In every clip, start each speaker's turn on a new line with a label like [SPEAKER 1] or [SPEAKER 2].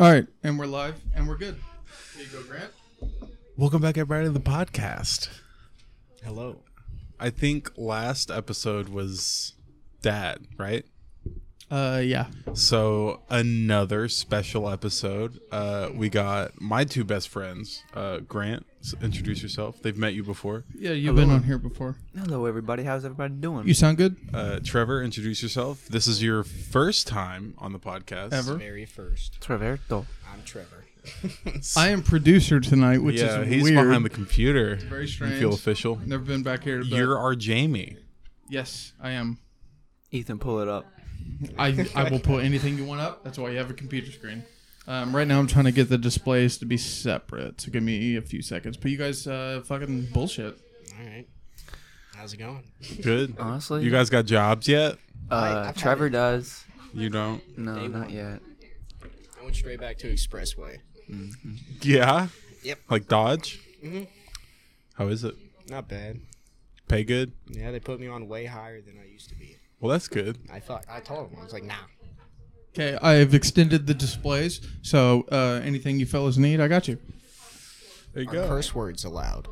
[SPEAKER 1] All right, and we're live, and we're good. There you go, Grant.
[SPEAKER 2] Welcome back, everybody, to the podcast.
[SPEAKER 3] Hello.
[SPEAKER 2] I think last episode was dad, right?
[SPEAKER 1] Uh, yeah.
[SPEAKER 2] So another special episode. Uh, we got my two best friends. Uh, Grant, s- introduce yourself. They've met you before.
[SPEAKER 1] Yeah, you've been on here before.
[SPEAKER 3] Hello, everybody. How's everybody doing?
[SPEAKER 1] You sound good.
[SPEAKER 2] Uh, Trevor, introduce yourself. This is your first time on the podcast
[SPEAKER 1] Ever.
[SPEAKER 4] Very first.
[SPEAKER 3] Traverto.
[SPEAKER 4] I'm Trevor.
[SPEAKER 1] I am producer tonight, which
[SPEAKER 2] Yeah,
[SPEAKER 1] is
[SPEAKER 2] he's
[SPEAKER 1] weird.
[SPEAKER 2] behind the computer.
[SPEAKER 1] Very
[SPEAKER 2] You
[SPEAKER 1] strange.
[SPEAKER 2] feel official.
[SPEAKER 1] Never been back here. But
[SPEAKER 2] You're our Jamie.
[SPEAKER 1] yes, I am.
[SPEAKER 3] Ethan, pull it up.
[SPEAKER 1] I I will pull anything you want up. That's why you have a computer screen. Um, right now I'm trying to get the displays to be separate, so give me a few seconds. But you guys, uh, fucking bullshit.
[SPEAKER 4] All right. How's it going?
[SPEAKER 2] Good.
[SPEAKER 3] Honestly?
[SPEAKER 2] you guys got jobs yet?
[SPEAKER 3] Uh,
[SPEAKER 4] I- I've
[SPEAKER 3] Trevor does.
[SPEAKER 2] You don't?
[SPEAKER 3] No,
[SPEAKER 4] Day
[SPEAKER 3] not
[SPEAKER 4] one.
[SPEAKER 3] yet.
[SPEAKER 4] I went straight back to Expressway.
[SPEAKER 2] Yeah.
[SPEAKER 4] Yep.
[SPEAKER 2] Like Dodge.
[SPEAKER 1] Mm-hmm.
[SPEAKER 4] Mhm.
[SPEAKER 2] How is it?
[SPEAKER 4] Not bad.
[SPEAKER 2] Pay good.
[SPEAKER 4] Yeah, they put me on way higher than I used to be.
[SPEAKER 2] Well, that's good.
[SPEAKER 4] I thought I told them I was like, nah.
[SPEAKER 1] Okay, I've extended the displays, so uh, anything you fellas need, I got you.
[SPEAKER 2] There you
[SPEAKER 4] Are curse words allowed?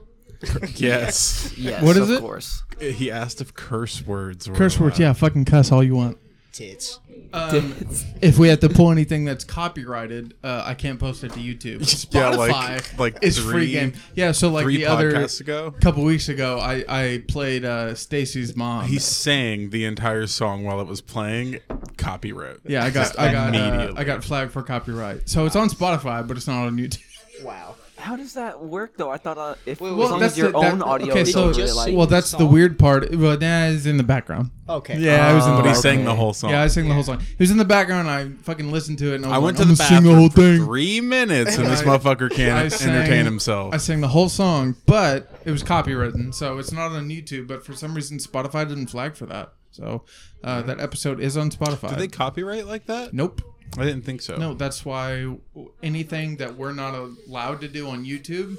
[SPEAKER 2] Yes.
[SPEAKER 3] Yes,
[SPEAKER 1] What is
[SPEAKER 3] of
[SPEAKER 1] it?
[SPEAKER 3] course.
[SPEAKER 2] he asked if curse words were
[SPEAKER 1] Curse words, yeah,
[SPEAKER 2] allowed.
[SPEAKER 1] fucking cuss all you want.
[SPEAKER 4] Tits.
[SPEAKER 1] Um, if we have to pull anything that's copyrighted, uh, I can't post it to YouTube. Spotify
[SPEAKER 2] Yeah, like- like
[SPEAKER 1] is
[SPEAKER 2] three-
[SPEAKER 1] free game. Yeah, so like
[SPEAKER 2] Three
[SPEAKER 1] the other
[SPEAKER 2] podcasts ago,
[SPEAKER 1] couple weeks ago, I I played uh, Stacy's mom.
[SPEAKER 2] he sang the entire song while it was playing. Copyright.
[SPEAKER 1] yeah, I got
[SPEAKER 2] Just
[SPEAKER 1] I got uh,
[SPEAKER 2] immediately.
[SPEAKER 1] I got flagged for copyright. So it's on Spotify, but it's not on YouTube.
[SPEAKER 4] Wow.
[SPEAKER 3] How does that work, though? I thought uh, if
[SPEAKER 4] Well,
[SPEAKER 3] as long
[SPEAKER 1] that's
[SPEAKER 3] as your
[SPEAKER 1] the-
[SPEAKER 3] own
[SPEAKER 1] that-
[SPEAKER 3] audio
[SPEAKER 1] okay,
[SPEAKER 3] is
[SPEAKER 1] so-
[SPEAKER 3] really
[SPEAKER 4] Just
[SPEAKER 3] like,
[SPEAKER 4] sing
[SPEAKER 1] Well, that's the
[SPEAKER 4] song.
[SPEAKER 1] weird part. Well, nah, it's in the background.
[SPEAKER 4] Okay.
[SPEAKER 1] Yeah, I was in the
[SPEAKER 3] Oh,
[SPEAKER 2] But he
[SPEAKER 1] background.
[SPEAKER 3] okay.
[SPEAKER 2] sang the whole song.
[SPEAKER 1] Yeah, I sang the whole song. He was in the background. I fucking listened to it. And I, was
[SPEAKER 2] I went to
[SPEAKER 1] like,
[SPEAKER 2] the
[SPEAKER 1] I'm gonna
[SPEAKER 2] bathroom
[SPEAKER 1] sing the whole
[SPEAKER 2] for
[SPEAKER 1] thing.
[SPEAKER 2] three minutes, and this
[SPEAKER 1] I-
[SPEAKER 2] motherfucker
[SPEAKER 1] I
[SPEAKER 2] can't
[SPEAKER 1] sang-
[SPEAKER 2] entertain himself.
[SPEAKER 1] I sang the whole song, but it was copywritten, so it's not on YouTube. But for some reason, Spotify didn't flag for that, so uh, that episode is on Spotify.
[SPEAKER 2] Did they copyright like that?
[SPEAKER 1] nope.
[SPEAKER 2] I didn't think so.
[SPEAKER 1] No, that's why w- anything that we're not allowed to do on YouTube,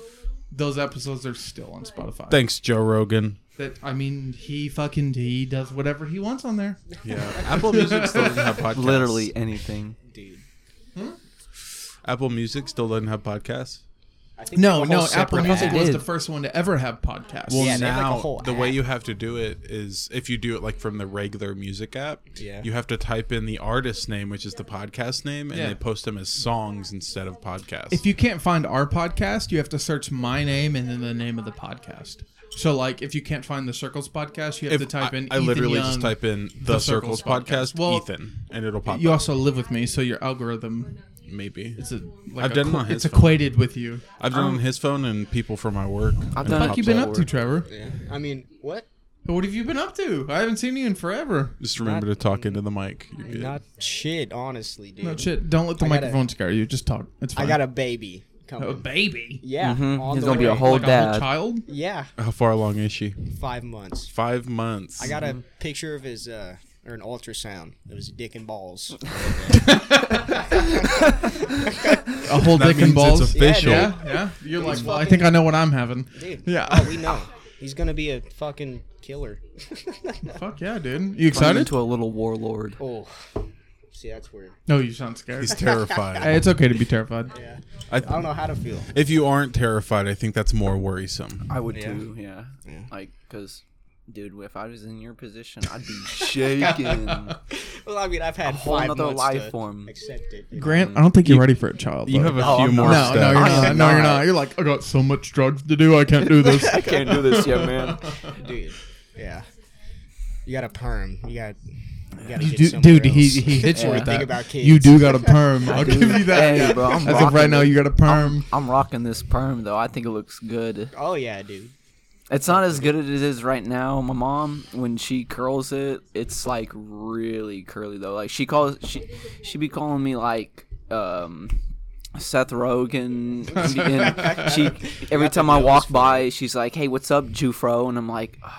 [SPEAKER 1] those episodes are still on Spotify.
[SPEAKER 2] Thanks, Joe Rogan.
[SPEAKER 1] that I mean, he fucking he does whatever he wants on there.
[SPEAKER 2] Yeah, Apple Music still doesn't have podcasts.
[SPEAKER 3] literally anything.
[SPEAKER 4] Dude.
[SPEAKER 2] Apple Music still doesn't have podcasts.
[SPEAKER 4] I think
[SPEAKER 1] No,
[SPEAKER 4] they have a
[SPEAKER 1] no,
[SPEAKER 4] whole
[SPEAKER 1] Apple
[SPEAKER 4] separate
[SPEAKER 1] Music
[SPEAKER 4] app.
[SPEAKER 1] was
[SPEAKER 3] Did.
[SPEAKER 1] the first one to ever have podcasts.
[SPEAKER 2] Well,
[SPEAKER 4] Yeah, they have, like, a
[SPEAKER 2] now
[SPEAKER 4] whole
[SPEAKER 2] the way
[SPEAKER 4] app.
[SPEAKER 2] you have to do it is if you do it like from the regular music app,
[SPEAKER 4] Yeah.
[SPEAKER 2] you have to type in the artist's name, which is the podcast name, and
[SPEAKER 1] Yeah.
[SPEAKER 2] they post them as songs instead of podcasts.
[SPEAKER 1] If you can't find our podcast, you have to search my name and then the name of the podcast. So, like, if you can't find the Circles podcast, you have
[SPEAKER 2] If
[SPEAKER 1] to type
[SPEAKER 2] I,
[SPEAKER 1] in.
[SPEAKER 2] I
[SPEAKER 1] Ethan
[SPEAKER 2] literally
[SPEAKER 1] Young.
[SPEAKER 2] just type in the, Circles, podcast,
[SPEAKER 1] Well,
[SPEAKER 2] Ethan, and it'll pop
[SPEAKER 1] You
[SPEAKER 2] up.
[SPEAKER 1] also live with me, so your algorithm
[SPEAKER 2] Maybe
[SPEAKER 1] it's a like
[SPEAKER 2] I've
[SPEAKER 1] a
[SPEAKER 2] done it
[SPEAKER 1] qu-
[SPEAKER 2] on his
[SPEAKER 1] it's
[SPEAKER 2] phone.
[SPEAKER 1] equated with you.
[SPEAKER 2] I've done it on his phone and people from my work.
[SPEAKER 3] I've
[SPEAKER 2] and it
[SPEAKER 3] done-
[SPEAKER 1] What
[SPEAKER 3] Fuck
[SPEAKER 2] pops
[SPEAKER 1] you been
[SPEAKER 2] up.
[SPEAKER 1] up to, Trevor?
[SPEAKER 4] Yeah. I mean, what?
[SPEAKER 1] What have you been up to? I haven't seen you in forever.
[SPEAKER 2] Just remember to talk into the mic. You're good.
[SPEAKER 4] Not shit, honestly, dude.
[SPEAKER 1] No shit. Don't let the
[SPEAKER 4] I gotta-
[SPEAKER 1] microphone scare you. Just talk. It's fine.
[SPEAKER 4] I got a baby coming.
[SPEAKER 1] a baby.
[SPEAKER 4] yeah.
[SPEAKER 3] Mhm.
[SPEAKER 4] on
[SPEAKER 3] He's
[SPEAKER 4] the
[SPEAKER 3] gonna be a
[SPEAKER 4] way.
[SPEAKER 3] whole-
[SPEAKER 1] Like a whole
[SPEAKER 3] dad.
[SPEAKER 1] child.
[SPEAKER 4] Yeah.
[SPEAKER 2] How far along is she?
[SPEAKER 4] Five months.
[SPEAKER 2] Five months.
[SPEAKER 4] I got a
[SPEAKER 1] Mm-hmm.
[SPEAKER 4] picture of his uh or an ultrasound. It was dick and balls.
[SPEAKER 1] A whole
[SPEAKER 2] That
[SPEAKER 1] dick and
[SPEAKER 2] means it's
[SPEAKER 1] balls.
[SPEAKER 2] official.
[SPEAKER 1] yeah, yeah. You're like,
[SPEAKER 4] He's
[SPEAKER 1] well, I
[SPEAKER 4] fucking-
[SPEAKER 1] think I know what I'm having.
[SPEAKER 4] Dude.
[SPEAKER 1] Yeah.
[SPEAKER 4] Oh, we know. He's gonna be a fucking killer.
[SPEAKER 1] Fuck yeah, dude. You
[SPEAKER 3] Turn
[SPEAKER 1] excited?
[SPEAKER 3] into a little warlord.
[SPEAKER 4] oh. See, that's weird.
[SPEAKER 1] No, you sound scared.
[SPEAKER 2] He's terrified.
[SPEAKER 1] Hey, it's okay to be terrified.
[SPEAKER 4] Yeah.
[SPEAKER 2] I-
[SPEAKER 4] I don't know how to feel.
[SPEAKER 2] If you aren't terrified, I think that's more worrisome.
[SPEAKER 3] I would
[SPEAKER 4] Yeah.
[SPEAKER 3] too, yeah.
[SPEAKER 4] Yeah.
[SPEAKER 3] Like, because, dude, if I was in your position, I'd be shaking.
[SPEAKER 4] Well, I mean, I've had
[SPEAKER 3] A whole
[SPEAKER 4] five
[SPEAKER 3] nother
[SPEAKER 4] months
[SPEAKER 3] life
[SPEAKER 4] to
[SPEAKER 3] form.
[SPEAKER 4] accept it. you know?
[SPEAKER 1] Grant, I don't think you're ready for a child.
[SPEAKER 2] You
[SPEAKER 1] though.
[SPEAKER 2] have a
[SPEAKER 3] No,
[SPEAKER 2] few
[SPEAKER 3] I'm
[SPEAKER 2] more
[SPEAKER 3] not.
[SPEAKER 1] no, no, you're
[SPEAKER 3] I
[SPEAKER 1] not.
[SPEAKER 3] am
[SPEAKER 1] No, you're
[SPEAKER 3] not.
[SPEAKER 1] not. You're like, I got so much drugs to do. I can't do this.
[SPEAKER 3] I can't do this yet, man.
[SPEAKER 4] dude. Yeah. You got a perm. You got. You gotta
[SPEAKER 1] You
[SPEAKER 4] get
[SPEAKER 1] do,
[SPEAKER 4] somewhere
[SPEAKER 1] dude, he,
[SPEAKER 4] else.
[SPEAKER 1] he hits you
[SPEAKER 3] Yeah.
[SPEAKER 1] with
[SPEAKER 4] Think
[SPEAKER 1] that.
[SPEAKER 4] about kids.
[SPEAKER 1] you do got a perm. I'll give you that.
[SPEAKER 3] Hey, bro, I'm
[SPEAKER 1] As of right
[SPEAKER 3] rocking
[SPEAKER 1] now,
[SPEAKER 3] it.
[SPEAKER 1] you got a perm.
[SPEAKER 3] I'm rocking this perm, though. I think it looks good.
[SPEAKER 4] Oh yeah, dude.
[SPEAKER 3] It's not as good as it is right now. My mom, when she curls it, it's like really curly though. Like she calls she she be calling me like um Seth Rogen. And she every time I walk by, she's like, "Hey, what's up, Jufro?" And I'm like,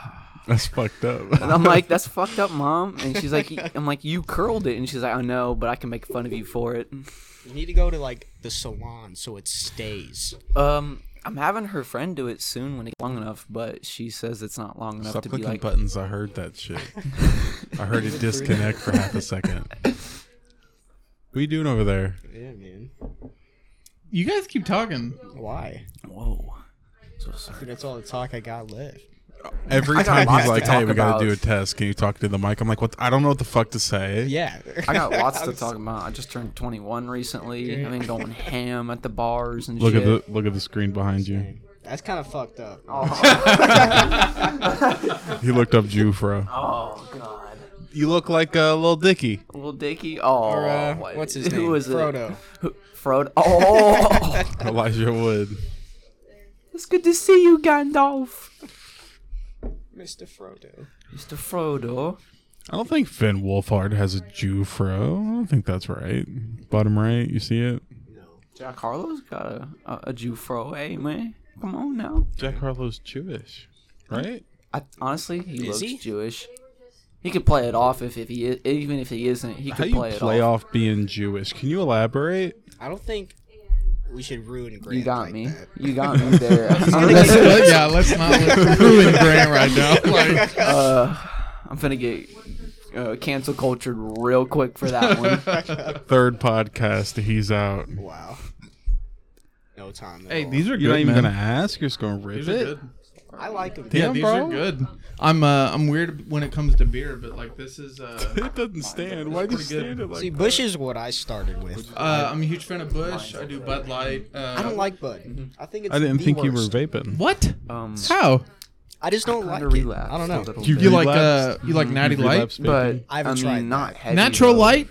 [SPEAKER 2] That's fucked up.
[SPEAKER 3] and I'm like, "That's fucked up, mom." And she's like, "I'm like, you curled it," and she's like, "I know, but I can make fun of you for it."
[SPEAKER 4] You need to go to like the salon so it stays.
[SPEAKER 3] Um. I'm having her friend do it soon when it's long enough, but she says it's not long enough
[SPEAKER 2] Stop
[SPEAKER 3] to be
[SPEAKER 2] clicking
[SPEAKER 3] like
[SPEAKER 2] buttons. I heard that shit. I heard it disconnect for half a second. What are you doing over there?
[SPEAKER 4] Yeah, man.
[SPEAKER 1] You guys keep talking.
[SPEAKER 4] Why?
[SPEAKER 3] Whoa. So sorry.
[SPEAKER 4] Dude, that's all the talk I got left.
[SPEAKER 2] Every
[SPEAKER 3] I got
[SPEAKER 2] time
[SPEAKER 3] lots
[SPEAKER 2] he's
[SPEAKER 3] to
[SPEAKER 2] like, "Hey,
[SPEAKER 3] talk
[SPEAKER 2] we gotta
[SPEAKER 3] about."
[SPEAKER 2] do a test. Can you talk to the mic?" I'm like, "What? I don't know what the fuck to say."
[SPEAKER 4] Yeah.
[SPEAKER 3] I got lots to talk about. I just turned 21 recently. I've been going ham at the bars and
[SPEAKER 2] Look
[SPEAKER 3] shit.
[SPEAKER 2] at the look at the screen behind you.
[SPEAKER 4] That's kind of fucked up.
[SPEAKER 3] Oh,
[SPEAKER 2] He looked up Jufro.
[SPEAKER 3] oh god.
[SPEAKER 2] You look like a uh, little Dicky.
[SPEAKER 3] Little Dicky. Oh,
[SPEAKER 4] Or, uh,
[SPEAKER 3] what-
[SPEAKER 4] what's his name?
[SPEAKER 3] Who is it?
[SPEAKER 4] Frodo.
[SPEAKER 3] Who- Frodo. Oh,
[SPEAKER 2] Elijah Wood.
[SPEAKER 3] it's good to see you, Gandalf.
[SPEAKER 4] Mr. Frodo.
[SPEAKER 3] Mr. Frodo.
[SPEAKER 2] I don't think Finn Wolfhard has a Jufro. I don't think that's right. Bottom right, you see it.
[SPEAKER 3] Jack Harlow's got a a, a Jufro. Hey man, come on now.
[SPEAKER 2] Jack Harlow's Jewish, right?
[SPEAKER 3] I, honestly, he looks
[SPEAKER 4] he?
[SPEAKER 3] Jewish. He could play it off if, if he is, even if he isn't. He
[SPEAKER 2] How
[SPEAKER 3] could
[SPEAKER 2] you
[SPEAKER 3] play
[SPEAKER 2] play,
[SPEAKER 3] it off.
[SPEAKER 2] off being Jewish? Can you elaborate?
[SPEAKER 4] I don't think we should ruin Grant
[SPEAKER 3] You got
[SPEAKER 4] like
[SPEAKER 3] me.
[SPEAKER 4] that.
[SPEAKER 3] You got me there.
[SPEAKER 1] Let's, let- yeah, let's not let- ruin Grant right now. Like,
[SPEAKER 3] uh, I'm gonna get uh, cancel cultured real quick for that one.
[SPEAKER 2] Third podcast, he's out.
[SPEAKER 4] Wow. No time. at
[SPEAKER 1] hey,
[SPEAKER 4] all.
[SPEAKER 1] these are
[SPEAKER 2] You're not
[SPEAKER 1] good,
[SPEAKER 2] even
[SPEAKER 1] man.
[SPEAKER 2] gonna ask. You're just gonna rip
[SPEAKER 1] These are
[SPEAKER 2] it.
[SPEAKER 1] good.
[SPEAKER 4] I like them.
[SPEAKER 1] Yeah,
[SPEAKER 2] Damn,
[SPEAKER 1] these
[SPEAKER 2] bro.
[SPEAKER 1] are good. I'm uh, I'm weird when it comes to beer, but like this is uh,
[SPEAKER 2] It doesn't stand. Why do you
[SPEAKER 1] pretty good.
[SPEAKER 2] stand it like
[SPEAKER 4] See,
[SPEAKER 2] that?
[SPEAKER 4] Bush is what I started with.
[SPEAKER 1] uh I'm a huge fan of Bush. I do Bud Light. Uh,
[SPEAKER 4] I don't like Bud. I think it's.
[SPEAKER 2] I didn't
[SPEAKER 4] the
[SPEAKER 2] think you were
[SPEAKER 4] worst.
[SPEAKER 2] vaping.
[SPEAKER 1] what?
[SPEAKER 3] Um,
[SPEAKER 1] How?
[SPEAKER 4] I just don't like
[SPEAKER 3] kinda
[SPEAKER 4] it.
[SPEAKER 3] relapsed.
[SPEAKER 4] I don't
[SPEAKER 3] a
[SPEAKER 4] know.
[SPEAKER 3] little
[SPEAKER 2] You-
[SPEAKER 3] bit.
[SPEAKER 1] You like uh
[SPEAKER 2] Relapsed.
[SPEAKER 1] you like Natty
[SPEAKER 2] You've
[SPEAKER 1] Light?
[SPEAKER 2] relapsed
[SPEAKER 3] but
[SPEAKER 2] vaping.
[SPEAKER 4] I
[SPEAKER 3] I,
[SPEAKER 4] haven't
[SPEAKER 3] mean,
[SPEAKER 4] tried
[SPEAKER 3] not
[SPEAKER 4] that.
[SPEAKER 3] Mm-hmm. heavy,
[SPEAKER 1] Natural
[SPEAKER 3] though.
[SPEAKER 1] Light?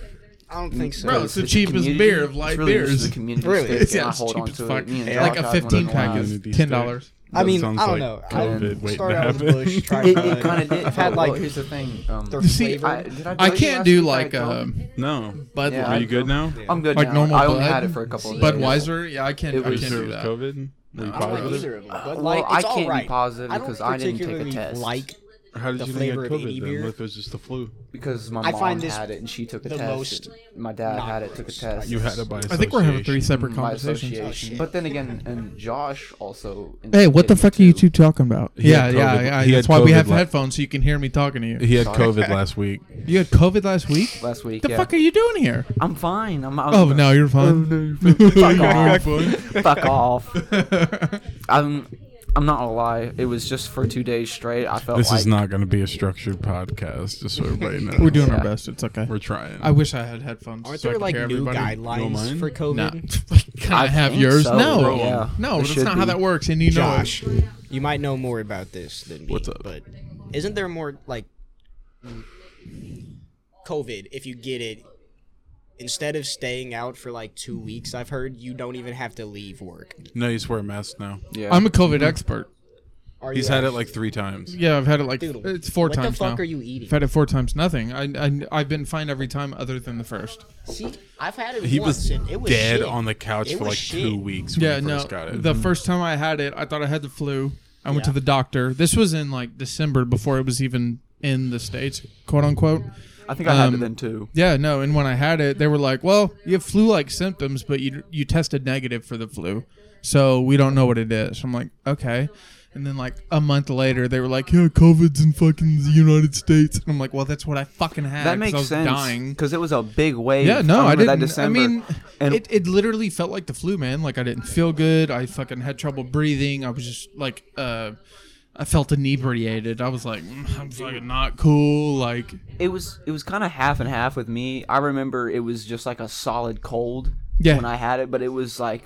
[SPEAKER 4] I don't think so.
[SPEAKER 1] Bro, it's the
[SPEAKER 3] It's
[SPEAKER 1] cheapest
[SPEAKER 3] community-
[SPEAKER 1] beer of
[SPEAKER 3] it's
[SPEAKER 1] light
[SPEAKER 3] really just
[SPEAKER 1] beers.
[SPEAKER 3] The community
[SPEAKER 4] Really?
[SPEAKER 3] space, and
[SPEAKER 1] Yeah,
[SPEAKER 3] I
[SPEAKER 1] it's
[SPEAKER 3] hold
[SPEAKER 1] cheap
[SPEAKER 3] on
[SPEAKER 1] as
[SPEAKER 3] to
[SPEAKER 1] fuck.
[SPEAKER 3] it. Me and
[SPEAKER 1] Like
[SPEAKER 3] Josh
[SPEAKER 1] a
[SPEAKER 3] had
[SPEAKER 1] fifteen
[SPEAKER 3] one in the
[SPEAKER 1] pack is
[SPEAKER 3] lab.
[SPEAKER 2] Community
[SPEAKER 1] ten dollars.
[SPEAKER 4] I
[SPEAKER 2] That
[SPEAKER 4] mean,
[SPEAKER 2] sounds
[SPEAKER 4] I
[SPEAKER 2] like
[SPEAKER 4] don't know. I
[SPEAKER 2] COVID waiting
[SPEAKER 4] started
[SPEAKER 2] to
[SPEAKER 4] out with
[SPEAKER 2] happen.
[SPEAKER 4] Bush, tried
[SPEAKER 3] It,
[SPEAKER 4] Bud.
[SPEAKER 3] it kind of did.
[SPEAKER 4] I've had like
[SPEAKER 3] here's the thing. Um,
[SPEAKER 4] their
[SPEAKER 1] You see,
[SPEAKER 4] flavor.
[SPEAKER 1] I,
[SPEAKER 3] I, did I,
[SPEAKER 1] I
[SPEAKER 3] tell you
[SPEAKER 1] can't
[SPEAKER 3] last
[SPEAKER 1] do
[SPEAKER 3] week
[SPEAKER 1] like
[SPEAKER 3] I,
[SPEAKER 1] uh,
[SPEAKER 2] No.
[SPEAKER 1] Bud
[SPEAKER 3] Yeah,
[SPEAKER 2] Are
[SPEAKER 1] Light,
[SPEAKER 2] you good now?
[SPEAKER 3] I'm good
[SPEAKER 1] like
[SPEAKER 3] now.
[SPEAKER 1] normal
[SPEAKER 3] I only
[SPEAKER 1] Bud,
[SPEAKER 3] had it for a couple of days.
[SPEAKER 1] Budweiser. Yeah, I can't.
[SPEAKER 3] It
[SPEAKER 1] I
[SPEAKER 3] was-
[SPEAKER 1] can't
[SPEAKER 2] Sure,
[SPEAKER 1] do
[SPEAKER 2] with
[SPEAKER 1] that.
[SPEAKER 2] COVID? Were you
[SPEAKER 4] I don't like
[SPEAKER 2] positive?
[SPEAKER 4] either of them. But
[SPEAKER 3] well,
[SPEAKER 4] like,
[SPEAKER 3] I
[SPEAKER 4] it's all
[SPEAKER 3] can't be
[SPEAKER 4] right.
[SPEAKER 3] positive
[SPEAKER 4] I don't
[SPEAKER 3] because I didn't take a
[SPEAKER 4] particularly
[SPEAKER 3] test.
[SPEAKER 4] Like
[SPEAKER 2] How did
[SPEAKER 4] The
[SPEAKER 2] you think you had
[SPEAKER 4] flavor of any
[SPEAKER 2] COVID then?
[SPEAKER 4] beer?
[SPEAKER 2] What if it was just the flu?
[SPEAKER 3] because my
[SPEAKER 4] I
[SPEAKER 3] mom
[SPEAKER 4] find this
[SPEAKER 3] had it and she took a
[SPEAKER 4] the
[SPEAKER 3] test.
[SPEAKER 4] most
[SPEAKER 3] and my dad
[SPEAKER 4] not
[SPEAKER 3] had it, took a
[SPEAKER 4] gross.
[SPEAKER 3] test.
[SPEAKER 2] You had it by
[SPEAKER 1] I think we're having three
[SPEAKER 2] association.
[SPEAKER 1] separate
[SPEAKER 3] Mm, by
[SPEAKER 2] Oh,
[SPEAKER 1] conversations.
[SPEAKER 3] association.
[SPEAKER 4] shit.
[SPEAKER 3] but then again, and Josh also.
[SPEAKER 1] Hey, what the
[SPEAKER 3] indicated
[SPEAKER 1] fuck are you
[SPEAKER 3] too.
[SPEAKER 1] two talking about?
[SPEAKER 2] He
[SPEAKER 1] yeah,
[SPEAKER 2] had
[SPEAKER 1] yeah,
[SPEAKER 2] COVID.
[SPEAKER 1] yeah.
[SPEAKER 2] He
[SPEAKER 1] That's
[SPEAKER 2] had
[SPEAKER 1] why we
[SPEAKER 2] COVID
[SPEAKER 1] have
[SPEAKER 2] la-
[SPEAKER 1] headphones so you can hear me talking to you.
[SPEAKER 2] He had
[SPEAKER 3] Sorry.
[SPEAKER 2] COVID last week.
[SPEAKER 1] You had COVID last week.
[SPEAKER 3] last week?
[SPEAKER 1] The
[SPEAKER 3] yeah.
[SPEAKER 1] fuck are you doing here?
[SPEAKER 3] I'm fine. I'm. I'm
[SPEAKER 1] Oh no, you're fine.
[SPEAKER 3] Fuck off.
[SPEAKER 1] Fuck
[SPEAKER 3] fuck off.
[SPEAKER 1] off.
[SPEAKER 3] I'm. I'm not gonna lie. It was just for two days straight. I felt
[SPEAKER 2] This
[SPEAKER 3] like
[SPEAKER 2] is not going to be a structured podcast, just so everybody knows.
[SPEAKER 1] We're doing our
[SPEAKER 3] Yeah.
[SPEAKER 1] best. It's okay.
[SPEAKER 2] We're trying.
[SPEAKER 1] I wish I had headphones.
[SPEAKER 4] aren't
[SPEAKER 1] so I
[SPEAKER 4] there
[SPEAKER 1] could
[SPEAKER 4] like
[SPEAKER 1] hear
[SPEAKER 4] new
[SPEAKER 1] everybody.
[SPEAKER 2] Don't
[SPEAKER 4] guidelines
[SPEAKER 2] mind.
[SPEAKER 4] for
[SPEAKER 1] Nah.
[SPEAKER 4] COVID?
[SPEAKER 1] Can I,
[SPEAKER 3] I
[SPEAKER 1] have
[SPEAKER 3] think
[SPEAKER 1] yours?
[SPEAKER 3] so.
[SPEAKER 1] No,
[SPEAKER 3] Yeah.
[SPEAKER 1] no,
[SPEAKER 3] It
[SPEAKER 1] that's
[SPEAKER 3] should
[SPEAKER 1] not how
[SPEAKER 3] be.
[SPEAKER 1] that works, and you know it.
[SPEAKER 4] Josh, you might know more about this than me.
[SPEAKER 2] What's up?
[SPEAKER 4] But isn't there more like COVID? If you get it, instead of staying out for like two weeks, I've heard you don't even have to leave work.
[SPEAKER 2] no, you just wear a mask now.
[SPEAKER 3] Yeah.
[SPEAKER 1] I'm a COVID expert.
[SPEAKER 4] Are
[SPEAKER 2] He's
[SPEAKER 4] you
[SPEAKER 2] had it
[SPEAKER 4] actually-
[SPEAKER 2] like three times.
[SPEAKER 1] Yeah, I've had it like
[SPEAKER 4] Dude,
[SPEAKER 1] it's four
[SPEAKER 4] what
[SPEAKER 1] times
[SPEAKER 4] the fuck
[SPEAKER 1] now.
[SPEAKER 4] are you
[SPEAKER 1] I've
[SPEAKER 4] eating?
[SPEAKER 1] had it four times. Nothing. I, I have been fine every time, other than the first.
[SPEAKER 4] See, I've had it
[SPEAKER 2] He
[SPEAKER 4] once
[SPEAKER 2] was,
[SPEAKER 4] and it was
[SPEAKER 2] dead
[SPEAKER 4] shit.
[SPEAKER 2] on the couch
[SPEAKER 4] It
[SPEAKER 2] for
[SPEAKER 4] was
[SPEAKER 2] like two
[SPEAKER 4] shit.
[SPEAKER 2] weeks when
[SPEAKER 1] Yeah,
[SPEAKER 2] he
[SPEAKER 1] no.
[SPEAKER 2] first got it. Mm-hmm.
[SPEAKER 1] The first time I had it, I thought I had the flu. I went to
[SPEAKER 4] Yeah.
[SPEAKER 1] the doctor. This was in like December before it was even in the states, quote unquote.
[SPEAKER 3] I think I had it
[SPEAKER 1] um,
[SPEAKER 3] then too.
[SPEAKER 1] Yeah, no. And when I had it, they were like, "Well, you have flu-like symptoms, but you you tested negative for the flu, so we don't know what it is." I'm like, "Okay." And then like a month later, they were like, "Yeah, COVID's in fucking the United States." And I'm like, "Well, that's what I fucking had."
[SPEAKER 3] That
[SPEAKER 1] 'cause
[SPEAKER 3] makes
[SPEAKER 1] I was
[SPEAKER 3] sense.
[SPEAKER 1] Dying.
[SPEAKER 3] Because it was a big wave.
[SPEAKER 1] Yeah, no, I,
[SPEAKER 3] remember That
[SPEAKER 1] didn't. I
[SPEAKER 3] December.
[SPEAKER 1] mean,
[SPEAKER 3] and
[SPEAKER 1] it, it literally felt like the flu, man. Like I didn't feel good. I fucking had trouble breathing. I was just like, uh, I felt inebriated. I was like, "Mm, I'm fucking not cool. Like,
[SPEAKER 3] it was it was kind of half and half with me. I remember it was just like a solid cold
[SPEAKER 1] Yeah.
[SPEAKER 3] when I had it, but it was like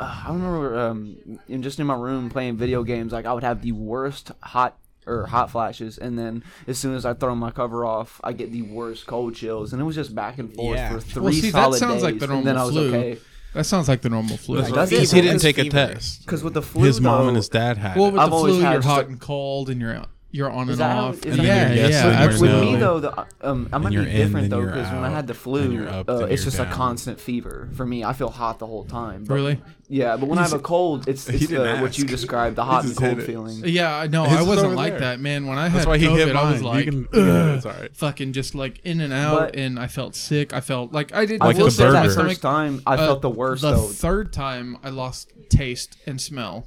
[SPEAKER 3] uh, I remember um, in just in my room playing video games. Like I would have the worst hot or hot flashes, and then as soon as I throw my cover off, I get the worst cold chills, and it was just back and forth
[SPEAKER 4] Yeah.
[SPEAKER 3] for three
[SPEAKER 1] well, see,
[SPEAKER 3] solid
[SPEAKER 1] that sounds
[SPEAKER 3] days,
[SPEAKER 1] like the normal
[SPEAKER 3] and then I was
[SPEAKER 1] flu.
[SPEAKER 3] okay.
[SPEAKER 1] That sounds like the normal flu.
[SPEAKER 2] That's
[SPEAKER 3] Like,
[SPEAKER 2] what-
[SPEAKER 3] that's it.
[SPEAKER 2] he didn't
[SPEAKER 4] It's
[SPEAKER 2] take a
[SPEAKER 4] fever.
[SPEAKER 2] test.
[SPEAKER 3] Because with the flu,
[SPEAKER 2] His mom
[SPEAKER 3] though,
[SPEAKER 2] and his dad had
[SPEAKER 1] Well, with
[SPEAKER 2] it.
[SPEAKER 3] I've
[SPEAKER 1] the
[SPEAKER 3] always
[SPEAKER 1] flu,
[SPEAKER 3] had
[SPEAKER 1] you're hot
[SPEAKER 3] cer-
[SPEAKER 1] and cold, and you're you're on
[SPEAKER 3] Is
[SPEAKER 1] and
[SPEAKER 3] that how-
[SPEAKER 1] off.
[SPEAKER 3] is
[SPEAKER 1] and
[SPEAKER 3] that
[SPEAKER 1] yeah,
[SPEAKER 3] how-
[SPEAKER 1] yeah,
[SPEAKER 2] Yes, and
[SPEAKER 3] With me
[SPEAKER 2] No.
[SPEAKER 1] absolutely.
[SPEAKER 3] though, the, um, I might
[SPEAKER 2] you're
[SPEAKER 3] be
[SPEAKER 2] in,
[SPEAKER 3] different
[SPEAKER 2] then
[SPEAKER 3] though
[SPEAKER 2] you're
[SPEAKER 3] because when I
[SPEAKER 2] out,
[SPEAKER 3] had the
[SPEAKER 2] then
[SPEAKER 3] flu,
[SPEAKER 2] you're up,
[SPEAKER 3] uh,
[SPEAKER 2] then
[SPEAKER 3] it's
[SPEAKER 2] you're
[SPEAKER 3] just a
[SPEAKER 2] down.
[SPEAKER 3] constant fever for me. I feel hot the whole time. But,
[SPEAKER 1] Really?
[SPEAKER 3] Yeah, but when I have a cold, it's, it's
[SPEAKER 2] didn't
[SPEAKER 3] the, what
[SPEAKER 2] ask.
[SPEAKER 3] you described the hot and
[SPEAKER 2] just hit
[SPEAKER 3] cold
[SPEAKER 2] it.
[SPEAKER 3] feeling.
[SPEAKER 1] Yeah, I know.
[SPEAKER 2] His
[SPEAKER 1] I
[SPEAKER 2] is
[SPEAKER 1] wasn't
[SPEAKER 2] over
[SPEAKER 1] like
[SPEAKER 2] there.
[SPEAKER 1] that, man. When I
[SPEAKER 2] That's
[SPEAKER 1] had
[SPEAKER 2] why he
[SPEAKER 1] COVID,
[SPEAKER 2] hit
[SPEAKER 1] I was
[SPEAKER 2] mine. You
[SPEAKER 1] like,
[SPEAKER 2] can-
[SPEAKER 1] "Ugh,"
[SPEAKER 2] it's all right.
[SPEAKER 1] fucking just like in and out,
[SPEAKER 3] But-
[SPEAKER 1] and I felt sick. I felt like I didn't
[SPEAKER 3] I
[SPEAKER 2] Like
[SPEAKER 3] will
[SPEAKER 2] the
[SPEAKER 1] feel
[SPEAKER 3] say
[SPEAKER 1] sick in my
[SPEAKER 3] that
[SPEAKER 2] burger.
[SPEAKER 1] stomach.
[SPEAKER 3] first time I
[SPEAKER 1] Uh,
[SPEAKER 3] felt the worst
[SPEAKER 1] The
[SPEAKER 3] though.
[SPEAKER 1] third time, I lost taste and smell,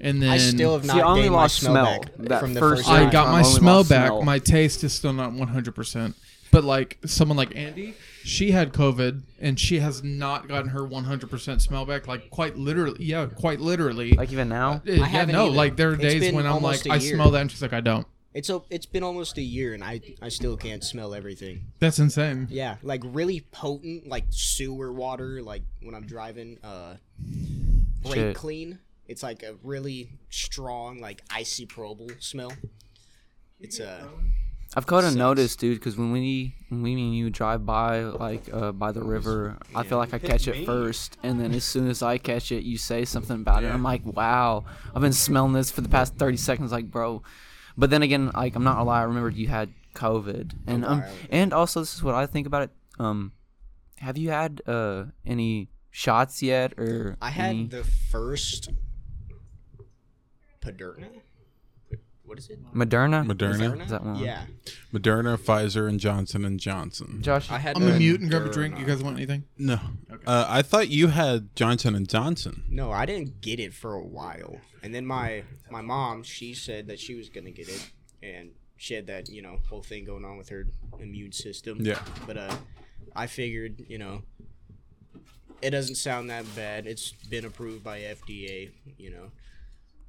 [SPEAKER 1] and then
[SPEAKER 4] I still have not
[SPEAKER 3] See, I only
[SPEAKER 4] gained
[SPEAKER 3] lost
[SPEAKER 4] my smell,
[SPEAKER 3] smell
[SPEAKER 4] back
[SPEAKER 3] that
[SPEAKER 4] from the
[SPEAKER 3] first
[SPEAKER 4] first
[SPEAKER 1] I
[SPEAKER 3] time.
[SPEAKER 1] got
[SPEAKER 3] I
[SPEAKER 1] my
[SPEAKER 3] only
[SPEAKER 1] smell
[SPEAKER 3] lost
[SPEAKER 1] back.
[SPEAKER 3] smell.
[SPEAKER 1] My taste is still not 100. percent But like someone like Andy, she had COVID and she has not gotten her 100% smell back. Like quite literally, yeah, quite literally.
[SPEAKER 3] Like even now,
[SPEAKER 1] Uh, yeah,
[SPEAKER 4] haven't
[SPEAKER 1] no,
[SPEAKER 4] either.
[SPEAKER 1] like there are
[SPEAKER 4] It's
[SPEAKER 1] days
[SPEAKER 4] been
[SPEAKER 1] when I'm
[SPEAKER 4] almost
[SPEAKER 1] like,
[SPEAKER 4] a
[SPEAKER 1] I
[SPEAKER 4] year.
[SPEAKER 1] smell that, and she's like, I don't.
[SPEAKER 4] It's a, it's been almost a year, and I I still can't smell everything.
[SPEAKER 1] That's insane.
[SPEAKER 4] Yeah, like really potent, like sewer water. Like when I'm driving, uh, brake
[SPEAKER 3] Shit.
[SPEAKER 4] clean. It's like a really strong, like icy probal smell. It's uh,
[SPEAKER 3] I've kind of
[SPEAKER 4] Sucks.
[SPEAKER 3] noticed, dude, because when we when we and you drive by like uh, by the river, I feel like I catch it first, and then as soon as I catch it, you say something about it. I'm like, wow, I've been smelling this for the past thirty seconds, like, bro. But then again, like, I'm not gonna lie. I remembered you had COVID, and um,
[SPEAKER 4] while ago.
[SPEAKER 3] and also this is what I think about it. Um, have you had uh any shots yet, or
[SPEAKER 4] I had
[SPEAKER 3] any
[SPEAKER 4] the first Moderna. What is it?
[SPEAKER 3] Moderna?
[SPEAKER 2] Moderna,
[SPEAKER 3] Is that one?
[SPEAKER 4] Yeah,
[SPEAKER 2] Moderna, Pfizer, and Johnson and Johnson.
[SPEAKER 3] Josh,
[SPEAKER 4] I had.
[SPEAKER 1] I'm gonna
[SPEAKER 4] the-
[SPEAKER 1] mute and grab a drink. You guys want anything?
[SPEAKER 2] no, uh, I thought you had Johnson and Johnson.
[SPEAKER 4] No, I didn't get it for a while, and then my my mom she said that she was gonna get it, and she had that you know whole thing going on with her immune system.
[SPEAKER 2] Yeah.
[SPEAKER 4] But uh, I figured you know, it doesn't sound that bad. It's been approved by FDA. You know,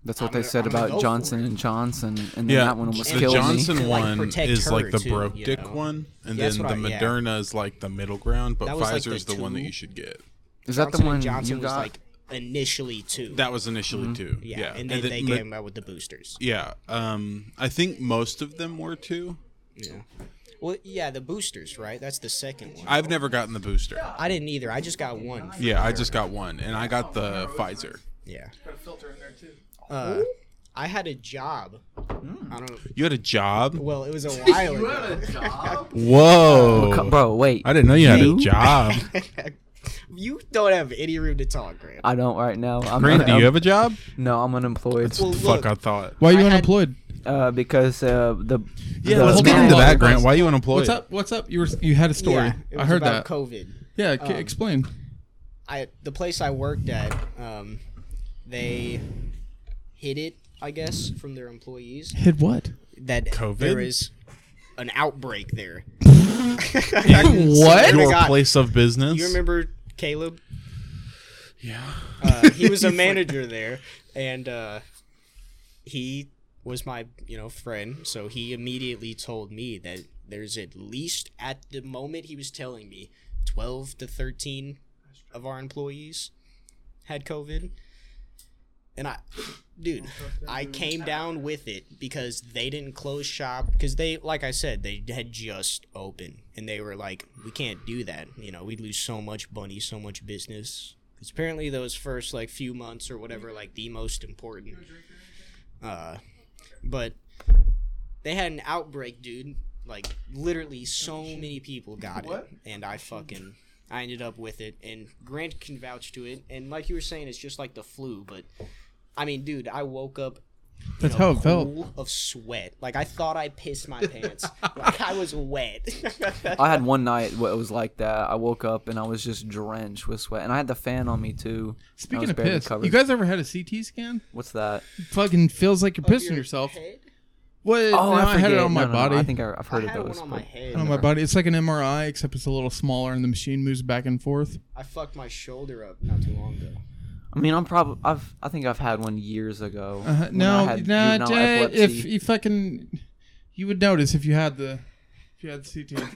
[SPEAKER 3] that's what
[SPEAKER 4] I'm
[SPEAKER 3] they
[SPEAKER 4] gonna-
[SPEAKER 3] said
[SPEAKER 4] I'm gonna go
[SPEAKER 3] about
[SPEAKER 4] for
[SPEAKER 3] Johnson
[SPEAKER 4] it.
[SPEAKER 3] and Johnson, and then
[SPEAKER 2] Yeah,
[SPEAKER 3] that one almost
[SPEAKER 2] the
[SPEAKER 3] killed me.
[SPEAKER 2] Johnson
[SPEAKER 4] To, like,
[SPEAKER 2] one
[SPEAKER 4] protect
[SPEAKER 2] is like
[SPEAKER 4] her
[SPEAKER 2] the
[SPEAKER 4] too,
[SPEAKER 2] broke
[SPEAKER 4] you
[SPEAKER 2] dick
[SPEAKER 4] know?
[SPEAKER 2] one, and
[SPEAKER 4] That's
[SPEAKER 2] then the
[SPEAKER 4] what I- yeah.
[SPEAKER 2] Moderna is like the middle ground, but
[SPEAKER 4] That was, like,
[SPEAKER 2] Pfizer is
[SPEAKER 4] the
[SPEAKER 2] the one that
[SPEAKER 4] two-
[SPEAKER 2] you should get.
[SPEAKER 3] Is that
[SPEAKER 4] Johnson
[SPEAKER 3] the one
[SPEAKER 4] and Johnson
[SPEAKER 3] you
[SPEAKER 4] was
[SPEAKER 3] got?
[SPEAKER 4] like initially two.
[SPEAKER 2] That was initially two.
[SPEAKER 4] Mm-hmm. yeah,
[SPEAKER 2] Yeah,
[SPEAKER 4] and then
[SPEAKER 2] then
[SPEAKER 4] they
[SPEAKER 2] Ma-
[SPEAKER 4] came out with the boosters.
[SPEAKER 2] Yeah, um, I think most of them were two.
[SPEAKER 4] Yeah. Well, yeah, the boosters, right? That's the second one. I,
[SPEAKER 2] I've never gotten the booster.
[SPEAKER 4] didn't either. I just got one.
[SPEAKER 2] Yeah, I just got one, and I got the Pfizer.
[SPEAKER 4] Yeah. Uh, I had a job.
[SPEAKER 1] Hmm.
[SPEAKER 4] I don't.
[SPEAKER 2] You had a job?
[SPEAKER 4] Well, it was a while ago.
[SPEAKER 3] Co-
[SPEAKER 2] Whoa!
[SPEAKER 3] bro, wait.
[SPEAKER 2] I didn't know you had a
[SPEAKER 3] You?
[SPEAKER 2] job.
[SPEAKER 4] you don't have any room to talk, Grant.
[SPEAKER 3] I don't right now. I'm,
[SPEAKER 2] Grant, do
[SPEAKER 3] I'm-
[SPEAKER 2] you have a job?
[SPEAKER 3] no, I'm unemployed
[SPEAKER 4] Well,
[SPEAKER 2] the
[SPEAKER 4] look,
[SPEAKER 2] fuck I thought.
[SPEAKER 1] Why are you
[SPEAKER 4] I had-
[SPEAKER 1] unemployed?
[SPEAKER 3] uh, because uh, the
[SPEAKER 2] Yeah,
[SPEAKER 3] the-
[SPEAKER 2] let's
[SPEAKER 1] hold
[SPEAKER 2] get
[SPEAKER 1] on,
[SPEAKER 2] into
[SPEAKER 1] hold on.
[SPEAKER 2] that, Grant. Why are you unemployed?
[SPEAKER 1] What's up? What's up? You were you had a story.
[SPEAKER 4] Yeah, it
[SPEAKER 1] I
[SPEAKER 4] was
[SPEAKER 1] heard that.
[SPEAKER 4] about COVID.
[SPEAKER 1] yeah,
[SPEAKER 3] um,
[SPEAKER 1] c- explain.
[SPEAKER 4] I the place I worked at, um, they hid it, I guess, from their employees
[SPEAKER 1] Hid what?
[SPEAKER 4] that
[SPEAKER 2] COVID?
[SPEAKER 4] there is an outbreak there.
[SPEAKER 1] What?
[SPEAKER 4] Swear to
[SPEAKER 2] Your
[SPEAKER 4] God.
[SPEAKER 2] place of business.
[SPEAKER 4] You remember Caleb?
[SPEAKER 2] Yeah.
[SPEAKER 4] Uh, he was a manager there, and uh, he was my you know friend. So he immediately told me that there's at least at the moment he was telling me, twelve to thirteen of our employees had COVID, and I, dude, I came down with it because they didn't close shop because they like I said they had just opened and they were like we can't do that you know we'd lose so much money so much business because apparently those first like few months or whatever like the most important uh but they had an outbreak dude like literally so many people got it and i fucking i ended up with it and grant can vouch to it and like you were saying it's just like the flu but i mean dude i woke up
[SPEAKER 1] That's
[SPEAKER 4] a
[SPEAKER 1] how it felt.
[SPEAKER 4] pool of sweat like i thought i pissed my pants like i was wet
[SPEAKER 3] I had one night where it was like that. I woke up and I was just drenched with sweat, and I had the fan on me too. and I
[SPEAKER 1] Speaking
[SPEAKER 3] was
[SPEAKER 1] of
[SPEAKER 3] barely
[SPEAKER 1] piss,
[SPEAKER 3] covered.
[SPEAKER 1] you guys ever had a CT scan?
[SPEAKER 3] what's that?
[SPEAKER 1] Fucking feels like you're pissing yourself.
[SPEAKER 4] Head?
[SPEAKER 1] What?
[SPEAKER 3] Oh,
[SPEAKER 1] no,
[SPEAKER 3] I,
[SPEAKER 1] I, had it on
[SPEAKER 3] forget. No,
[SPEAKER 1] my
[SPEAKER 3] no, no,
[SPEAKER 1] body.
[SPEAKER 3] I think I, I've
[SPEAKER 4] i
[SPEAKER 3] heard
[SPEAKER 4] had
[SPEAKER 3] of those.
[SPEAKER 4] one on
[SPEAKER 3] but-
[SPEAKER 4] my head
[SPEAKER 1] on my body. It's like an MRI, except it's a little smaller, and the machine moves back and forth.
[SPEAKER 4] i fucked my shoulder up not too long ago
[SPEAKER 3] I mean, I'm probably I've I think I've had one years ago.
[SPEAKER 1] Uh,
[SPEAKER 3] when I
[SPEAKER 1] no,
[SPEAKER 3] had
[SPEAKER 1] no,
[SPEAKER 3] juvenile
[SPEAKER 1] Jay, if
[SPEAKER 3] epilepsy.
[SPEAKER 1] you fucking, you would notice if you had the, if you had the CT.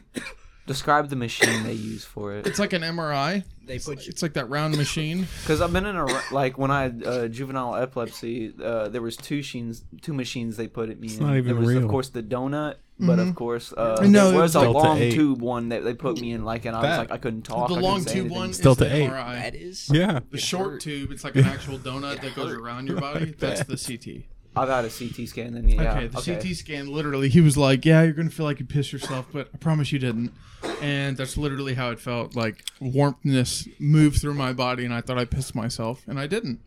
[SPEAKER 3] describe the machine they use for it.
[SPEAKER 1] It's like an MRI.
[SPEAKER 4] they put you
[SPEAKER 1] It's like that round machine.
[SPEAKER 3] Because I've been in a r- like when I had uh, juvenile epilepsy, uh, there was two machines, two machines they put at me. in.
[SPEAKER 2] not even
[SPEAKER 3] there was
[SPEAKER 2] real.
[SPEAKER 3] of course the donut, but of course uh,
[SPEAKER 1] Mm-hmm. No,
[SPEAKER 3] there was a
[SPEAKER 2] Delta
[SPEAKER 3] long
[SPEAKER 2] 8.
[SPEAKER 3] tube one that they put me in. Like and I was
[SPEAKER 2] That-
[SPEAKER 3] like I couldn't talk.
[SPEAKER 1] the
[SPEAKER 3] I
[SPEAKER 1] long
[SPEAKER 3] couldn't say
[SPEAKER 1] tube
[SPEAKER 3] anything.
[SPEAKER 1] one is
[SPEAKER 2] Delta
[SPEAKER 1] the
[SPEAKER 2] eight.
[SPEAKER 1] MRI.
[SPEAKER 4] that is
[SPEAKER 2] Yeah.
[SPEAKER 1] The short tube, it's like an actual donut that goes around your body. That's the CT.
[SPEAKER 3] I've had a CT scan. Then yeah,
[SPEAKER 1] okay, the CT scan literally, he was like, "Yeah, you're gonna feel like you pissed yourself, but I promise you didn't." And that's literally how it felt. Like warmthness moved through my body, and I thought I pissed myself, and I didn't.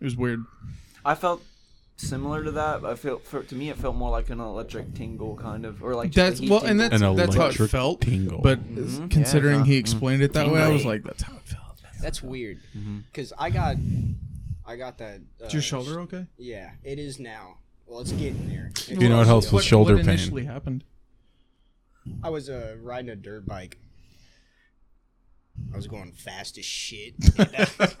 [SPEAKER 1] It was weird.
[SPEAKER 3] I felt similar to that. But I feel for, to me it felt more like an electric tingle kind of, or like just a
[SPEAKER 1] That's
[SPEAKER 3] heat
[SPEAKER 1] well, and
[SPEAKER 3] tingle.
[SPEAKER 1] that's
[SPEAKER 2] An
[SPEAKER 1] that's how it
[SPEAKER 2] electric
[SPEAKER 1] felt.
[SPEAKER 2] tingle.
[SPEAKER 1] But considering
[SPEAKER 3] yeah,
[SPEAKER 1] he explained it that way, I was
[SPEAKER 4] Tingly.
[SPEAKER 1] like, "That's how it felt."
[SPEAKER 4] That's weird.
[SPEAKER 2] Mm-hmm.
[SPEAKER 4] Cause I got, I got that. Uh,
[SPEAKER 1] Is your shoulder okay?
[SPEAKER 4] Yeah, it is now. Well, it's getting there.
[SPEAKER 2] you know what helps with
[SPEAKER 1] what
[SPEAKER 2] shoulder pain?
[SPEAKER 1] Initially happened.
[SPEAKER 4] I was uh, riding a dirt bike. I was going fast as shit.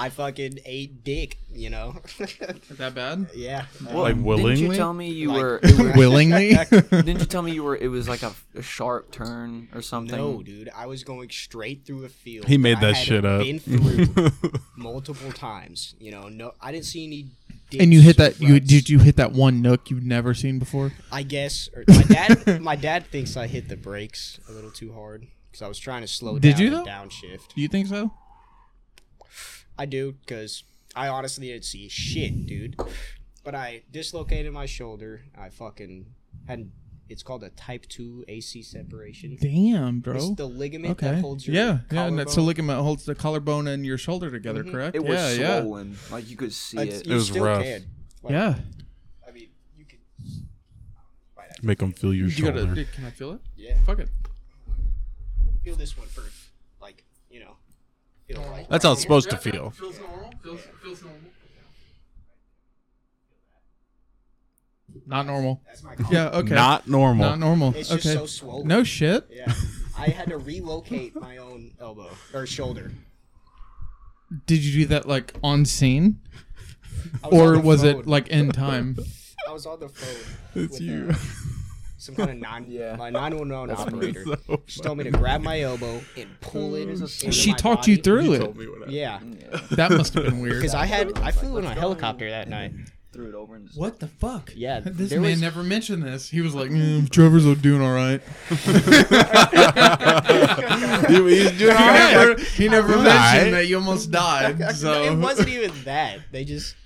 [SPEAKER 4] I fucking ate dick, you know.
[SPEAKER 1] that bad?
[SPEAKER 4] yeah.
[SPEAKER 3] Well,
[SPEAKER 2] Like
[SPEAKER 3] Didn't
[SPEAKER 2] willingly?
[SPEAKER 3] you tell me you
[SPEAKER 4] Like-
[SPEAKER 3] were? It was,
[SPEAKER 1] Willingly?
[SPEAKER 3] didn't you tell me you were? It was like a, a sharp turn or something.
[SPEAKER 4] No, dude, I was going straight through a field.
[SPEAKER 2] He made
[SPEAKER 4] I
[SPEAKER 2] that
[SPEAKER 4] had
[SPEAKER 2] shit up.
[SPEAKER 4] Been through multiple times, you know. No, I didn't see any. Dicks
[SPEAKER 1] and you hit that.
[SPEAKER 4] or
[SPEAKER 1] You
[SPEAKER 4] ruts.
[SPEAKER 1] did you hit that one nook you've never seen before?
[SPEAKER 4] I guess or my dad. my dad thinks I hit the brakes a little too hard because I was trying to slow
[SPEAKER 1] Did
[SPEAKER 4] down
[SPEAKER 1] you,
[SPEAKER 4] and
[SPEAKER 1] though?
[SPEAKER 4] downshift.
[SPEAKER 1] Do you think so?
[SPEAKER 4] I do because I honestly didn't see shit, dude. But I dislocated my shoulder. I fucking had. It's called a type two AC separation.
[SPEAKER 1] Damn,
[SPEAKER 4] It's
[SPEAKER 1] bro.
[SPEAKER 4] the ligament that
[SPEAKER 1] Oh, Okay.
[SPEAKER 4] holds your
[SPEAKER 1] Yeah, yeah. And that's the
[SPEAKER 4] collarbone. Mm-hmm.
[SPEAKER 1] ligament holds the collarbone and your shoulder together, correct?
[SPEAKER 3] It was
[SPEAKER 1] yeah,
[SPEAKER 3] swollen. Like you could see
[SPEAKER 4] It's-
[SPEAKER 3] it.
[SPEAKER 4] you
[SPEAKER 2] was
[SPEAKER 4] still
[SPEAKER 2] rough.
[SPEAKER 4] can.
[SPEAKER 1] yeah, yeah.
[SPEAKER 4] I mean, you could.
[SPEAKER 2] Make them feel your
[SPEAKER 1] You
[SPEAKER 2] shoulder.
[SPEAKER 1] gotta. Can I feel it?
[SPEAKER 4] Yeah.
[SPEAKER 1] Fuck it.
[SPEAKER 4] Feel this one for, like, you know. It'll like.
[SPEAKER 2] That's how it's supposed to feel.
[SPEAKER 1] Feels normal. Feels, feels normal. Not normal.
[SPEAKER 4] That's my collar.
[SPEAKER 1] Yeah. Okay.
[SPEAKER 2] Not normal.
[SPEAKER 1] Not normal.
[SPEAKER 4] It's
[SPEAKER 1] okay.
[SPEAKER 4] just so swollen.
[SPEAKER 1] no shit.
[SPEAKER 4] Yeah. I had to relocate my own elbow or shoulder.
[SPEAKER 1] Did you do that like on scene,
[SPEAKER 4] I on
[SPEAKER 1] or
[SPEAKER 4] the
[SPEAKER 1] was it
[SPEAKER 4] phone.
[SPEAKER 1] like in time?
[SPEAKER 4] I was on the phone.
[SPEAKER 2] it's
[SPEAKER 4] with,
[SPEAKER 2] you.
[SPEAKER 4] uh, some kind of non
[SPEAKER 3] Yeah.
[SPEAKER 4] my 911 operator.
[SPEAKER 2] so
[SPEAKER 4] She told me to grab my elbow and pull it. into
[SPEAKER 1] she
[SPEAKER 4] my
[SPEAKER 1] talked
[SPEAKER 4] body.
[SPEAKER 1] you through it.
[SPEAKER 2] Told me what happened.
[SPEAKER 4] Yeah,
[SPEAKER 1] That must have been weird.
[SPEAKER 4] because I had I flew in a
[SPEAKER 3] Let's go.
[SPEAKER 4] helicopter that night.
[SPEAKER 3] Threw it over and just
[SPEAKER 1] What the fuck?
[SPEAKER 4] Yeah,
[SPEAKER 1] This
[SPEAKER 4] there
[SPEAKER 1] man
[SPEAKER 4] was-
[SPEAKER 1] never mentioned this. He was like, mm, "Trevor's doing all right."
[SPEAKER 2] You- he's doing all
[SPEAKER 1] He
[SPEAKER 2] right.
[SPEAKER 1] never, he never mentioned
[SPEAKER 2] Alright.
[SPEAKER 1] that you almost died. So
[SPEAKER 4] It wasn't even that. They just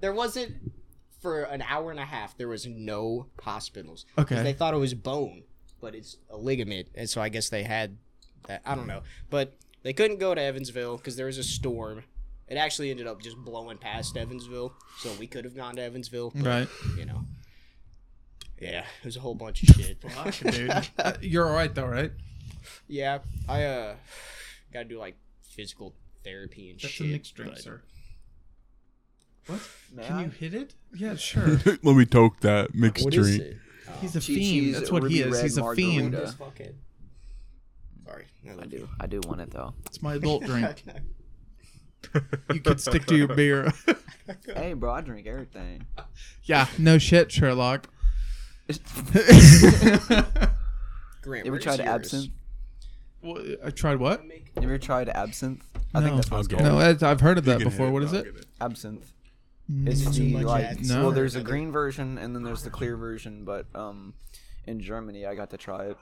[SPEAKER 4] there wasn't for an hour and a half. There was no hospitals. 'Cause
[SPEAKER 1] Okay.
[SPEAKER 4] they thought it was bone, but it's a ligament, and so I guess they had that. I don't know, but they couldn't go to Evansville because there was a storm. It actually ended up just blowing past Evansville, so we could have gone to Evansville, but
[SPEAKER 1] right.
[SPEAKER 4] you know. Yeah, it was a whole bunch of shit.
[SPEAKER 1] Uh, You're all right though, right?
[SPEAKER 4] yeah, I uh gotta do like physical therapy and shit. but-
[SPEAKER 1] What?
[SPEAKER 3] May
[SPEAKER 1] Can
[SPEAKER 3] I?
[SPEAKER 1] you hit it? Yeah, sure.
[SPEAKER 2] Let me toke that mixed
[SPEAKER 4] What is
[SPEAKER 2] drink.
[SPEAKER 4] it?
[SPEAKER 1] He's a
[SPEAKER 3] Chi-
[SPEAKER 1] fiend.
[SPEAKER 3] she's
[SPEAKER 1] That's
[SPEAKER 3] a
[SPEAKER 1] what he
[SPEAKER 3] ruby
[SPEAKER 1] is.
[SPEAKER 3] red
[SPEAKER 1] He's a fiend.
[SPEAKER 3] margarita.
[SPEAKER 4] Fuck it. Sorry, I
[SPEAKER 3] I
[SPEAKER 4] love
[SPEAKER 3] do. I do want it though.
[SPEAKER 1] It's my adult drink.
[SPEAKER 4] you.
[SPEAKER 1] You could stick to your beer.
[SPEAKER 3] Hey, bro, I drink everything.
[SPEAKER 1] yeah, no shit, Sherlock.
[SPEAKER 4] Grant,
[SPEAKER 3] You ever
[SPEAKER 4] where's
[SPEAKER 3] tried
[SPEAKER 4] yours?
[SPEAKER 3] absinthe?
[SPEAKER 1] Well, I tried what?
[SPEAKER 3] You ever tried absinthe? I
[SPEAKER 1] No.
[SPEAKER 3] think that's what it's
[SPEAKER 2] Okay.
[SPEAKER 3] called.
[SPEAKER 1] No, that's- I've heard of that
[SPEAKER 2] You can hit
[SPEAKER 1] before. What is
[SPEAKER 2] I'll
[SPEAKER 1] it?
[SPEAKER 2] get
[SPEAKER 3] Absinthe.
[SPEAKER 1] Mm.
[SPEAKER 3] It's
[SPEAKER 4] Too
[SPEAKER 3] the
[SPEAKER 4] much
[SPEAKER 3] like
[SPEAKER 4] absinthe.
[SPEAKER 1] No.
[SPEAKER 3] well, there's a
[SPEAKER 4] Another-
[SPEAKER 3] green version and then there's the clear version, but um, in Germany I got to try it.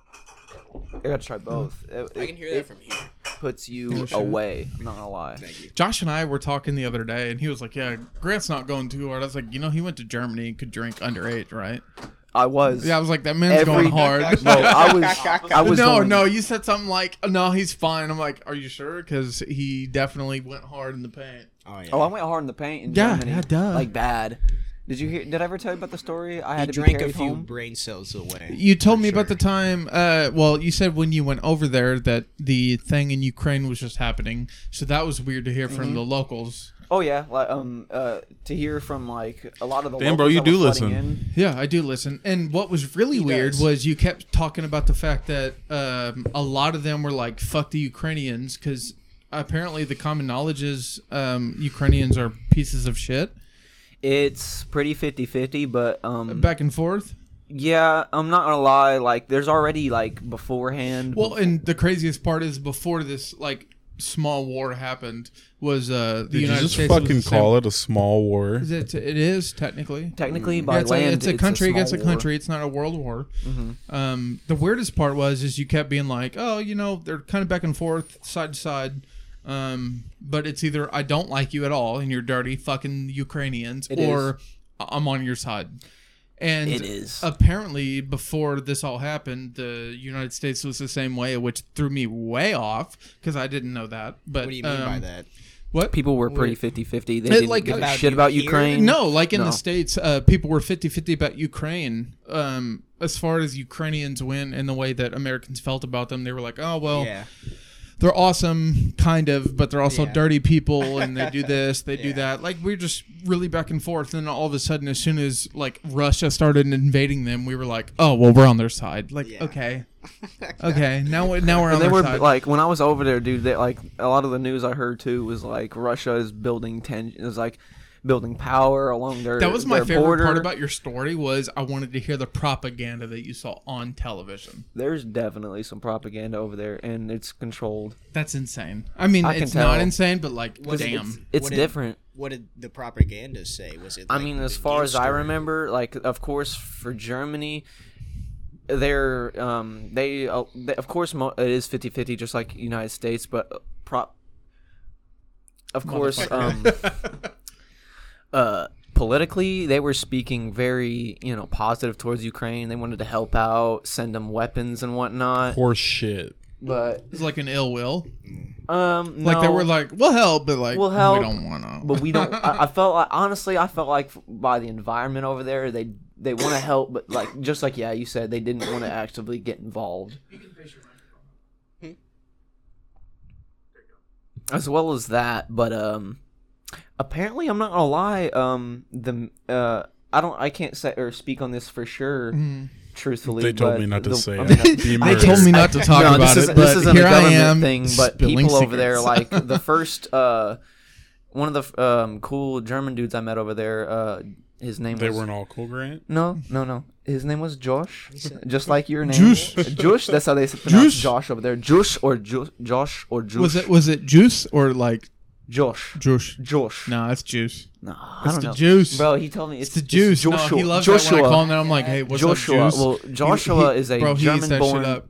[SPEAKER 3] I got
[SPEAKER 1] Mm.
[SPEAKER 3] to try both. It,
[SPEAKER 4] I
[SPEAKER 3] it-
[SPEAKER 4] can hear that
[SPEAKER 3] it
[SPEAKER 4] from here.
[SPEAKER 3] puts you
[SPEAKER 1] shit.
[SPEAKER 3] away. I'm not gonna lie.
[SPEAKER 4] Thank you.
[SPEAKER 1] Josh and I were talking the other day, and he was like, "Yeah, Grant's not going too hard." I was like, "You know, he went to Germany and could drink underage, right?"
[SPEAKER 3] I was.
[SPEAKER 1] Yeah, I was like, "That man's going
[SPEAKER 3] Every-
[SPEAKER 1] hard."
[SPEAKER 3] Bro, I was. I was.
[SPEAKER 1] no,
[SPEAKER 3] going-
[SPEAKER 1] no, you said something like, "Oh, "No, he's fine." I'm like, "Are you sure?" Because he definitely went hard in the paint.
[SPEAKER 4] Oh yeah.
[SPEAKER 3] Oh, I went hard in the paint in
[SPEAKER 1] Yeah,
[SPEAKER 3] Germany.
[SPEAKER 1] yeah, duh.
[SPEAKER 3] Like bad. Did you hear? Did I ever tell you about the story? I had
[SPEAKER 4] he
[SPEAKER 3] to be
[SPEAKER 4] drank a
[SPEAKER 3] carried
[SPEAKER 4] few
[SPEAKER 3] home.
[SPEAKER 4] brain cells away.
[SPEAKER 1] You told
[SPEAKER 4] for
[SPEAKER 1] me about the
[SPEAKER 4] sure.
[SPEAKER 1] time. Uh, well, you said when you went over there that the thing in Ukraine was just happening, so that was weird to hear from the locals.
[SPEAKER 3] oh yeah, like, um, uh, to hear from like a lot of the.
[SPEAKER 2] Damn, bro,
[SPEAKER 3] locals
[SPEAKER 2] you
[SPEAKER 3] that
[SPEAKER 2] do
[SPEAKER 3] were flooding
[SPEAKER 2] listen.
[SPEAKER 3] in.
[SPEAKER 1] Yeah, I do listen. And what was really weird
[SPEAKER 4] does.
[SPEAKER 1] was you kept talking about the fact that um, a lot of them were like, "Fuck the Ukrainians," because apparently the common knowledge is um, Ukrainians are pieces of shit.
[SPEAKER 3] It's pretty 50-50, but um,
[SPEAKER 1] Back and forth.
[SPEAKER 3] yeah, I'm not gonna lie. Like, there's already like beforehand.
[SPEAKER 1] Well, and the craziest part is before this like small war happened was uh, the
[SPEAKER 2] Did you
[SPEAKER 1] United
[SPEAKER 2] just
[SPEAKER 1] States
[SPEAKER 2] fucking call it a small war?
[SPEAKER 1] It, it is technically.
[SPEAKER 3] technically by
[SPEAKER 1] Yeah, it's,
[SPEAKER 3] land,
[SPEAKER 1] a, it's a country
[SPEAKER 3] small
[SPEAKER 1] against a
[SPEAKER 3] war.
[SPEAKER 1] country. It's not a world war. Um, the weirdest part was is you kept being like, oh, you know, they're kind of back and forth, side to side. Um, but it's either I don't like you at all, and you're dirty fucking Ukrainians,
[SPEAKER 3] It
[SPEAKER 1] or I'm on your side. And
[SPEAKER 3] It is.
[SPEAKER 1] apparently before this all happened, the United States was the same way, which threw me way off because I didn't know that. But
[SPEAKER 4] What do you mean by
[SPEAKER 1] um,
[SPEAKER 4] that?
[SPEAKER 1] What
[SPEAKER 3] People were pretty 50-50. They
[SPEAKER 1] It,
[SPEAKER 3] didn't
[SPEAKER 1] like,
[SPEAKER 3] give a
[SPEAKER 4] about
[SPEAKER 3] shit about
[SPEAKER 4] here?
[SPEAKER 3] Ukraine.
[SPEAKER 1] No, like in
[SPEAKER 3] No.
[SPEAKER 1] the states, uh, people were 50-50 about Ukraine. Um, as far as Ukrainians went and the way that Americans felt about them, they were like, "Oh well,
[SPEAKER 4] yeah.
[SPEAKER 1] they're awesome, kind of, but they're also
[SPEAKER 4] Yeah.
[SPEAKER 1] dirty people, and they do this, they do
[SPEAKER 4] Yeah.
[SPEAKER 1] that. Like we're just really back and forth, and then all of a sudden, as soon as like Russia started invading them, we were like, oh well, we're on their side. Like
[SPEAKER 4] Yeah.
[SPEAKER 1] okay, okay, now we- now we're on
[SPEAKER 3] And they
[SPEAKER 1] their
[SPEAKER 3] were
[SPEAKER 1] side.
[SPEAKER 3] like, when I was over there, dude, they, like a lot of the news I heard too was like Russia is building tension, is like building power along their
[SPEAKER 1] that was my
[SPEAKER 3] their
[SPEAKER 1] favorite
[SPEAKER 3] border.
[SPEAKER 1] part about your story was I wanted to hear the propaganda that you saw on television.
[SPEAKER 3] There's definitely some propaganda over there, and it's controlled.
[SPEAKER 1] That's insane. I mean,
[SPEAKER 3] I can
[SPEAKER 1] it's not
[SPEAKER 3] tell.
[SPEAKER 1] insane, but like,
[SPEAKER 4] Was it-
[SPEAKER 1] damn.
[SPEAKER 3] It's
[SPEAKER 4] what did-
[SPEAKER 3] different.
[SPEAKER 4] What did the propaganda say? Was it?
[SPEAKER 3] I
[SPEAKER 4] like,
[SPEAKER 3] mean,
[SPEAKER 4] the
[SPEAKER 3] as far as I
[SPEAKER 4] gangster-
[SPEAKER 3] remember, like of course for Germany, they're um they, uh, they of course mo- it is 50-50 just like United States, but uh, prop. Of course, um, uh, politically they were speaking very you know positive towards Ukraine. They wanted to help out, send them weapons and whatnot.
[SPEAKER 2] Horse shit.
[SPEAKER 3] But
[SPEAKER 1] It's like an ill will.
[SPEAKER 3] um,
[SPEAKER 1] Like they
[SPEAKER 3] no.
[SPEAKER 1] were like, we'll help, but like
[SPEAKER 3] We'll
[SPEAKER 1] we
[SPEAKER 3] help,
[SPEAKER 1] don't want to.
[SPEAKER 3] but we don't. I, I felt like honestly, I felt like by the environment over there, they they want to help, but like just like yeah, you said they didn't want to actively get involved. As well as that, but um, apparently I'm not gonna lie. Um, the uh, I don't, I can't say or speak on this for sure. Truthfully,
[SPEAKER 2] They told
[SPEAKER 3] but
[SPEAKER 2] me not to
[SPEAKER 3] the-
[SPEAKER 2] say
[SPEAKER 3] I
[SPEAKER 2] it.
[SPEAKER 3] mean,
[SPEAKER 2] Beamer.
[SPEAKER 1] they told me not to talk
[SPEAKER 3] no,
[SPEAKER 1] about
[SPEAKER 3] this is
[SPEAKER 1] it,
[SPEAKER 3] not
[SPEAKER 1] but
[SPEAKER 3] this isn't
[SPEAKER 1] here
[SPEAKER 3] a
[SPEAKER 1] I
[SPEAKER 3] government
[SPEAKER 1] am
[SPEAKER 3] thing. But people
[SPEAKER 1] spilling
[SPEAKER 3] over there,
[SPEAKER 1] secrets.
[SPEAKER 3] like the first, uh, one of the um, cool German dudes I met over there, uh, his name
[SPEAKER 2] They
[SPEAKER 3] was
[SPEAKER 2] weren't all cool, Grant.
[SPEAKER 3] no, no, no. His name was Josh, just like your name.
[SPEAKER 1] Juice.
[SPEAKER 3] Josh. That's how they pronounce
[SPEAKER 1] Juice.
[SPEAKER 3] Josh over there. Josh or Ju- Josh or Juice.
[SPEAKER 1] was it was it juice or like
[SPEAKER 3] Josh?
[SPEAKER 1] juice?
[SPEAKER 3] Josh.
[SPEAKER 1] No, it's juice.
[SPEAKER 3] No, I
[SPEAKER 1] It's
[SPEAKER 3] don't
[SPEAKER 1] the
[SPEAKER 3] know.
[SPEAKER 1] juice.
[SPEAKER 3] Bro, he told me it's,
[SPEAKER 1] It's the juice. No,
[SPEAKER 3] Joshua.
[SPEAKER 1] he loves that
[SPEAKER 3] Joshua.
[SPEAKER 1] when I call him that. I'm like, hey, what's
[SPEAKER 3] Joshua.
[SPEAKER 1] up, juice?
[SPEAKER 3] Well,
[SPEAKER 1] He- he-
[SPEAKER 3] Joshua is a
[SPEAKER 1] bro, he eats that shit
[SPEAKER 3] German-born-
[SPEAKER 1] up.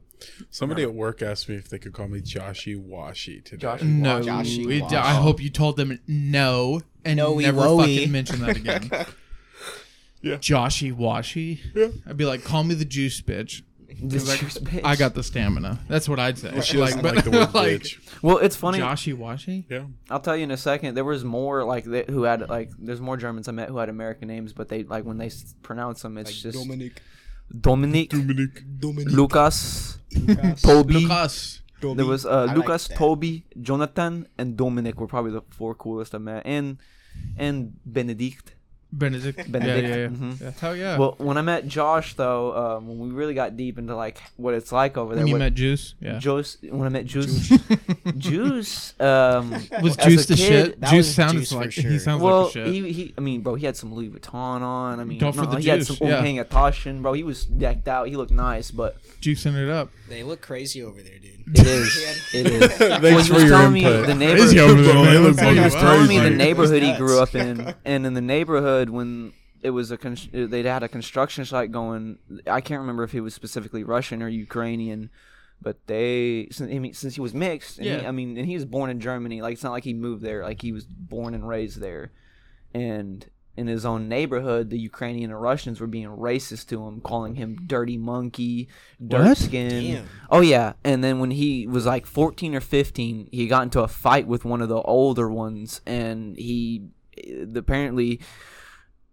[SPEAKER 2] Somebody at work asked me if they could call me Joshy Washy today.
[SPEAKER 3] Joshy.
[SPEAKER 1] No,
[SPEAKER 4] Josh, he
[SPEAKER 1] it-
[SPEAKER 4] washed.
[SPEAKER 1] I hope you told them no and
[SPEAKER 4] No, he
[SPEAKER 1] never
[SPEAKER 4] woey.
[SPEAKER 1] fucking mention that again.
[SPEAKER 2] Yeah.
[SPEAKER 1] Joshy washy. I'd be like, call me the juice bitch.
[SPEAKER 3] The juice bitch.
[SPEAKER 1] I got the stamina. That's what I'd say.
[SPEAKER 2] She doesn't like, the word bitch.
[SPEAKER 3] Well, it's funny.
[SPEAKER 1] Joshy washy.
[SPEAKER 2] Yeah.
[SPEAKER 3] I'll tell you in a second. There was more like that who had like there's more Germans I met who had American names, but they like when they s- pronounce them, it's just Dominic,
[SPEAKER 4] Dominic,
[SPEAKER 3] Dominic,
[SPEAKER 2] Dominic.
[SPEAKER 4] Dominic,
[SPEAKER 3] Lucas,
[SPEAKER 4] Lucas,
[SPEAKER 3] Toby.
[SPEAKER 1] Lucas.
[SPEAKER 4] Toby.
[SPEAKER 3] There was uh,
[SPEAKER 4] I like
[SPEAKER 3] Lucas,
[SPEAKER 4] that.
[SPEAKER 3] Toby, Jonathan, and Dominic were probably the four coolest I met, and and Benedict.
[SPEAKER 1] Benedict.
[SPEAKER 3] Benedict.
[SPEAKER 1] Yeah, yeah, yeah.
[SPEAKER 3] Mhm.
[SPEAKER 1] yeah. Hell yeah.
[SPEAKER 3] Well, when I met Josh though, um, when we really got deep into like what it's like over there,
[SPEAKER 1] when you
[SPEAKER 3] what-
[SPEAKER 1] met Juice, yeah.
[SPEAKER 3] Juice, when I met Juice, Juice, um,
[SPEAKER 1] was
[SPEAKER 3] as a
[SPEAKER 1] Juice the
[SPEAKER 3] kid-
[SPEAKER 1] shit?
[SPEAKER 4] that
[SPEAKER 1] Juice
[SPEAKER 4] was
[SPEAKER 1] sounds
[SPEAKER 4] Juice for
[SPEAKER 1] like
[SPEAKER 4] sure.
[SPEAKER 1] he sounds
[SPEAKER 3] well,
[SPEAKER 1] like the shit.
[SPEAKER 3] he, he, I mean, bro, he had some Louis Vuitton on. I mean,
[SPEAKER 1] Don't for
[SPEAKER 3] no,
[SPEAKER 1] the
[SPEAKER 3] he had
[SPEAKER 1] juice,
[SPEAKER 3] some
[SPEAKER 1] yeah.
[SPEAKER 3] Umhang Atashin, bro. He was decked out. He looked nice, but
[SPEAKER 1] Juicing it up.
[SPEAKER 4] They look crazy over there, dude.
[SPEAKER 3] it is, it is. Thanks
[SPEAKER 2] Thanks for your input.
[SPEAKER 3] Me the
[SPEAKER 2] Is he over there,
[SPEAKER 3] neighborhood,
[SPEAKER 2] man? It looks
[SPEAKER 1] He
[SPEAKER 2] like
[SPEAKER 1] was
[SPEAKER 2] he's
[SPEAKER 3] telling me
[SPEAKER 2] crazy.
[SPEAKER 3] the neighborhood he
[SPEAKER 4] Nuts.
[SPEAKER 3] grew up in, and in the neighborhood when it was a con- they'd had a construction site going. I can't remember if he was specifically Russian or Ukrainian. But they, since, I mean, since he was mixed, and he-
[SPEAKER 1] Yeah.
[SPEAKER 3] I mean, and he was born in Germany. Like it's not like he moved there; like he was born and raised there and in his own neighborhood, the Ukrainian and Russians were being racist to him, calling him dirty monkey, dirt
[SPEAKER 1] What?
[SPEAKER 3] skin.
[SPEAKER 4] Damn.
[SPEAKER 3] Oh yeah, and then when he was like 14 or 15, he got into a fight with one of the older ones, and he eh, apparently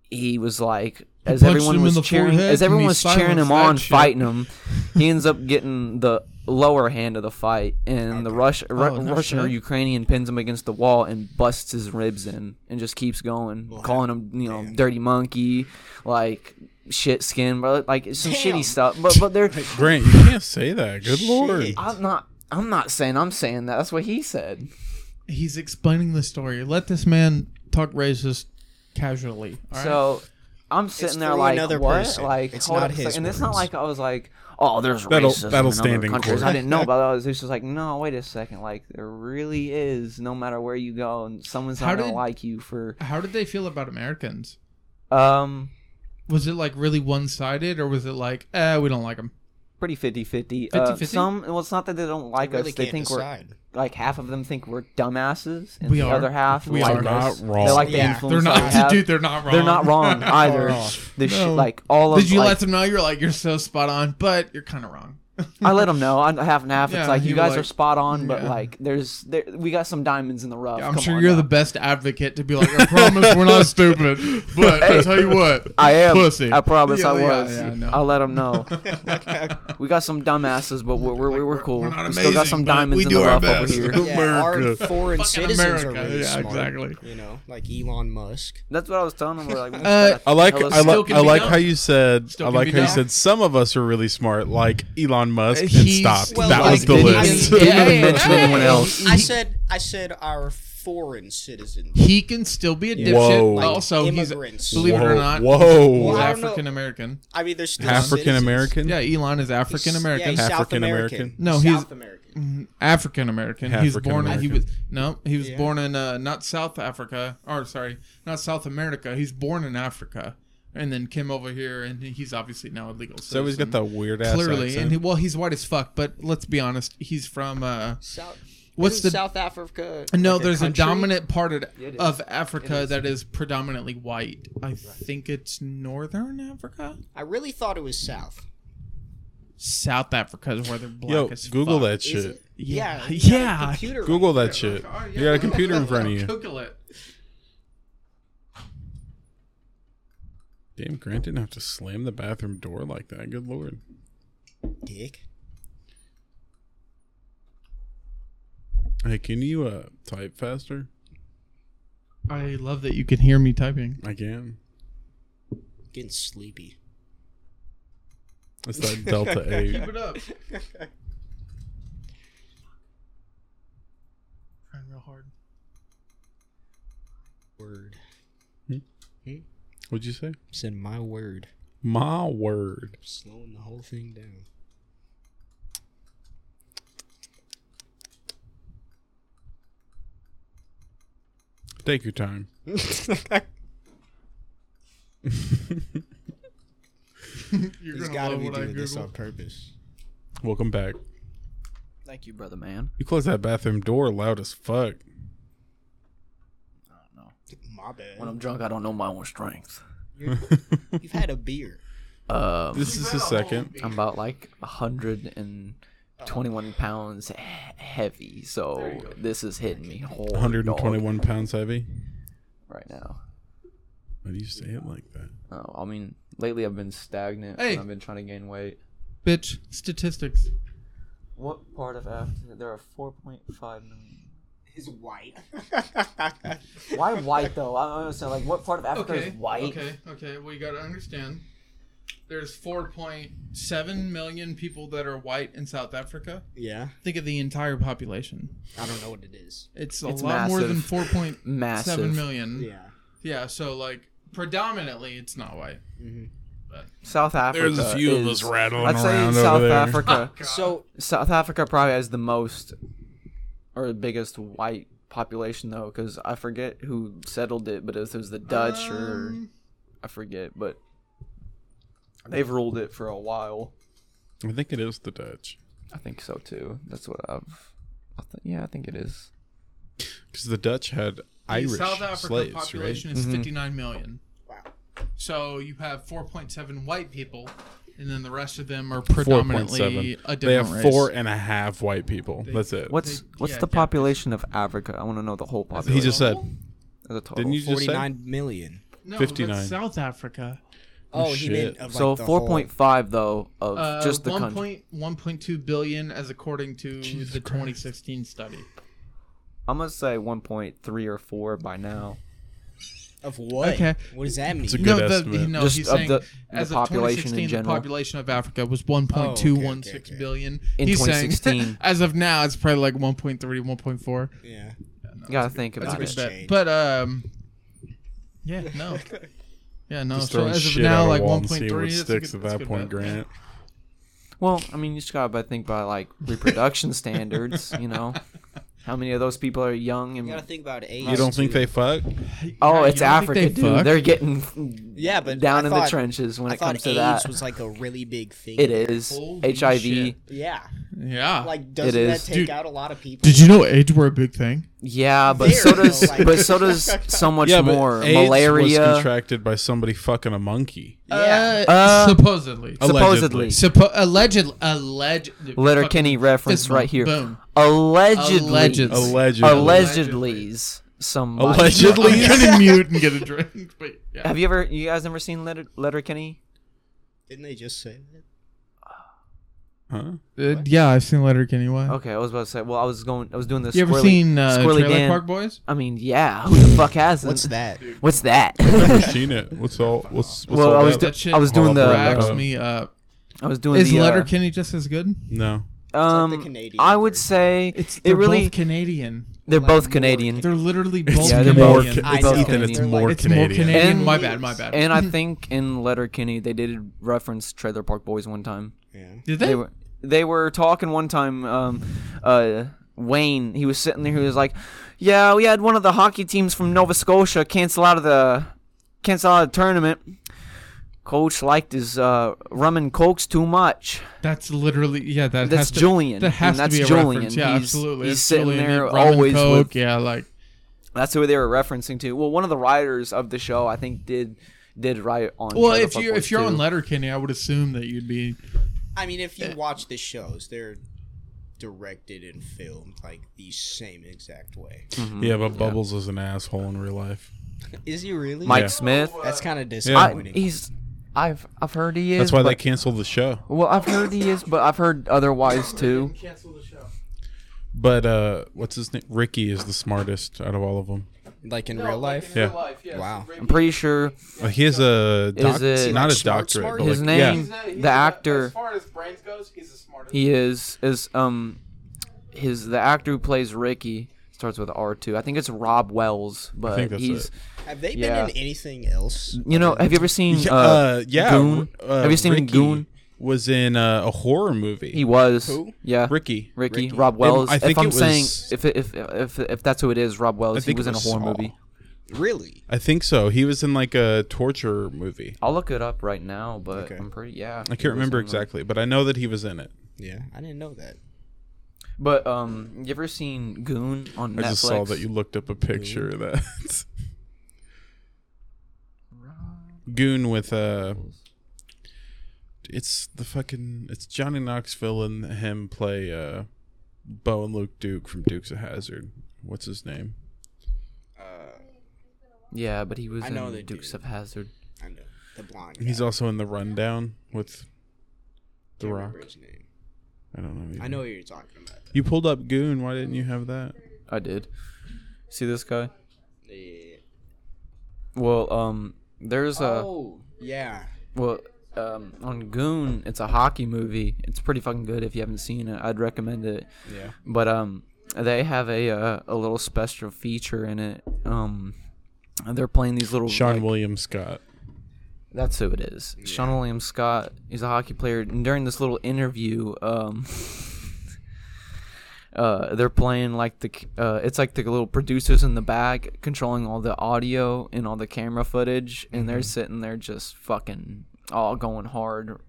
[SPEAKER 3] he was like. As
[SPEAKER 1] punched
[SPEAKER 3] everyone
[SPEAKER 1] him in
[SPEAKER 3] was
[SPEAKER 1] the
[SPEAKER 3] cheering,
[SPEAKER 1] forehead
[SPEAKER 3] as
[SPEAKER 1] and
[SPEAKER 3] everyone
[SPEAKER 1] he
[SPEAKER 3] was cheering
[SPEAKER 1] silenced
[SPEAKER 3] him
[SPEAKER 1] that
[SPEAKER 3] on,
[SPEAKER 1] shit.
[SPEAKER 3] fighting him, he ends up getting the lower hand of the fight, and the Rush, Ru-
[SPEAKER 1] Oh, no
[SPEAKER 3] Russian or
[SPEAKER 1] shit.
[SPEAKER 3] Ukrainian pins him against the wall and busts his ribs in and just keeps going, calling him, you know, dirty monkey, like shit skin, bro, like it's some shitty stuff. But but they're
[SPEAKER 2] Grant, you can't say that. Good lord.
[SPEAKER 3] I'm not I'm not saying I'm saying that. That's what he said.
[SPEAKER 1] He's explaining the story. Let this man talk racist casually. all right?
[SPEAKER 3] So I'm sitting there
[SPEAKER 4] through
[SPEAKER 3] like
[SPEAKER 4] another
[SPEAKER 3] what?
[SPEAKER 4] person.
[SPEAKER 3] Like
[SPEAKER 4] It's
[SPEAKER 3] hold
[SPEAKER 4] not
[SPEAKER 3] up a second.
[SPEAKER 4] his
[SPEAKER 3] and it's not
[SPEAKER 4] words.
[SPEAKER 3] like I was like, oh, there's
[SPEAKER 2] That'll-
[SPEAKER 3] racism
[SPEAKER 2] that'll
[SPEAKER 3] in
[SPEAKER 2] stand
[SPEAKER 3] other
[SPEAKER 2] in
[SPEAKER 3] countries.
[SPEAKER 2] court.
[SPEAKER 3] I didn't know about that. It's just like, no, wait a second. Like there really is, no matter where you go, and someone's
[SPEAKER 1] How
[SPEAKER 3] not gonna
[SPEAKER 1] did-
[SPEAKER 3] like you for
[SPEAKER 1] how did they feel about Americans?
[SPEAKER 3] um.
[SPEAKER 1] Was it like really one sided, or was it like, eh, we don't like them?
[SPEAKER 3] pretty 50-50. Uh,
[SPEAKER 1] 50-50?
[SPEAKER 3] some well, it's not that they don't like
[SPEAKER 4] They really
[SPEAKER 3] us. They
[SPEAKER 4] can't
[SPEAKER 3] think
[SPEAKER 4] decide.
[SPEAKER 3] we're like half of them think we're dumbasses, and
[SPEAKER 1] We
[SPEAKER 3] the
[SPEAKER 1] are.
[SPEAKER 3] other half
[SPEAKER 1] We
[SPEAKER 3] like
[SPEAKER 1] are.
[SPEAKER 3] us.
[SPEAKER 2] Not wrong.
[SPEAKER 3] They like
[SPEAKER 4] Yeah.
[SPEAKER 3] the
[SPEAKER 1] They're
[SPEAKER 4] They're
[SPEAKER 3] influence that we
[SPEAKER 1] not,
[SPEAKER 3] have.
[SPEAKER 1] dude. They're not wrong. Oh
[SPEAKER 3] They're not wrong either.
[SPEAKER 4] off.
[SPEAKER 3] The sh-
[SPEAKER 1] No.
[SPEAKER 3] like all of
[SPEAKER 1] Did you
[SPEAKER 3] like, Oh,
[SPEAKER 1] let them know you're like you're so spot on, but you're kind of wrong?
[SPEAKER 3] I let them know. I half and half.
[SPEAKER 1] Yeah,
[SPEAKER 3] it's like you
[SPEAKER 1] you
[SPEAKER 3] guys
[SPEAKER 1] like-
[SPEAKER 3] are spot on, but
[SPEAKER 1] yeah.
[SPEAKER 3] like there's there, we got some diamonds in the rough.
[SPEAKER 1] I'm
[SPEAKER 3] Come
[SPEAKER 1] sure
[SPEAKER 3] on
[SPEAKER 1] you're
[SPEAKER 3] now.
[SPEAKER 1] the best advocate to be like, I promise we're not stupid, but I tell you what,
[SPEAKER 3] I am.
[SPEAKER 1] pussy.
[SPEAKER 3] I promise
[SPEAKER 1] Yeah,
[SPEAKER 3] I
[SPEAKER 1] yeah,
[SPEAKER 3] was.
[SPEAKER 1] yeah, I know.
[SPEAKER 3] I let them know. we got some dumbasses, but we're we're, we're, we're cool.
[SPEAKER 1] we're not
[SPEAKER 3] we still got
[SPEAKER 1] amazing,
[SPEAKER 3] some
[SPEAKER 1] but
[SPEAKER 3] diamonds
[SPEAKER 1] we
[SPEAKER 3] in
[SPEAKER 1] do
[SPEAKER 3] the
[SPEAKER 1] our
[SPEAKER 3] rough over
[SPEAKER 1] best.
[SPEAKER 3] here.
[SPEAKER 4] Yeah, our
[SPEAKER 2] America.
[SPEAKER 4] foreign citizens
[SPEAKER 1] America.
[SPEAKER 4] are really
[SPEAKER 1] Yeah,
[SPEAKER 4] smart.
[SPEAKER 1] exactly.
[SPEAKER 4] You know, like Elon Musk.
[SPEAKER 3] That's what I was telling them. We're like, we
[SPEAKER 1] Uh,
[SPEAKER 3] gotta
[SPEAKER 2] I like
[SPEAKER 3] tell us-
[SPEAKER 2] I
[SPEAKER 1] Still
[SPEAKER 2] like
[SPEAKER 1] can
[SPEAKER 2] I
[SPEAKER 1] be
[SPEAKER 2] like
[SPEAKER 1] done.
[SPEAKER 2] how you said
[SPEAKER 1] Still
[SPEAKER 2] I
[SPEAKER 1] can
[SPEAKER 2] like
[SPEAKER 1] be
[SPEAKER 2] how you
[SPEAKER 1] done.
[SPEAKER 2] said some of us are really smart, like Elon Musk, and
[SPEAKER 1] He's-
[SPEAKER 2] stopped.
[SPEAKER 1] well,
[SPEAKER 2] that
[SPEAKER 1] like,
[SPEAKER 2] was the
[SPEAKER 1] did he-
[SPEAKER 2] list.
[SPEAKER 1] I mean,
[SPEAKER 3] Didn't even
[SPEAKER 1] Hey,
[SPEAKER 3] mention
[SPEAKER 1] hey.
[SPEAKER 3] anyone else.
[SPEAKER 4] I said, I said, our foreign citizens.
[SPEAKER 1] he can still be a dipshit.
[SPEAKER 2] Whoa. Like
[SPEAKER 1] also, he's
[SPEAKER 4] immigrants.
[SPEAKER 1] believe it or
[SPEAKER 2] Whoa,
[SPEAKER 1] not, he's
[SPEAKER 4] Well,
[SPEAKER 2] whoa,
[SPEAKER 4] I don't know.
[SPEAKER 1] African American.
[SPEAKER 4] I mean, they're still
[SPEAKER 2] African American.
[SPEAKER 1] Yeah, Elon is African
[SPEAKER 4] Yeah,
[SPEAKER 1] American.
[SPEAKER 4] he's South
[SPEAKER 2] African
[SPEAKER 4] American.
[SPEAKER 2] American.
[SPEAKER 1] No,
[SPEAKER 4] South
[SPEAKER 1] he's- Mm.
[SPEAKER 4] American.
[SPEAKER 1] African American. He was born. He
[SPEAKER 2] African-American.
[SPEAKER 1] was no. He was
[SPEAKER 4] Yeah.
[SPEAKER 1] born in uh, not South Africa. Or sorry, not South America. He's born in Africa, and then came over here, and he's obviously now a legal citizen.
[SPEAKER 2] So he's got that weird ass.
[SPEAKER 1] clearly,
[SPEAKER 2] accent.
[SPEAKER 1] and he, well, he's white as fuck. But let's be honest, he's from. Uh,
[SPEAKER 4] South.
[SPEAKER 1] What's
[SPEAKER 4] isn't
[SPEAKER 1] the-
[SPEAKER 4] South Africa?
[SPEAKER 1] no,
[SPEAKER 4] like
[SPEAKER 1] there's a,
[SPEAKER 4] country?
[SPEAKER 1] dominant part of,
[SPEAKER 3] It is.
[SPEAKER 1] of
[SPEAKER 3] It
[SPEAKER 1] Africa
[SPEAKER 3] is.
[SPEAKER 1] that is predominantly white. I think it's northern Africa.
[SPEAKER 4] I really thought it was South.
[SPEAKER 1] South Africa is where they're black
[SPEAKER 2] Yo,
[SPEAKER 1] as
[SPEAKER 2] Google
[SPEAKER 1] fuck.
[SPEAKER 2] that
[SPEAKER 4] Is
[SPEAKER 2] shit.
[SPEAKER 4] it?
[SPEAKER 1] Yeah.
[SPEAKER 4] Yeah. you got a
[SPEAKER 1] Yeah.
[SPEAKER 4] computer right
[SPEAKER 2] Google
[SPEAKER 4] there.
[SPEAKER 2] that shit. You got a computer in front of you.
[SPEAKER 1] Google it.
[SPEAKER 2] Damn, Grant didn't have to slam the bathroom door like that. Good lord.
[SPEAKER 4] Dick.
[SPEAKER 2] Hey, can you uh type faster?
[SPEAKER 1] I love that you can hear me typing.
[SPEAKER 2] I can.
[SPEAKER 4] Getting sleepy.
[SPEAKER 2] It's that Delta A.
[SPEAKER 1] Keep it up. Trying real hard.
[SPEAKER 4] Word. Hmm?
[SPEAKER 2] What'd you say?
[SPEAKER 4] Said my word.
[SPEAKER 2] My word.
[SPEAKER 4] Slowing the whole thing down.
[SPEAKER 2] Take your time.
[SPEAKER 1] You're
[SPEAKER 4] He's got to be doing this on purpose.
[SPEAKER 2] Welcome back.
[SPEAKER 3] Thank you, brother man.
[SPEAKER 2] You closed that bathroom door loud as fuck.
[SPEAKER 3] I don't know.
[SPEAKER 4] My bad.
[SPEAKER 3] When I'm drunk, I don't know my own strength.
[SPEAKER 4] You've had a beer.
[SPEAKER 3] Um,
[SPEAKER 2] This is his second.
[SPEAKER 3] I'm about like 121 pounds he- heavy, so this is hitting me hard
[SPEAKER 2] 121 pounds heavy.
[SPEAKER 3] right now.
[SPEAKER 2] Why do you say it like that?
[SPEAKER 3] Oh, I mean, lately I've been stagnant.
[SPEAKER 1] Hey.
[SPEAKER 3] and I've been trying to gain weight.
[SPEAKER 1] Bitch, statistics.
[SPEAKER 3] What part of Africa? There are 4.5 million.
[SPEAKER 4] His white.
[SPEAKER 3] Why white though? I don't understand. Like, what part of Africa
[SPEAKER 1] Okay.
[SPEAKER 3] is white?
[SPEAKER 1] Okay. Okay. Well, you got to understand. There's 4.7 million people that are white in South Africa.
[SPEAKER 4] yeah.
[SPEAKER 1] Think of the entire population.
[SPEAKER 4] I don't know what it is.
[SPEAKER 1] It's a
[SPEAKER 3] It's
[SPEAKER 1] lot more than
[SPEAKER 3] massive.
[SPEAKER 1] 4.7
[SPEAKER 3] Massive.
[SPEAKER 1] million.
[SPEAKER 4] Yeah.
[SPEAKER 1] Yeah, So like predominantly, it's not white.
[SPEAKER 3] South Africa.
[SPEAKER 2] There's a few of
[SPEAKER 3] is-
[SPEAKER 2] us rattling
[SPEAKER 3] I'd say
[SPEAKER 2] around
[SPEAKER 3] South
[SPEAKER 2] over there.
[SPEAKER 3] Africa.
[SPEAKER 4] So
[SPEAKER 3] South Africa probably has the most or the biggest white population though, because I forget who settled it, but it was the Dutch or
[SPEAKER 1] Um,
[SPEAKER 3] I forget, but they've ruled it for a while.
[SPEAKER 2] I think it is the Dutch.
[SPEAKER 3] I think so too. That's what I've. I th- yeah, I think it is.
[SPEAKER 2] Because the Dutch had Irish
[SPEAKER 1] the South Africa
[SPEAKER 2] slaves,
[SPEAKER 1] population
[SPEAKER 2] right? Mm-hmm.
[SPEAKER 1] is 59 million. Wow. So you have 4.7 white people, and then the rest of them are predominantly
[SPEAKER 2] 4.7.
[SPEAKER 1] a different
[SPEAKER 2] They have
[SPEAKER 1] race.
[SPEAKER 2] four and a half white people. That's it.
[SPEAKER 3] What's
[SPEAKER 1] They-
[SPEAKER 3] what's
[SPEAKER 1] yeah,
[SPEAKER 3] the
[SPEAKER 1] yeah.
[SPEAKER 3] population of Africa? I want to know the whole population.
[SPEAKER 2] He just said.
[SPEAKER 1] Oh,
[SPEAKER 3] as a total.
[SPEAKER 2] Didn't you just say?
[SPEAKER 4] forty-nine million.
[SPEAKER 1] no,
[SPEAKER 2] 59.
[SPEAKER 1] But South Africa.
[SPEAKER 4] Oh, he
[SPEAKER 2] shit.
[SPEAKER 4] meant of like
[SPEAKER 3] so
[SPEAKER 4] the
[SPEAKER 3] four point five though of
[SPEAKER 1] Uh,
[SPEAKER 3] just the
[SPEAKER 1] one
[SPEAKER 3] country.
[SPEAKER 1] point- 1.2 billion as according to the 2016 study.
[SPEAKER 3] I'm gonna say one point three or four by now.
[SPEAKER 4] whole- of what?
[SPEAKER 1] Okay.
[SPEAKER 4] What does that mean?
[SPEAKER 2] a good-
[SPEAKER 1] No, the,
[SPEAKER 2] estimate.
[SPEAKER 1] no,
[SPEAKER 3] Just
[SPEAKER 1] he's
[SPEAKER 3] of
[SPEAKER 1] saying
[SPEAKER 3] the-
[SPEAKER 1] as
[SPEAKER 3] the
[SPEAKER 1] of
[SPEAKER 3] population in
[SPEAKER 1] 2016, the
[SPEAKER 3] general.
[SPEAKER 1] population of Africa was 1.216
[SPEAKER 4] Oh, okay.
[SPEAKER 1] billion.
[SPEAKER 3] In
[SPEAKER 1] he's
[SPEAKER 3] 2016.
[SPEAKER 1] saying as of now, it's probably like 1.3, 1.4.
[SPEAKER 4] yeah.
[SPEAKER 3] you gotta think
[SPEAKER 1] That's a
[SPEAKER 3] about
[SPEAKER 1] good
[SPEAKER 3] it.
[SPEAKER 1] bet.
[SPEAKER 4] Change.
[SPEAKER 1] But um, yeah, no, yeah, no.
[SPEAKER 2] Just
[SPEAKER 1] So
[SPEAKER 2] throwing
[SPEAKER 1] as of
[SPEAKER 2] shit
[SPEAKER 1] now,
[SPEAKER 2] out
[SPEAKER 1] like
[SPEAKER 2] of
[SPEAKER 1] one
[SPEAKER 2] one
[SPEAKER 1] point
[SPEAKER 2] see
[SPEAKER 1] three
[SPEAKER 2] what sticks at that point, Grant.
[SPEAKER 3] Well, I mean, you just gotta but think by like reproduction standards. You know, how many of those people are young and
[SPEAKER 4] You gotta think about age.
[SPEAKER 2] You don't think
[SPEAKER 4] too.
[SPEAKER 2] they fuck?
[SPEAKER 3] oh,
[SPEAKER 1] don't
[SPEAKER 3] it's
[SPEAKER 1] think
[SPEAKER 3] Africa,
[SPEAKER 1] they
[SPEAKER 3] dude.
[SPEAKER 1] fuck?
[SPEAKER 3] They're getting
[SPEAKER 4] Yeah, but I
[SPEAKER 3] down in the
[SPEAKER 4] thought-
[SPEAKER 3] trenches when
[SPEAKER 4] I
[SPEAKER 3] it
[SPEAKER 4] thought
[SPEAKER 3] comes to
[SPEAKER 4] AIDS
[SPEAKER 3] that.
[SPEAKER 4] was like a really big thing.
[SPEAKER 3] It is
[SPEAKER 1] Holy
[SPEAKER 3] HIV.
[SPEAKER 1] shit.
[SPEAKER 4] Yeah.
[SPEAKER 1] Yeah.
[SPEAKER 4] Like, doesn't that
[SPEAKER 3] Uh, is.
[SPEAKER 4] take
[SPEAKER 1] Dude,
[SPEAKER 4] out a lot of people?
[SPEAKER 1] Did you know AIDS were a big thing?
[SPEAKER 3] Yeah, but
[SPEAKER 4] There,
[SPEAKER 3] so does
[SPEAKER 4] though, like-
[SPEAKER 3] but so does so much
[SPEAKER 2] yeah, but
[SPEAKER 3] more.
[SPEAKER 2] AIDS was
[SPEAKER 3] Malaria.
[SPEAKER 2] contracted by somebody fucking a monkey.
[SPEAKER 4] Yeah.
[SPEAKER 1] Uh,
[SPEAKER 3] Uh,
[SPEAKER 1] supposedly.
[SPEAKER 3] Supposedly.
[SPEAKER 1] Suppo- alleged. Alleged.
[SPEAKER 3] Letter Kenny reference
[SPEAKER 1] Fistball.
[SPEAKER 3] right here.
[SPEAKER 1] Boom.
[SPEAKER 3] Allegedly.
[SPEAKER 1] Allegedly.
[SPEAKER 2] Allegedly.
[SPEAKER 3] Allegedly. Some
[SPEAKER 2] Allegedly.
[SPEAKER 1] I'm gonna mute and get a drink. But yeah.
[SPEAKER 3] Have you ever? You guys never seen Letter Letter Kenny?
[SPEAKER 4] Didn't they just say that?
[SPEAKER 2] Huh?
[SPEAKER 1] Uh, yeah, I've seen Letter Kenny. Why?
[SPEAKER 3] Okay, I was about to say. Well, I was going. I was doing this.
[SPEAKER 1] You ever
[SPEAKER 3] squirrely,
[SPEAKER 1] seen uh,
[SPEAKER 3] squirrely
[SPEAKER 1] Trailer
[SPEAKER 3] Dan.
[SPEAKER 1] Park Boys?
[SPEAKER 3] I mean, yeah. Who the fuck hasn't?
[SPEAKER 4] What's that?
[SPEAKER 3] What's that?
[SPEAKER 2] Never seen it. What's all? What's, what's
[SPEAKER 3] Well,
[SPEAKER 2] all
[SPEAKER 3] I was
[SPEAKER 2] that?
[SPEAKER 1] That shit
[SPEAKER 3] I was doing the-
[SPEAKER 1] cracks
[SPEAKER 2] Uh,
[SPEAKER 1] me up.
[SPEAKER 3] I was doing
[SPEAKER 1] Is
[SPEAKER 3] the uh,
[SPEAKER 1] Letter Kenny just as good?
[SPEAKER 2] no.
[SPEAKER 3] um.
[SPEAKER 4] It's like the Canadian
[SPEAKER 3] I would
[SPEAKER 4] version.
[SPEAKER 3] say
[SPEAKER 1] It's
[SPEAKER 3] it
[SPEAKER 1] they're
[SPEAKER 3] really.
[SPEAKER 1] both Canadian.
[SPEAKER 3] they're
[SPEAKER 4] like
[SPEAKER 3] both
[SPEAKER 4] more
[SPEAKER 3] Canadian.
[SPEAKER 1] They're literally both
[SPEAKER 2] It's
[SPEAKER 3] Yeah, they're
[SPEAKER 1] Canadian.
[SPEAKER 2] more.
[SPEAKER 3] both-
[SPEAKER 2] Ca-
[SPEAKER 4] I
[SPEAKER 2] it's
[SPEAKER 4] know.
[SPEAKER 2] Ethan. It's
[SPEAKER 4] They're
[SPEAKER 2] more
[SPEAKER 4] like-
[SPEAKER 1] it's more
[SPEAKER 2] Canadian.
[SPEAKER 1] Canadian.
[SPEAKER 3] And-
[SPEAKER 1] my bad. My bad. Hmm.
[SPEAKER 3] and I think in Letter Kenny they did reference Trailer Park Boys one time.
[SPEAKER 4] Yeah.
[SPEAKER 1] Did
[SPEAKER 3] they
[SPEAKER 1] they?
[SPEAKER 3] were they were talking one time um uh Wayne he was sitting there he was like yeah we had one of the hockey teams from Nova Scotia cancel out of the cancel out of the tournament coach liked his uh rum and cokes too much
[SPEAKER 1] That's literally yeah. That
[SPEAKER 3] That's
[SPEAKER 1] has to,
[SPEAKER 3] Julian,
[SPEAKER 1] That has
[SPEAKER 3] and that's
[SPEAKER 1] to be a
[SPEAKER 3] Julian.
[SPEAKER 1] reference. Yeah,
[SPEAKER 3] He's-
[SPEAKER 1] absolutely.
[SPEAKER 3] he's
[SPEAKER 1] It's
[SPEAKER 3] sitting
[SPEAKER 1] Julian,
[SPEAKER 3] there
[SPEAKER 1] rum and
[SPEAKER 3] always
[SPEAKER 1] Coke.
[SPEAKER 3] with-
[SPEAKER 1] yeah, like
[SPEAKER 3] that's who they were referencing to well one of the writers of the show I think did did write on
[SPEAKER 1] well,
[SPEAKER 3] Trailer
[SPEAKER 1] if
[SPEAKER 3] Park
[SPEAKER 1] you
[SPEAKER 3] Boys
[SPEAKER 1] if you're
[SPEAKER 3] too.
[SPEAKER 1] on Letterkenny, I would assume that you'd be
[SPEAKER 4] I mean, if you watch the shows, they're directed and filmed like the same exact way.
[SPEAKER 2] Yeah, but Bubbles is an asshole in real life.
[SPEAKER 4] Is he really?
[SPEAKER 3] Mike
[SPEAKER 2] Yeah.
[SPEAKER 3] Smith
[SPEAKER 4] That's kind of
[SPEAKER 3] I,
[SPEAKER 4] disappointing.
[SPEAKER 3] he's I've I've heard he is
[SPEAKER 2] That's why they
[SPEAKER 3] but,
[SPEAKER 2] canceled the show.
[SPEAKER 3] well I've heard he is but I've heard otherwise too
[SPEAKER 2] But uh, what's his name? Ricky is the smartest out of all of them.
[SPEAKER 4] Like in real life.
[SPEAKER 2] Yeah.
[SPEAKER 4] Wow.
[SPEAKER 3] I'm pretty sure
[SPEAKER 2] Uh, he has a doc-
[SPEAKER 3] Is it-
[SPEAKER 2] not a
[SPEAKER 4] Smart,
[SPEAKER 2] doctorate,
[SPEAKER 4] smart?
[SPEAKER 2] but
[SPEAKER 3] His
[SPEAKER 2] like,
[SPEAKER 3] name,
[SPEAKER 2] Yeah.
[SPEAKER 3] the actor,
[SPEAKER 1] far as brains goes, he's the smartest.
[SPEAKER 3] he is is um, his the actor who plays Ricky starts with R two. I think it's Rob Wells, but
[SPEAKER 2] think that's
[SPEAKER 3] he's
[SPEAKER 2] it.
[SPEAKER 4] Have they
[SPEAKER 3] Yeah.
[SPEAKER 4] been in anything else?
[SPEAKER 3] you know. Have you ever seen
[SPEAKER 2] Yeah,
[SPEAKER 3] uh,
[SPEAKER 2] uh, yeah.
[SPEAKER 3] Goon?
[SPEAKER 2] uh,
[SPEAKER 3] have you seen
[SPEAKER 2] Ricky
[SPEAKER 3] Goon?
[SPEAKER 2] Was in uh, a horror movie.
[SPEAKER 3] He was
[SPEAKER 4] Who?
[SPEAKER 3] yeah
[SPEAKER 2] Ricky.
[SPEAKER 3] Ricky,
[SPEAKER 4] Ricky.
[SPEAKER 3] Rob Wells.
[SPEAKER 2] I
[SPEAKER 3] if
[SPEAKER 2] think
[SPEAKER 3] I'm
[SPEAKER 2] it
[SPEAKER 3] saying
[SPEAKER 2] was-
[SPEAKER 3] if, if if if that's who it is, Rob
[SPEAKER 2] I
[SPEAKER 3] Wells. He
[SPEAKER 2] think
[SPEAKER 3] was
[SPEAKER 2] it
[SPEAKER 3] in a horror
[SPEAKER 2] Saw.
[SPEAKER 3] movie.
[SPEAKER 4] Really?
[SPEAKER 2] I think so. He was in like a torture movie.
[SPEAKER 3] I'll look it up right now, but
[SPEAKER 4] Okay.
[SPEAKER 3] I'm pretty yeah.
[SPEAKER 2] I can't remember exactly, but I know that he was in it.
[SPEAKER 4] Yeah, I didn't know that.
[SPEAKER 3] But um, you ever seen Goon on
[SPEAKER 2] I
[SPEAKER 3] Netflix?
[SPEAKER 2] just saw that you looked up a picture of that. Goon with uh it's the fucking it's Johnny Knoxville and him play uh Bo and Luke Duke from Dukes of Hazard. What's his name?
[SPEAKER 3] Yeah, but he was
[SPEAKER 4] I know the
[SPEAKER 3] in Dukes
[SPEAKER 4] dude.
[SPEAKER 3] of Hazard.
[SPEAKER 4] I know the blonde.
[SPEAKER 2] He's
[SPEAKER 4] guy.
[SPEAKER 2] also in the Rundown with The
[SPEAKER 4] Can't remember
[SPEAKER 2] Rock.
[SPEAKER 4] his name.
[SPEAKER 2] I don't know. either.
[SPEAKER 4] I know who you're talking about.
[SPEAKER 2] You pulled up Goon. Why didn't you have that?
[SPEAKER 3] I did. See this guy?
[SPEAKER 4] Yeah.
[SPEAKER 3] Well, um, there's a
[SPEAKER 4] Oh, yeah.
[SPEAKER 3] well, um, on Goon, it's a hockey movie. It's pretty fucking good. If you haven't seen it, I'd recommend it.
[SPEAKER 4] Yeah.
[SPEAKER 3] But um, they have a uh, a little special feature in it. Um, they're playing these little
[SPEAKER 2] Sean
[SPEAKER 3] like-
[SPEAKER 2] William Scott.
[SPEAKER 3] That's who it is. Sean William Scott. He's a hockey player. And during this little interview, um, uh, they're playing like the uh, it's like the little producers in the back controlling all the audio and all the camera footage, and they're sitting there just fucking all going hard.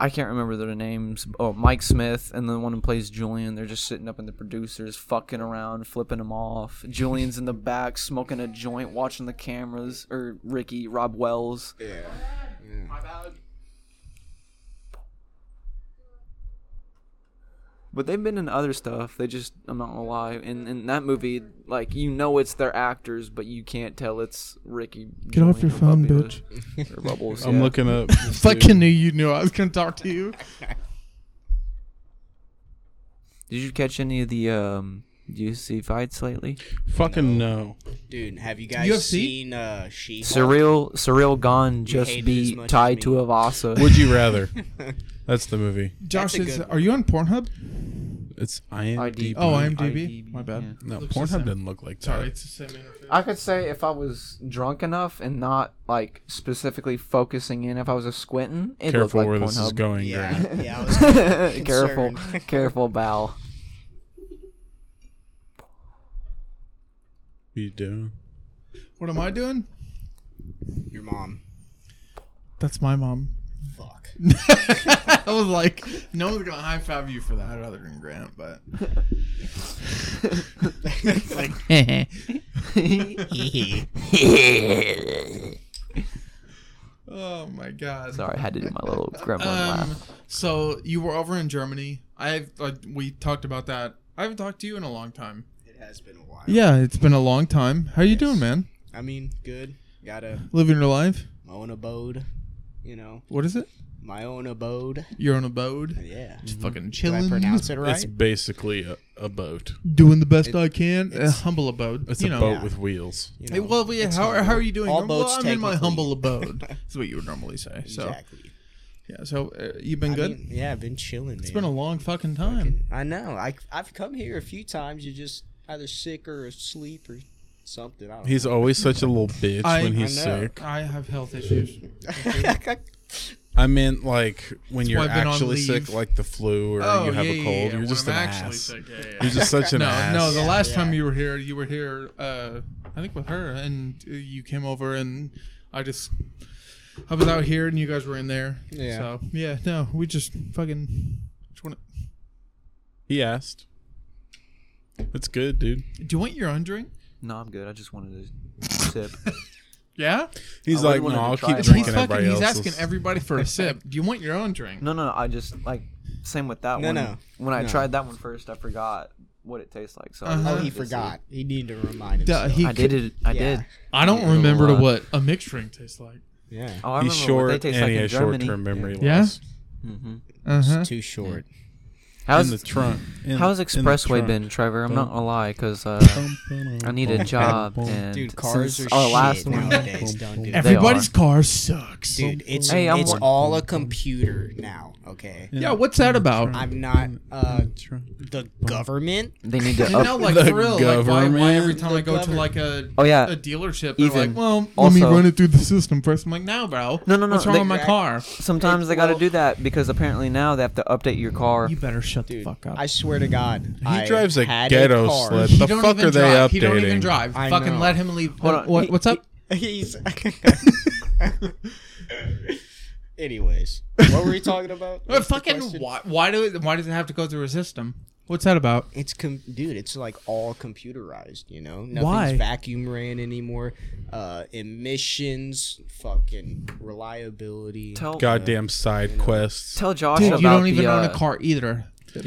[SPEAKER 3] I can't remember their names. Oh, Mike Smith and the one who plays Julian. They're just sitting up in the producers, fucking around, flipping them off. Julian's in the back, smoking a joint, watching the cameras. Or Ricky, Rob Wells.
[SPEAKER 4] Yeah.
[SPEAKER 3] But they've been in other stuff. They just, I'm not gonna lie. In in that movie, like you know it's their actors, but you can't tell it's Ricky.
[SPEAKER 1] Get off your phone,
[SPEAKER 3] bitch. Or Bubbles.
[SPEAKER 2] I'm
[SPEAKER 3] yeah.
[SPEAKER 2] looking up. this
[SPEAKER 1] Fucking
[SPEAKER 2] dude.
[SPEAKER 1] knew you knew I was gonna talk to you.
[SPEAKER 3] Did you catch any of the um UFC fights lately?
[SPEAKER 2] Fucking no.
[SPEAKER 4] Dude, have you guys
[SPEAKER 1] UFC?
[SPEAKER 4] seen uh, She?
[SPEAKER 3] Surreal Surreal Gone just
[SPEAKER 4] hate it as
[SPEAKER 3] beat
[SPEAKER 4] much as
[SPEAKER 3] Tai
[SPEAKER 4] me.
[SPEAKER 3] Tuivasa.
[SPEAKER 2] Would you rather? That's the movie.
[SPEAKER 1] Josh,
[SPEAKER 4] That's a
[SPEAKER 1] is,
[SPEAKER 4] good
[SPEAKER 1] are you on Pornhub?
[SPEAKER 2] It's IMDb.
[SPEAKER 1] Oh,
[SPEAKER 3] I'm-
[SPEAKER 1] IMDb.
[SPEAKER 3] IMDb,
[SPEAKER 1] My bad.
[SPEAKER 3] yeah.
[SPEAKER 2] no.
[SPEAKER 1] Looks the
[SPEAKER 2] Pornhub
[SPEAKER 1] same.
[SPEAKER 2] didn't look like that.
[SPEAKER 1] Sorry, it's the same interface.
[SPEAKER 3] I could say if I was drunk enough and not like specifically focusing in, if I was a squinting, it
[SPEAKER 2] Careful
[SPEAKER 3] looked like
[SPEAKER 2] where
[SPEAKER 3] Pornhub.
[SPEAKER 2] this is going, Grant.
[SPEAKER 4] Yeah, yeah. I was kinda
[SPEAKER 3] careful,
[SPEAKER 4] concerned.
[SPEAKER 3] careful, Bal.
[SPEAKER 2] What you doing?
[SPEAKER 1] What am I doing?
[SPEAKER 4] Your mom.
[SPEAKER 1] That's my mom.
[SPEAKER 4] fuck.
[SPEAKER 1] I was like, no one's gonna high five you for that other than Grant, but like Oh my god.
[SPEAKER 3] Sorry, I had to do my little gremlin
[SPEAKER 1] Um,
[SPEAKER 3] laugh.
[SPEAKER 1] so you were over in Germany. I've uh, we talked about that. I haven't talked to you in a long time.
[SPEAKER 4] It has been a while.
[SPEAKER 1] Yeah, it's been a long time. How you
[SPEAKER 4] Yes.
[SPEAKER 1] doing, man?
[SPEAKER 4] I mean, good. Got a
[SPEAKER 1] Living your life?
[SPEAKER 4] my own abode. You know,
[SPEAKER 1] What is it?
[SPEAKER 4] my own abode.
[SPEAKER 1] Your own abode?
[SPEAKER 4] Yeah.
[SPEAKER 1] Just fucking
[SPEAKER 4] Did I
[SPEAKER 1] chilling,
[SPEAKER 4] pronounce it right?
[SPEAKER 2] It's basically a, a boat.
[SPEAKER 1] doing the best
[SPEAKER 4] It-
[SPEAKER 1] I can. A
[SPEAKER 4] it's-
[SPEAKER 1] humble abode.
[SPEAKER 2] It's
[SPEAKER 1] you
[SPEAKER 2] a
[SPEAKER 1] know.
[SPEAKER 2] boat
[SPEAKER 4] Yeah.
[SPEAKER 2] with wheels.
[SPEAKER 4] You
[SPEAKER 1] Hey, well, yeah,
[SPEAKER 4] it's
[SPEAKER 1] how,
[SPEAKER 4] humble.
[SPEAKER 1] how are you doing?
[SPEAKER 4] All
[SPEAKER 1] Well,
[SPEAKER 4] boats
[SPEAKER 1] I'm in my
[SPEAKER 4] technically-
[SPEAKER 1] humble abode. That's what you would normally say. So
[SPEAKER 4] Exactly.
[SPEAKER 1] yeah, so uh, you've been
[SPEAKER 4] I
[SPEAKER 1] good.
[SPEAKER 4] mean, yeah, I've been chilling.
[SPEAKER 1] it's been a long fucking time.
[SPEAKER 4] I know. I I've come here a few times. You're just either sick or asleep or something. I don't
[SPEAKER 2] He's always such a little bitch
[SPEAKER 1] I-
[SPEAKER 2] when he's
[SPEAKER 4] I know.
[SPEAKER 2] sick.
[SPEAKER 1] I have health issues.
[SPEAKER 4] know.
[SPEAKER 2] I meant like when you're
[SPEAKER 1] why I've been on
[SPEAKER 2] actually sick,
[SPEAKER 1] leave.
[SPEAKER 2] like the flu, or
[SPEAKER 1] Oh,
[SPEAKER 2] you have a cold. You're
[SPEAKER 1] When
[SPEAKER 2] just
[SPEAKER 1] I'm
[SPEAKER 2] an
[SPEAKER 1] actually
[SPEAKER 2] ass.
[SPEAKER 1] sick, yeah, yeah, yeah.
[SPEAKER 2] You're just such an
[SPEAKER 1] no,
[SPEAKER 2] ass.
[SPEAKER 1] no. The
[SPEAKER 4] Yeah,
[SPEAKER 1] last
[SPEAKER 4] yeah.
[SPEAKER 1] time you were here, you were here. Uh, I think with her, and uh, you came over, and I just I was out here, and you guys were in there.
[SPEAKER 4] Yeah.
[SPEAKER 1] So yeah, no, we just fucking. Just wanna,
[SPEAKER 2] he asked. It's good, dude.
[SPEAKER 1] do you want your own drink?
[SPEAKER 3] No, I'm good. I just wanted to sip.
[SPEAKER 1] Yeah.
[SPEAKER 2] He's
[SPEAKER 3] I
[SPEAKER 2] like,
[SPEAKER 3] really
[SPEAKER 2] no,
[SPEAKER 3] wanted to
[SPEAKER 2] I'll
[SPEAKER 3] try
[SPEAKER 2] keep
[SPEAKER 3] it.
[SPEAKER 1] He's
[SPEAKER 2] drinking
[SPEAKER 1] fucking.
[SPEAKER 2] everybody
[SPEAKER 1] He's
[SPEAKER 2] else's.
[SPEAKER 1] asking everybody for a sip. Do you want your own drink?
[SPEAKER 3] No, no, no. I just like same with that
[SPEAKER 4] No,
[SPEAKER 3] one.
[SPEAKER 4] no,
[SPEAKER 3] When I
[SPEAKER 4] no.
[SPEAKER 3] tried that one first, I forgot what it tastes like. So I
[SPEAKER 1] Uh-huh.
[SPEAKER 4] oh,
[SPEAKER 3] just
[SPEAKER 4] he
[SPEAKER 3] wanted to see.
[SPEAKER 4] forgot. He needed to remind
[SPEAKER 1] Duh,
[SPEAKER 4] himself.
[SPEAKER 1] he
[SPEAKER 3] I did it. I
[SPEAKER 4] Yeah.
[SPEAKER 3] did.
[SPEAKER 1] I don't
[SPEAKER 3] Yeah, a
[SPEAKER 1] remember
[SPEAKER 3] little, uh,
[SPEAKER 1] what a mixed drink tastes like.
[SPEAKER 4] Yeah.
[SPEAKER 3] Oh,
[SPEAKER 2] He's
[SPEAKER 3] I remember what
[SPEAKER 2] short
[SPEAKER 3] they taste
[SPEAKER 2] and
[SPEAKER 3] like
[SPEAKER 2] he
[SPEAKER 3] in
[SPEAKER 2] has
[SPEAKER 3] Germany.
[SPEAKER 2] short-term memory
[SPEAKER 1] Yeah.
[SPEAKER 2] loss.
[SPEAKER 3] Mhm.
[SPEAKER 1] Uh huh.
[SPEAKER 4] It's too short.
[SPEAKER 2] In the
[SPEAKER 3] How's
[SPEAKER 2] trunk. in-
[SPEAKER 3] how's
[SPEAKER 2] in the
[SPEAKER 3] Expressway
[SPEAKER 2] trunk.
[SPEAKER 3] been, Trevor? I'm not gonna lie, cause uh, I need a job and
[SPEAKER 4] Dude, cars
[SPEAKER 3] since
[SPEAKER 4] are
[SPEAKER 3] our
[SPEAKER 4] shit
[SPEAKER 3] last one.
[SPEAKER 4] nowadays. Don't do that.
[SPEAKER 1] Everybody's car sucks.
[SPEAKER 4] Dude, it's
[SPEAKER 3] Hey, I'm
[SPEAKER 4] it's
[SPEAKER 3] wa-
[SPEAKER 4] all a computer now. Okay.
[SPEAKER 1] Yeah, what's that about?
[SPEAKER 4] I'm not uh the government.
[SPEAKER 3] They need to
[SPEAKER 1] No,
[SPEAKER 3] up.
[SPEAKER 1] like
[SPEAKER 2] The
[SPEAKER 1] for real. Like why, why every
[SPEAKER 2] government.
[SPEAKER 1] time I go to like a
[SPEAKER 3] Oh, yeah.
[SPEAKER 1] a dealership, they're
[SPEAKER 3] Even.
[SPEAKER 1] like, well, let
[SPEAKER 3] Also-
[SPEAKER 1] me run it through the system first. I'm like, no, bro.
[SPEAKER 3] No, no, no,
[SPEAKER 1] What's wrong
[SPEAKER 3] they-
[SPEAKER 1] with my car?
[SPEAKER 3] Sometimes they gotta do that because apparently now they have to update your car.
[SPEAKER 1] You better shut the
[SPEAKER 4] Dude,
[SPEAKER 1] fuck up.
[SPEAKER 4] I swear to God.
[SPEAKER 2] He drives a
[SPEAKER 4] had
[SPEAKER 2] ghetto
[SPEAKER 4] car.
[SPEAKER 2] sled.
[SPEAKER 1] he
[SPEAKER 2] The
[SPEAKER 1] don't
[SPEAKER 2] fuck
[SPEAKER 1] even
[SPEAKER 2] are they
[SPEAKER 1] drive. He don't even
[SPEAKER 2] updating?
[SPEAKER 1] drive.
[SPEAKER 4] I
[SPEAKER 1] Fucking
[SPEAKER 4] know.
[SPEAKER 1] let him leave.
[SPEAKER 3] Hold on,
[SPEAKER 1] What-
[SPEAKER 3] he-
[SPEAKER 1] what's up?
[SPEAKER 4] He's. Anyways, what were we talking about?
[SPEAKER 1] Well,
[SPEAKER 4] What's the
[SPEAKER 1] fucking
[SPEAKER 4] question?
[SPEAKER 1] why, why do it, why does it have to go through a system? What's that about?
[SPEAKER 4] It's com- dude. It's like all computerized. You know, nothing's
[SPEAKER 1] Why?
[SPEAKER 4] vacuum ran anymore. Uh, emissions, fucking reliability.
[SPEAKER 3] Tell
[SPEAKER 2] Goddamn side quests.
[SPEAKER 3] tell Josh
[SPEAKER 1] Dude,
[SPEAKER 3] about
[SPEAKER 1] you don't even
[SPEAKER 3] the,
[SPEAKER 1] own
[SPEAKER 3] uh,
[SPEAKER 1] a car either.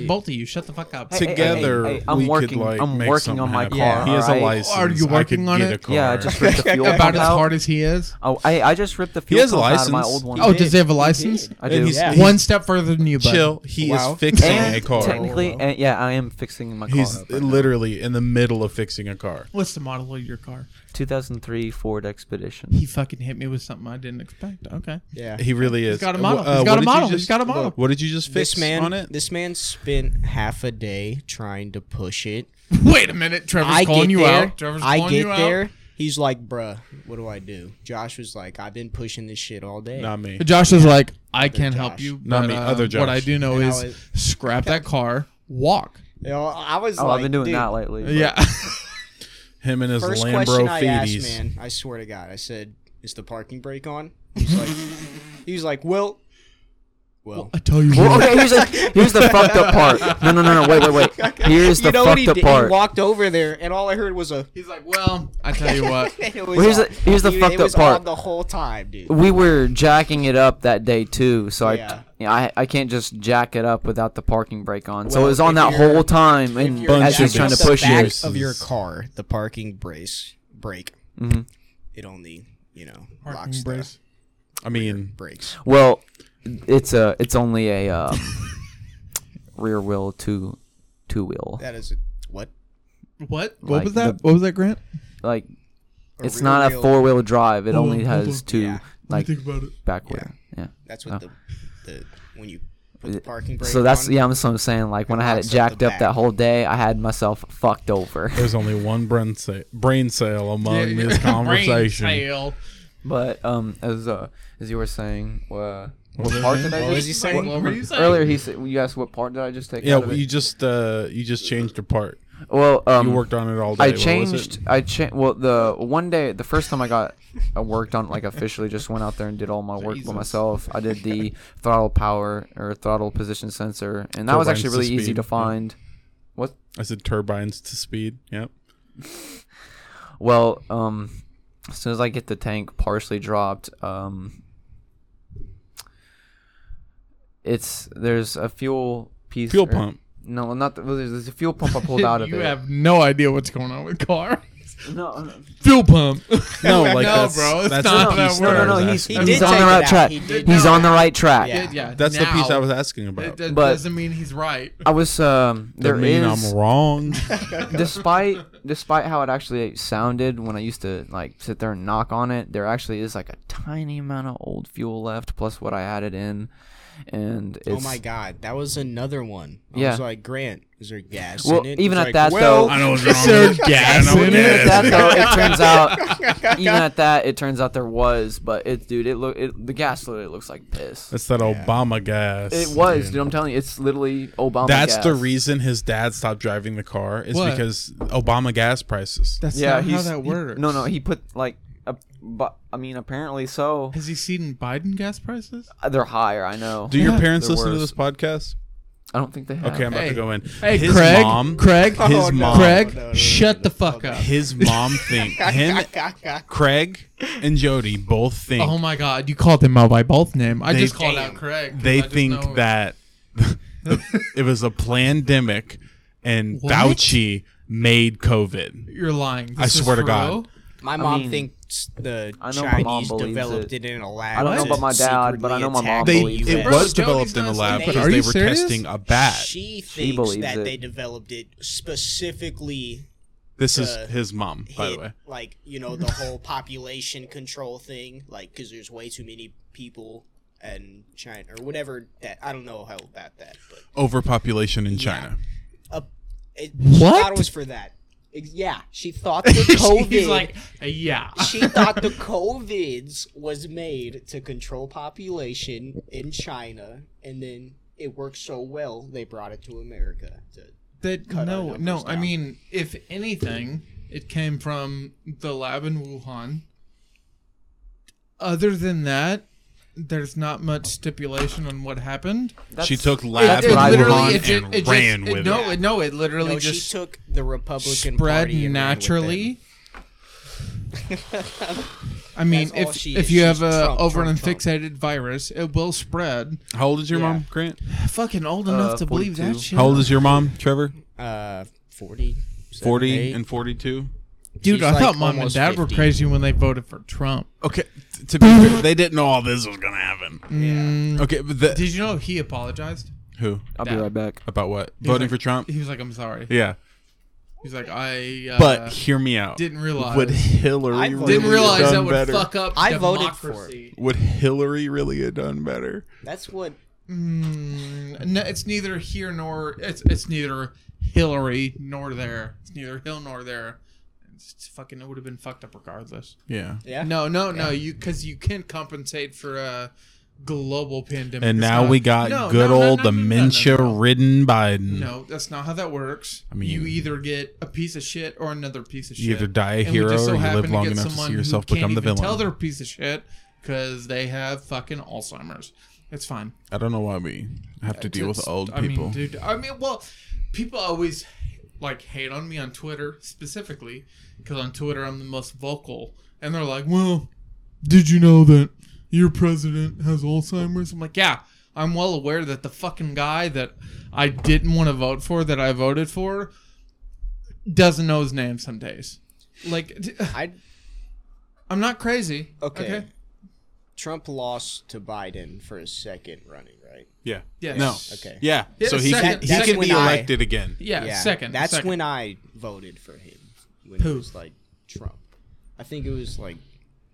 [SPEAKER 1] Both of you, shut the fuck up.
[SPEAKER 3] Hey, hey, hey,
[SPEAKER 2] Together,
[SPEAKER 3] hey, hey, I'm
[SPEAKER 2] we
[SPEAKER 3] working-
[SPEAKER 2] could like
[SPEAKER 3] I'm
[SPEAKER 2] make
[SPEAKER 3] working on
[SPEAKER 2] something
[SPEAKER 3] my
[SPEAKER 2] happen.
[SPEAKER 3] car,
[SPEAKER 2] He has a
[SPEAKER 3] alright?
[SPEAKER 2] license.
[SPEAKER 1] Are you
[SPEAKER 2] I
[SPEAKER 1] working
[SPEAKER 2] could
[SPEAKER 1] on
[SPEAKER 2] get
[SPEAKER 1] it?
[SPEAKER 2] A car.
[SPEAKER 3] Yeah, I just ripped the fuel
[SPEAKER 1] About
[SPEAKER 3] pump
[SPEAKER 1] as
[SPEAKER 3] out.
[SPEAKER 1] hard as he is.
[SPEAKER 3] Oh, I I just ripped the fuel
[SPEAKER 2] has a
[SPEAKER 3] pump out of my
[SPEAKER 2] license.
[SPEAKER 3] old one.
[SPEAKER 1] Oh,
[SPEAKER 4] did.
[SPEAKER 1] does he have a
[SPEAKER 4] He
[SPEAKER 1] license?
[SPEAKER 4] did.
[SPEAKER 3] I
[SPEAKER 2] And
[SPEAKER 3] do.
[SPEAKER 2] he's-
[SPEAKER 4] Yeah.
[SPEAKER 2] he's
[SPEAKER 1] One step further than you, bud.
[SPEAKER 2] chill. He
[SPEAKER 4] Wow.
[SPEAKER 2] is fixing
[SPEAKER 3] and
[SPEAKER 2] a car.
[SPEAKER 3] technically, and yeah, I am fixing my car.
[SPEAKER 1] Oh,
[SPEAKER 2] He's
[SPEAKER 3] up right now.
[SPEAKER 2] literally in the middle of fixing a car.
[SPEAKER 1] What's the model of your car?
[SPEAKER 3] 2003 Ford Expedition.
[SPEAKER 4] Oh,
[SPEAKER 1] He fucking hit me with something I didn't expect. Okay.
[SPEAKER 4] Yeah.
[SPEAKER 2] He really is.
[SPEAKER 1] He's got a
[SPEAKER 2] Uh,
[SPEAKER 1] model.
[SPEAKER 2] uh,
[SPEAKER 1] He's
[SPEAKER 2] what
[SPEAKER 1] got a
[SPEAKER 2] did you
[SPEAKER 1] model.
[SPEAKER 2] just-
[SPEAKER 1] He's got a model.
[SPEAKER 2] What did you just fix
[SPEAKER 4] This man,
[SPEAKER 2] on it?
[SPEAKER 4] this man spent half a day trying to push it.
[SPEAKER 1] Wait a minute, Trevor's
[SPEAKER 4] I
[SPEAKER 1] calling
[SPEAKER 4] get
[SPEAKER 1] you
[SPEAKER 4] there.
[SPEAKER 1] out. Trevor's
[SPEAKER 4] I
[SPEAKER 1] calling
[SPEAKER 4] get
[SPEAKER 1] you out.
[SPEAKER 4] there. He's like, "Bruh, what do I do?" Josh was like, "I've been pushing this shit all day."
[SPEAKER 2] Not me.
[SPEAKER 1] Josh is like, I can't help
[SPEAKER 4] Josh.
[SPEAKER 1] you.
[SPEAKER 2] Not
[SPEAKER 1] but,
[SPEAKER 2] me,
[SPEAKER 1] uh,
[SPEAKER 2] other
[SPEAKER 1] What
[SPEAKER 2] Josh.
[SPEAKER 1] I do know
[SPEAKER 4] And I
[SPEAKER 1] is
[SPEAKER 4] was-
[SPEAKER 1] scrap that car, walk.
[SPEAKER 4] You know, I was.
[SPEAKER 3] oh,
[SPEAKER 4] like,
[SPEAKER 3] I've been doing
[SPEAKER 4] dude,
[SPEAKER 3] that lately. but-
[SPEAKER 1] Yeah.
[SPEAKER 2] Him and his
[SPEAKER 4] First
[SPEAKER 2] Lambro
[SPEAKER 4] question I asked,
[SPEAKER 2] feeties.
[SPEAKER 4] man, I swear to God, I said, "Is the parking brake on?" He's like, he was like, "Well, well."
[SPEAKER 1] I tell you
[SPEAKER 3] Well,
[SPEAKER 1] what.
[SPEAKER 3] okay, here's, the here's the fucked up part. No, no, no, no. Wait, wait, wait. Here's the
[SPEAKER 4] you know what he
[SPEAKER 3] fucked up
[SPEAKER 4] did? He
[SPEAKER 3] part.
[SPEAKER 4] walked over there, and all I heard was a.
[SPEAKER 1] He's like, well, I tell you what.
[SPEAKER 4] It was
[SPEAKER 3] Well, here's
[SPEAKER 4] on-
[SPEAKER 3] the- here's the
[SPEAKER 4] dude,
[SPEAKER 3] fucked
[SPEAKER 4] it
[SPEAKER 3] up
[SPEAKER 4] was
[SPEAKER 3] part.
[SPEAKER 4] On the whole time, dude.
[SPEAKER 3] We were jacking it up that day too, so
[SPEAKER 4] Yeah.
[SPEAKER 3] I, I, I can't just jack it up without the parking brake on. so
[SPEAKER 4] Well,
[SPEAKER 3] it was on
[SPEAKER 4] if
[SPEAKER 3] that
[SPEAKER 4] you're-
[SPEAKER 3] whole time,
[SPEAKER 4] If
[SPEAKER 3] and
[SPEAKER 4] you're
[SPEAKER 3] as he's
[SPEAKER 4] jacked
[SPEAKER 3] trying to
[SPEAKER 4] up the
[SPEAKER 3] push
[SPEAKER 4] back
[SPEAKER 3] you.
[SPEAKER 2] yours.
[SPEAKER 4] of your car, the parking brace brake,
[SPEAKER 3] Mhm.
[SPEAKER 4] it only you know
[SPEAKER 1] Parking
[SPEAKER 4] locks
[SPEAKER 1] brace.
[SPEAKER 2] I mean,
[SPEAKER 4] the brakes.
[SPEAKER 3] Well, it's a it's only a um, rear wheel two two wheel.
[SPEAKER 4] That is a, what.
[SPEAKER 1] What? What
[SPEAKER 3] Like
[SPEAKER 1] was that? what was that, Grant?
[SPEAKER 3] Like it's not a
[SPEAKER 4] rear-wheel-
[SPEAKER 3] four wheel drive. It
[SPEAKER 1] Hold
[SPEAKER 3] only
[SPEAKER 1] on, hold
[SPEAKER 3] has
[SPEAKER 1] on.
[SPEAKER 3] two
[SPEAKER 4] Yeah.
[SPEAKER 3] like
[SPEAKER 1] Let me think about it.
[SPEAKER 3] backward. Yeah.
[SPEAKER 4] That's what the, the when you put the parking brake.
[SPEAKER 3] So that's
[SPEAKER 4] on,
[SPEAKER 3] yeah, that's what I'm saying. Like when I had it
[SPEAKER 4] locks up the
[SPEAKER 3] jacked up
[SPEAKER 4] back.
[SPEAKER 3] that whole day, I had myself fucked over.
[SPEAKER 2] there's only one brain sa- brain cell among
[SPEAKER 1] Yeah,
[SPEAKER 2] this
[SPEAKER 1] brain
[SPEAKER 2] conversation.
[SPEAKER 1] tail.
[SPEAKER 3] But um, as uh, as you were saying, uh, what part did I
[SPEAKER 4] What was
[SPEAKER 3] just
[SPEAKER 4] he saying?
[SPEAKER 1] What were you saying?
[SPEAKER 3] earlier? He said you asked what part did I just take?
[SPEAKER 2] Yeah,
[SPEAKER 3] out of
[SPEAKER 2] well,
[SPEAKER 3] it?
[SPEAKER 2] you just uh, you just changed a part.
[SPEAKER 3] Well, um,
[SPEAKER 2] You worked on it all day.
[SPEAKER 3] I
[SPEAKER 2] What was it?
[SPEAKER 3] changed. I changed. Well, the one day, the first time I got I worked on, like officially, just went out there and did all my work by
[SPEAKER 1] Jesus.
[SPEAKER 3] myself. I did the throttle power or throttle position sensor, and that was
[SPEAKER 2] Turbines
[SPEAKER 3] actually
[SPEAKER 2] to
[SPEAKER 3] really easy
[SPEAKER 2] speed,
[SPEAKER 3] to
[SPEAKER 2] yeah.
[SPEAKER 3] find. What?
[SPEAKER 2] I said turbines to speed. Yep.
[SPEAKER 3] Well, um, as soon as I get the tank partially dropped, um, it's there's a fuel piece.
[SPEAKER 2] Fuel
[SPEAKER 3] or-
[SPEAKER 2] pump.
[SPEAKER 3] No, not the, well, there's, there's a fuel pump I pulled out of
[SPEAKER 1] you
[SPEAKER 3] it.
[SPEAKER 1] have no idea what's going on with car.
[SPEAKER 3] no, no,
[SPEAKER 1] Fuel pump.
[SPEAKER 2] No, like
[SPEAKER 1] No,
[SPEAKER 2] that's,
[SPEAKER 1] bro, it's
[SPEAKER 2] that's
[SPEAKER 1] not
[SPEAKER 2] the
[SPEAKER 1] that
[SPEAKER 2] piece
[SPEAKER 1] No,
[SPEAKER 2] that
[SPEAKER 1] no,
[SPEAKER 2] I was
[SPEAKER 1] no,
[SPEAKER 3] He's,
[SPEAKER 2] asking
[SPEAKER 4] He did
[SPEAKER 3] he's on
[SPEAKER 4] take
[SPEAKER 3] the
[SPEAKER 4] it
[SPEAKER 3] right
[SPEAKER 4] out.
[SPEAKER 3] track.
[SPEAKER 4] He did
[SPEAKER 3] He's
[SPEAKER 4] know
[SPEAKER 3] on the right track.
[SPEAKER 4] Yeah.
[SPEAKER 2] That's the piece
[SPEAKER 1] now.
[SPEAKER 2] I was asking about.
[SPEAKER 1] That, that
[SPEAKER 3] But-
[SPEAKER 1] doesn't mean he's right.
[SPEAKER 3] I was um there
[SPEAKER 2] Doesn't mean
[SPEAKER 3] is
[SPEAKER 2] I'm wrong.
[SPEAKER 3] despite despite how it actually sounded when I used to like sit there and knock on it, there actually is like a tiny amount of old fuel left plus what I added in and it's
[SPEAKER 4] Oh my god, that was another one. I
[SPEAKER 3] Yeah.
[SPEAKER 4] was like, Grant, is there gas
[SPEAKER 3] Well,
[SPEAKER 4] in it?
[SPEAKER 3] even
[SPEAKER 4] He's
[SPEAKER 3] at
[SPEAKER 4] like,
[SPEAKER 3] that,
[SPEAKER 4] well,
[SPEAKER 3] though- I
[SPEAKER 2] know what's
[SPEAKER 1] Is there gas in
[SPEAKER 3] even at
[SPEAKER 1] it?
[SPEAKER 3] that though, it turns out even at that it turns out there was, but it dude, it look it, the gas literally looks like piss.
[SPEAKER 2] That's that Obama gas.
[SPEAKER 3] It was,
[SPEAKER 2] dude.
[SPEAKER 3] dude. I'm telling you, it's literally Obama.
[SPEAKER 2] That's the
[SPEAKER 3] gas.
[SPEAKER 2] reason his dad stopped driving the car is
[SPEAKER 1] What?
[SPEAKER 2] because Obama gas prices.
[SPEAKER 1] That's
[SPEAKER 3] Yeah,
[SPEAKER 1] not how
[SPEAKER 3] he's,
[SPEAKER 1] that
[SPEAKER 3] he-
[SPEAKER 1] works.
[SPEAKER 3] no, no, he put like a, but I mean, apparently so.
[SPEAKER 1] Has he seen Biden gas prices?
[SPEAKER 3] Uh, They're higher, I know.
[SPEAKER 2] Do your parents
[SPEAKER 3] They're
[SPEAKER 2] listen to this
[SPEAKER 3] worse.
[SPEAKER 2] podcast?
[SPEAKER 3] I don't think they have.
[SPEAKER 2] Okay, I'm about
[SPEAKER 1] Hey.
[SPEAKER 2] to go in.
[SPEAKER 1] Hey,
[SPEAKER 2] his
[SPEAKER 1] Craig.
[SPEAKER 2] mom,
[SPEAKER 1] Craig.
[SPEAKER 2] his
[SPEAKER 1] Oh, no.
[SPEAKER 2] mom,
[SPEAKER 1] Craig,
[SPEAKER 4] No, no, no,
[SPEAKER 1] shut
[SPEAKER 4] no,
[SPEAKER 1] the
[SPEAKER 4] no.
[SPEAKER 1] fuck up.
[SPEAKER 2] his mom think him, Craig, and Jody both think
[SPEAKER 1] Oh my god, you called him out by both name. I
[SPEAKER 2] They-
[SPEAKER 1] just called
[SPEAKER 4] Damn.
[SPEAKER 1] out Craig. 'cause I
[SPEAKER 2] they
[SPEAKER 1] just know-
[SPEAKER 2] think that it was a pandemic and
[SPEAKER 1] What?
[SPEAKER 2] Fauci made COVID.
[SPEAKER 1] you're lying. This
[SPEAKER 2] I
[SPEAKER 1] is
[SPEAKER 2] swear to
[SPEAKER 1] for
[SPEAKER 2] God.
[SPEAKER 1] real?
[SPEAKER 4] my mom
[SPEAKER 3] mean,
[SPEAKER 4] thinks the
[SPEAKER 3] I know my mom
[SPEAKER 4] Chinese
[SPEAKER 3] believes
[SPEAKER 4] developed
[SPEAKER 3] it.
[SPEAKER 4] it. in a lab.
[SPEAKER 3] I don't know
[SPEAKER 4] to
[SPEAKER 3] about my dad, but I
[SPEAKER 4] secretly
[SPEAKER 3] know my mom
[SPEAKER 4] attack
[SPEAKER 2] They
[SPEAKER 4] the
[SPEAKER 3] believes
[SPEAKER 2] it
[SPEAKER 4] US.
[SPEAKER 2] was
[SPEAKER 1] Jody's
[SPEAKER 2] developed
[SPEAKER 1] not
[SPEAKER 2] in a lab
[SPEAKER 4] saying that.
[SPEAKER 2] because
[SPEAKER 4] Are
[SPEAKER 2] they
[SPEAKER 1] you
[SPEAKER 2] were
[SPEAKER 1] serious?
[SPEAKER 2] testing a bat.
[SPEAKER 4] She thinks
[SPEAKER 3] believes
[SPEAKER 4] that
[SPEAKER 3] it.
[SPEAKER 4] they developed it specifically
[SPEAKER 2] This is
[SPEAKER 4] uh,
[SPEAKER 2] his mom, by the
[SPEAKER 4] hit,
[SPEAKER 2] way.
[SPEAKER 4] like you know the whole population control thing, like because there's way too many people and China or whatever. That I don't know how about that, but
[SPEAKER 2] Overpopulation in China.
[SPEAKER 4] a, it, she
[SPEAKER 1] What?
[SPEAKER 4] thought it was for that. Ex- Yeah, she thought the COVID.
[SPEAKER 1] He's like, uh, yeah.
[SPEAKER 4] she thought the COVIDs was made to control population in China, and then it worked so well they brought it to America. To,
[SPEAKER 1] That
[SPEAKER 4] cut our
[SPEAKER 1] no,
[SPEAKER 4] numbers
[SPEAKER 1] no. I
[SPEAKER 4] down.
[SPEAKER 1] mean, if anything, it came from the lab in Wuhan. Other than that, there's not much stipulation on what happened.
[SPEAKER 3] That's-
[SPEAKER 2] she took lab in
[SPEAKER 3] it literally-
[SPEAKER 2] Wuhan
[SPEAKER 1] it ju-
[SPEAKER 2] and
[SPEAKER 1] it just-
[SPEAKER 2] ran
[SPEAKER 1] it-
[SPEAKER 2] with it.
[SPEAKER 1] no, No, it literally
[SPEAKER 4] no,
[SPEAKER 1] just
[SPEAKER 4] she took the
[SPEAKER 1] spread
[SPEAKER 4] Republican Party and ran with them.
[SPEAKER 1] naturally. I mean,
[SPEAKER 4] That's all
[SPEAKER 1] if
[SPEAKER 4] she
[SPEAKER 1] if
[SPEAKER 4] is.
[SPEAKER 1] you
[SPEAKER 4] She's
[SPEAKER 1] have a
[SPEAKER 4] Trump,
[SPEAKER 1] over and
[SPEAKER 4] Trump, Trump.
[SPEAKER 1] fixated virus, it will spread.
[SPEAKER 2] How old is your
[SPEAKER 4] Yeah.
[SPEAKER 2] mom, Grant?
[SPEAKER 1] Fucking old enough to believe that
[SPEAKER 3] 42.
[SPEAKER 1] shit.
[SPEAKER 2] How old is your mom, Trevor?
[SPEAKER 4] Uh, forty.
[SPEAKER 2] 40
[SPEAKER 4] eight.
[SPEAKER 2] and 42?
[SPEAKER 1] Dude,
[SPEAKER 4] She's
[SPEAKER 1] I
[SPEAKER 4] like
[SPEAKER 1] thought mom and
[SPEAKER 4] almost
[SPEAKER 1] dad were
[SPEAKER 4] 50.
[SPEAKER 1] crazy when they voted for Trump.
[SPEAKER 2] Okay, t- to be fair, they didn't know all this was going to happen.
[SPEAKER 1] Mm,
[SPEAKER 2] Okay, but the,
[SPEAKER 1] Did you know he apologized?
[SPEAKER 2] who?
[SPEAKER 3] I'll be
[SPEAKER 1] that.
[SPEAKER 3] right back.
[SPEAKER 2] About what?
[SPEAKER 1] was
[SPEAKER 2] Voting
[SPEAKER 1] like-
[SPEAKER 2] for Trump?
[SPEAKER 1] He was like, "I'm sorry."
[SPEAKER 2] Yeah.
[SPEAKER 1] He's like, "I uh,
[SPEAKER 2] But hear me out.
[SPEAKER 1] didn't realize
[SPEAKER 2] Would Hillary
[SPEAKER 4] I
[SPEAKER 2] really
[SPEAKER 1] didn't realize
[SPEAKER 2] have
[SPEAKER 1] that
[SPEAKER 2] done
[SPEAKER 1] would
[SPEAKER 2] better?
[SPEAKER 1] fuck up
[SPEAKER 4] I voted for
[SPEAKER 1] democracy."
[SPEAKER 2] Would Hillary really have done better?
[SPEAKER 4] That's what.
[SPEAKER 1] Mm, no, it's neither here nor it's it's neither Hillary nor there. It's neither Hill nor there. It's, it's fucking it would have been fucked up regardless.
[SPEAKER 2] Yeah.
[SPEAKER 4] Yeah.
[SPEAKER 1] No, no, no. You because you can compensate for a global pandemic.
[SPEAKER 2] And
[SPEAKER 1] It's
[SPEAKER 2] now
[SPEAKER 1] not-
[SPEAKER 2] we got
[SPEAKER 1] No,
[SPEAKER 2] good
[SPEAKER 1] no, no,
[SPEAKER 2] old
[SPEAKER 1] no, no, no, no, no, no.
[SPEAKER 2] dementia-ridden Biden.
[SPEAKER 1] No, that's not how that works. I
[SPEAKER 2] mean-
[SPEAKER 1] mean, you either get a piece of shit or another piece of shit.
[SPEAKER 2] You either die a
[SPEAKER 1] And we
[SPEAKER 2] hero
[SPEAKER 1] just
[SPEAKER 2] or you
[SPEAKER 1] happen
[SPEAKER 2] live
[SPEAKER 1] to
[SPEAKER 2] long
[SPEAKER 1] get
[SPEAKER 2] enough to
[SPEAKER 1] someone
[SPEAKER 2] see
[SPEAKER 1] who
[SPEAKER 2] yourself
[SPEAKER 1] can't
[SPEAKER 2] become the
[SPEAKER 1] even
[SPEAKER 2] villain.
[SPEAKER 1] Tell they're a piece of shit because they have fucking Alzheimer's. It's fine.
[SPEAKER 2] I don't know why we have to deal with
[SPEAKER 1] It's-
[SPEAKER 2] old
[SPEAKER 1] I mean,
[SPEAKER 2] people.
[SPEAKER 1] Uh, dude. I mean, well, people always like hate on me on Twitter specifically because on Twitter I'm the most vocal, and they're like, "Well, did you know that your president has Alzheimer's?" I'm like, "Yeah." I'm well aware that the fucking guy that I didn't want to vote for, that I voted for, doesn't know his name some days. Like, d-
[SPEAKER 4] I
[SPEAKER 1] I'm not crazy.
[SPEAKER 4] okay. Trump lost to Biden for a second running, right?
[SPEAKER 2] yeah.
[SPEAKER 1] Yes.
[SPEAKER 2] No.
[SPEAKER 4] Okay.
[SPEAKER 2] Yeah.
[SPEAKER 1] Yeah,
[SPEAKER 2] so he
[SPEAKER 1] second-
[SPEAKER 2] can, he
[SPEAKER 4] that's
[SPEAKER 2] can be
[SPEAKER 4] when I-
[SPEAKER 2] elected again.
[SPEAKER 1] Yeah, second.
[SPEAKER 4] That's
[SPEAKER 1] second.
[SPEAKER 4] when I voted for him. When
[SPEAKER 1] Who?
[SPEAKER 4] it was like Trump. I think it was like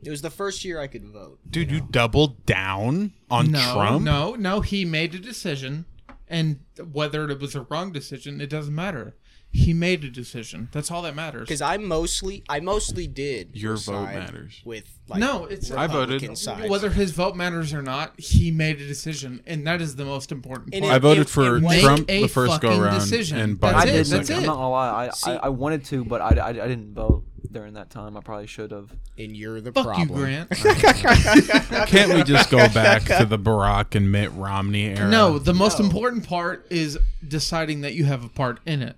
[SPEAKER 4] it was the first year I could vote.
[SPEAKER 2] Dude, you doubled down on
[SPEAKER 1] no,
[SPEAKER 2] Trump?
[SPEAKER 1] No, no, he made a decision, and whether it was a wrong decision, it doesn't matter. He made a decision. That's all that matters.
[SPEAKER 4] Because I mostly, I mostly did.
[SPEAKER 2] Your vote
[SPEAKER 4] side
[SPEAKER 2] matters.
[SPEAKER 4] With like,
[SPEAKER 1] No, it's-
[SPEAKER 2] I voted.
[SPEAKER 4] Republican Side.
[SPEAKER 1] Whether his vote matters or not, he made a decision, and that is the most important
[SPEAKER 4] And
[SPEAKER 1] part.
[SPEAKER 2] I voted
[SPEAKER 4] It-
[SPEAKER 2] for
[SPEAKER 4] it
[SPEAKER 1] was-
[SPEAKER 2] Trump
[SPEAKER 1] Make
[SPEAKER 2] the
[SPEAKER 1] a
[SPEAKER 2] first go
[SPEAKER 1] fucking
[SPEAKER 2] around
[SPEAKER 1] decision.
[SPEAKER 2] and Biden
[SPEAKER 1] That's
[SPEAKER 5] I
[SPEAKER 1] it,
[SPEAKER 5] did.
[SPEAKER 2] the
[SPEAKER 1] that's
[SPEAKER 5] like,
[SPEAKER 2] second.
[SPEAKER 5] I'm
[SPEAKER 1] it.
[SPEAKER 5] not gonna lie. I,
[SPEAKER 4] See-
[SPEAKER 5] I, I wanted to, but I, I, I didn't vote during that time. I probably should have.
[SPEAKER 4] and you're the
[SPEAKER 1] Fuck
[SPEAKER 4] problem.
[SPEAKER 1] you, Grant.
[SPEAKER 2] Can't we just go back to the Barack and Mitt Romney era?
[SPEAKER 1] no, the most important part is deciding that you have a part in it.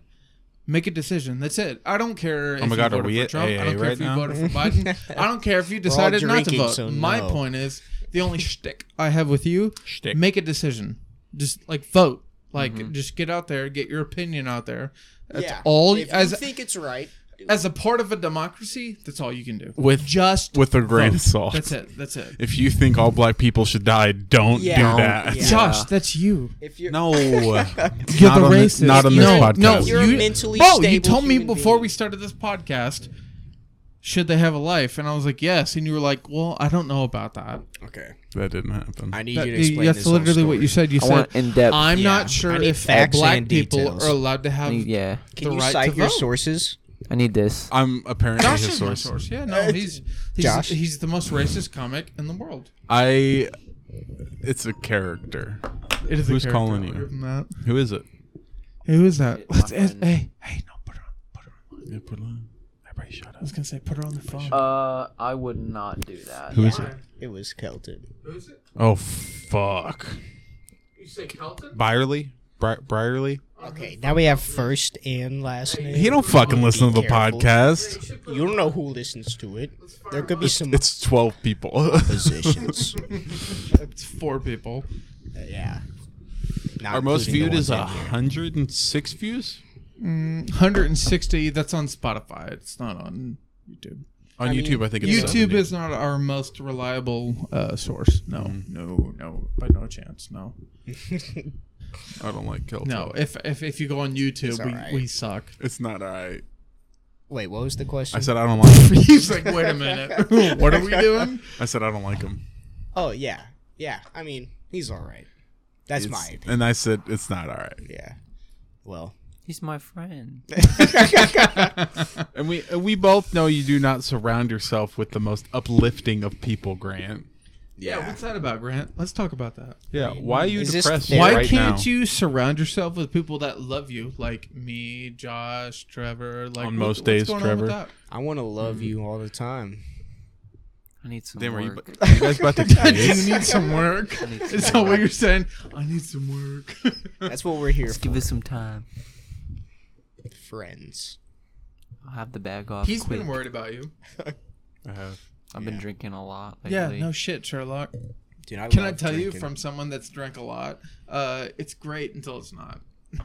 [SPEAKER 1] Make a decision. That's it. I don't care if
[SPEAKER 2] Oh my God, are
[SPEAKER 1] you voted
[SPEAKER 2] we
[SPEAKER 1] for
[SPEAKER 2] at
[SPEAKER 1] Trump. I
[SPEAKER 2] AA
[SPEAKER 1] don't care
[SPEAKER 2] right
[SPEAKER 1] if you
[SPEAKER 2] now?
[SPEAKER 1] voted for Biden. I don't care if you
[SPEAKER 4] all
[SPEAKER 1] decided not to
[SPEAKER 4] drinking,
[SPEAKER 1] vote.
[SPEAKER 4] so
[SPEAKER 1] My
[SPEAKER 4] no.
[SPEAKER 1] point is the only shtick I have with you.
[SPEAKER 2] Shtick. Mm-hmm.
[SPEAKER 1] Make a decision. Just like vote. Like just get out there, get your opinion out there. That's
[SPEAKER 4] yeah.
[SPEAKER 1] all.
[SPEAKER 4] If
[SPEAKER 1] as
[SPEAKER 4] you think it's right,
[SPEAKER 1] as a part of a democracy, that's all you can do.
[SPEAKER 2] With-
[SPEAKER 1] just
[SPEAKER 2] with a grain
[SPEAKER 1] vote.
[SPEAKER 2] of salt.
[SPEAKER 1] That's it. That's it.
[SPEAKER 2] If you think all black people should die, don't
[SPEAKER 4] Yeah.
[SPEAKER 2] do
[SPEAKER 4] Don't.
[SPEAKER 2] that.
[SPEAKER 4] Yeah.
[SPEAKER 1] Josh, that's you.
[SPEAKER 4] if you're
[SPEAKER 2] No, you're
[SPEAKER 1] You're the racist.
[SPEAKER 2] not on this
[SPEAKER 1] no,
[SPEAKER 2] podcast.
[SPEAKER 1] No,
[SPEAKER 4] You're a
[SPEAKER 1] you,
[SPEAKER 4] mentally
[SPEAKER 1] Bro, you
[SPEAKER 4] stable
[SPEAKER 1] told me
[SPEAKER 4] human
[SPEAKER 1] before
[SPEAKER 4] being.
[SPEAKER 1] we started this podcast, should they have a life? And I was like, yes. And you were like, well, I don't know about that.
[SPEAKER 4] okay,
[SPEAKER 2] That didn't happen.
[SPEAKER 4] I need
[SPEAKER 1] That-
[SPEAKER 4] you to explain
[SPEAKER 1] that's
[SPEAKER 4] this whole
[SPEAKER 1] literally what
[SPEAKER 4] story.
[SPEAKER 1] you said. You
[SPEAKER 5] I
[SPEAKER 1] said,
[SPEAKER 5] want in-depth-
[SPEAKER 1] I'm
[SPEAKER 4] Yeah,
[SPEAKER 1] not
[SPEAKER 4] I
[SPEAKER 1] sure
[SPEAKER 4] need
[SPEAKER 1] if
[SPEAKER 4] facts
[SPEAKER 1] black
[SPEAKER 4] and
[SPEAKER 1] people
[SPEAKER 4] details.
[SPEAKER 1] are allowed to have.
[SPEAKER 5] Yeah,
[SPEAKER 4] Can
[SPEAKER 1] the
[SPEAKER 4] you
[SPEAKER 1] right
[SPEAKER 4] cite
[SPEAKER 1] to
[SPEAKER 4] your
[SPEAKER 1] vote.
[SPEAKER 4] sources?
[SPEAKER 5] I need this.
[SPEAKER 2] I'm apparently
[SPEAKER 1] Josh
[SPEAKER 2] his
[SPEAKER 1] is my
[SPEAKER 2] source.
[SPEAKER 1] source. Yeah, no, he's he's,
[SPEAKER 4] Josh?
[SPEAKER 1] he's the most racist comic in the world.
[SPEAKER 2] I. It's a character.
[SPEAKER 1] It is a
[SPEAKER 2] Who's
[SPEAKER 1] character
[SPEAKER 2] calling
[SPEAKER 1] other
[SPEAKER 2] you?
[SPEAKER 1] than that.
[SPEAKER 2] Who is it?
[SPEAKER 1] Who is that?
[SPEAKER 5] my
[SPEAKER 1] Let's ask-
[SPEAKER 5] friend.
[SPEAKER 1] hey, hey, no, put her on. Put her on.
[SPEAKER 2] Yeah, put it on. Everybody shut
[SPEAKER 1] I was gonna say, put her on the phone.
[SPEAKER 5] Uh, I would not do that.
[SPEAKER 2] Who is it?
[SPEAKER 4] It was Kelton.
[SPEAKER 1] Who's it?
[SPEAKER 2] Oh fuck.
[SPEAKER 1] You say Kelton?
[SPEAKER 2] Byerly? Bri- Brierly?
[SPEAKER 4] Okay, now we have first and last name.
[SPEAKER 2] He don't fucking listen to the
[SPEAKER 4] careful.
[SPEAKER 2] podcast.
[SPEAKER 4] You don't know who listens to it. There could be some
[SPEAKER 2] It's twelve people.
[SPEAKER 4] positions.
[SPEAKER 1] It's four people.
[SPEAKER 4] yeah. Not
[SPEAKER 2] Our most
[SPEAKER 4] including the
[SPEAKER 2] viewed is uh,
[SPEAKER 4] ones in here.
[SPEAKER 2] hundred and six views
[SPEAKER 1] 160. That's on Spotify. It's not on YouTube.
[SPEAKER 2] on YouTube. I think it's
[SPEAKER 1] YouTube
[SPEAKER 2] 70.
[SPEAKER 1] is not our most reliable uh, source. No, no, no, by no chance. No,
[SPEAKER 2] I don't like Kelton.
[SPEAKER 1] no. If if, if you go on YouTube, we,
[SPEAKER 4] alright.
[SPEAKER 1] we suck.
[SPEAKER 2] it's not alright.
[SPEAKER 4] Wait, what was the question?
[SPEAKER 2] I said I don't like. Him.
[SPEAKER 1] He's like, wait a minute, what are we doing?
[SPEAKER 2] I said I don't like him.
[SPEAKER 4] oh yeah, yeah. I mean, he's all right. That's my
[SPEAKER 2] It's-
[SPEAKER 4] opinion.
[SPEAKER 2] and I said it's not alright.
[SPEAKER 4] Yeah. Well,
[SPEAKER 5] He's my friend.
[SPEAKER 2] And we and we both know you do not surround yourself with the most uplifting of people, Grant.
[SPEAKER 1] Yeah. what's that about, Grant? Let's talk about that.
[SPEAKER 2] Yeah. Why are you
[SPEAKER 4] Is this
[SPEAKER 2] depressed?
[SPEAKER 4] therapy?
[SPEAKER 1] Why
[SPEAKER 2] right
[SPEAKER 1] can't
[SPEAKER 2] now?
[SPEAKER 1] you surround yourself with people that love you, like me, Josh, Trevor? Like
[SPEAKER 2] On
[SPEAKER 1] what-
[SPEAKER 2] most
[SPEAKER 1] what's
[SPEAKER 2] days,
[SPEAKER 1] going on with
[SPEAKER 2] Trevor.
[SPEAKER 1] that?
[SPEAKER 4] I want to love you all the time.
[SPEAKER 5] I need some
[SPEAKER 2] Damn, are you,
[SPEAKER 5] work.
[SPEAKER 2] are you guys about to
[SPEAKER 1] You
[SPEAKER 2] kiss?
[SPEAKER 1] need some work.
[SPEAKER 5] need some
[SPEAKER 1] Is that what you're saying? I need some work.
[SPEAKER 4] That's what we're here
[SPEAKER 5] Just
[SPEAKER 4] for.
[SPEAKER 5] give it some time.
[SPEAKER 4] Friends.
[SPEAKER 5] I'll have the bag off.
[SPEAKER 1] He's
[SPEAKER 5] quick.
[SPEAKER 1] been worried about you.
[SPEAKER 2] I have.
[SPEAKER 5] I've been drinking a lot lately.
[SPEAKER 1] Yeah, no shit, Sherlock.
[SPEAKER 4] Dude, I
[SPEAKER 1] Can I
[SPEAKER 4] love
[SPEAKER 1] tell you
[SPEAKER 4] drinking.
[SPEAKER 1] from someone that's drank a lot? Uh, it's great until it's not.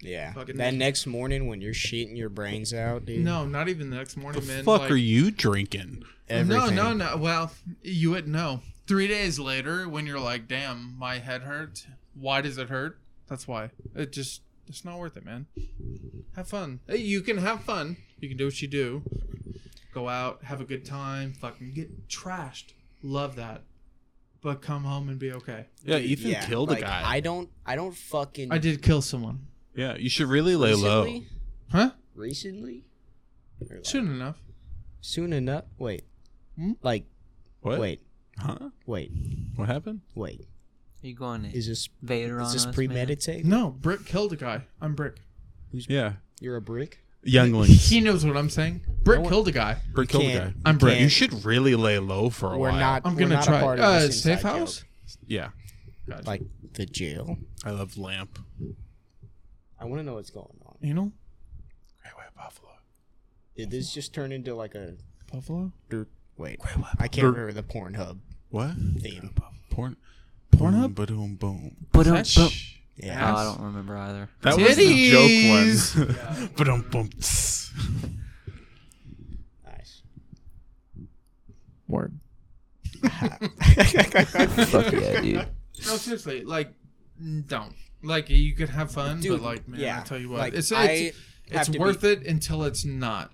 [SPEAKER 4] yeah
[SPEAKER 1] fucking-
[SPEAKER 4] that next morning when you're shitting your brains out, dude?
[SPEAKER 1] no, not even the next morning, man.
[SPEAKER 2] Fuck
[SPEAKER 1] like-
[SPEAKER 2] are you drinking?
[SPEAKER 4] everything.
[SPEAKER 1] No, no, no. Well, you wouldn't know. Three days later, when you're like, "Damn, my head hurts. Why does it hurt? That's why. It just, it's not worth it, man. Have fun. Hey, You can have fun. You can do what you do. Go out, have a good time. Fucking get trashed. Love that. But come home and be okay.
[SPEAKER 2] Yeah, Ethan
[SPEAKER 4] Yeah,
[SPEAKER 2] killed
[SPEAKER 4] like,
[SPEAKER 2] a guy.
[SPEAKER 4] I don't. I don't fucking.
[SPEAKER 1] I did kill someone.
[SPEAKER 2] yeah, you should really lay low.
[SPEAKER 4] recently.
[SPEAKER 1] Huh?
[SPEAKER 4] Recently. Or, like,
[SPEAKER 1] Soon enough.
[SPEAKER 4] Soon enough. Wait.
[SPEAKER 1] Hmm?
[SPEAKER 4] Like.
[SPEAKER 2] What?
[SPEAKER 4] Wait.
[SPEAKER 2] Huh?
[SPEAKER 4] Wait.
[SPEAKER 2] What happened?
[SPEAKER 4] Wait.
[SPEAKER 5] you going to
[SPEAKER 4] Is this?
[SPEAKER 5] Vader
[SPEAKER 4] Is
[SPEAKER 5] on
[SPEAKER 4] this
[SPEAKER 5] us,
[SPEAKER 4] premeditated?
[SPEAKER 1] No, Brick killed a guy. I'm Brick.
[SPEAKER 2] Yeah.
[SPEAKER 4] You're a brick.
[SPEAKER 2] Younglings.
[SPEAKER 1] He knows what I'm saying. Brick
[SPEAKER 4] one-
[SPEAKER 1] killed a guy.
[SPEAKER 2] Bert killed a guy.
[SPEAKER 4] can't-
[SPEAKER 1] I'm Brick.
[SPEAKER 4] can't-
[SPEAKER 2] You should really lay low for a
[SPEAKER 4] We're
[SPEAKER 2] while.
[SPEAKER 4] not.
[SPEAKER 1] I'm
[SPEAKER 4] we're
[SPEAKER 1] gonna
[SPEAKER 4] not
[SPEAKER 1] try.
[SPEAKER 4] A part of
[SPEAKER 1] Uh,
[SPEAKER 4] this
[SPEAKER 1] safe
[SPEAKER 4] inside
[SPEAKER 1] house.
[SPEAKER 4] joke.
[SPEAKER 2] Yeah.
[SPEAKER 1] Gotcha.
[SPEAKER 4] Like the jail.
[SPEAKER 2] I love lamp.
[SPEAKER 4] I want to know what's going on.
[SPEAKER 1] you know,
[SPEAKER 2] Great White Buffalo.
[SPEAKER 4] Did this just turn into like a?
[SPEAKER 1] Buffalo.
[SPEAKER 4] Wait.
[SPEAKER 2] what?
[SPEAKER 4] I can't
[SPEAKER 2] Dirt.
[SPEAKER 4] remember the Pornhub
[SPEAKER 2] What?
[SPEAKER 4] theme.
[SPEAKER 2] Porn.
[SPEAKER 1] Pornhub?
[SPEAKER 2] Boom, boom, boom.
[SPEAKER 5] But um, but,
[SPEAKER 4] Yeah.
[SPEAKER 5] oh, I don't remember either.
[SPEAKER 2] That was
[SPEAKER 1] Titties.
[SPEAKER 2] the joke one. Boom, boom. tss.
[SPEAKER 4] Nice.
[SPEAKER 1] Word.
[SPEAKER 5] Fuck yeah, dude.
[SPEAKER 1] No, seriously, like, n- don't. Like, you could have fun,
[SPEAKER 4] Dude,
[SPEAKER 1] but like, man,
[SPEAKER 4] yeah.
[SPEAKER 1] I tell you what,
[SPEAKER 4] Like,
[SPEAKER 1] it's
[SPEAKER 4] I
[SPEAKER 1] it's,
[SPEAKER 4] have
[SPEAKER 1] it's
[SPEAKER 4] to
[SPEAKER 1] worth it until it's not.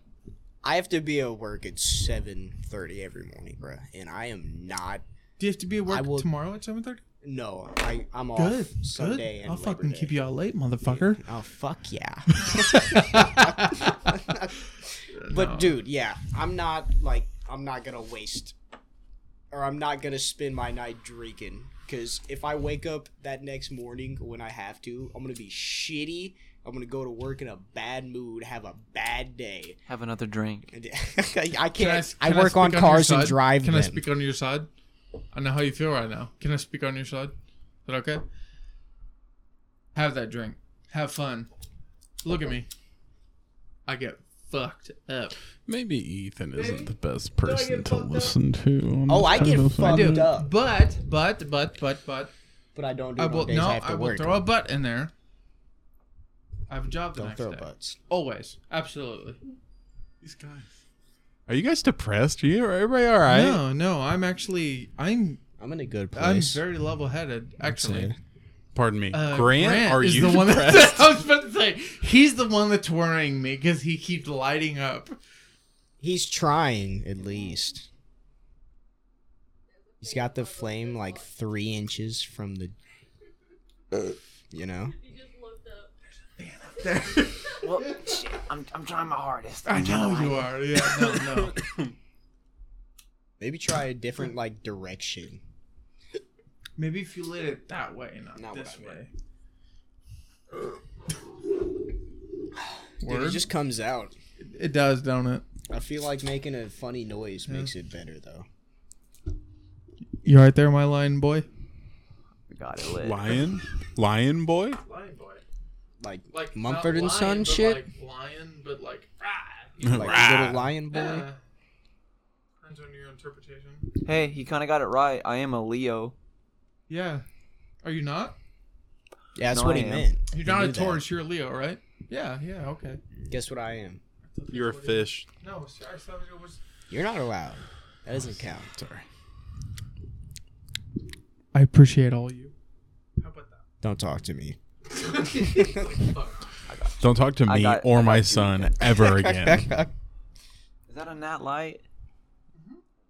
[SPEAKER 4] I have to be at work at seven thirty every morning, bruh, and I am not
[SPEAKER 1] Do you have to be at work
[SPEAKER 4] will-
[SPEAKER 1] tomorrow at seven thirty?
[SPEAKER 4] No, I I'm off
[SPEAKER 1] Good.
[SPEAKER 4] Sunday
[SPEAKER 1] Good.
[SPEAKER 4] and
[SPEAKER 1] I'll
[SPEAKER 4] Labor
[SPEAKER 1] fucking
[SPEAKER 4] Day.
[SPEAKER 1] keep you out late, motherfucker.
[SPEAKER 4] Oh fuck yeah. but dude, yeah, I'm not like I'm not gonna waste, or I'm not gonna spend my night drinking. Cause if I wake up that next morning when I have to, I'm gonna be shitty. I'm gonna go to work in a bad mood, have a bad day.
[SPEAKER 5] Have another drink.
[SPEAKER 4] And I can't. I,
[SPEAKER 1] s- can
[SPEAKER 4] work on
[SPEAKER 1] speak your
[SPEAKER 4] cars and
[SPEAKER 1] side?
[SPEAKER 4] drive.
[SPEAKER 1] Can
[SPEAKER 4] them.
[SPEAKER 1] I speak on your side? I know how you feel right now. Can I speak on your side? Is that okay? Have that drink. Have fun. Look at me. I get fucked up.
[SPEAKER 2] Maybe Ethan isn't the best person to listen to. on
[SPEAKER 4] Oh,
[SPEAKER 2] this
[SPEAKER 4] I
[SPEAKER 2] type
[SPEAKER 4] get
[SPEAKER 2] of thing.
[SPEAKER 4] fucked up,
[SPEAKER 1] But but but but but
[SPEAKER 4] but I don't do
[SPEAKER 1] I
[SPEAKER 4] it
[SPEAKER 1] will
[SPEAKER 4] on days
[SPEAKER 1] no.
[SPEAKER 4] I have to
[SPEAKER 1] I will
[SPEAKER 4] work.
[SPEAKER 1] throw a butt in there. I have a job the
[SPEAKER 4] don't
[SPEAKER 1] next
[SPEAKER 4] throw
[SPEAKER 1] day.
[SPEAKER 4] butts.
[SPEAKER 1] Always, absolutely.
[SPEAKER 2] These guys. Are you guys depressed? Are you everybody all right?
[SPEAKER 1] No, no. I'm actually I'm
[SPEAKER 4] I'm in a good
[SPEAKER 1] I'm
[SPEAKER 4] place.
[SPEAKER 1] very level headed. Actually,
[SPEAKER 2] Pardon me.
[SPEAKER 1] Uh,
[SPEAKER 2] Grant, are
[SPEAKER 1] is
[SPEAKER 2] you
[SPEAKER 1] the one
[SPEAKER 2] depressed?
[SPEAKER 1] that, I was about to say he's the one that's worrying me because he keeps lighting up.
[SPEAKER 4] He's trying, at least. He's got the flame like three inches from the. You know?
[SPEAKER 5] Well, shit, I'm, I'm trying my hardest.
[SPEAKER 1] I know you are. Yeah, no, no.
[SPEAKER 4] Maybe try a different, like, direction.
[SPEAKER 1] Maybe if you lit it that way, not,
[SPEAKER 4] Not what
[SPEAKER 1] this
[SPEAKER 4] I meant.
[SPEAKER 1] way.
[SPEAKER 4] Dude, it just comes out.
[SPEAKER 1] It does, don't it?
[SPEAKER 4] I feel like making a funny noise makes it better, though.
[SPEAKER 1] You right there, my lion boy?
[SPEAKER 5] Got it lit.
[SPEAKER 2] Lion? Lion boy?
[SPEAKER 1] Lion boy.
[SPEAKER 4] Like,
[SPEAKER 1] Like
[SPEAKER 4] Mumford and Son shit? Like,
[SPEAKER 1] Like lion, but like ah.
[SPEAKER 4] little lion boy?
[SPEAKER 1] Depends on your interpretation.
[SPEAKER 5] Hey, he kind of got it right. I am a Leo.
[SPEAKER 1] Yeah. Are you not?
[SPEAKER 4] Yeah, that's
[SPEAKER 5] No,
[SPEAKER 4] what
[SPEAKER 5] I
[SPEAKER 4] he
[SPEAKER 5] am.
[SPEAKER 4] meant.
[SPEAKER 1] You're
[SPEAKER 4] He
[SPEAKER 1] not
[SPEAKER 4] knew
[SPEAKER 1] a
[SPEAKER 4] that.
[SPEAKER 1] Taurus. You're a Leo, right? Yeah. Yeah. Okay.
[SPEAKER 4] Guess what I am?
[SPEAKER 2] You're a fish.
[SPEAKER 1] No, I thought it was.
[SPEAKER 4] You're not allowed. That doesn't count.
[SPEAKER 2] Sorry.
[SPEAKER 1] I appreciate all you. How about that?
[SPEAKER 4] Don't talk to me.
[SPEAKER 2] Don't talk to
[SPEAKER 5] I
[SPEAKER 2] me
[SPEAKER 5] got- I
[SPEAKER 2] or
[SPEAKER 5] got
[SPEAKER 2] my
[SPEAKER 5] you.
[SPEAKER 2] son ever again.
[SPEAKER 5] Is that a nat light?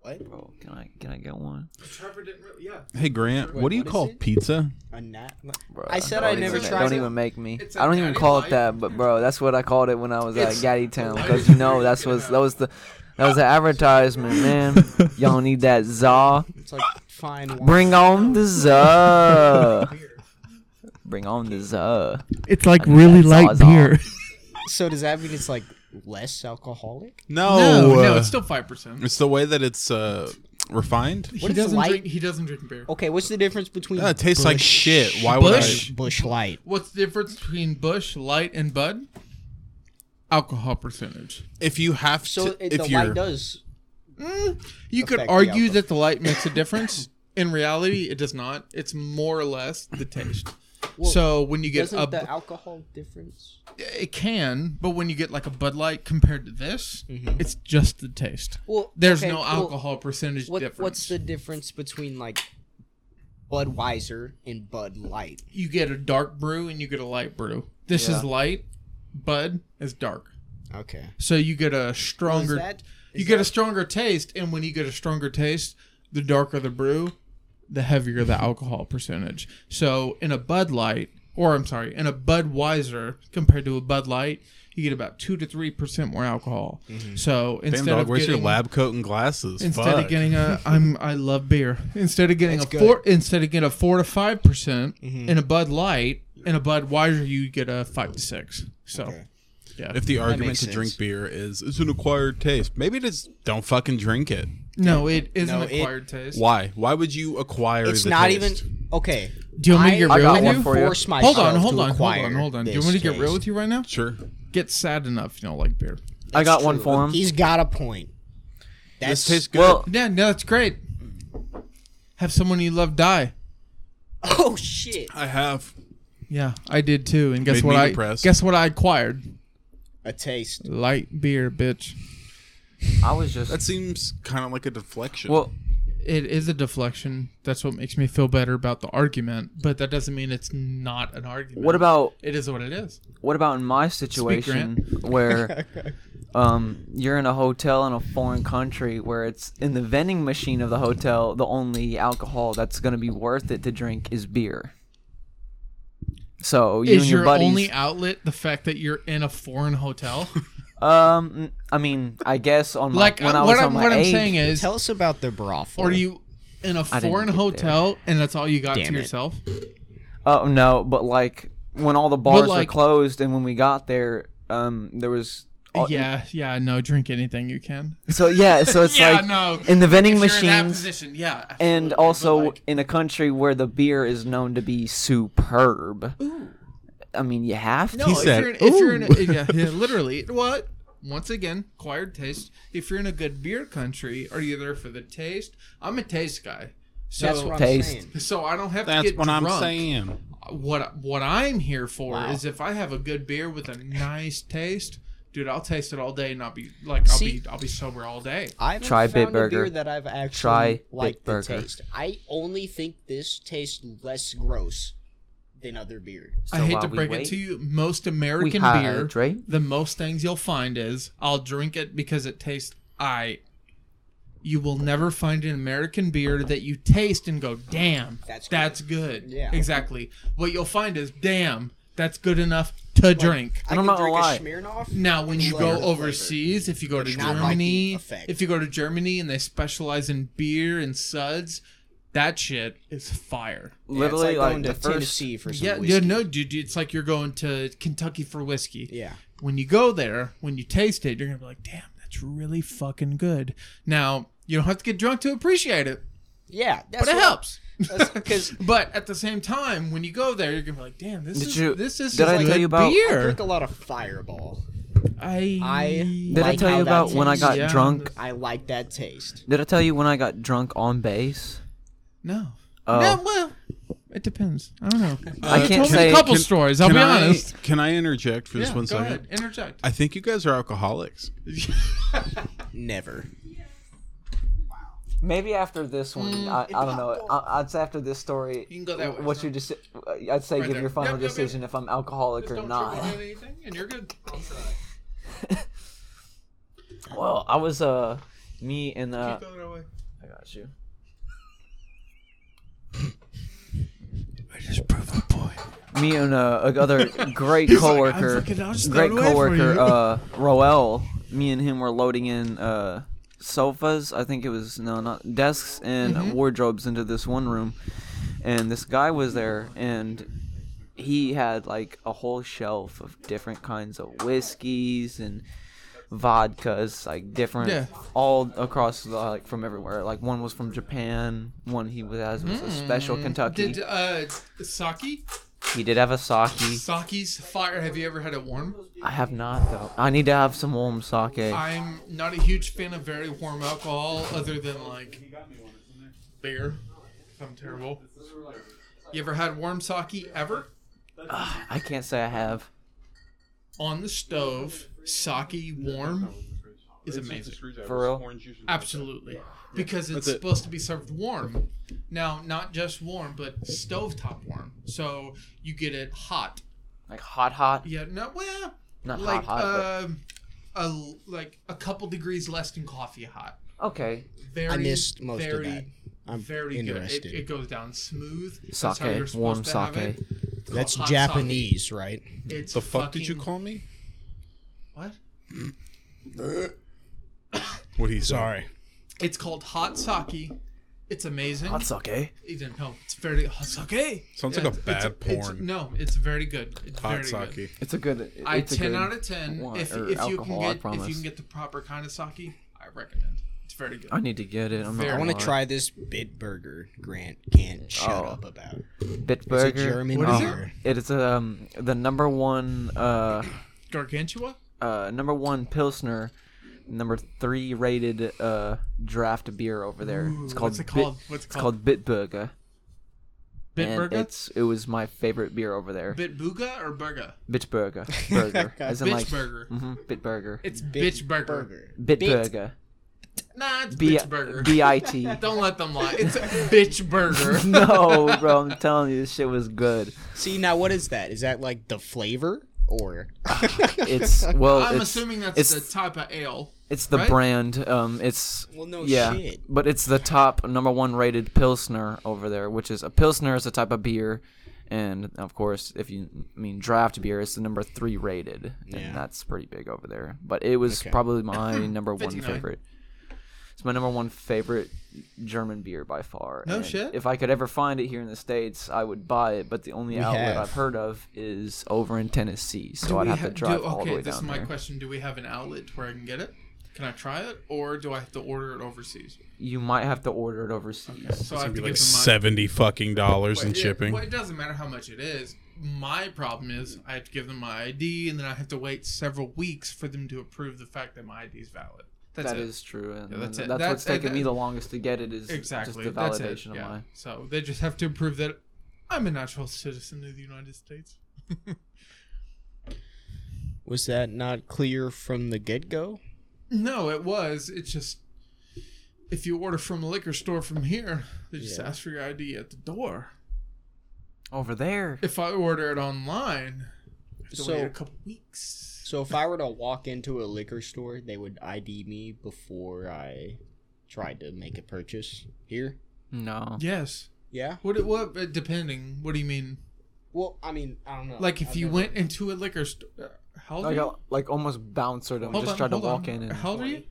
[SPEAKER 4] What?
[SPEAKER 5] Bro, can I can I get one?
[SPEAKER 1] Trevor didn't really. Yeah.
[SPEAKER 2] hey, Grant,
[SPEAKER 4] Wait,
[SPEAKER 2] what do you
[SPEAKER 4] what is
[SPEAKER 2] call
[SPEAKER 4] it?
[SPEAKER 2] pizza?
[SPEAKER 4] A gnat?
[SPEAKER 5] Bro,
[SPEAKER 4] I said
[SPEAKER 5] don't
[SPEAKER 4] I
[SPEAKER 5] even
[SPEAKER 4] never
[SPEAKER 5] ma-
[SPEAKER 4] tried
[SPEAKER 5] Don't
[SPEAKER 4] it.
[SPEAKER 5] even make me.
[SPEAKER 1] It's a
[SPEAKER 5] I don't even
[SPEAKER 1] Gaddy
[SPEAKER 5] call
[SPEAKER 1] light.
[SPEAKER 5] it that, but bro, that's what I called it when I was at
[SPEAKER 1] It's
[SPEAKER 5] Gaddy Town
[SPEAKER 1] light.
[SPEAKER 5] because you know that's what's that was the that was the advertisement, man. Y'all need that za.
[SPEAKER 4] It's like fine wine.
[SPEAKER 5] Bring on the za. Bring on the za.
[SPEAKER 1] It's like
[SPEAKER 5] mean, really that's light all it's beer.
[SPEAKER 4] So does that mean it's like less alcoholic?
[SPEAKER 2] No.
[SPEAKER 1] Oh, No, no,
[SPEAKER 2] uh,
[SPEAKER 1] it's still five percent.
[SPEAKER 2] it's the way that it's uh, refined.
[SPEAKER 1] He
[SPEAKER 4] What is
[SPEAKER 1] doesn't
[SPEAKER 4] light?
[SPEAKER 1] drink. He doesn't drink beer.
[SPEAKER 4] Okay, what's the difference between
[SPEAKER 2] That tastes like
[SPEAKER 4] Busch-
[SPEAKER 2] shit. Why would
[SPEAKER 1] Busch?
[SPEAKER 4] Bush Light?
[SPEAKER 1] What's the difference between Bush Light and Bud? Alcohol percentage.
[SPEAKER 2] I? If you have
[SPEAKER 4] So
[SPEAKER 2] to,
[SPEAKER 4] it,
[SPEAKER 2] if
[SPEAKER 4] the
[SPEAKER 2] you're,
[SPEAKER 4] light does.
[SPEAKER 1] You could
[SPEAKER 4] Affect the
[SPEAKER 1] argue
[SPEAKER 4] alcohol.
[SPEAKER 1] that the light makes a difference. In reality, it does not. It's more or less the taste. so when you get
[SPEAKER 4] Doesn't
[SPEAKER 1] a,
[SPEAKER 4] the alcohol difference?
[SPEAKER 1] it can, but when you get like a Bud Light compared to this, it's just the taste.
[SPEAKER 4] Well,
[SPEAKER 1] There's
[SPEAKER 4] Mm-hmm. okay,
[SPEAKER 1] no
[SPEAKER 4] well,
[SPEAKER 1] alcohol percentage
[SPEAKER 4] What,
[SPEAKER 1] difference.
[SPEAKER 4] what's the difference between like Budweiser and Bud Light?
[SPEAKER 1] you get a dark brew and you get a light brew. This is light, Bud is dark.
[SPEAKER 4] Okay.
[SPEAKER 1] So you get a stronger
[SPEAKER 4] that-
[SPEAKER 1] you get a stronger taste and when you get a stronger taste, the darker the brew, the heavier the alcohol percentage. So in a Bud Light or I'm sorry, in a Budweiser compared to a Bud Light, you get about 2 to 3% more alcohol.
[SPEAKER 4] Mm-hmm.
[SPEAKER 1] So
[SPEAKER 2] damn
[SPEAKER 1] instead
[SPEAKER 2] dog,
[SPEAKER 1] of
[SPEAKER 2] where's
[SPEAKER 1] getting
[SPEAKER 2] your lab coat and glasses?
[SPEAKER 1] instead
[SPEAKER 2] Fuck.
[SPEAKER 1] of getting a I'm I love beer. Instead of getting
[SPEAKER 4] That's
[SPEAKER 1] a
[SPEAKER 4] good. Mm-hmm.
[SPEAKER 1] four instead of getting a four to five percent in a Bud Light in a Budweiser you get a five to six. So
[SPEAKER 4] Okay.
[SPEAKER 1] yeah.
[SPEAKER 2] if the argument
[SPEAKER 4] makes
[SPEAKER 2] to drink
[SPEAKER 4] sense.
[SPEAKER 2] beer is it's an acquired taste, maybe just don't fucking drink it.
[SPEAKER 1] no, it is
[SPEAKER 4] No,
[SPEAKER 1] an
[SPEAKER 4] it-
[SPEAKER 1] acquired taste.
[SPEAKER 2] Why? Why would you acquire?
[SPEAKER 4] It's
[SPEAKER 2] the
[SPEAKER 4] not
[SPEAKER 2] taste?
[SPEAKER 4] even okay.
[SPEAKER 1] Do you want me to
[SPEAKER 4] I-
[SPEAKER 1] get
[SPEAKER 4] I
[SPEAKER 1] real
[SPEAKER 5] got
[SPEAKER 1] with
[SPEAKER 5] one
[SPEAKER 1] you?
[SPEAKER 5] for you.
[SPEAKER 4] force myself
[SPEAKER 1] Hold on, hold
[SPEAKER 4] to
[SPEAKER 1] on, hold
[SPEAKER 4] acquire
[SPEAKER 1] on, hold on. Do you
[SPEAKER 4] this
[SPEAKER 1] want me to get real
[SPEAKER 4] taste.
[SPEAKER 1] with you right now?
[SPEAKER 2] Sure.
[SPEAKER 1] Get sad enough if you don't like beer.
[SPEAKER 5] I got one
[SPEAKER 4] True.
[SPEAKER 5] for him.
[SPEAKER 4] He's got a point.
[SPEAKER 2] This
[SPEAKER 4] That's
[SPEAKER 2] tastes good.
[SPEAKER 5] Well,
[SPEAKER 1] Yeah, no, that's great. Have someone you love die.
[SPEAKER 4] oh shit.
[SPEAKER 2] I have.
[SPEAKER 1] Yeah, I did too. And guess
[SPEAKER 2] Made
[SPEAKER 1] what
[SPEAKER 2] me
[SPEAKER 1] I
[SPEAKER 2] depressed.
[SPEAKER 1] guess what I acquired?
[SPEAKER 4] A taste.
[SPEAKER 1] Light beer, bitch.
[SPEAKER 5] I was just
[SPEAKER 2] That seems kind of like a deflection.
[SPEAKER 5] well.
[SPEAKER 1] it is a deflection. That's what makes me feel better about the argument, but that doesn't mean it's not an argument.
[SPEAKER 5] What about
[SPEAKER 1] it is what it is.
[SPEAKER 5] what about in my situation where
[SPEAKER 3] um, you're in a hotel in a foreign country where it's in the vending machine of the hotel, the only alcohol that's going to be worth it to drink is beer. So you
[SPEAKER 1] Is
[SPEAKER 3] and your,
[SPEAKER 1] your
[SPEAKER 3] buddies.
[SPEAKER 1] only outlet the fact that you're in a foreign hotel?
[SPEAKER 3] um, I mean, I guess on my,
[SPEAKER 1] like
[SPEAKER 3] when I
[SPEAKER 1] uh,
[SPEAKER 3] was
[SPEAKER 1] what
[SPEAKER 3] on
[SPEAKER 1] I'm
[SPEAKER 3] my
[SPEAKER 1] what I'm
[SPEAKER 3] age-
[SPEAKER 1] saying is,
[SPEAKER 4] Tell us about the brothel.
[SPEAKER 1] are you in a
[SPEAKER 3] I didn't
[SPEAKER 1] foreign
[SPEAKER 3] get there.
[SPEAKER 1] hotel and that's all you got
[SPEAKER 4] Damn
[SPEAKER 1] to
[SPEAKER 4] it.
[SPEAKER 1] yourself?
[SPEAKER 3] Oh no, but like when all the bars
[SPEAKER 1] like-
[SPEAKER 3] were closed and when we got there, um, there was
[SPEAKER 1] Oh.
[SPEAKER 3] all-
[SPEAKER 1] yeah, yeah, no, drink anything you can.
[SPEAKER 3] So yeah, so it's
[SPEAKER 1] Yeah,
[SPEAKER 3] like
[SPEAKER 1] no.
[SPEAKER 3] in the vending
[SPEAKER 1] If you're in that
[SPEAKER 3] machines.
[SPEAKER 1] position, yeah.
[SPEAKER 3] and
[SPEAKER 1] absolutely, but
[SPEAKER 3] also
[SPEAKER 1] like-
[SPEAKER 3] in a country where the beer is known to be superb. I mean, you have
[SPEAKER 1] No,
[SPEAKER 3] to.
[SPEAKER 1] if
[SPEAKER 2] said,
[SPEAKER 1] you're in, if you're in a,
[SPEAKER 2] "Ooh."
[SPEAKER 1] yeah, yeah, literally, what? Once again, acquired taste. If you're in a good beer country, are you there for the taste? I'm a taste guy, so
[SPEAKER 4] That's what I'm
[SPEAKER 3] Taste.
[SPEAKER 4] saying.
[SPEAKER 1] so I don't have to
[SPEAKER 2] That's
[SPEAKER 1] get
[SPEAKER 2] what
[SPEAKER 1] drunk.
[SPEAKER 2] I'm saying.
[SPEAKER 1] What what I'm here for is if I have a good beer with a nice taste, dude, I'll taste it all day and I'll be like, I'll
[SPEAKER 4] See-
[SPEAKER 1] be I'll be sober all day.
[SPEAKER 4] I haven't
[SPEAKER 3] Try
[SPEAKER 4] found a beer
[SPEAKER 3] Bitburger.
[SPEAKER 4] that I've actually
[SPEAKER 3] Try
[SPEAKER 4] liked the
[SPEAKER 3] Bitburger.
[SPEAKER 4] taste. I only think this tastes less gross than other beer.
[SPEAKER 3] So
[SPEAKER 1] I hate
[SPEAKER 3] while
[SPEAKER 1] to
[SPEAKER 3] we
[SPEAKER 1] break it
[SPEAKER 3] wait-
[SPEAKER 1] to you, most American beer,
[SPEAKER 3] hydrate.
[SPEAKER 1] the most things you'll find is I'll drink it because it tastes I. You will never find an American beer that you taste and go, damn,
[SPEAKER 4] That's
[SPEAKER 1] that's
[SPEAKER 4] good."
[SPEAKER 1] good.
[SPEAKER 4] Yeah.
[SPEAKER 1] Exactly. What you'll find is, damn, that's good enough to drink.
[SPEAKER 3] And I'm
[SPEAKER 4] can
[SPEAKER 3] not
[SPEAKER 4] drink
[SPEAKER 3] gonna
[SPEAKER 4] a Smirnoff.
[SPEAKER 1] Now, when
[SPEAKER 4] and
[SPEAKER 1] you
[SPEAKER 4] layer the
[SPEAKER 1] go
[SPEAKER 4] flavor.
[SPEAKER 1] overseas, if you go to
[SPEAKER 4] But not like the
[SPEAKER 1] Germany,
[SPEAKER 4] effect.
[SPEAKER 1] if you go to Germany and they specialize in beer and suds, that shit is fire.
[SPEAKER 4] Yeah, it's
[SPEAKER 3] Literally, like,
[SPEAKER 4] going
[SPEAKER 3] the
[SPEAKER 4] to
[SPEAKER 3] first.
[SPEAKER 4] Tennessee for some
[SPEAKER 1] Yeah,
[SPEAKER 4] whiskey.
[SPEAKER 1] yeah, no, dude, it's like you're going to Kentucky for whiskey.
[SPEAKER 4] Yeah.
[SPEAKER 1] When you go there, when you taste it, you're gonna be like, "Damn, that's really fucking good." Now you don't have to get drunk to appreciate it,
[SPEAKER 4] Yeah, that's
[SPEAKER 1] but it
[SPEAKER 4] what-
[SPEAKER 1] helps.
[SPEAKER 4] that's- 'cause-
[SPEAKER 1] but at the same time, when you go there, you're gonna be like, "Damn, this
[SPEAKER 3] Did
[SPEAKER 1] is
[SPEAKER 3] you-
[SPEAKER 1] this is
[SPEAKER 3] did I
[SPEAKER 1] good
[SPEAKER 3] tell you about-
[SPEAKER 4] I
[SPEAKER 1] beer."
[SPEAKER 4] drink a lot of Fireball.
[SPEAKER 1] I,
[SPEAKER 4] I
[SPEAKER 3] Did I
[SPEAKER 4] Like
[SPEAKER 3] tell
[SPEAKER 4] how
[SPEAKER 3] you
[SPEAKER 4] that
[SPEAKER 3] about when I
[SPEAKER 4] tastes.
[SPEAKER 3] got
[SPEAKER 1] Yeah.
[SPEAKER 3] drunk?
[SPEAKER 4] I like that taste.
[SPEAKER 3] Did I tell you when I got drunk on base?
[SPEAKER 1] no.
[SPEAKER 3] Oh.
[SPEAKER 1] No, well, it depends. I don't know.
[SPEAKER 3] I
[SPEAKER 1] You
[SPEAKER 3] can't
[SPEAKER 1] told Uh, me
[SPEAKER 3] say-
[SPEAKER 1] a couple
[SPEAKER 2] Can-
[SPEAKER 1] stories. I'll
[SPEAKER 2] can
[SPEAKER 1] be
[SPEAKER 2] I-
[SPEAKER 1] honest.
[SPEAKER 2] Can I interject for
[SPEAKER 1] Yeah,
[SPEAKER 2] just
[SPEAKER 1] go
[SPEAKER 2] one second?
[SPEAKER 1] ahead. Interject.
[SPEAKER 2] I think you guys are alcoholics.
[SPEAKER 4] Never.
[SPEAKER 3] Maybe after this one, I, I don't know. I, I'd say afafter this story,
[SPEAKER 1] Mm, You can go that way,
[SPEAKER 3] what
[SPEAKER 1] sir.
[SPEAKER 3] you just, uh, I'd say give
[SPEAKER 1] there.
[SPEAKER 3] your final
[SPEAKER 1] Yep, yep, yep.
[SPEAKER 3] decision if I'm alcoholic or
[SPEAKER 1] Don't
[SPEAKER 3] not.
[SPEAKER 1] trip on anything, and you're good.
[SPEAKER 3] Well, I was uh, me and uh,
[SPEAKER 1] Keep going away.
[SPEAKER 3] I got you.
[SPEAKER 1] I just proved the point.
[SPEAKER 3] me and uh, another great
[SPEAKER 1] He's like, "I'm
[SPEAKER 3] coworker,
[SPEAKER 1] fucking- I'll just
[SPEAKER 3] great
[SPEAKER 1] throw it away for
[SPEAKER 3] coworker,
[SPEAKER 1] you."
[SPEAKER 3] uh, Roel. Me and him were loading in uh, sofas. I think it was no, not desks and
[SPEAKER 1] Mm-hmm.
[SPEAKER 3] wardrobes into this one room, and this guy was there, and he had like a whole shelf of different kinds of whiskeys and vodkas like different
[SPEAKER 1] Yeah.
[SPEAKER 3] all across the, like from everywhere like one was from japan one he was has was a special kentucky
[SPEAKER 1] Mm. Did uh Saki?
[SPEAKER 3] he did have a sake
[SPEAKER 1] Saki's fire. Have you ever had it warm?
[SPEAKER 3] I have not though. I need to have some warm sake.
[SPEAKER 1] I'm not a huge fan of very warm alcohol other than like beer. I'm terrible. You ever had warm sake ever?
[SPEAKER 3] I can't say I have.
[SPEAKER 1] On the stove, sake warm is amazing.
[SPEAKER 3] For real?
[SPEAKER 1] Absolutely. Because it's
[SPEAKER 2] it.
[SPEAKER 1] supposed to be served warm. Now, not just warm, but stovetop warm. So you get it hot.
[SPEAKER 3] Like hot, hot.
[SPEAKER 1] Yeah, no, well,
[SPEAKER 3] Not
[SPEAKER 1] like
[SPEAKER 3] hot, hot.
[SPEAKER 1] um, a l- like a couple degrees less than coffee hot.
[SPEAKER 3] But okay.
[SPEAKER 1] Very,
[SPEAKER 4] I missed most
[SPEAKER 1] very,
[SPEAKER 4] of that. I'm
[SPEAKER 1] Very
[SPEAKER 4] interested.
[SPEAKER 1] good. It, it goes down smooth. That's how you're
[SPEAKER 3] Sake,
[SPEAKER 1] supposed
[SPEAKER 3] warm
[SPEAKER 1] to have
[SPEAKER 3] sake.
[SPEAKER 1] it. It's called
[SPEAKER 4] That's
[SPEAKER 1] hot
[SPEAKER 4] Japanese, right?
[SPEAKER 1] sake. It's
[SPEAKER 2] The fuck did you
[SPEAKER 1] fucking-
[SPEAKER 2] call me?
[SPEAKER 1] What?
[SPEAKER 2] What he said.
[SPEAKER 1] It's called hot sake. It's amazing.
[SPEAKER 3] Hot sake.
[SPEAKER 1] Ethan, no, it's very hot sake.
[SPEAKER 2] Sounds
[SPEAKER 1] Yeah,
[SPEAKER 2] like a
[SPEAKER 1] it's- it's-
[SPEAKER 2] bad
[SPEAKER 1] it's-
[SPEAKER 2] porn.
[SPEAKER 1] no, it's very good. It's
[SPEAKER 2] Hot
[SPEAKER 1] very good.
[SPEAKER 2] sake.
[SPEAKER 3] It's a good. It's
[SPEAKER 1] I
[SPEAKER 3] a
[SPEAKER 1] ten
[SPEAKER 3] good
[SPEAKER 1] out of ten.
[SPEAKER 3] wine-
[SPEAKER 1] if,
[SPEAKER 3] or
[SPEAKER 1] if you can
[SPEAKER 3] alcohol, I
[SPEAKER 1] get if you
[SPEAKER 3] promise.
[SPEAKER 1] can get the proper kind of sake, I recommend. It's very good.
[SPEAKER 3] I need to get it. I'm
[SPEAKER 1] Fair.
[SPEAKER 4] I
[SPEAKER 3] not
[SPEAKER 4] want to
[SPEAKER 3] gonna
[SPEAKER 4] try this Bitburger. Grant can't shut
[SPEAKER 3] Oh.
[SPEAKER 4] up about.
[SPEAKER 3] lie.
[SPEAKER 4] It's
[SPEAKER 3] Bitburger.
[SPEAKER 4] a German
[SPEAKER 1] What is it?
[SPEAKER 4] beer.
[SPEAKER 3] It is um the number one uh
[SPEAKER 1] Gargantua.
[SPEAKER 3] uh number one pilsner, number three rated uh draft beer over there. it's
[SPEAKER 1] Ooh,
[SPEAKER 3] called.
[SPEAKER 1] what's it
[SPEAKER 3] Bit-
[SPEAKER 1] called? What's it
[SPEAKER 3] It's called Bitburger. and
[SPEAKER 1] Bitburger.
[SPEAKER 3] It's it was my favorite beer over there.
[SPEAKER 1] Bitbuga or Burger?
[SPEAKER 3] Bitburger. Burger. As in like.
[SPEAKER 1] Bitchburger.
[SPEAKER 3] hmm Bitburger.
[SPEAKER 1] It's Bitchburger.
[SPEAKER 4] Burger.
[SPEAKER 3] Bitburger.
[SPEAKER 1] Nah, it's
[SPEAKER 3] B
[SPEAKER 1] Bitchburger.
[SPEAKER 3] B I T.
[SPEAKER 1] Don't let them lie. It's Bitchburger.
[SPEAKER 3] No, bro, I'm telling you, this shit was good.
[SPEAKER 4] See now, what is that? Is that like the flavor? or
[SPEAKER 5] It's well,
[SPEAKER 1] I'm
[SPEAKER 5] it's,
[SPEAKER 1] assuming that's
[SPEAKER 5] it's-
[SPEAKER 1] the type of ale.
[SPEAKER 5] it's the
[SPEAKER 1] right?
[SPEAKER 5] brand. Um, it's
[SPEAKER 4] Well, no
[SPEAKER 5] yeah,
[SPEAKER 4] shit.
[SPEAKER 5] but it's the top number one rated pilsner over there, which is a pilsner is a type of beer, and of course, if you mean draft beer, it's the number three rated, and
[SPEAKER 4] Yeah.
[SPEAKER 5] that's pretty big over there. But it was
[SPEAKER 4] Okay.
[SPEAKER 5] probably my number one
[SPEAKER 1] 59.
[SPEAKER 5] favorite. It's my number one favorite German beer by far.
[SPEAKER 1] No
[SPEAKER 5] and
[SPEAKER 1] shit.
[SPEAKER 5] If I could ever find it here in the states, I would buy it. But the only outlet
[SPEAKER 4] have.
[SPEAKER 5] I've heard of is over in Tennessee, so
[SPEAKER 1] Do
[SPEAKER 5] I'd
[SPEAKER 1] we
[SPEAKER 5] have
[SPEAKER 1] ha-
[SPEAKER 5] to drive
[SPEAKER 1] do,
[SPEAKER 5] all the
[SPEAKER 1] okay,
[SPEAKER 5] way
[SPEAKER 1] this is
[SPEAKER 5] down
[SPEAKER 1] my
[SPEAKER 5] there.
[SPEAKER 1] question. Do we have an outlet to where I can get it? Can I try it, or do I have to order it overseas?
[SPEAKER 5] You might have to order it overseas.
[SPEAKER 1] So I
[SPEAKER 2] It's
[SPEAKER 1] have
[SPEAKER 2] gonna
[SPEAKER 1] to
[SPEAKER 2] be
[SPEAKER 1] give
[SPEAKER 2] like
[SPEAKER 1] them my-
[SPEAKER 2] seventy fucking dollars in
[SPEAKER 1] Wait, it-
[SPEAKER 2] shipping.
[SPEAKER 1] well, it doesn't matter how much it is. My problem is I have to give them my ID, and then I have to wait several weeks for them to approve the fact that my ID is valid. That's
[SPEAKER 5] That
[SPEAKER 1] it.
[SPEAKER 5] is true, and
[SPEAKER 1] Yeah,
[SPEAKER 5] that's,
[SPEAKER 1] that's it.
[SPEAKER 5] that's
[SPEAKER 1] That-
[SPEAKER 5] what's taken
[SPEAKER 1] and-
[SPEAKER 5] me the longest to get it is
[SPEAKER 1] exactly
[SPEAKER 5] just the
[SPEAKER 1] that's
[SPEAKER 5] validation
[SPEAKER 1] it.
[SPEAKER 5] of
[SPEAKER 1] yeah.
[SPEAKER 5] my.
[SPEAKER 1] So they just have to prove that I'm a natural citizen of the United States.
[SPEAKER 4] was that not clear from the get go?
[SPEAKER 1] No, it was. It's just if you order from a liquor store from here, they just
[SPEAKER 4] Yeah.
[SPEAKER 1] ask for your ID at the door.
[SPEAKER 5] Over there,
[SPEAKER 1] If I order it online, I have to wait
[SPEAKER 4] So-
[SPEAKER 1] a couple weeks.
[SPEAKER 4] So if I were to walk into a liquor store, they would ID me before I tried to make a purchase here.
[SPEAKER 5] no.
[SPEAKER 1] Yes.
[SPEAKER 4] Yeah.
[SPEAKER 1] What? What? uh, Depending. What do you mean?
[SPEAKER 4] Well, I mean, I don't know.
[SPEAKER 1] Like if
[SPEAKER 4] I've
[SPEAKER 1] you
[SPEAKER 4] never-
[SPEAKER 1] went into a liquor store. How old?
[SPEAKER 5] I
[SPEAKER 1] are you?
[SPEAKER 5] got like almost bouncered him,
[SPEAKER 1] Hold
[SPEAKER 5] just
[SPEAKER 1] on,
[SPEAKER 5] tried to
[SPEAKER 1] hold
[SPEAKER 5] walk
[SPEAKER 1] on.
[SPEAKER 5] in and.
[SPEAKER 1] How old are you?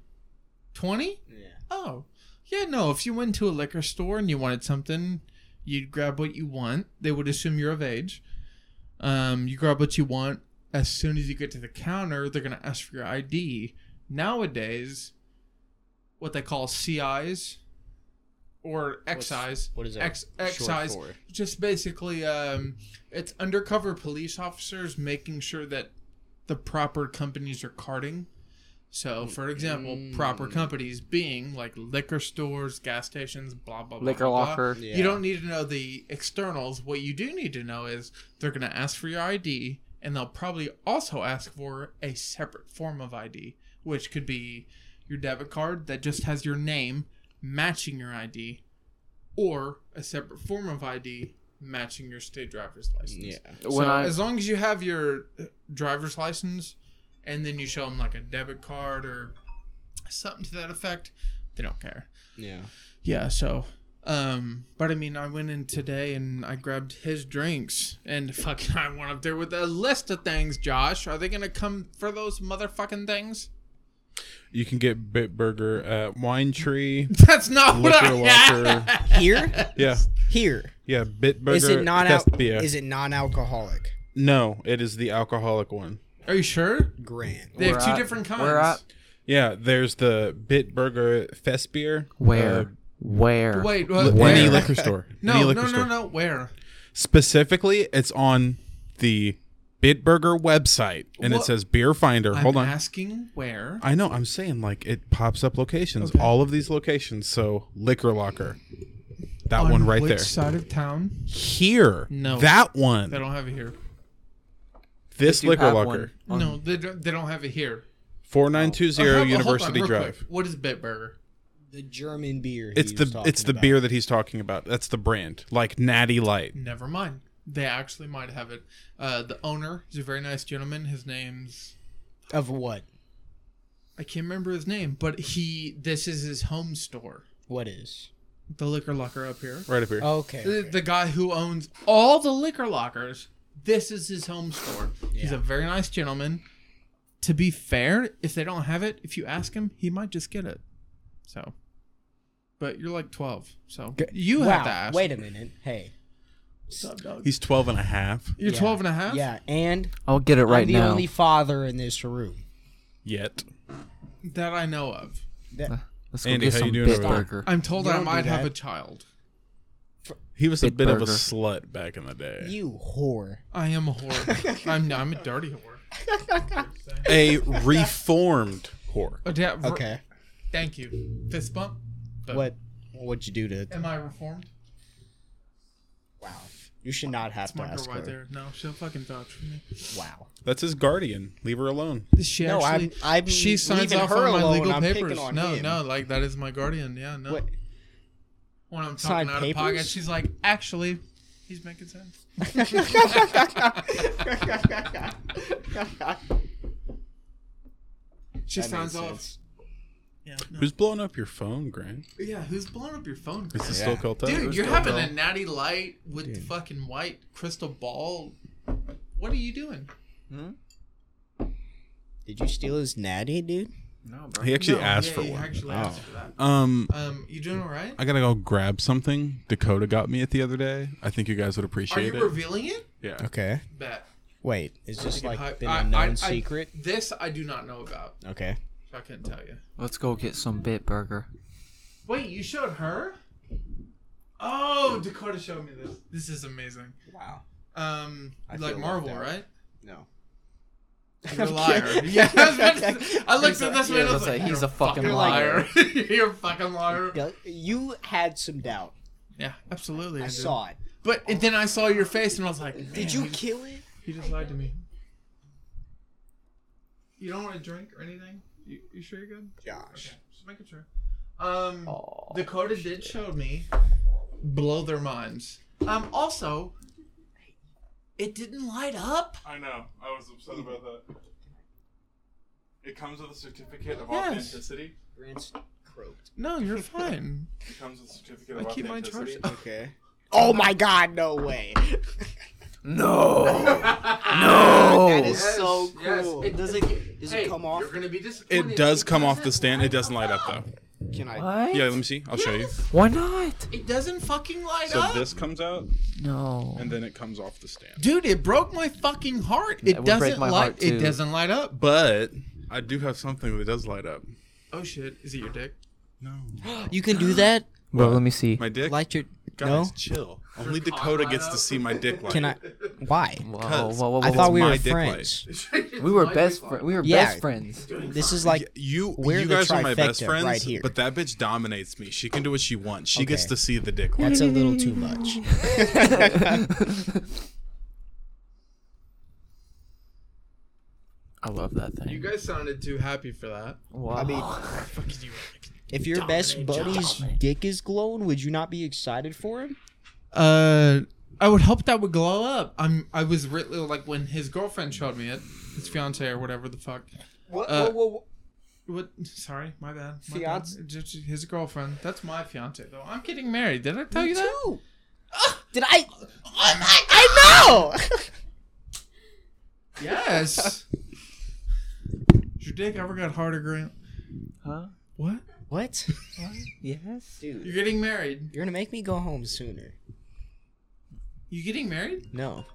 [SPEAKER 1] Twenty.
[SPEAKER 4] Yeah.
[SPEAKER 1] Oh, yeah, no. If you went to a liquor store and you wanted something, you'd grab what you want. They would assume you're of age. Um, you grab what you want. As soon as you get to the counter, they're gonna ask for your ID. Nowadays, what they call CIs or
[SPEAKER 4] What's-
[SPEAKER 1] XIs.
[SPEAKER 4] what is that
[SPEAKER 1] X,
[SPEAKER 4] short
[SPEAKER 1] XIs.
[SPEAKER 4] for?
[SPEAKER 1] Just basically, um, it's undercover police officers making sure that the proper companies are carding. So, for example, proper companies being like liquor stores, gas stations, blah blah blah.
[SPEAKER 5] Liquor
[SPEAKER 1] blah, blah.
[SPEAKER 5] locker.
[SPEAKER 4] Yeah.
[SPEAKER 1] You don't need to know the externals. What you do need to know is they're going to ask for your ID, and they'll probably also ask for a separate form of ID, which could be your debit card that just has your name matching your ID, or a separate form of ID matching your state driver's license.
[SPEAKER 4] Yeah.
[SPEAKER 5] When
[SPEAKER 1] so
[SPEAKER 5] I
[SPEAKER 1] as long as you have your uh, driver's license, and then you show them like a debit card or something to that effect, they don't care.
[SPEAKER 4] Yeah.
[SPEAKER 1] Yeah. So, um, but I mean, I went in today and I grabbed his drinks, and fucking, I went up there with a list of things. Josh, are they gonna come for those motherfucking things?
[SPEAKER 2] You can get Bitburger at Wine Tree,
[SPEAKER 1] That's not what I
[SPEAKER 2] Liquor Locker.
[SPEAKER 4] Here?
[SPEAKER 2] Yeah,
[SPEAKER 4] Here.
[SPEAKER 2] yeah. Bitburger.
[SPEAKER 4] Is it non
[SPEAKER 2] Test Beer.
[SPEAKER 4] is it non-alcoholic?
[SPEAKER 2] No, it is the alcoholic one.
[SPEAKER 1] Are you sure?
[SPEAKER 4] Grand.
[SPEAKER 1] They have
[SPEAKER 5] We're
[SPEAKER 1] two
[SPEAKER 5] at-
[SPEAKER 1] different kinds.
[SPEAKER 5] we're at-
[SPEAKER 2] Yeah, there's the Bitburger Fest Beer.
[SPEAKER 5] where
[SPEAKER 2] Uh,
[SPEAKER 5] where
[SPEAKER 1] Wait,
[SPEAKER 2] li-
[SPEAKER 1] what?
[SPEAKER 2] any
[SPEAKER 1] Where?
[SPEAKER 2] liquor store. any
[SPEAKER 1] no,
[SPEAKER 2] liquor
[SPEAKER 1] no,
[SPEAKER 2] store.
[SPEAKER 1] no, no. Where?
[SPEAKER 2] Specifically, it's on the Bitburger website, and it
[SPEAKER 1] What?
[SPEAKER 2] says Beer Finder. Hold
[SPEAKER 1] I'm
[SPEAKER 2] on.
[SPEAKER 1] asking where.
[SPEAKER 2] I know. I'm saying like it pops up locations,
[SPEAKER 1] Okay.
[SPEAKER 2] all of these locations. So Liquor Locker, that one right
[SPEAKER 1] which
[SPEAKER 2] there.
[SPEAKER 1] side of town?
[SPEAKER 2] Here,
[SPEAKER 1] No.
[SPEAKER 2] that one.
[SPEAKER 1] They don't have it here.
[SPEAKER 2] this
[SPEAKER 5] do
[SPEAKER 2] Liquor
[SPEAKER 5] have
[SPEAKER 2] Locker,
[SPEAKER 1] Oh,
[SPEAKER 5] one.
[SPEAKER 1] No, they don't, they don't have it here.
[SPEAKER 2] four nine two
[SPEAKER 1] Uh,
[SPEAKER 2] zero
[SPEAKER 1] hold- hold on,
[SPEAKER 2] University
[SPEAKER 1] real
[SPEAKER 2] Drive.
[SPEAKER 1] quick. What is Bitburger?
[SPEAKER 4] The German beer. he
[SPEAKER 2] It's
[SPEAKER 4] was
[SPEAKER 2] the
[SPEAKER 4] talking
[SPEAKER 2] it's the
[SPEAKER 4] about.
[SPEAKER 2] beer that he's talking about. That's the brand, like Natty Light.
[SPEAKER 1] Never mind. They actually might have it. Uh, the owner is a very nice gentleman. His name's
[SPEAKER 4] of what?
[SPEAKER 1] I can't remember his name, but he this is his home store,
[SPEAKER 4] What is?
[SPEAKER 1] the liquor locker up here.
[SPEAKER 2] Right up here.
[SPEAKER 4] Okay.
[SPEAKER 1] The, the guy who owns all the liquor lockers. This is his home store. He's a very nice gentleman. To be fair, if they don't have it, if you ask him, he might just get it. So, but you're like 12, so you
[SPEAKER 4] wow.
[SPEAKER 1] have to ask.
[SPEAKER 4] Wait a minute. Hey.
[SPEAKER 1] What's up, dog?
[SPEAKER 2] He's 12 and a half
[SPEAKER 1] You're
[SPEAKER 4] Yeah.
[SPEAKER 1] 12 and a half?
[SPEAKER 4] Yeah, and
[SPEAKER 5] I'll get it right
[SPEAKER 4] I'm the
[SPEAKER 5] now.
[SPEAKER 4] only father in this room.
[SPEAKER 2] yet.
[SPEAKER 1] That I know of.
[SPEAKER 4] That,
[SPEAKER 5] Let's go
[SPEAKER 2] Andy,
[SPEAKER 5] get
[SPEAKER 2] how
[SPEAKER 5] some
[SPEAKER 2] you doing over there?
[SPEAKER 5] Bitburger.
[SPEAKER 1] I'm told
[SPEAKER 4] You
[SPEAKER 1] I
[SPEAKER 4] don't do
[SPEAKER 1] might have
[SPEAKER 4] that.
[SPEAKER 1] a child.
[SPEAKER 2] He was a
[SPEAKER 5] Big
[SPEAKER 2] bit of a
[SPEAKER 5] burger.
[SPEAKER 2] slut back in the day.
[SPEAKER 4] you whore.
[SPEAKER 1] I am a whore. I'm I'm a dirty whore.
[SPEAKER 2] a reformed whore.
[SPEAKER 1] Oh, yeah, ver-
[SPEAKER 4] Okay.
[SPEAKER 1] Thank you. Fist bump. But
[SPEAKER 4] What? What'd you do to?
[SPEAKER 1] Am I reformed?
[SPEAKER 4] Wow. You should not have
[SPEAKER 1] It's
[SPEAKER 4] to
[SPEAKER 1] my girl
[SPEAKER 4] ask
[SPEAKER 1] right
[SPEAKER 4] her.
[SPEAKER 1] there. No, she'll fucking vouch for me.
[SPEAKER 4] Wow.
[SPEAKER 2] That's his guardian. Leave her alone.
[SPEAKER 1] She
[SPEAKER 4] No, I'm-
[SPEAKER 1] actually,
[SPEAKER 4] I'm
[SPEAKER 1] she signs
[SPEAKER 4] leaving
[SPEAKER 1] off
[SPEAKER 4] her
[SPEAKER 1] on my
[SPEAKER 4] alone,
[SPEAKER 1] legal
[SPEAKER 4] I'm picking
[SPEAKER 1] papers.
[SPEAKER 4] on
[SPEAKER 1] no,
[SPEAKER 4] him.
[SPEAKER 1] no, like that is my guardian. Yeah, no.
[SPEAKER 4] What?
[SPEAKER 1] When I'm talking
[SPEAKER 4] Sign
[SPEAKER 1] out of pocket,
[SPEAKER 4] papers?
[SPEAKER 1] she's like, actually, He's making sense. She
[SPEAKER 4] That
[SPEAKER 1] sounds
[SPEAKER 4] makes
[SPEAKER 1] off.
[SPEAKER 4] sense.
[SPEAKER 1] Yeah, no.
[SPEAKER 2] Who's blowing up your phone, Grant?
[SPEAKER 1] yeah. Who's blowing up your phone?
[SPEAKER 2] Is this
[SPEAKER 4] Yeah.
[SPEAKER 2] still called that?
[SPEAKER 1] Dude, you're
[SPEAKER 2] Still
[SPEAKER 1] having
[SPEAKER 2] called-
[SPEAKER 1] a natty light with the fucking white crystal ball. What are you doing?
[SPEAKER 4] Did you steal his natty, dude?
[SPEAKER 5] No, bro.
[SPEAKER 2] He actually
[SPEAKER 1] No,
[SPEAKER 2] asked
[SPEAKER 1] yeah,
[SPEAKER 2] for
[SPEAKER 1] you
[SPEAKER 2] one.
[SPEAKER 4] Oh.
[SPEAKER 1] Actually asked for that.
[SPEAKER 2] Um,
[SPEAKER 1] Um, you doing all right?
[SPEAKER 2] I gotta go grab something. Dakota got me it the other day. I think you guys would
[SPEAKER 1] Are
[SPEAKER 2] appreciate
[SPEAKER 1] you
[SPEAKER 2] it.
[SPEAKER 1] revealing it?
[SPEAKER 2] yeah.
[SPEAKER 4] Okay.
[SPEAKER 1] Bet.
[SPEAKER 4] Wait, is this like
[SPEAKER 1] I-
[SPEAKER 4] been
[SPEAKER 1] I-
[SPEAKER 4] a
[SPEAKER 1] I-
[SPEAKER 4] known
[SPEAKER 1] I-
[SPEAKER 4] secret?
[SPEAKER 1] this I do not know about.
[SPEAKER 4] okay.
[SPEAKER 1] I couldn't tell you.
[SPEAKER 5] Let's go get some bit burger.
[SPEAKER 1] Wait, you showed her? Oh, Dakota showed me this. This is amazing.
[SPEAKER 4] Wow.
[SPEAKER 1] Um,
[SPEAKER 4] I
[SPEAKER 1] you like
[SPEAKER 4] feel
[SPEAKER 1] Marvel,
[SPEAKER 4] left out.
[SPEAKER 1] right?
[SPEAKER 4] No.
[SPEAKER 1] You're a liar. Yeah, I, was about to say- I looked
[SPEAKER 4] He's
[SPEAKER 1] at
[SPEAKER 4] a-
[SPEAKER 1] this
[SPEAKER 5] yeah,
[SPEAKER 1] way and I
[SPEAKER 5] that's
[SPEAKER 1] was like,
[SPEAKER 5] a- he's
[SPEAKER 1] "You're
[SPEAKER 5] a fucking
[SPEAKER 1] liar. You're a fucking liar.
[SPEAKER 4] You had some doubt.
[SPEAKER 1] Yeah, absolutely.
[SPEAKER 4] I
[SPEAKER 1] did.
[SPEAKER 4] saw it.
[SPEAKER 1] But and then I saw your face and I was like, "Man,
[SPEAKER 4] Did you
[SPEAKER 1] he-
[SPEAKER 4] kill it?
[SPEAKER 1] He just lied to me. You don't want to drink or anything? You, you sure you're good?
[SPEAKER 4] Josh.
[SPEAKER 1] Just making sure. Um, Dakota did show me blow their minds. Um, also, it didn't light up.
[SPEAKER 2] I know. I was upset about that. It comes with a certificate of
[SPEAKER 1] Yes.
[SPEAKER 2] authenticity.
[SPEAKER 4] Grant's croaked.
[SPEAKER 1] No, you're fine.
[SPEAKER 2] It comes with a certificate
[SPEAKER 1] I keep my charge.
[SPEAKER 4] Okay. Oh my god, no way.
[SPEAKER 5] No.
[SPEAKER 4] That
[SPEAKER 5] no.
[SPEAKER 4] is so cool.
[SPEAKER 1] Yes, it
[SPEAKER 4] does it does
[SPEAKER 1] Hey,
[SPEAKER 4] it come off?
[SPEAKER 1] You're gonna be disappointed.
[SPEAKER 2] It does come off the stand. It doesn't light up though.
[SPEAKER 4] Can I
[SPEAKER 5] What?
[SPEAKER 2] Yeah, let me see. I'll show you.
[SPEAKER 5] Why not?
[SPEAKER 1] It doesn't fucking light
[SPEAKER 2] So
[SPEAKER 1] up.
[SPEAKER 2] this comes out,
[SPEAKER 5] No.
[SPEAKER 2] and then it comes off the stand.
[SPEAKER 1] Dude, it broke my fucking heart.
[SPEAKER 5] It
[SPEAKER 1] It
[SPEAKER 5] would break
[SPEAKER 1] doesn't
[SPEAKER 5] my
[SPEAKER 1] light.
[SPEAKER 5] heart,
[SPEAKER 1] it
[SPEAKER 5] too.
[SPEAKER 1] doesn't light up.
[SPEAKER 2] But I do have something that does light up.
[SPEAKER 1] Oh shit! Is it your dick?
[SPEAKER 2] No,
[SPEAKER 4] You can do that?
[SPEAKER 5] Well, let me see.
[SPEAKER 2] my dick.
[SPEAKER 4] Light your
[SPEAKER 2] Guys,
[SPEAKER 4] No?
[SPEAKER 2] chill. Only Dakota gets to see my dick light.
[SPEAKER 4] Can I Why?
[SPEAKER 5] Whoa, whoa,
[SPEAKER 2] Cuz
[SPEAKER 5] whoa, whoa,
[SPEAKER 4] I
[SPEAKER 5] whoa.
[SPEAKER 4] thought we
[SPEAKER 2] my
[SPEAKER 4] were
[SPEAKER 2] dick
[SPEAKER 4] friends.
[SPEAKER 5] we were best friends. We were
[SPEAKER 4] Yeah.
[SPEAKER 5] best friends.
[SPEAKER 4] This is like
[SPEAKER 2] You,
[SPEAKER 4] We're
[SPEAKER 2] you
[SPEAKER 4] the
[SPEAKER 2] guys are my best
[SPEAKER 4] trifecta
[SPEAKER 2] friends,
[SPEAKER 4] right here.
[SPEAKER 2] but that bitch dominates me. She can do what she wants. She gets
[SPEAKER 4] Okay.
[SPEAKER 2] to see the dick light.
[SPEAKER 4] that's a little too much.
[SPEAKER 5] I love that thing.
[SPEAKER 1] You guys sounded too happy for that.
[SPEAKER 5] Wow.
[SPEAKER 4] I mean,
[SPEAKER 1] Fuck is you?
[SPEAKER 4] if your best buddy's dick is glowing, would you not be excited for him?
[SPEAKER 1] Uh, I would hope that would glow up. I'm. I was really like when his girlfriend showed me it, his fiance or whatever the fuck.
[SPEAKER 4] What?
[SPEAKER 1] Uh, What? Sorry, my bad. My bad.
[SPEAKER 4] Fiance?
[SPEAKER 1] Just His girlfriend. That's my fiance though. I'm getting married. Did I tell you that?
[SPEAKER 4] Did I? Oh I know.
[SPEAKER 1] Yes. Is your dick ever got harder, Grant?
[SPEAKER 5] huh?
[SPEAKER 1] What?
[SPEAKER 4] what?
[SPEAKER 5] Yes.
[SPEAKER 1] You're
[SPEAKER 4] Dude,
[SPEAKER 1] getting married.
[SPEAKER 4] you're gonna make me go home sooner.
[SPEAKER 1] You getting married?
[SPEAKER 4] No.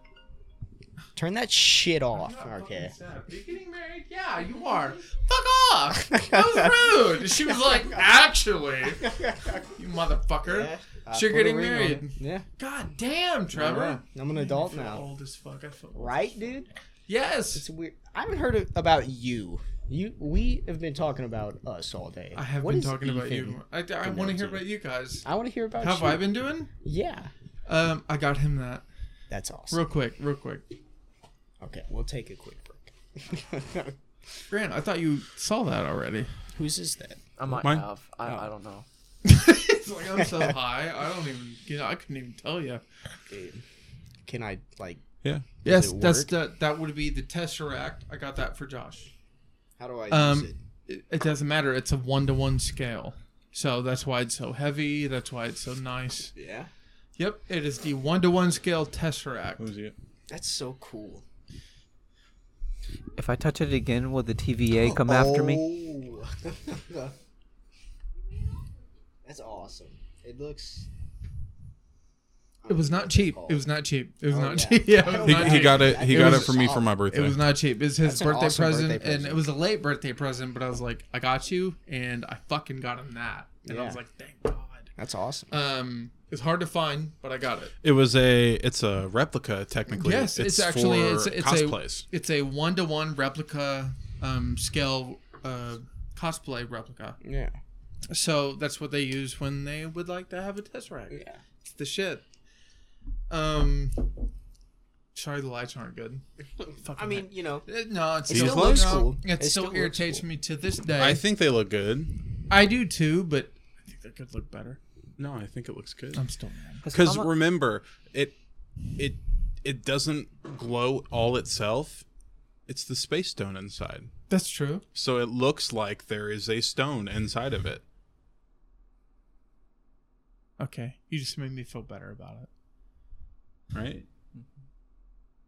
[SPEAKER 4] Turn that shit off. Okay.
[SPEAKER 1] Are you getting married? Yeah, you are. Fuck off. That was rude. She was like, actually, you motherfucker.
[SPEAKER 4] Uh,
[SPEAKER 1] Sure,
[SPEAKER 4] put a
[SPEAKER 1] getting
[SPEAKER 4] ring on
[SPEAKER 1] married.
[SPEAKER 4] it. Yeah.
[SPEAKER 1] God damn, Trevor.
[SPEAKER 4] Yeah. I'm an
[SPEAKER 1] I
[SPEAKER 4] adult
[SPEAKER 1] feel
[SPEAKER 4] now.
[SPEAKER 1] Old as fuck. I feel.
[SPEAKER 4] Right, dude? It's
[SPEAKER 1] Yes.
[SPEAKER 4] weird. I haven't heard of, about you. You, we have been talking about us all day.
[SPEAKER 1] I have
[SPEAKER 4] What
[SPEAKER 1] been
[SPEAKER 4] is
[SPEAKER 1] talking about
[SPEAKER 4] Ethan? Ah,
[SPEAKER 1] you. I, want to hear
[SPEAKER 4] Connected.
[SPEAKER 1] about you guys.
[SPEAKER 4] I want to hear about
[SPEAKER 1] How have
[SPEAKER 4] you.
[SPEAKER 1] I been doing?
[SPEAKER 4] Yeah,
[SPEAKER 1] Um, I got him that
[SPEAKER 4] that's awesome.
[SPEAKER 1] real quick, real quick.
[SPEAKER 4] Okay, we'll take a quick break.
[SPEAKER 1] Grant, I thought you saw that already.
[SPEAKER 4] Whose is that?
[SPEAKER 5] I might
[SPEAKER 2] Mine? Oh.
[SPEAKER 5] have. I, I don't know.
[SPEAKER 1] it's like I'm so high. I don't even. You know, I couldn't even tell you.
[SPEAKER 4] Dude, can I like?
[SPEAKER 2] Yeah.
[SPEAKER 1] Yes,
[SPEAKER 4] it
[SPEAKER 1] that's the,
[SPEAKER 4] work?
[SPEAKER 1] that would be the Tesseract. I got that for Josh.
[SPEAKER 4] How do I
[SPEAKER 1] Um,
[SPEAKER 4] use it?
[SPEAKER 1] It, it doesn't matter. It's a one to one scale. So that's why it's so heavy. That's why it's so nice.
[SPEAKER 4] Yeah,
[SPEAKER 1] Yep, it is the one to one scale Tesseract.
[SPEAKER 2] Who's it?
[SPEAKER 4] that's so cool.
[SPEAKER 5] If I touch it again, will the TVA come after me?
[SPEAKER 4] Oh. that's awesome. It looks.
[SPEAKER 1] It was not cheap. It was not cheap. It was
[SPEAKER 4] Oh,
[SPEAKER 1] not
[SPEAKER 4] yeah.
[SPEAKER 1] cheap. Yeah, it was
[SPEAKER 2] He,
[SPEAKER 1] not
[SPEAKER 2] he
[SPEAKER 1] cheap.
[SPEAKER 2] got it. He
[SPEAKER 1] It
[SPEAKER 2] got it
[SPEAKER 1] was
[SPEAKER 2] for me for
[SPEAKER 4] solid.
[SPEAKER 2] my
[SPEAKER 1] It
[SPEAKER 2] birthday.
[SPEAKER 1] was not cheap. It's his
[SPEAKER 4] That's an
[SPEAKER 1] birthday,
[SPEAKER 4] awesome
[SPEAKER 1] present,
[SPEAKER 4] birthday
[SPEAKER 1] and
[SPEAKER 4] present.
[SPEAKER 1] it was a late birthday present. But I was like, I got you, and I fucking got him that, and I
[SPEAKER 4] Yeah.
[SPEAKER 1] was like, thank God.
[SPEAKER 4] That's awesome.
[SPEAKER 1] Um, it's hard to find, but I got it.
[SPEAKER 2] It was a. It's a replica technically.
[SPEAKER 1] Yes, it's, actually
[SPEAKER 2] for
[SPEAKER 1] it's, it's
[SPEAKER 2] cosplays.
[SPEAKER 1] a it's a one to one replica um, scale uh, cosplay replica.
[SPEAKER 4] yeah.
[SPEAKER 1] So that's what they use when they would like to have a test rack.
[SPEAKER 4] Yeah.
[SPEAKER 1] It's the shit. Um, sorry, the lights aren't good. Fucking
[SPEAKER 4] I mean, you know,
[SPEAKER 1] heck. Uh, no, it's
[SPEAKER 4] These
[SPEAKER 1] still
[SPEAKER 4] looks
[SPEAKER 1] no,
[SPEAKER 4] cool.
[SPEAKER 1] It,
[SPEAKER 4] It
[SPEAKER 1] still,
[SPEAKER 4] still looks
[SPEAKER 1] irritates
[SPEAKER 4] cool.
[SPEAKER 1] me to this day.
[SPEAKER 2] I think they look good.
[SPEAKER 1] I do too, but I think they could look better.
[SPEAKER 2] No, I think Oh, it looks good.
[SPEAKER 1] I'm still mad.
[SPEAKER 2] Because Um, remember, it it it doesn't glow all itself. It's the space stone inside.
[SPEAKER 1] That's true.
[SPEAKER 2] So it looks like there is a stone inside of it.
[SPEAKER 1] Okay, you just made me feel better about it.
[SPEAKER 2] Right?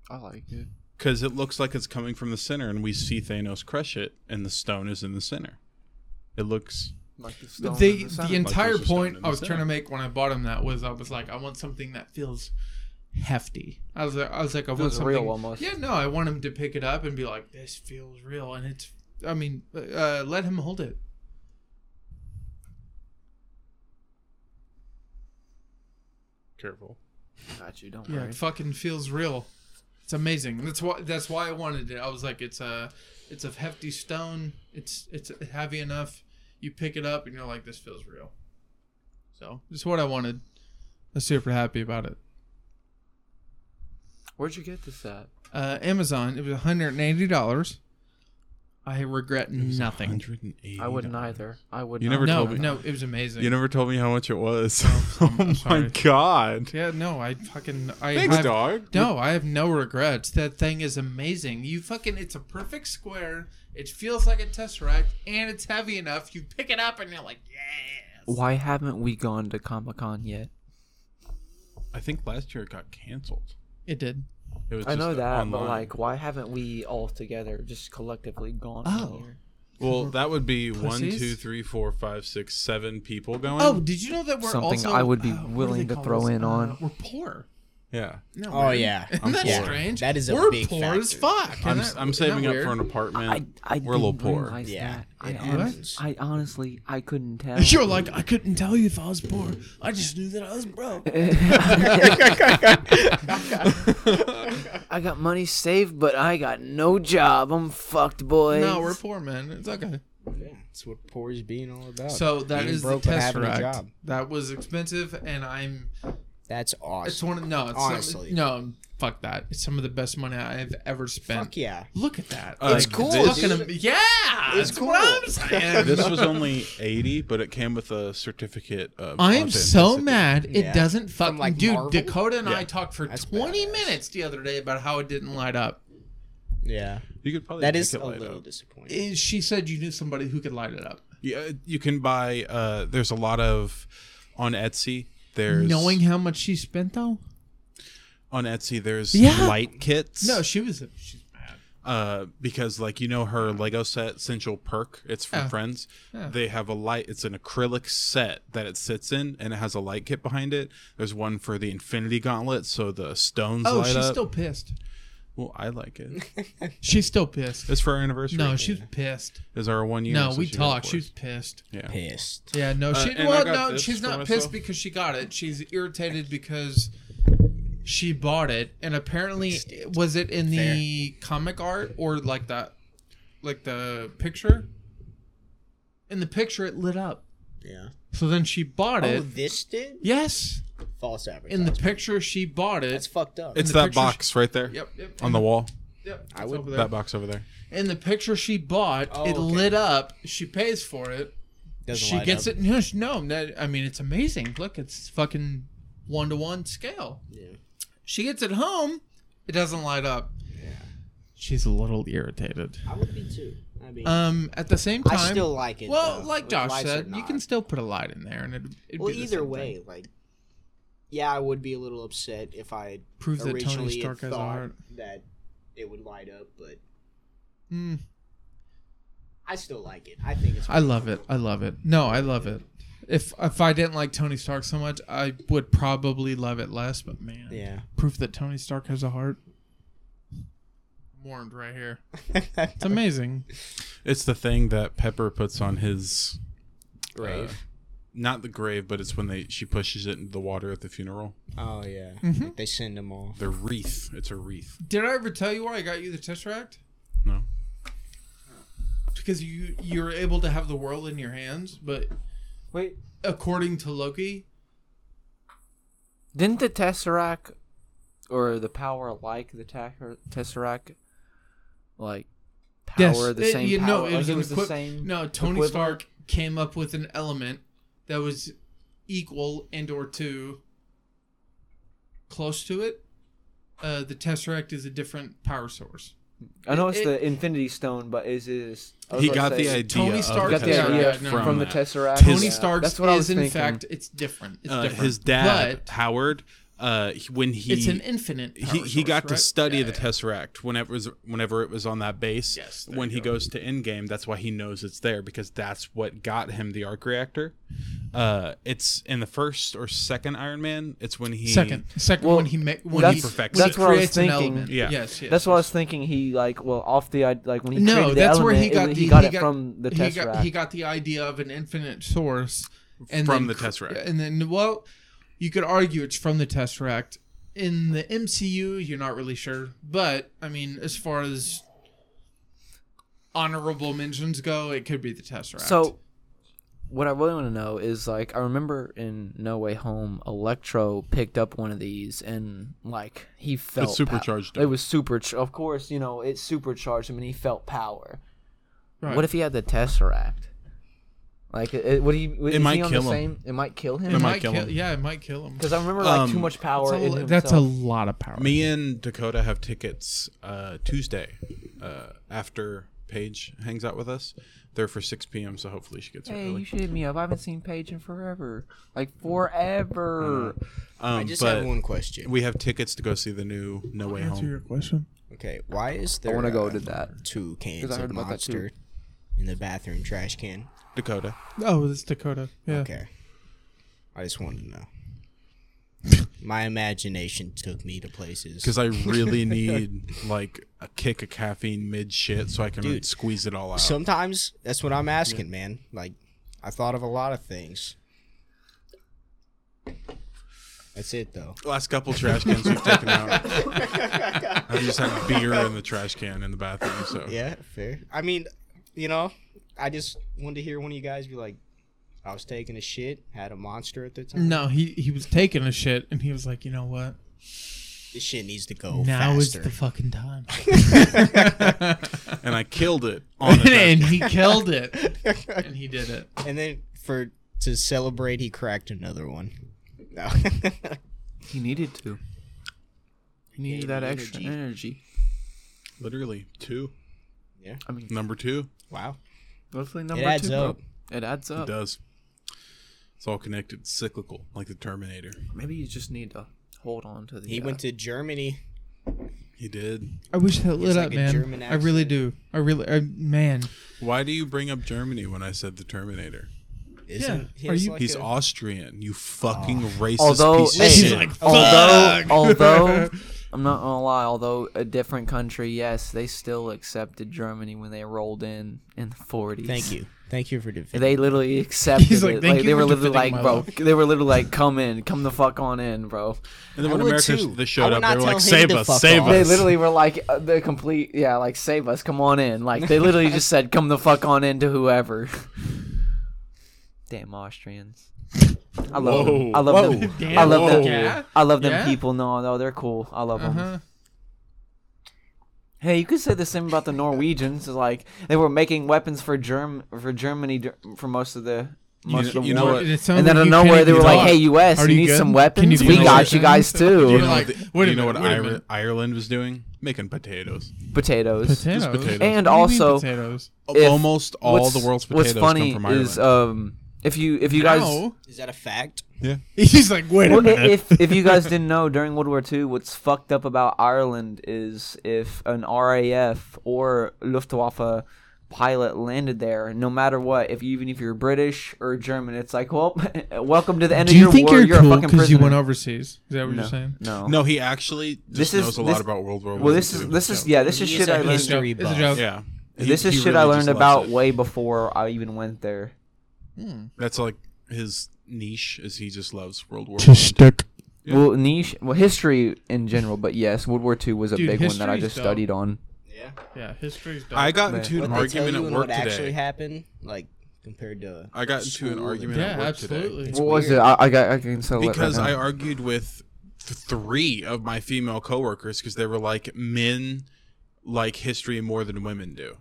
[SPEAKER 5] I like it.
[SPEAKER 2] Because it looks like it's coming from the center, and we see Thanos crush it, and the stone is in the center. It looks
[SPEAKER 5] Like the
[SPEAKER 1] The
[SPEAKER 5] stone.
[SPEAKER 1] the,
[SPEAKER 5] in the center.
[SPEAKER 1] entire
[SPEAKER 2] there's a stone
[SPEAKER 1] point
[SPEAKER 2] in the
[SPEAKER 1] I was
[SPEAKER 2] center.
[SPEAKER 1] trying to make when I bought him that was I was like I want something that feels hefty. I was like I was like I want
[SPEAKER 5] Feels
[SPEAKER 1] something
[SPEAKER 5] real almost.
[SPEAKER 1] Yeah, no, I want him to pick it up and be like this feels real and it's I mean uh, let him hold it.
[SPEAKER 2] careful.
[SPEAKER 5] Got you. Don't
[SPEAKER 1] Yeah,
[SPEAKER 5] worry.
[SPEAKER 1] it fucking feels real. It's amazing. That's why that's why I wanted it. I was like, it's a it's a hefty stone. It's it's heavy enough. You pick it up and you're like, this feels real. So this is what I wanted. I'm super happy about it.
[SPEAKER 5] Where'd you get this at?
[SPEAKER 1] Uh, Amazon. It was 180 dollars. I regret nothing.
[SPEAKER 2] $180.
[SPEAKER 5] I wouldn't either. I would.
[SPEAKER 2] You
[SPEAKER 5] not.
[SPEAKER 2] never
[SPEAKER 1] No,
[SPEAKER 2] told me.
[SPEAKER 1] no, it was amazing.
[SPEAKER 2] You never told me how much it was. oh my
[SPEAKER 1] sorry.
[SPEAKER 2] god.
[SPEAKER 1] yeah, no, I fucking I
[SPEAKER 2] Thanks,
[SPEAKER 1] have-
[SPEAKER 2] dog.
[SPEAKER 1] No, I have no regrets. That thing is amazing. You fucking, it's a perfect square. It feels like a tesseract, and it's heavy enough. You pick it up, and you're like, yes.
[SPEAKER 5] Why haven't we gone to Comic Con yet?
[SPEAKER 2] I think last year it got canceled.
[SPEAKER 1] It did.
[SPEAKER 2] It was
[SPEAKER 5] I know
[SPEAKER 2] just
[SPEAKER 5] that, but
[SPEAKER 2] online.
[SPEAKER 5] like, why haven't we all together just collectively gone?
[SPEAKER 1] Oh.
[SPEAKER 5] here?
[SPEAKER 2] well, that would be one,
[SPEAKER 1] Pussies?
[SPEAKER 2] two, three, four, five, six, seven people going.
[SPEAKER 1] Oh, did you know that we're
[SPEAKER 5] Something
[SPEAKER 1] also uh,
[SPEAKER 5] I would be
[SPEAKER 1] what do
[SPEAKER 5] willing
[SPEAKER 1] they
[SPEAKER 5] to
[SPEAKER 1] call
[SPEAKER 5] throw
[SPEAKER 1] us?
[SPEAKER 5] in
[SPEAKER 1] Uh,
[SPEAKER 5] on.
[SPEAKER 1] We're poor.
[SPEAKER 2] yeah.
[SPEAKER 1] No,
[SPEAKER 4] Oh
[SPEAKER 1] we're-
[SPEAKER 4] yeah.
[SPEAKER 1] Isn't that
[SPEAKER 4] Yeah.
[SPEAKER 1] strange?
[SPEAKER 4] That is a
[SPEAKER 1] we're
[SPEAKER 4] big
[SPEAKER 1] poor
[SPEAKER 4] factor.
[SPEAKER 1] as fuck.
[SPEAKER 2] I'm,
[SPEAKER 1] Isn't that-
[SPEAKER 2] I'm
[SPEAKER 1] isn't that
[SPEAKER 2] saving up
[SPEAKER 1] weird?
[SPEAKER 2] for an apartment.
[SPEAKER 5] I, I
[SPEAKER 2] We're a little
[SPEAKER 5] didn't
[SPEAKER 2] poor.
[SPEAKER 5] realize
[SPEAKER 4] Yeah.
[SPEAKER 5] that. I,
[SPEAKER 4] it
[SPEAKER 5] honest,
[SPEAKER 4] happens.
[SPEAKER 5] I honestly, I couldn't tell.
[SPEAKER 1] You're like, I couldn't tell you if I was poor. I just knew that I was broke.
[SPEAKER 5] I got money saved, but I got no job. I'm fucked, boys.
[SPEAKER 1] no, we're poor, man. It's okay.
[SPEAKER 4] Yeah, that's what poor is being all about.
[SPEAKER 1] So that
[SPEAKER 4] Being
[SPEAKER 1] is
[SPEAKER 4] broke
[SPEAKER 1] the
[SPEAKER 4] but having a
[SPEAKER 1] tesseract.
[SPEAKER 4] job.
[SPEAKER 1] That was expensive, and I'm
[SPEAKER 4] that's awesome.
[SPEAKER 1] It's one of no. It's
[SPEAKER 4] Honestly.
[SPEAKER 1] some, no. Fuck that. It's some of the best money I've ever spent.
[SPEAKER 4] Fuck yeah.
[SPEAKER 1] Look at that.
[SPEAKER 2] It's cool,
[SPEAKER 1] Look at
[SPEAKER 2] dude.
[SPEAKER 1] him. Yeah.
[SPEAKER 4] It's
[SPEAKER 1] that's What
[SPEAKER 4] cool.
[SPEAKER 1] I'm saying.
[SPEAKER 2] this was only 80, but it came with a certificate of
[SPEAKER 1] I'm so
[SPEAKER 2] authenticity.
[SPEAKER 1] mad it
[SPEAKER 4] Yeah.
[SPEAKER 1] doesn't fucking
[SPEAKER 4] like,
[SPEAKER 1] dude.
[SPEAKER 4] Marvel?
[SPEAKER 1] Dakota and I
[SPEAKER 2] Yeah.
[SPEAKER 1] talked for
[SPEAKER 4] That's
[SPEAKER 1] 20
[SPEAKER 4] badass.
[SPEAKER 1] minutes the other day about how it didn't light up.
[SPEAKER 4] Yeah.
[SPEAKER 2] You could probably
[SPEAKER 4] That
[SPEAKER 2] make
[SPEAKER 4] is
[SPEAKER 2] it
[SPEAKER 4] a
[SPEAKER 2] light
[SPEAKER 4] little
[SPEAKER 2] up.
[SPEAKER 4] disappointing.
[SPEAKER 1] Eh, She said you knew somebody who could light it up.
[SPEAKER 2] Yeah, you can buy. Uh, there's a lot of on Etsy. There's
[SPEAKER 1] Knowing how much she spent though.
[SPEAKER 2] on Etsy. There's
[SPEAKER 1] Yeah.
[SPEAKER 2] light kits.
[SPEAKER 1] No, she was. She's mad.
[SPEAKER 2] uh, because like you know her Lego set Central Perk. It's from
[SPEAKER 1] Yeah.
[SPEAKER 2] Friends.
[SPEAKER 1] Yeah.
[SPEAKER 2] They have a light. It's an acrylic set that it sits in, and it has a light kit behind it. There's one for the Infinity Gauntlet, so the stones
[SPEAKER 1] Oh,
[SPEAKER 2] light
[SPEAKER 1] she's
[SPEAKER 2] up.
[SPEAKER 1] still pissed.
[SPEAKER 2] well, I like it.
[SPEAKER 1] She's still pissed.
[SPEAKER 2] It's for our anniversary.
[SPEAKER 1] No, she's pissed.
[SPEAKER 2] is our one year.
[SPEAKER 1] No,
[SPEAKER 2] so
[SPEAKER 1] we
[SPEAKER 2] she got it
[SPEAKER 1] talked.
[SPEAKER 2] for
[SPEAKER 1] She
[SPEAKER 2] us.
[SPEAKER 1] was pissed.
[SPEAKER 2] yeah.
[SPEAKER 4] Pissed.
[SPEAKER 1] Yeah, no, she.
[SPEAKER 2] and I
[SPEAKER 1] well,
[SPEAKER 2] got
[SPEAKER 1] no,
[SPEAKER 2] this
[SPEAKER 1] she's
[SPEAKER 2] for
[SPEAKER 1] not
[SPEAKER 2] myself.
[SPEAKER 1] pissed because she got it. She's irritated because she bought it, and apparently, was it in the comic art or like that, like the picture? In the picture, it lit up.
[SPEAKER 4] Yeah.
[SPEAKER 1] So then she bought
[SPEAKER 4] Oh,
[SPEAKER 1] it.
[SPEAKER 4] this did?
[SPEAKER 1] Yes,
[SPEAKER 4] False advertising.
[SPEAKER 1] in the picture she bought it.
[SPEAKER 4] that's fucked up.
[SPEAKER 2] It's
[SPEAKER 1] the
[SPEAKER 2] that
[SPEAKER 1] pictures-
[SPEAKER 2] box right there.
[SPEAKER 1] Yep, yep.
[SPEAKER 2] On the wall.
[SPEAKER 1] Yep,
[SPEAKER 4] I
[SPEAKER 1] it's
[SPEAKER 4] would-
[SPEAKER 1] over there.
[SPEAKER 2] That box over there.
[SPEAKER 1] In the picture she bought,
[SPEAKER 4] Oh,
[SPEAKER 1] it
[SPEAKER 4] okay.
[SPEAKER 1] lit up. She pays for it.
[SPEAKER 4] Doesn't
[SPEAKER 1] she
[SPEAKER 4] light
[SPEAKER 1] gets
[SPEAKER 4] up.
[SPEAKER 1] it. No, she- no. that- I mean, it's amazing. Look, it's fucking one to one scale.
[SPEAKER 4] Yeah.
[SPEAKER 1] She gets it home, it doesn't light up. She's a little irritated.
[SPEAKER 4] I would be too. I mean,
[SPEAKER 1] Um, at the same time,
[SPEAKER 4] I still like it.
[SPEAKER 1] well,
[SPEAKER 4] though,
[SPEAKER 1] like
[SPEAKER 4] with
[SPEAKER 1] Josh
[SPEAKER 4] lights or
[SPEAKER 1] said, you
[SPEAKER 4] not.
[SPEAKER 1] can still put a light in there, and it. It'd
[SPEAKER 4] Well,
[SPEAKER 1] be the
[SPEAKER 4] either
[SPEAKER 1] same
[SPEAKER 4] way,
[SPEAKER 1] thing.
[SPEAKER 4] like, yeah, I would be a little upset if I
[SPEAKER 1] proves that Tony
[SPEAKER 4] originally had
[SPEAKER 1] Stark has a
[SPEAKER 4] thought
[SPEAKER 1] heart.
[SPEAKER 4] that it would light up, but
[SPEAKER 1] Mm,
[SPEAKER 4] I still like it. I think it's.
[SPEAKER 1] I love it. I love it. No, I love it. If if I didn't like Tony Stark so much, I would probably love it less. But man,
[SPEAKER 4] Yeah.
[SPEAKER 1] proof that Tony Stark has a heart. I'm warmed right here. It's amazing.
[SPEAKER 2] It's the thing that Pepper puts on his
[SPEAKER 4] Brave.
[SPEAKER 2] not the grave, but it's when they she pushes it into the water at the funeral.
[SPEAKER 4] oh yeah. They send them all.
[SPEAKER 2] The wreath. It's a wreath.
[SPEAKER 1] Mm-hmm. Did I ever tell you why I got you the Tesseract?
[SPEAKER 2] No.
[SPEAKER 1] because you you're able to have the world in your hands, but
[SPEAKER 5] Wait,
[SPEAKER 1] according to Loki,
[SPEAKER 5] didn't the Tesseract or the power like the ta- Tesseract, like power the
[SPEAKER 1] It-
[SPEAKER 5] same
[SPEAKER 1] you
[SPEAKER 5] power?
[SPEAKER 1] know,
[SPEAKER 5] like,
[SPEAKER 1] it was, an
[SPEAKER 5] the
[SPEAKER 1] equi-
[SPEAKER 5] same.
[SPEAKER 1] No, Tony
[SPEAKER 5] equivalent?
[SPEAKER 1] Stark came up with an element that was equal and or to close to it, uh, the Tesseract is a different power source.
[SPEAKER 5] I know it's
[SPEAKER 1] it-
[SPEAKER 5] the Infinity Stone, but is is I was
[SPEAKER 2] He
[SPEAKER 5] about
[SPEAKER 2] got
[SPEAKER 5] to say,
[SPEAKER 2] the idea.
[SPEAKER 1] Tony
[SPEAKER 2] of
[SPEAKER 1] Stark-
[SPEAKER 5] Got the
[SPEAKER 1] Yeah,
[SPEAKER 2] Tesseract
[SPEAKER 5] idea
[SPEAKER 1] yeah, no,
[SPEAKER 5] from the
[SPEAKER 2] that.
[SPEAKER 5] Tesseract.
[SPEAKER 1] Tony
[SPEAKER 5] Yeah,
[SPEAKER 1] Stark's
[SPEAKER 5] That's what I was
[SPEAKER 1] is in
[SPEAKER 5] thinking.
[SPEAKER 1] fact it's different. It's
[SPEAKER 2] Uh,
[SPEAKER 1] different.
[SPEAKER 2] his dad
[SPEAKER 1] But
[SPEAKER 2] Howard. Uh, he- when he
[SPEAKER 1] it's an infinite. Power
[SPEAKER 2] he, he
[SPEAKER 1] source,
[SPEAKER 2] got to
[SPEAKER 1] right?
[SPEAKER 2] study
[SPEAKER 1] Yeah,
[SPEAKER 2] the
[SPEAKER 1] yeah.
[SPEAKER 2] tesseract whenever it was whenever it was on that base.
[SPEAKER 1] Yes, there
[SPEAKER 2] when
[SPEAKER 1] you
[SPEAKER 2] he
[SPEAKER 1] go.
[SPEAKER 2] goes to Endgame, that's why he knows it's there because that's what got him the arc reactor. Uh, it's in the first or second Iron Man. It's when he
[SPEAKER 1] Second, second
[SPEAKER 5] Well,
[SPEAKER 1] when he ma- when
[SPEAKER 5] that's-
[SPEAKER 1] he
[SPEAKER 2] perfects
[SPEAKER 1] when he
[SPEAKER 2] it.
[SPEAKER 5] that's what I was
[SPEAKER 1] creates an
[SPEAKER 5] thinking.
[SPEAKER 1] element.
[SPEAKER 2] Yeah.
[SPEAKER 1] Yes, yes.
[SPEAKER 5] That's what I was thinking. He like well off the id- like when he
[SPEAKER 1] no,
[SPEAKER 5] created the
[SPEAKER 1] that's
[SPEAKER 5] element,
[SPEAKER 1] where he got
[SPEAKER 5] it,
[SPEAKER 1] the
[SPEAKER 5] he got it from the
[SPEAKER 1] he
[SPEAKER 5] Tesseract.
[SPEAKER 1] got, he got the idea of an infinite source and
[SPEAKER 2] From
[SPEAKER 1] then,
[SPEAKER 2] the Tesseract.
[SPEAKER 1] And then well, you could argue it's from the Tesseract. In the MCU, you're not really sure, but I mean, as far as honorable mentions go, it could be the Tesseract.
[SPEAKER 5] So-
[SPEAKER 3] what I really want to know is like I remember in No Way Home, Electro picked up one of these and like he felt pow-
[SPEAKER 2] supercharged him.
[SPEAKER 3] It was supercharged. Of course, you know it supercharged him and he felt power.
[SPEAKER 1] Right.
[SPEAKER 3] What if he had the Tesseract? Like, it, it- would he? Would,
[SPEAKER 2] It
[SPEAKER 3] is
[SPEAKER 2] might
[SPEAKER 3] he on
[SPEAKER 2] kill
[SPEAKER 3] the
[SPEAKER 2] him.
[SPEAKER 3] Same, it might kill
[SPEAKER 1] it
[SPEAKER 2] It
[SPEAKER 3] him.
[SPEAKER 2] might
[SPEAKER 1] might
[SPEAKER 2] kill
[SPEAKER 1] kill,
[SPEAKER 2] him.
[SPEAKER 1] yeah, it might kill him.
[SPEAKER 3] Because I remember like too
[SPEAKER 2] Um,
[SPEAKER 3] much power.
[SPEAKER 1] That's
[SPEAKER 3] in
[SPEAKER 1] a,
[SPEAKER 3] himself.
[SPEAKER 1] that's a lot of power.
[SPEAKER 2] Me and Dakota have tickets uh, Tuesday uh, after Paige hangs out with us. They're for 6 p.m. So hopefully she gets here
[SPEAKER 3] Hey,
[SPEAKER 2] early.
[SPEAKER 3] you should hit me up. I haven't seen Paige in forever. Like forever.
[SPEAKER 2] Um,
[SPEAKER 4] I just
[SPEAKER 2] but
[SPEAKER 4] have one question.
[SPEAKER 2] We have tickets to go see the new No Way
[SPEAKER 1] answer your
[SPEAKER 2] Home.
[SPEAKER 1] question.
[SPEAKER 4] Okay, why is
[SPEAKER 3] I
[SPEAKER 4] there?
[SPEAKER 3] want to go
[SPEAKER 4] uh,
[SPEAKER 3] to that.
[SPEAKER 4] two cans
[SPEAKER 3] 'Cause I heard
[SPEAKER 4] of
[SPEAKER 3] about that too.
[SPEAKER 4] monster in the bathroom trash can.
[SPEAKER 2] Dakota.
[SPEAKER 1] Oh, it's Dakota. Yeah.
[SPEAKER 4] Okay. I just wanted to know. My imagination took me to places.
[SPEAKER 2] because I really need like a kick of caffeine mid shit so I can
[SPEAKER 4] Dude,
[SPEAKER 2] squeeze it all out.
[SPEAKER 4] Sometimes that's what I'm asking, man. Like, I thought of a lot of things. That's it, though.
[SPEAKER 2] Last couple trash cans we've taken out. I just have beer in the trash can in the bathroom. So
[SPEAKER 4] Yeah, fair. I mean, you know, I just wanted to hear one of you guys be like, I was taking a shit, had a monster at the time.
[SPEAKER 1] No, he he was taking a shit and he was like, you know what?
[SPEAKER 4] This shit needs to go
[SPEAKER 1] now is
[SPEAKER 4] faster.
[SPEAKER 1] the fucking time.
[SPEAKER 2] and I killed it on the trash
[SPEAKER 1] and
[SPEAKER 2] can.
[SPEAKER 1] he killed it. and he did it.
[SPEAKER 4] and then for to celebrate, he cracked another one. No.
[SPEAKER 5] he needed to.
[SPEAKER 3] He needed
[SPEAKER 4] Yeah,
[SPEAKER 3] that extra
[SPEAKER 4] energy.
[SPEAKER 3] energy.
[SPEAKER 2] Literally two.
[SPEAKER 4] Yeah.
[SPEAKER 3] I mean,
[SPEAKER 2] Number two
[SPEAKER 4] wow.
[SPEAKER 3] Hopefully
[SPEAKER 4] It
[SPEAKER 3] number
[SPEAKER 4] adds
[SPEAKER 3] two.
[SPEAKER 4] up.
[SPEAKER 3] bro. It adds
[SPEAKER 2] it
[SPEAKER 3] up.
[SPEAKER 2] does. It's all connected, cyclical, like the Terminator.
[SPEAKER 3] Maybe you just need to hold on to the.
[SPEAKER 4] He
[SPEAKER 3] uh,
[SPEAKER 4] went to Germany.
[SPEAKER 2] He did.
[SPEAKER 1] I wish that lit
[SPEAKER 4] like
[SPEAKER 1] up,
[SPEAKER 4] a
[SPEAKER 1] man.
[SPEAKER 4] German
[SPEAKER 1] I really
[SPEAKER 4] accent.
[SPEAKER 1] do. I really, I, man.
[SPEAKER 2] Why do you bring up Germany when I said the Terminator?
[SPEAKER 4] Isn't
[SPEAKER 1] Yeah. Are
[SPEAKER 4] his
[SPEAKER 1] you-
[SPEAKER 4] like
[SPEAKER 2] He's
[SPEAKER 4] a-
[SPEAKER 2] Austrian. You
[SPEAKER 4] Oh.
[SPEAKER 2] fucking racist
[SPEAKER 3] Although-
[SPEAKER 2] piece of
[SPEAKER 3] hey,
[SPEAKER 2] shit.
[SPEAKER 3] he's
[SPEAKER 1] like,
[SPEAKER 3] although, although I'm not gonna lie, although a different country, yes, they still accepted Germany when they rolled in in the 40s.
[SPEAKER 4] Thank you. Thank you for defending.
[SPEAKER 3] They literally accepted
[SPEAKER 1] He's like,
[SPEAKER 3] it.
[SPEAKER 1] "Thank
[SPEAKER 3] Like,
[SPEAKER 1] you
[SPEAKER 3] they
[SPEAKER 1] for
[SPEAKER 3] were literally
[SPEAKER 1] defending
[SPEAKER 3] like,
[SPEAKER 1] my
[SPEAKER 3] bro,
[SPEAKER 1] love."
[SPEAKER 3] they were literally like, come in, come the fuck on in, bro.
[SPEAKER 2] And then
[SPEAKER 4] I
[SPEAKER 2] when
[SPEAKER 4] would
[SPEAKER 2] Americans
[SPEAKER 4] too.
[SPEAKER 2] they
[SPEAKER 4] I
[SPEAKER 2] showed
[SPEAKER 4] would
[SPEAKER 2] up,
[SPEAKER 4] not
[SPEAKER 2] they were
[SPEAKER 4] tell
[SPEAKER 2] like,
[SPEAKER 4] him
[SPEAKER 2] "Save
[SPEAKER 4] to
[SPEAKER 2] us,
[SPEAKER 4] fuck
[SPEAKER 2] save
[SPEAKER 4] off."
[SPEAKER 2] us."
[SPEAKER 3] They literally were like uh, the complete, yeah, like save us, come on in. Like they literally just said, come the fuck on in to whoever. Damn Austrians. I love them. I love them. I love them.
[SPEAKER 1] Yeah.
[SPEAKER 3] I love them
[SPEAKER 1] Yeah.
[SPEAKER 3] people. No, no, they're cool. I love them.
[SPEAKER 1] Uh-huh.
[SPEAKER 5] Hey, you could say the same about the Norwegians. is Like they were making weapons for Germ for Germany dur- for most of the most of the
[SPEAKER 2] you know
[SPEAKER 5] war.
[SPEAKER 2] what?
[SPEAKER 1] it sounded
[SPEAKER 5] And
[SPEAKER 1] like
[SPEAKER 5] then out of
[SPEAKER 1] you can't
[SPEAKER 5] nowhere, they
[SPEAKER 1] even
[SPEAKER 5] were like,
[SPEAKER 1] talk.
[SPEAKER 5] "Hey, U.S.,
[SPEAKER 1] Are
[SPEAKER 5] you, need
[SPEAKER 1] good?
[SPEAKER 5] some
[SPEAKER 1] Can you
[SPEAKER 5] weapons.
[SPEAKER 1] do
[SPEAKER 5] We
[SPEAKER 1] the
[SPEAKER 5] got
[SPEAKER 1] motion?
[SPEAKER 5] you guys
[SPEAKER 1] You know,
[SPEAKER 5] too."
[SPEAKER 1] like,
[SPEAKER 2] Do you
[SPEAKER 1] wait a minute,
[SPEAKER 2] know what
[SPEAKER 1] wait a
[SPEAKER 2] Ire-
[SPEAKER 1] minute.
[SPEAKER 2] Ireland was doing? Making potatoes.
[SPEAKER 5] Potatoes.
[SPEAKER 1] Potatoes.
[SPEAKER 2] potatoes.
[SPEAKER 1] What
[SPEAKER 5] And
[SPEAKER 1] do you mean
[SPEAKER 5] also-
[SPEAKER 1] potatoes.
[SPEAKER 5] If-
[SPEAKER 2] Almost all
[SPEAKER 5] What's-
[SPEAKER 2] the world's
[SPEAKER 5] What's
[SPEAKER 2] potatoes
[SPEAKER 5] funny
[SPEAKER 2] come from Ireland.
[SPEAKER 5] is um, if you if you guys
[SPEAKER 1] Ow.
[SPEAKER 4] Is that a fact?
[SPEAKER 2] yeah.
[SPEAKER 1] He's like, wait a
[SPEAKER 5] Well, i-
[SPEAKER 1] minute.
[SPEAKER 5] if if you guys didn't know during World War II, what's fucked up about Ireland is if an RAF or Luftwaffe pilot landed there, no matter what, if you, even if you're British or German, it's like, well, welcome to the end
[SPEAKER 1] Do
[SPEAKER 5] of
[SPEAKER 1] you
[SPEAKER 5] your
[SPEAKER 1] think
[SPEAKER 5] war.
[SPEAKER 1] you're,
[SPEAKER 5] You're, a
[SPEAKER 1] cool
[SPEAKER 5] fucking
[SPEAKER 1] because
[SPEAKER 5] prisoner.
[SPEAKER 1] you went overseas? Is that what
[SPEAKER 5] no,
[SPEAKER 1] you're saying?
[SPEAKER 5] no.
[SPEAKER 2] No, he actually just
[SPEAKER 5] uh, This is-
[SPEAKER 2] knows a lot
[SPEAKER 5] this-
[SPEAKER 2] about World War
[SPEAKER 5] Well, this is this is yeah, this is
[SPEAKER 4] He
[SPEAKER 5] shit
[SPEAKER 4] a
[SPEAKER 5] I learned.
[SPEAKER 4] history
[SPEAKER 1] It's a
[SPEAKER 4] buff.
[SPEAKER 1] joke.
[SPEAKER 2] Yeah. He-
[SPEAKER 5] This is
[SPEAKER 2] he
[SPEAKER 5] shit
[SPEAKER 2] really
[SPEAKER 5] I
[SPEAKER 2] just
[SPEAKER 5] learned
[SPEAKER 2] loves
[SPEAKER 5] about
[SPEAKER 2] it.
[SPEAKER 5] way before I even went there.
[SPEAKER 2] That's like his niche is he just loves World War
[SPEAKER 1] To
[SPEAKER 2] One.
[SPEAKER 1] stick.
[SPEAKER 2] Yeah.
[SPEAKER 5] Well, niche, well, history in general, but yes, World War II was a
[SPEAKER 1] Dude,
[SPEAKER 5] big one that I
[SPEAKER 1] history's
[SPEAKER 5] just
[SPEAKER 1] dope.
[SPEAKER 5] studied on.
[SPEAKER 4] Yeah.
[SPEAKER 1] Yeah, history's dope.
[SPEAKER 2] I got
[SPEAKER 5] Man.
[SPEAKER 2] into an
[SPEAKER 4] What they tell
[SPEAKER 2] argument
[SPEAKER 4] you
[SPEAKER 2] at
[SPEAKER 4] and
[SPEAKER 2] work
[SPEAKER 4] what actually
[SPEAKER 2] today.
[SPEAKER 4] happened, like compared to
[SPEAKER 2] I got into an
[SPEAKER 4] school
[SPEAKER 2] argument
[SPEAKER 1] yeah,
[SPEAKER 2] at work today.
[SPEAKER 1] absolutely.
[SPEAKER 5] What was it?
[SPEAKER 4] weird.
[SPEAKER 5] I, I got I can tell
[SPEAKER 2] because
[SPEAKER 5] it right
[SPEAKER 2] I
[SPEAKER 5] now.
[SPEAKER 2] argued with th- three of my female coworkers because they were like men like history more than women do,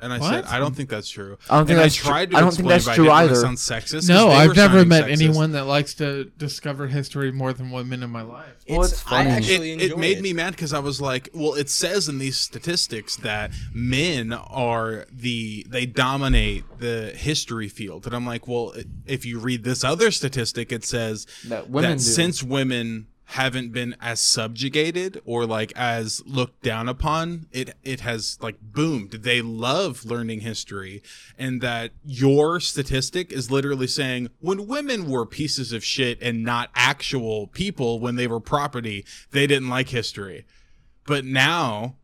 [SPEAKER 2] And I
[SPEAKER 1] What?
[SPEAKER 2] said, I don't think that's true.
[SPEAKER 5] I don't think
[SPEAKER 2] and
[SPEAKER 5] that's
[SPEAKER 2] I
[SPEAKER 5] tr-
[SPEAKER 2] tried to
[SPEAKER 5] I don't
[SPEAKER 2] explain,
[SPEAKER 5] think that's
[SPEAKER 2] but I
[SPEAKER 5] true
[SPEAKER 2] didn't wanna
[SPEAKER 5] either.
[SPEAKER 2] Sound sexist 'cause
[SPEAKER 1] No,
[SPEAKER 2] they
[SPEAKER 1] I've
[SPEAKER 2] were
[SPEAKER 1] never
[SPEAKER 2] sounding
[SPEAKER 1] met
[SPEAKER 2] sexist.
[SPEAKER 1] anyone that likes to discover history more than one minute of my life.
[SPEAKER 5] Well, it's funny.
[SPEAKER 4] I
[SPEAKER 2] It,
[SPEAKER 4] actually
[SPEAKER 2] it
[SPEAKER 4] enjoy
[SPEAKER 2] made me mad because I was like, well, it says in these statistics that men are the they dominate the history field, and I'm like, well, if you read this other statistic, it says
[SPEAKER 5] That women do.
[SPEAKER 2] since women haven't been as subjugated or like as looked down upon it it has like boomed they love learning history and that your statistic is literally saying when women were pieces of shit and not actual people when they were property they didn't like history but now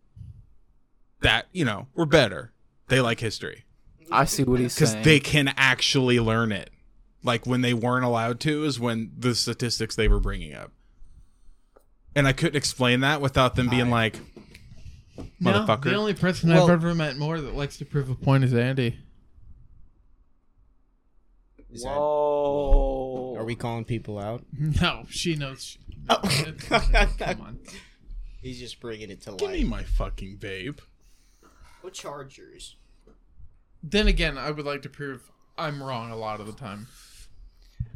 [SPEAKER 2] that you know we're better they like history
[SPEAKER 5] I see what he's
[SPEAKER 2] because
[SPEAKER 5] saying.
[SPEAKER 2] they can actually learn it like when they weren't allowed to is when the statistics they were bringing up and i couldn't explain that without them being like motherfucker
[SPEAKER 1] No, the only person I've
[SPEAKER 5] Well-
[SPEAKER 1] ever met more that likes to prove a point is Andy.
[SPEAKER 4] Is that-
[SPEAKER 5] Whoa.
[SPEAKER 4] Are we calling people out?
[SPEAKER 1] No, she knows. Come on.
[SPEAKER 4] He's just bringing it to
[SPEAKER 2] give me
[SPEAKER 4] light.
[SPEAKER 2] my fucking vape
[SPEAKER 4] What Chargers?
[SPEAKER 1] Then again, I would like to prove I'm wrong a lot of the time.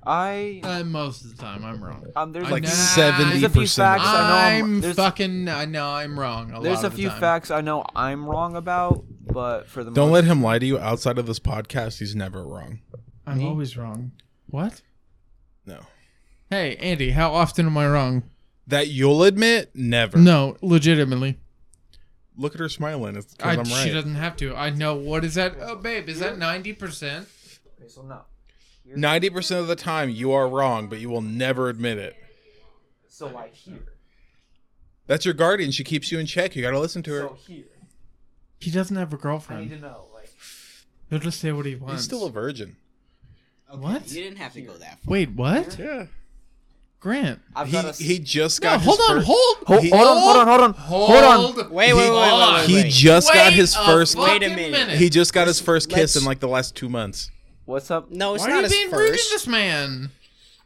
[SPEAKER 5] I
[SPEAKER 1] Uh, most of the time, I'm wrong.
[SPEAKER 5] um, there's
[SPEAKER 2] like
[SPEAKER 1] know.
[SPEAKER 5] there's a
[SPEAKER 2] 70
[SPEAKER 5] few
[SPEAKER 2] percent
[SPEAKER 5] facts I know.
[SPEAKER 1] I'm
[SPEAKER 5] there's,
[SPEAKER 1] fucking. I know I'm wrong. A
[SPEAKER 5] there's
[SPEAKER 1] lot
[SPEAKER 5] a
[SPEAKER 1] of the
[SPEAKER 5] few
[SPEAKER 1] time.
[SPEAKER 5] facts I know I'm wrong about, but for the
[SPEAKER 2] don't
[SPEAKER 5] most,
[SPEAKER 2] let him lie to you outside of this podcast he's never wrong
[SPEAKER 1] I'm always wrong. What?
[SPEAKER 2] no
[SPEAKER 1] Hey, Andy, how often am I wrong?
[SPEAKER 2] that you'll admit never
[SPEAKER 1] No, legitimately.
[SPEAKER 2] look at her smiling it's
[SPEAKER 1] I,
[SPEAKER 2] because i'm
[SPEAKER 1] She
[SPEAKER 2] right
[SPEAKER 1] doesn't have to. I know. What is that? Oh, babe, is that 90%?
[SPEAKER 5] Okay, so no.
[SPEAKER 2] 90% of the time you are wrong but you will never admit it
[SPEAKER 5] So like here.
[SPEAKER 2] that's your guardian she keeps you in check you gotta listen to her
[SPEAKER 5] So here.
[SPEAKER 1] He doesn't have a
[SPEAKER 5] I need to
[SPEAKER 1] girlfriend.
[SPEAKER 5] know. Like
[SPEAKER 1] He'll just say what he
[SPEAKER 2] he's
[SPEAKER 1] wants.
[SPEAKER 2] still a virgin
[SPEAKER 1] What?
[SPEAKER 4] You didn't have to go that far.
[SPEAKER 1] Wait, what?
[SPEAKER 2] yeah
[SPEAKER 1] Grant.
[SPEAKER 5] I've
[SPEAKER 2] he,
[SPEAKER 5] got a.
[SPEAKER 2] he just
[SPEAKER 1] No,
[SPEAKER 2] got
[SPEAKER 1] hold
[SPEAKER 2] his
[SPEAKER 1] on,
[SPEAKER 2] fir-
[SPEAKER 1] hold.
[SPEAKER 5] Hold,
[SPEAKER 2] he-
[SPEAKER 5] hold on, hold on, hold on, hold on.
[SPEAKER 4] Wait, wait, wait, wait, wait,
[SPEAKER 2] he
[SPEAKER 4] wait.
[SPEAKER 2] just got
[SPEAKER 1] Wait
[SPEAKER 2] his
[SPEAKER 1] a
[SPEAKER 2] first
[SPEAKER 4] Wait a
[SPEAKER 1] fucking
[SPEAKER 4] minute.
[SPEAKER 2] he just got his 1st kiss
[SPEAKER 4] Let's-
[SPEAKER 2] in like the last two months
[SPEAKER 5] What's up?
[SPEAKER 4] No, it's
[SPEAKER 1] Why
[SPEAKER 4] not
[SPEAKER 1] are you
[SPEAKER 4] his
[SPEAKER 1] being rude to
[SPEAKER 4] first.
[SPEAKER 1] this man?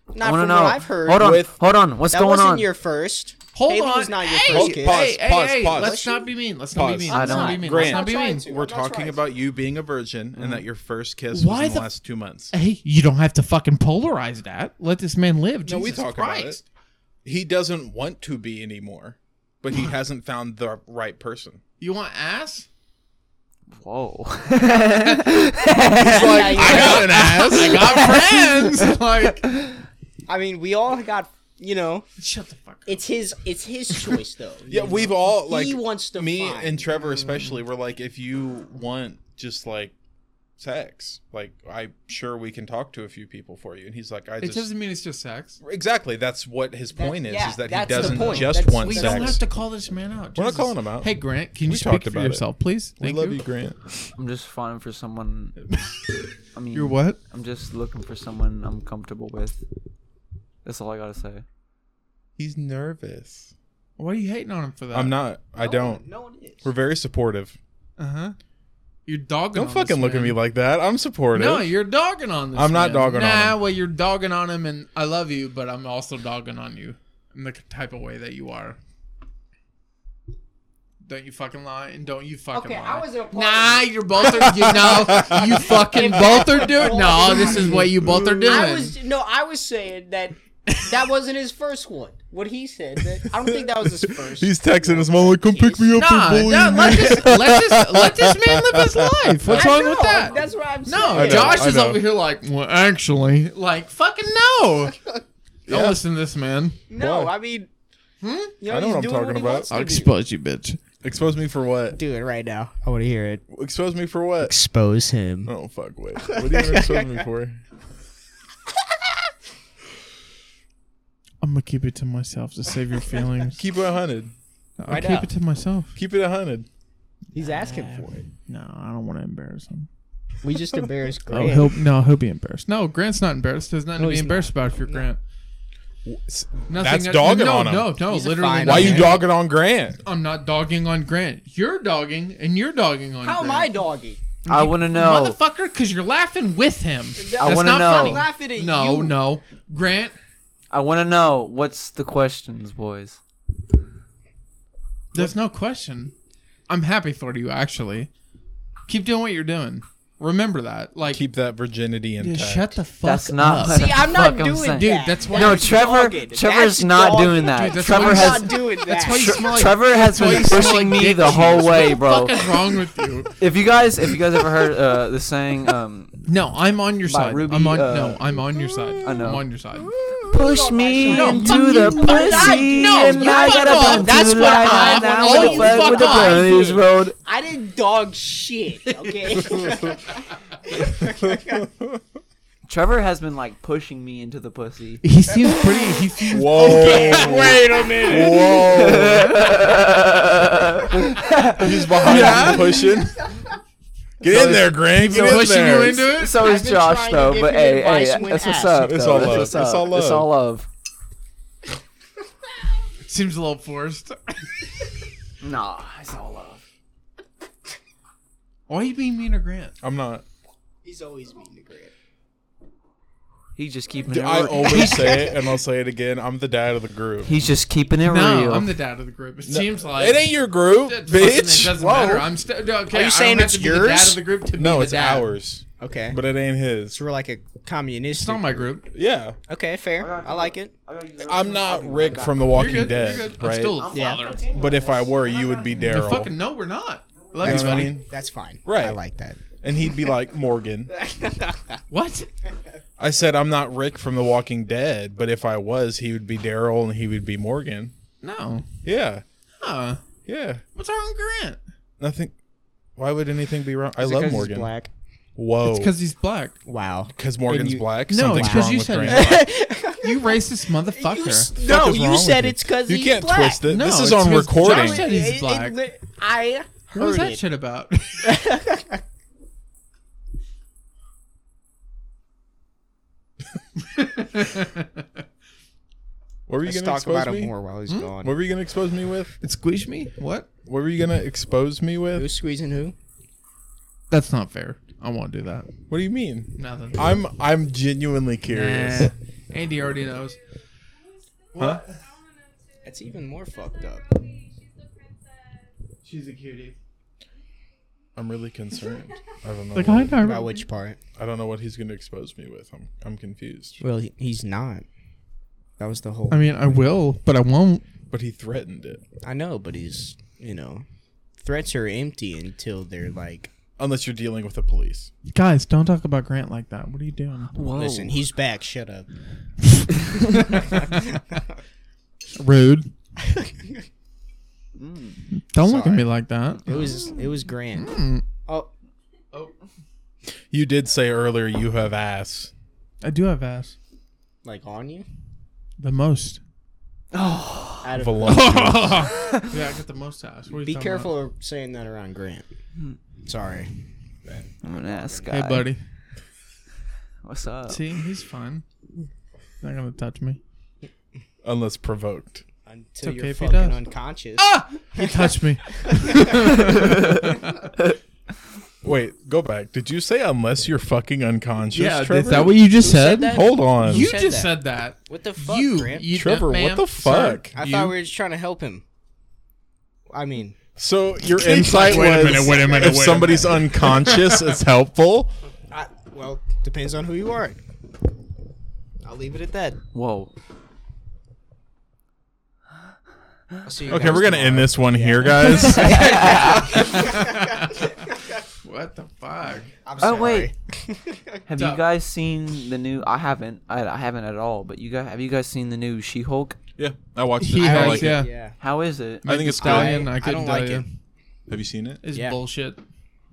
[SPEAKER 5] I
[SPEAKER 4] Not
[SPEAKER 5] want to
[SPEAKER 4] from
[SPEAKER 5] know.
[SPEAKER 4] what I've heard.
[SPEAKER 5] hold on,
[SPEAKER 2] With-
[SPEAKER 5] hold on. What's
[SPEAKER 4] that
[SPEAKER 5] going
[SPEAKER 4] wasn't
[SPEAKER 5] on?
[SPEAKER 4] your first.
[SPEAKER 1] Hold
[SPEAKER 4] Haley
[SPEAKER 1] on.
[SPEAKER 4] was not your
[SPEAKER 1] hey,
[SPEAKER 4] first kiss.
[SPEAKER 1] Hey, hey,
[SPEAKER 2] Pause,
[SPEAKER 1] hey,
[SPEAKER 2] pause.
[SPEAKER 1] Let's not be mean. Let's not be
[SPEAKER 2] Pause.
[SPEAKER 1] mean.
[SPEAKER 5] I
[SPEAKER 1] Let's
[SPEAKER 5] don't-
[SPEAKER 1] not be mean.
[SPEAKER 2] Grant.
[SPEAKER 1] Let's not be
[SPEAKER 4] I'm
[SPEAKER 1] mean.
[SPEAKER 4] trying to.
[SPEAKER 2] we're
[SPEAKER 4] I'm not
[SPEAKER 2] talking
[SPEAKER 4] trying.
[SPEAKER 2] about you being a virgin and that your first kiss
[SPEAKER 1] Why the
[SPEAKER 2] was in Mm-hmm. the last two months
[SPEAKER 1] Hey, you don't have to fucking polarize that. Let this man live. Jesus
[SPEAKER 2] no we talk
[SPEAKER 1] Christ.
[SPEAKER 2] about it he doesn't want to be anymore but he hasn't found the right person
[SPEAKER 1] You want ass?
[SPEAKER 5] Whoa.
[SPEAKER 4] Like,
[SPEAKER 2] i got an ass
[SPEAKER 1] I got friends. like,
[SPEAKER 4] I mean, we all got. You know,
[SPEAKER 1] shut the fuck up.
[SPEAKER 4] it's his. It's his choice though.
[SPEAKER 2] yeah we've all like
[SPEAKER 4] he wants to.
[SPEAKER 2] me
[SPEAKER 4] find.
[SPEAKER 2] and Trevor especially were like, if you want just like sex, like I'm sure we can talk to a few people for you. And he's like, I
[SPEAKER 1] It
[SPEAKER 2] just
[SPEAKER 1] doesn't mean it's just sex.
[SPEAKER 2] exactly. That's what his point is,
[SPEAKER 4] yeah,
[SPEAKER 2] is that he
[SPEAKER 4] that's the
[SPEAKER 2] doesn't
[SPEAKER 4] point.
[SPEAKER 2] just
[SPEAKER 4] That's-
[SPEAKER 2] want
[SPEAKER 4] we
[SPEAKER 1] We
[SPEAKER 2] sex.
[SPEAKER 1] don't have to call this man out.
[SPEAKER 2] We're not
[SPEAKER 1] Jesus.
[SPEAKER 2] calling him out.
[SPEAKER 1] Hey, Grant, can you
[SPEAKER 2] We
[SPEAKER 1] speak
[SPEAKER 2] talked
[SPEAKER 1] for
[SPEAKER 2] about it.
[SPEAKER 1] yourself, please?
[SPEAKER 2] we
[SPEAKER 1] Thank
[SPEAKER 2] love you, Grant.
[SPEAKER 5] I'm just finding for someone. I mean,
[SPEAKER 1] You're what?
[SPEAKER 5] I'm just looking for someone I'm comfortable with. That's all I gotta say.
[SPEAKER 2] He's nervous.
[SPEAKER 1] Why are you hating on him for that?
[SPEAKER 2] I'm not. I don't.
[SPEAKER 4] No one is.
[SPEAKER 2] We're very supportive.
[SPEAKER 1] Uh huh. You're dogging.
[SPEAKER 2] Don't
[SPEAKER 1] on
[SPEAKER 2] fucking
[SPEAKER 1] this
[SPEAKER 2] look at
[SPEAKER 1] man.
[SPEAKER 2] me like that. I'm supportive.
[SPEAKER 1] No, you're dogging on this.
[SPEAKER 2] I'm not
[SPEAKER 1] man.
[SPEAKER 2] dogging on
[SPEAKER 1] Nah,
[SPEAKER 2] him.
[SPEAKER 1] well, you're dogging on him, and I love you, but I'm also dogging on you in the type of way that you are. Don't you fucking lie, and don't you fucking
[SPEAKER 4] Okay,
[SPEAKER 1] lie.
[SPEAKER 4] I wasn't a part
[SPEAKER 1] nah,
[SPEAKER 4] of
[SPEAKER 1] you're both are you know you fucking both are doing. No, this is what you both are doing.
[SPEAKER 4] I was no, I was saying that that wasn't his first one. What he said, that, I don't think that was his first.
[SPEAKER 2] He's texting his mom like, "Come pick me up
[SPEAKER 1] nah,
[SPEAKER 2] for bullying."
[SPEAKER 1] nah,
[SPEAKER 2] me."
[SPEAKER 1] let this let this let this man live his life. What's
[SPEAKER 4] I
[SPEAKER 1] wrong
[SPEAKER 4] know,
[SPEAKER 1] with that?
[SPEAKER 4] That's what I'm
[SPEAKER 1] no,
[SPEAKER 4] saying.
[SPEAKER 2] know,
[SPEAKER 1] Josh
[SPEAKER 2] I
[SPEAKER 1] is
[SPEAKER 2] know.
[SPEAKER 1] over here like, well, actually, like fucking no. Don't listen to this man.
[SPEAKER 4] No,
[SPEAKER 2] Why?
[SPEAKER 4] I mean, you know,
[SPEAKER 2] I know
[SPEAKER 4] he's
[SPEAKER 2] what I'm talking
[SPEAKER 4] doing what he
[SPEAKER 2] about.
[SPEAKER 4] wants to
[SPEAKER 1] I'll
[SPEAKER 4] do.
[SPEAKER 1] expose you, bitch.
[SPEAKER 2] Expose me for what?
[SPEAKER 4] do it right now. I want to hear it.
[SPEAKER 2] Expose me for what?
[SPEAKER 4] Expose him.
[SPEAKER 2] Oh fuck! Wait, what are you gonna expose me for?
[SPEAKER 1] I'm gonna keep it to myself to save your feelings.
[SPEAKER 2] Keep it hundred.
[SPEAKER 1] I'll
[SPEAKER 4] Right
[SPEAKER 1] keep
[SPEAKER 4] up.
[SPEAKER 1] it to myself.
[SPEAKER 2] Keep it hundred.
[SPEAKER 4] He's asking for it.
[SPEAKER 1] No, I don't want to embarrass him.
[SPEAKER 4] We just embarrassed
[SPEAKER 1] Oh,
[SPEAKER 4] Grant.
[SPEAKER 1] he'll no, he'll be embarrassed. No, Grant's not embarrassed. There's nothing
[SPEAKER 4] No,
[SPEAKER 1] to be
[SPEAKER 4] he's
[SPEAKER 1] embarrassed about if you're Grant. Nothing
[SPEAKER 2] That's
[SPEAKER 1] that-
[SPEAKER 2] dogging
[SPEAKER 1] no,
[SPEAKER 2] on him.
[SPEAKER 1] No, no,
[SPEAKER 4] He's a
[SPEAKER 1] literally.
[SPEAKER 4] fine
[SPEAKER 2] Why
[SPEAKER 1] nothing.
[SPEAKER 2] you dogging on Grant?
[SPEAKER 1] I'm not dogging on Grant. You're dogging, and you're dogging on.
[SPEAKER 4] How am I
[SPEAKER 1] Grant.
[SPEAKER 4] doggy?
[SPEAKER 5] I want to know.
[SPEAKER 1] motherfucker? Because you're laughing with him.
[SPEAKER 4] I
[SPEAKER 1] That's
[SPEAKER 5] wanna
[SPEAKER 1] not
[SPEAKER 5] know.
[SPEAKER 1] funny.
[SPEAKER 4] I'm laughing at
[SPEAKER 1] No,
[SPEAKER 4] you.
[SPEAKER 1] no, Grant.
[SPEAKER 5] I want to know. What's the questions, boys?
[SPEAKER 1] There's no question. I'm happy for you, actually. Keep doing what you're doing. Remember that. Like,
[SPEAKER 2] Keep that virginity
[SPEAKER 1] Dude,
[SPEAKER 2] intact.
[SPEAKER 1] shut the fuck
[SPEAKER 5] That's not
[SPEAKER 1] up.
[SPEAKER 5] what
[SPEAKER 4] See, I'm not
[SPEAKER 5] fuck
[SPEAKER 4] doing
[SPEAKER 5] saying.
[SPEAKER 4] that.
[SPEAKER 1] Dude, that's why-
[SPEAKER 5] No,
[SPEAKER 1] That's
[SPEAKER 5] Trevor.
[SPEAKER 4] dogged.
[SPEAKER 5] Trevor's
[SPEAKER 4] That's
[SPEAKER 5] not
[SPEAKER 4] dogged.
[SPEAKER 5] doing that.
[SPEAKER 1] Dude, that's
[SPEAKER 5] Trevor
[SPEAKER 1] what
[SPEAKER 4] I'm
[SPEAKER 5] has.
[SPEAKER 4] not doing that.
[SPEAKER 1] That's why you smell like.
[SPEAKER 5] Trevor has been
[SPEAKER 1] that's why you smell
[SPEAKER 5] pushing
[SPEAKER 1] like
[SPEAKER 5] me
[SPEAKER 1] dick
[SPEAKER 5] the whole
[SPEAKER 1] cheese.
[SPEAKER 5] way, bro.
[SPEAKER 1] What the fuck is wrong with you?
[SPEAKER 5] If you guys, if you guys ever heard uh, the saying, um,
[SPEAKER 1] No, I'm on your
[SPEAKER 5] By
[SPEAKER 1] side.
[SPEAKER 5] Ruby,
[SPEAKER 1] I'm on.
[SPEAKER 5] uh,
[SPEAKER 1] no, I'm on your side.
[SPEAKER 5] I know.
[SPEAKER 1] I'm on your side.
[SPEAKER 5] "Push me
[SPEAKER 1] No,
[SPEAKER 5] into the pussy,
[SPEAKER 4] no,
[SPEAKER 5] and
[SPEAKER 4] you
[SPEAKER 5] I
[SPEAKER 4] fuck
[SPEAKER 5] got
[SPEAKER 4] off.
[SPEAKER 5] a bun
[SPEAKER 4] That's
[SPEAKER 5] to
[SPEAKER 4] what
[SPEAKER 5] lie
[SPEAKER 4] I-
[SPEAKER 5] down
[SPEAKER 4] all
[SPEAKER 5] with
[SPEAKER 4] you
[SPEAKER 5] the bun
[SPEAKER 4] fuck
[SPEAKER 5] with the
[SPEAKER 4] off.
[SPEAKER 5] bunnies road."
[SPEAKER 4] I didn't dog shit. Okay.
[SPEAKER 5] Trevor has been like pushing me into the pussy.
[SPEAKER 1] He seems pretty. He seems.
[SPEAKER 2] Whoa.
[SPEAKER 4] Wait a minute.
[SPEAKER 2] Whoa. He's behind you pushing. Get in there, Greg. Get in
[SPEAKER 1] pushing
[SPEAKER 2] there.
[SPEAKER 1] you into it.
[SPEAKER 5] So is
[SPEAKER 4] I've been
[SPEAKER 5] Josh
[SPEAKER 4] trying to
[SPEAKER 5] though,
[SPEAKER 4] give
[SPEAKER 5] but
[SPEAKER 4] you
[SPEAKER 5] hey, hey,
[SPEAKER 4] advice when
[SPEAKER 5] that's what's
[SPEAKER 4] asked.
[SPEAKER 5] up.
[SPEAKER 2] It's
[SPEAKER 5] though.
[SPEAKER 2] all
[SPEAKER 5] That's
[SPEAKER 2] love.
[SPEAKER 5] what's
[SPEAKER 2] It's
[SPEAKER 5] up.
[SPEAKER 2] all
[SPEAKER 5] It's
[SPEAKER 2] love.
[SPEAKER 5] all love.
[SPEAKER 1] Seems a little forced.
[SPEAKER 5] Nah, it's all love.
[SPEAKER 1] Why are you being mean to Grant?
[SPEAKER 2] I'm not.
[SPEAKER 4] He's always mean to Grant.
[SPEAKER 5] He's just keeping it.
[SPEAKER 2] I
[SPEAKER 5] real.
[SPEAKER 2] always say it, and I'll say it again. I'm the dad of the group.
[SPEAKER 5] He's just keeping it
[SPEAKER 1] No,
[SPEAKER 5] real.
[SPEAKER 1] I'm the dad of the group. It seems like
[SPEAKER 2] It ain't your group,
[SPEAKER 1] It doesn't- It
[SPEAKER 2] bitch.
[SPEAKER 1] doesn't matter. I'm still no, okay.
[SPEAKER 4] Are you
[SPEAKER 1] I don't
[SPEAKER 4] saying
[SPEAKER 1] have
[SPEAKER 4] it's
[SPEAKER 1] to be the dad
[SPEAKER 4] yours?
[SPEAKER 1] of the group to be
[SPEAKER 2] No,
[SPEAKER 1] the
[SPEAKER 2] it's
[SPEAKER 1] dad.
[SPEAKER 2] ours,
[SPEAKER 4] Okay.
[SPEAKER 2] but it ain't his.
[SPEAKER 4] so we're like a communist.
[SPEAKER 1] It's not my group.
[SPEAKER 2] Yeah,
[SPEAKER 4] Okay, fair. I like it.
[SPEAKER 2] I'm not Rick from The
[SPEAKER 1] You're
[SPEAKER 2] Walking
[SPEAKER 1] good.
[SPEAKER 2] Dead,
[SPEAKER 1] You're good.
[SPEAKER 2] right?
[SPEAKER 1] I'm still a
[SPEAKER 4] Yeah.
[SPEAKER 1] father.
[SPEAKER 2] but if I were, you would be Daryl,
[SPEAKER 1] Fucking no, we're not. Love
[SPEAKER 4] That's
[SPEAKER 1] you, buddy.
[SPEAKER 4] fine. That's fine.
[SPEAKER 2] Right.
[SPEAKER 4] I like that.
[SPEAKER 2] and he'd be like Morgan.
[SPEAKER 1] What?
[SPEAKER 2] I said I'm not Rick from The Walking Dead, but if I was, he would be Daryl and he would be Morgan.
[SPEAKER 1] No.
[SPEAKER 2] Yeah,
[SPEAKER 1] Huh.
[SPEAKER 2] yeah.
[SPEAKER 1] What's wrong with Grant?
[SPEAKER 2] Nothing. Why would anything be wrong? I love Morgan.
[SPEAKER 4] black.
[SPEAKER 2] Whoa.
[SPEAKER 1] It's because he's black.
[SPEAKER 4] Wow.
[SPEAKER 2] because Morgan's
[SPEAKER 4] you-
[SPEAKER 2] black.
[SPEAKER 1] No, it's
[SPEAKER 2] Something's
[SPEAKER 1] because
[SPEAKER 2] wrong
[SPEAKER 1] you
[SPEAKER 2] with
[SPEAKER 1] said
[SPEAKER 2] Grant.
[SPEAKER 1] you racist motherfucker.
[SPEAKER 4] no,
[SPEAKER 2] is wrong
[SPEAKER 4] you
[SPEAKER 2] with
[SPEAKER 4] said
[SPEAKER 2] you?
[SPEAKER 4] it's because
[SPEAKER 2] You
[SPEAKER 4] he's
[SPEAKER 2] can't
[SPEAKER 4] black.
[SPEAKER 2] twist it.
[SPEAKER 1] No,
[SPEAKER 2] this
[SPEAKER 1] it's
[SPEAKER 2] is on
[SPEAKER 1] his-
[SPEAKER 2] recording.
[SPEAKER 1] Josh said
[SPEAKER 4] It-
[SPEAKER 1] he's
[SPEAKER 4] it-
[SPEAKER 1] black.
[SPEAKER 4] li- I
[SPEAKER 1] What was
[SPEAKER 4] heard
[SPEAKER 1] that
[SPEAKER 4] it.
[SPEAKER 1] shit about?
[SPEAKER 2] What were you
[SPEAKER 4] Let's
[SPEAKER 2] going to
[SPEAKER 4] talk
[SPEAKER 2] expose
[SPEAKER 4] about
[SPEAKER 2] me?
[SPEAKER 4] him more while he's gone.
[SPEAKER 2] What were you going to expose me with?
[SPEAKER 1] Squish me? What?
[SPEAKER 2] What were you going to expose me with?
[SPEAKER 4] Who's squeezing who?
[SPEAKER 1] That's not fair. I won't do that.
[SPEAKER 2] What do you mean?
[SPEAKER 1] Nothing.
[SPEAKER 2] I'm I'm genuinely curious.
[SPEAKER 1] Nah. Andy already knows.
[SPEAKER 2] Huh?
[SPEAKER 4] That's even more fucked up.
[SPEAKER 1] She's a cutie.
[SPEAKER 2] I'm really concerned. I don't know.
[SPEAKER 1] Like I
[SPEAKER 2] what,
[SPEAKER 1] know.
[SPEAKER 4] About which part?
[SPEAKER 2] I don't know what he's going to expose me with. I'm I'm confused.
[SPEAKER 4] Well, he, he's not. That was the whole.
[SPEAKER 1] I mean, I will, but I won't.
[SPEAKER 2] But he threatened it.
[SPEAKER 4] I know, but he's you know, threats are empty until they're like.
[SPEAKER 2] Unless you're dealing with the police.
[SPEAKER 1] Guys, don't talk about Grant like that. What are you doing?
[SPEAKER 5] Whoa.
[SPEAKER 4] Listen,
[SPEAKER 3] Oh.
[SPEAKER 4] he's back. Shut up.
[SPEAKER 1] Rude. Don't look at me like that.
[SPEAKER 4] It was it was grand.
[SPEAKER 2] Hmm.
[SPEAKER 4] Oh,
[SPEAKER 2] You did say earlier you have ass.
[SPEAKER 1] I do have ass.
[SPEAKER 4] like on you?
[SPEAKER 1] The most.
[SPEAKER 4] Out of,
[SPEAKER 2] Voluptuous.
[SPEAKER 1] Yeah, I got the most ass. What are you
[SPEAKER 4] be
[SPEAKER 1] talking
[SPEAKER 4] careful of saying that around Grant. Sorry.
[SPEAKER 5] I'm an ass guy.
[SPEAKER 1] about? Hey, buddy.
[SPEAKER 5] What's up?
[SPEAKER 1] See, he's fine. Not gonna touch me.
[SPEAKER 2] Unless provoked.
[SPEAKER 4] Until
[SPEAKER 1] okay
[SPEAKER 4] you're
[SPEAKER 1] if he
[SPEAKER 4] fucking
[SPEAKER 1] does.
[SPEAKER 4] unconscious.
[SPEAKER 2] Ah!
[SPEAKER 1] He touched me.
[SPEAKER 2] Wait, go back. Did you say unless you're fucking unconscious? Trevor?
[SPEAKER 1] you just
[SPEAKER 4] said that?
[SPEAKER 2] Hold on.
[SPEAKER 1] You
[SPEAKER 4] said
[SPEAKER 1] just
[SPEAKER 4] that?
[SPEAKER 1] said that.
[SPEAKER 4] What the fuck,
[SPEAKER 1] you,
[SPEAKER 4] Grant?
[SPEAKER 1] you
[SPEAKER 2] Trevor,
[SPEAKER 1] dumb
[SPEAKER 2] what the
[SPEAKER 1] ma'am. Sir,
[SPEAKER 2] fuck?
[SPEAKER 4] I
[SPEAKER 1] you-
[SPEAKER 4] thought we were just trying to help him. I mean,
[SPEAKER 2] So your insight
[SPEAKER 1] Wait a
[SPEAKER 2] was
[SPEAKER 1] minute, wait a minute,
[SPEAKER 2] if
[SPEAKER 1] wait a
[SPEAKER 2] somebody's unconscious, it's helpful.
[SPEAKER 4] I, well, depends on who you are. I'll leave it at that.
[SPEAKER 5] Whoa.
[SPEAKER 4] I'll see you
[SPEAKER 2] Okay,
[SPEAKER 4] guys
[SPEAKER 2] we're gonna
[SPEAKER 4] tomorrow.
[SPEAKER 2] end this one here, guys.
[SPEAKER 1] What the fuck?
[SPEAKER 4] I'm
[SPEAKER 5] Oh
[SPEAKER 4] sorry.
[SPEAKER 5] wait. have you
[SPEAKER 1] Duh.
[SPEAKER 5] guys seen the new? I haven't. I, I haven't at all. But you guys, have you guys seen the new She-Hulk?
[SPEAKER 2] yeah, I watched it.
[SPEAKER 1] He
[SPEAKER 2] I
[SPEAKER 1] has,
[SPEAKER 2] like it.
[SPEAKER 1] yeah.
[SPEAKER 4] Yeah.
[SPEAKER 5] How is it?
[SPEAKER 2] I think it's cool.
[SPEAKER 1] Stallion,
[SPEAKER 4] I-
[SPEAKER 1] I,
[SPEAKER 4] I
[SPEAKER 1] couldn't
[SPEAKER 4] don't
[SPEAKER 1] tell
[SPEAKER 4] like
[SPEAKER 1] you.
[SPEAKER 4] it.
[SPEAKER 2] Have you seen it?
[SPEAKER 1] It's
[SPEAKER 4] Yeah.
[SPEAKER 1] bullshit.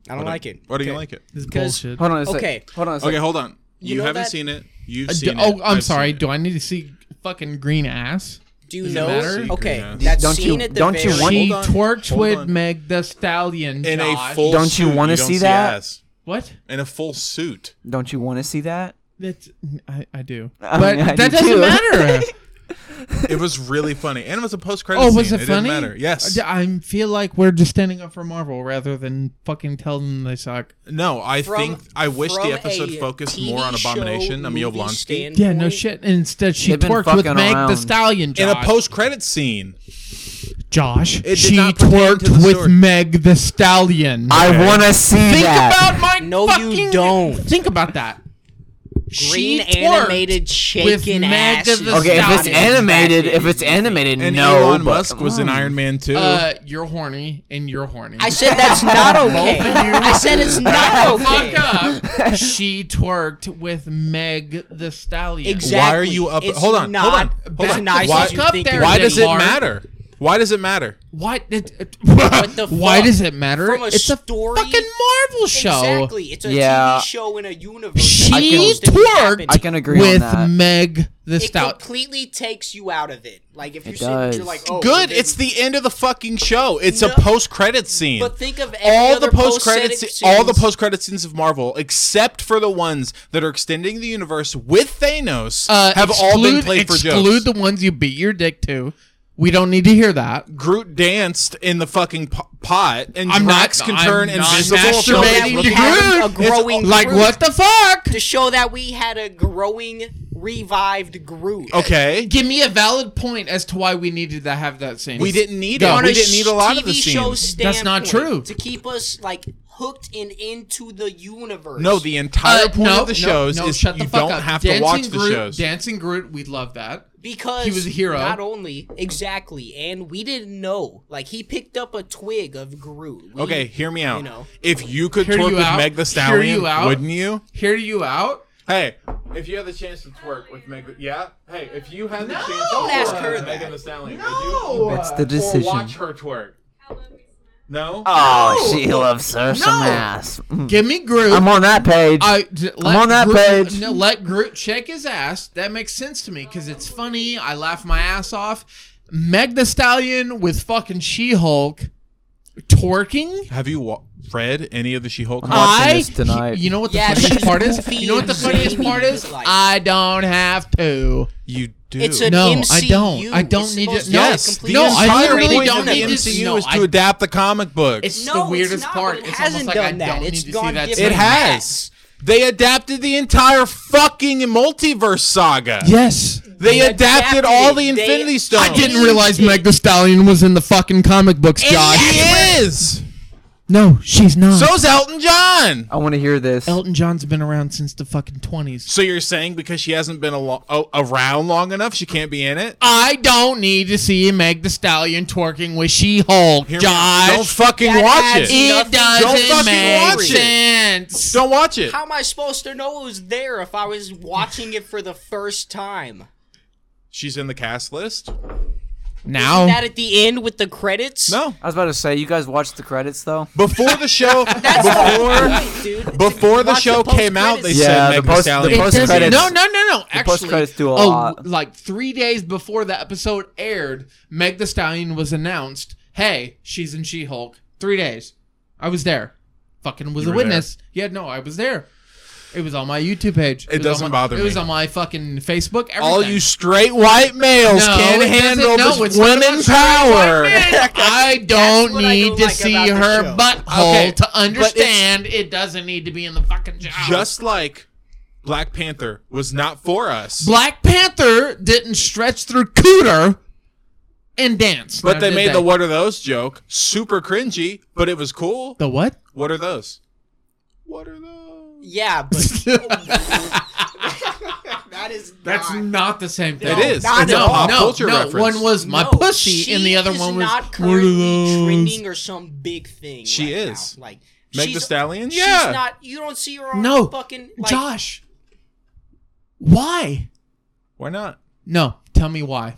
[SPEAKER 4] I don't like it.
[SPEAKER 2] Why do you
[SPEAKER 4] Okay.
[SPEAKER 2] like it?
[SPEAKER 1] It's
[SPEAKER 4] 'Cause-
[SPEAKER 1] bullshit.
[SPEAKER 5] Hold on a sec.
[SPEAKER 4] Okay.
[SPEAKER 5] Hold on a sec.
[SPEAKER 2] Okay, hold on. You,
[SPEAKER 4] know
[SPEAKER 2] haven't
[SPEAKER 4] that-
[SPEAKER 2] seen it. You've
[SPEAKER 1] Uh, do-
[SPEAKER 2] seen it.
[SPEAKER 1] oh, I'm
[SPEAKER 2] I've
[SPEAKER 1] sorry.
[SPEAKER 2] seen it.
[SPEAKER 1] Do I need to see fucking green ass?
[SPEAKER 4] Do you
[SPEAKER 1] Does it
[SPEAKER 4] know?
[SPEAKER 1] matter?
[SPEAKER 4] Okay,
[SPEAKER 2] Secret, yeah.
[SPEAKER 4] that
[SPEAKER 5] Don't you-
[SPEAKER 4] scene at the
[SPEAKER 5] don't you
[SPEAKER 4] very-
[SPEAKER 5] want-
[SPEAKER 1] She
[SPEAKER 2] Hold on.
[SPEAKER 1] twerked
[SPEAKER 2] Hold
[SPEAKER 1] with
[SPEAKER 2] on.
[SPEAKER 1] Meg the Stallion.
[SPEAKER 2] in a
[SPEAKER 1] Josh.
[SPEAKER 2] full
[SPEAKER 5] Don't you
[SPEAKER 2] suit,
[SPEAKER 5] wanna
[SPEAKER 2] don't
[SPEAKER 5] see that?
[SPEAKER 2] ass.
[SPEAKER 1] What?
[SPEAKER 2] In a full suit.
[SPEAKER 5] Don't you want to see that?
[SPEAKER 1] That's I, I do,
[SPEAKER 5] I
[SPEAKER 1] but
[SPEAKER 5] mean, I
[SPEAKER 1] that
[SPEAKER 5] do
[SPEAKER 1] doesn't
[SPEAKER 5] too.
[SPEAKER 1] matter.
[SPEAKER 2] It was really funny, and it was a post-credit.
[SPEAKER 1] oh,
[SPEAKER 2] scene.
[SPEAKER 1] was it,
[SPEAKER 2] didn't
[SPEAKER 1] funny?
[SPEAKER 2] matter. Yes.
[SPEAKER 4] Uh,
[SPEAKER 1] I I feel like we're just standing up for Marvel rather than fucking telling them they suck.
[SPEAKER 2] No, I
[SPEAKER 4] From-
[SPEAKER 2] think I wish
[SPEAKER 4] from
[SPEAKER 2] the episode
[SPEAKER 4] a
[SPEAKER 2] focused
[SPEAKER 4] TV
[SPEAKER 2] more on
[SPEAKER 4] show
[SPEAKER 2] Abomination,
[SPEAKER 4] movie
[SPEAKER 2] Emil Blonsky,
[SPEAKER 4] standpoint,
[SPEAKER 1] Yeah, no shit. And instead, she
[SPEAKER 5] They've been
[SPEAKER 1] twerked with
[SPEAKER 5] fucking
[SPEAKER 1] Meg
[SPEAKER 5] around.
[SPEAKER 1] the Stallion.
[SPEAKER 2] in a
[SPEAKER 1] Josh.
[SPEAKER 2] post-credit scene.
[SPEAKER 1] Josh,
[SPEAKER 2] did
[SPEAKER 1] she
[SPEAKER 2] not pertain to
[SPEAKER 1] twerked
[SPEAKER 2] the
[SPEAKER 1] with
[SPEAKER 2] story.
[SPEAKER 1] Meg the Stallion.
[SPEAKER 5] I want to see
[SPEAKER 1] think
[SPEAKER 5] that.
[SPEAKER 1] about my
[SPEAKER 4] No, you
[SPEAKER 1] fucking.
[SPEAKER 4] don't.
[SPEAKER 1] Think about that.
[SPEAKER 4] Green
[SPEAKER 1] she twerked
[SPEAKER 4] animated shaking
[SPEAKER 1] with Meg
[SPEAKER 4] ass.
[SPEAKER 1] of the
[SPEAKER 5] okay, if it's
[SPEAKER 1] Stallion.
[SPEAKER 5] animated, if it's animated,
[SPEAKER 2] And
[SPEAKER 5] no.
[SPEAKER 2] Elon
[SPEAKER 5] but
[SPEAKER 2] Musk
[SPEAKER 5] come
[SPEAKER 2] was in
[SPEAKER 5] on.
[SPEAKER 2] Iron Man too.
[SPEAKER 1] Uh, you're horny and you're horny.
[SPEAKER 4] I said that's not okay. I said it's not okay.
[SPEAKER 1] Fuck up. she twerked with Meg the Stallion.
[SPEAKER 4] Exactly.
[SPEAKER 2] Why are you up-
[SPEAKER 4] It's
[SPEAKER 2] hold on, hold
[SPEAKER 4] not
[SPEAKER 2] on, hold
[SPEAKER 4] as
[SPEAKER 2] on.
[SPEAKER 4] Nice
[SPEAKER 2] Why-
[SPEAKER 4] as you
[SPEAKER 1] Fuck up
[SPEAKER 4] think
[SPEAKER 1] there,
[SPEAKER 4] is.
[SPEAKER 2] Why does it
[SPEAKER 1] Mark.
[SPEAKER 2] matter? Why does it matter?
[SPEAKER 1] Why? It, it-
[SPEAKER 4] the
[SPEAKER 1] Why
[SPEAKER 4] fuck?
[SPEAKER 1] does it matter?
[SPEAKER 4] From a
[SPEAKER 1] it's
[SPEAKER 4] story-
[SPEAKER 1] a fucking Marvel show.
[SPEAKER 4] Exactly. It's a
[SPEAKER 5] Yeah.
[SPEAKER 4] TV show in a universe. that
[SPEAKER 1] She
[SPEAKER 4] goes to happen.
[SPEAKER 1] twerked
[SPEAKER 5] I can agree on
[SPEAKER 1] with
[SPEAKER 5] that.
[SPEAKER 1] Meg the
[SPEAKER 4] It
[SPEAKER 1] Stallion.
[SPEAKER 4] completely takes you out of it. Like if you're
[SPEAKER 5] It
[SPEAKER 4] sitting, there, you're
[SPEAKER 5] does.
[SPEAKER 4] like, oh,
[SPEAKER 2] Good.
[SPEAKER 4] well,
[SPEAKER 2] It's
[SPEAKER 4] then-
[SPEAKER 2] the end of the fucking show. It's
[SPEAKER 4] No.
[SPEAKER 2] a post-credit scene.
[SPEAKER 4] But think of every
[SPEAKER 2] all
[SPEAKER 4] other
[SPEAKER 2] the post-credit,
[SPEAKER 4] post-credit
[SPEAKER 2] sce- all the
[SPEAKER 4] scenes.
[SPEAKER 2] post-credit scenes of Marvel, except for the ones that are extending the universe with Thanos,
[SPEAKER 1] Uh,
[SPEAKER 2] have all been
[SPEAKER 1] exclude-
[SPEAKER 2] played for jokes.
[SPEAKER 1] Exclude the ones you beat your dick to. We don't need to hear that.
[SPEAKER 2] Groot danced in the fucking po- pot, and
[SPEAKER 1] I'm not-
[SPEAKER 2] Drax can turn
[SPEAKER 1] I'm not
[SPEAKER 2] invisible.
[SPEAKER 1] masturbating
[SPEAKER 2] Nobody
[SPEAKER 1] to
[SPEAKER 2] looks-
[SPEAKER 1] Groot.
[SPEAKER 4] a growing
[SPEAKER 1] Like
[SPEAKER 4] Groot.
[SPEAKER 1] what the fuck?
[SPEAKER 4] to show that we had a growing, revived Groot.
[SPEAKER 2] Okay,
[SPEAKER 1] Give me a valid point as to why we needed to have that scene.
[SPEAKER 2] we didn't need
[SPEAKER 1] Go.
[SPEAKER 2] it.
[SPEAKER 1] On
[SPEAKER 2] We
[SPEAKER 1] a
[SPEAKER 2] didn't need a lot of the
[SPEAKER 4] TV show
[SPEAKER 2] scenes.
[SPEAKER 1] That's not
[SPEAKER 4] standpoint,
[SPEAKER 1] true.
[SPEAKER 4] To keep us like hooked and into the universe.
[SPEAKER 2] No, the entire
[SPEAKER 1] Uh,
[SPEAKER 2] point of the shows is
[SPEAKER 1] shut the
[SPEAKER 2] you
[SPEAKER 1] fuck
[SPEAKER 2] don't
[SPEAKER 1] up.
[SPEAKER 2] have to
[SPEAKER 1] Dancing
[SPEAKER 2] watch the
[SPEAKER 1] Groot,
[SPEAKER 2] shows.
[SPEAKER 1] Dancing Groot, we love that.
[SPEAKER 4] because
[SPEAKER 1] he was a hero.
[SPEAKER 4] Not only exactly, and we didn't know. Like he picked up a twig of Groot. We-
[SPEAKER 2] okay, hear me out.
[SPEAKER 4] You know.
[SPEAKER 2] If you could
[SPEAKER 1] Hear
[SPEAKER 2] twerk
[SPEAKER 1] you
[SPEAKER 2] with
[SPEAKER 1] out.
[SPEAKER 2] Meg
[SPEAKER 1] Hear
[SPEAKER 2] the Stallion,
[SPEAKER 1] you out.
[SPEAKER 2] wouldn't you?
[SPEAKER 1] Hear you out.
[SPEAKER 2] Hey, if you had the chance to twerk with Meg, yeah. Hey, if you had the chance,
[SPEAKER 4] Don't ask her that.
[SPEAKER 2] Megan Thee Stallion. No,
[SPEAKER 5] That's the decision.
[SPEAKER 2] her twerk. No.
[SPEAKER 5] Oh, she loves her some ass.
[SPEAKER 2] Hmm.
[SPEAKER 5] Mm.
[SPEAKER 1] Give me Groot.
[SPEAKER 5] I'm on that page.
[SPEAKER 1] I, d- let
[SPEAKER 5] on that
[SPEAKER 1] Groot,
[SPEAKER 5] page.
[SPEAKER 1] no, let Groot shake his ass. That makes sense to me because it's funny. I laugh my ass off. Meg the Stallion with fucking She Hulk twerking.
[SPEAKER 2] Have you wa- read any of the She-Hulk? comics?
[SPEAKER 5] watching
[SPEAKER 1] I,
[SPEAKER 5] this tonight.
[SPEAKER 1] you know what the
[SPEAKER 4] Yeah,
[SPEAKER 1] funniest
[SPEAKER 4] she's
[SPEAKER 1] part is?
[SPEAKER 4] goofy
[SPEAKER 1] You know what the
[SPEAKER 4] and
[SPEAKER 1] funniest
[SPEAKER 4] zany,
[SPEAKER 1] part is?
[SPEAKER 4] but like-
[SPEAKER 1] I don't have to.
[SPEAKER 2] you do.
[SPEAKER 4] It's a-
[SPEAKER 1] No, I
[SPEAKER 4] MCU.
[SPEAKER 1] don't. I don't
[SPEAKER 4] It's
[SPEAKER 1] need
[SPEAKER 4] supposed
[SPEAKER 1] to.
[SPEAKER 4] to be
[SPEAKER 1] No,
[SPEAKER 4] a
[SPEAKER 2] yes.
[SPEAKER 4] complete
[SPEAKER 1] no,
[SPEAKER 2] the
[SPEAKER 1] I
[SPEAKER 2] entire
[SPEAKER 1] literally
[SPEAKER 2] point
[SPEAKER 1] don't
[SPEAKER 2] of the
[SPEAKER 1] need to.
[SPEAKER 2] MCU
[SPEAKER 1] no,
[SPEAKER 2] is to
[SPEAKER 1] I-
[SPEAKER 2] adapt the comic book.
[SPEAKER 1] It's
[SPEAKER 4] No,
[SPEAKER 1] the
[SPEAKER 4] it's
[SPEAKER 1] weirdest
[SPEAKER 4] not,
[SPEAKER 1] part.
[SPEAKER 4] but it
[SPEAKER 1] it's
[SPEAKER 4] hasn't
[SPEAKER 1] almost like I
[SPEAKER 4] done that.
[SPEAKER 1] don't
[SPEAKER 4] It's
[SPEAKER 1] need to see
[SPEAKER 4] gone
[SPEAKER 1] that.
[SPEAKER 4] different.
[SPEAKER 2] it
[SPEAKER 1] scene.
[SPEAKER 2] has. They adapted the entire fucking multiverse saga.
[SPEAKER 1] Yes.
[SPEAKER 2] They
[SPEAKER 4] They
[SPEAKER 2] adapted
[SPEAKER 4] adapted
[SPEAKER 2] all
[SPEAKER 4] it.
[SPEAKER 2] the
[SPEAKER 4] They-
[SPEAKER 2] Infinity Stones.
[SPEAKER 1] I didn't realize Meg the Stallion was in the fucking comic books, Josh.
[SPEAKER 2] She is.
[SPEAKER 1] No, she's not.
[SPEAKER 2] So's Elton John.
[SPEAKER 5] I want to hear this.
[SPEAKER 1] Elton John's been around since the fucking twenties.
[SPEAKER 2] So you're saying because she hasn't been alo- oh, around long enough, she can't be in it?
[SPEAKER 1] I don't need to see Meg the Stallion twerking with She-Hulk,
[SPEAKER 2] Hear me out. Don't
[SPEAKER 1] Josh.
[SPEAKER 2] fucking
[SPEAKER 4] That
[SPEAKER 2] watch
[SPEAKER 4] adds-
[SPEAKER 2] it.
[SPEAKER 1] It
[SPEAKER 4] Nothing-
[SPEAKER 2] Don't
[SPEAKER 1] doesn't
[SPEAKER 2] fucking
[SPEAKER 1] make
[SPEAKER 2] watch it.
[SPEAKER 1] sense.
[SPEAKER 2] Don't watch it.
[SPEAKER 4] How am I supposed to know it was there if I was watching it for the first time?
[SPEAKER 2] She's in the cast list.
[SPEAKER 1] Now,
[SPEAKER 4] That at the end with the credits?
[SPEAKER 2] No,
[SPEAKER 5] I was about to say, you guys watched the credits though.
[SPEAKER 2] before the show, before
[SPEAKER 4] Wait, dude.
[SPEAKER 2] before the
[SPEAKER 4] Watch
[SPEAKER 2] show
[SPEAKER 4] the
[SPEAKER 2] came out, they
[SPEAKER 4] post-credits.
[SPEAKER 5] Yeah,
[SPEAKER 2] said
[SPEAKER 5] the
[SPEAKER 2] Meg
[SPEAKER 5] post-
[SPEAKER 2] Thee
[SPEAKER 5] the
[SPEAKER 2] Stallion.
[SPEAKER 1] It
[SPEAKER 5] post-
[SPEAKER 1] doesn't-
[SPEAKER 5] credits-
[SPEAKER 1] No, no, no, no. Actually,
[SPEAKER 5] post-credits do a
[SPEAKER 1] oh,
[SPEAKER 5] lot.
[SPEAKER 1] like three days before the episode aired, Meg the Stallion was announced. Hey, she's in She-Hulk. Three days. I was there. Fucking was
[SPEAKER 2] You
[SPEAKER 1] a
[SPEAKER 2] were there.
[SPEAKER 1] witness. Yeah, no, I was there. It was on my YouTube page. was
[SPEAKER 2] It
[SPEAKER 1] on
[SPEAKER 2] doesn't
[SPEAKER 1] my-
[SPEAKER 2] bother
[SPEAKER 1] It was
[SPEAKER 2] me.
[SPEAKER 1] on my fucking Facebook. Everything.
[SPEAKER 2] All you straight white males
[SPEAKER 1] No,
[SPEAKER 2] can't
[SPEAKER 1] it doesn't-
[SPEAKER 2] handle
[SPEAKER 1] no,
[SPEAKER 2] this
[SPEAKER 1] it's not
[SPEAKER 2] women
[SPEAKER 1] about straight
[SPEAKER 2] power.
[SPEAKER 1] I don't
[SPEAKER 4] what I
[SPEAKER 1] need
[SPEAKER 4] don't
[SPEAKER 1] to
[SPEAKER 4] like
[SPEAKER 1] see
[SPEAKER 4] about the
[SPEAKER 1] her
[SPEAKER 4] show.
[SPEAKER 1] butthole
[SPEAKER 2] Okay,
[SPEAKER 1] to understand it doesn't need to be in the fucking show.
[SPEAKER 2] Just like Black Panther was not for us,
[SPEAKER 1] Black Panther didn't stretch through cooter and dance.
[SPEAKER 2] but
[SPEAKER 1] Now,
[SPEAKER 2] they
[SPEAKER 1] did
[SPEAKER 2] made the "What are those?" joke super cringy, but it was cool.
[SPEAKER 1] The what?
[SPEAKER 2] What are those? What are those?
[SPEAKER 4] Yeah, but that is
[SPEAKER 1] That's
[SPEAKER 4] not-
[SPEAKER 1] not the same thing.
[SPEAKER 2] It is.
[SPEAKER 4] not
[SPEAKER 2] it's
[SPEAKER 4] at
[SPEAKER 2] a
[SPEAKER 1] No,
[SPEAKER 4] all.
[SPEAKER 2] pop
[SPEAKER 1] no,
[SPEAKER 2] culture
[SPEAKER 1] no.
[SPEAKER 2] reference.
[SPEAKER 1] One was my
[SPEAKER 4] No,
[SPEAKER 1] pussy,
[SPEAKER 4] she
[SPEAKER 1] and the other
[SPEAKER 4] is
[SPEAKER 1] one was
[SPEAKER 4] not
[SPEAKER 1] "What are
[SPEAKER 4] currently
[SPEAKER 1] those?"
[SPEAKER 4] trending or some big thing.
[SPEAKER 2] She
[SPEAKER 4] right
[SPEAKER 2] is.
[SPEAKER 4] now. like
[SPEAKER 2] Meg
[SPEAKER 4] she's-
[SPEAKER 2] the Stallion?
[SPEAKER 4] She's
[SPEAKER 2] Yeah.
[SPEAKER 4] not. You don't see her on
[SPEAKER 1] No,
[SPEAKER 4] fucking like,
[SPEAKER 1] Josh. Why?
[SPEAKER 2] Why not?
[SPEAKER 1] No, tell me why.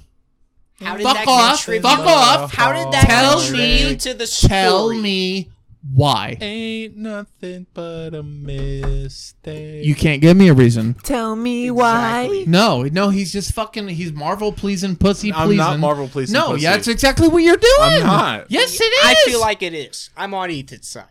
[SPEAKER 4] How did
[SPEAKER 1] Fuck
[SPEAKER 4] that
[SPEAKER 1] off,
[SPEAKER 4] contribute-
[SPEAKER 1] fuck off.
[SPEAKER 4] How did that
[SPEAKER 1] Tell
[SPEAKER 4] contribute
[SPEAKER 1] me-
[SPEAKER 4] to the story?
[SPEAKER 1] Tell me why.
[SPEAKER 2] Ain't nothing but a mistake.
[SPEAKER 1] You can't give me a reason.
[SPEAKER 5] Tell me
[SPEAKER 4] Exactly.
[SPEAKER 1] No, no, he's just fucking. He's Marvel pleasing, pussy
[SPEAKER 2] I'm
[SPEAKER 1] pleasing.
[SPEAKER 2] not Marvel pleasing
[SPEAKER 1] No,
[SPEAKER 2] pussy.
[SPEAKER 1] yeah, that's exactly what you're doing.
[SPEAKER 2] I'm not.
[SPEAKER 1] Yes, it is.
[SPEAKER 4] I feel like it is. I'm on Ethan's side.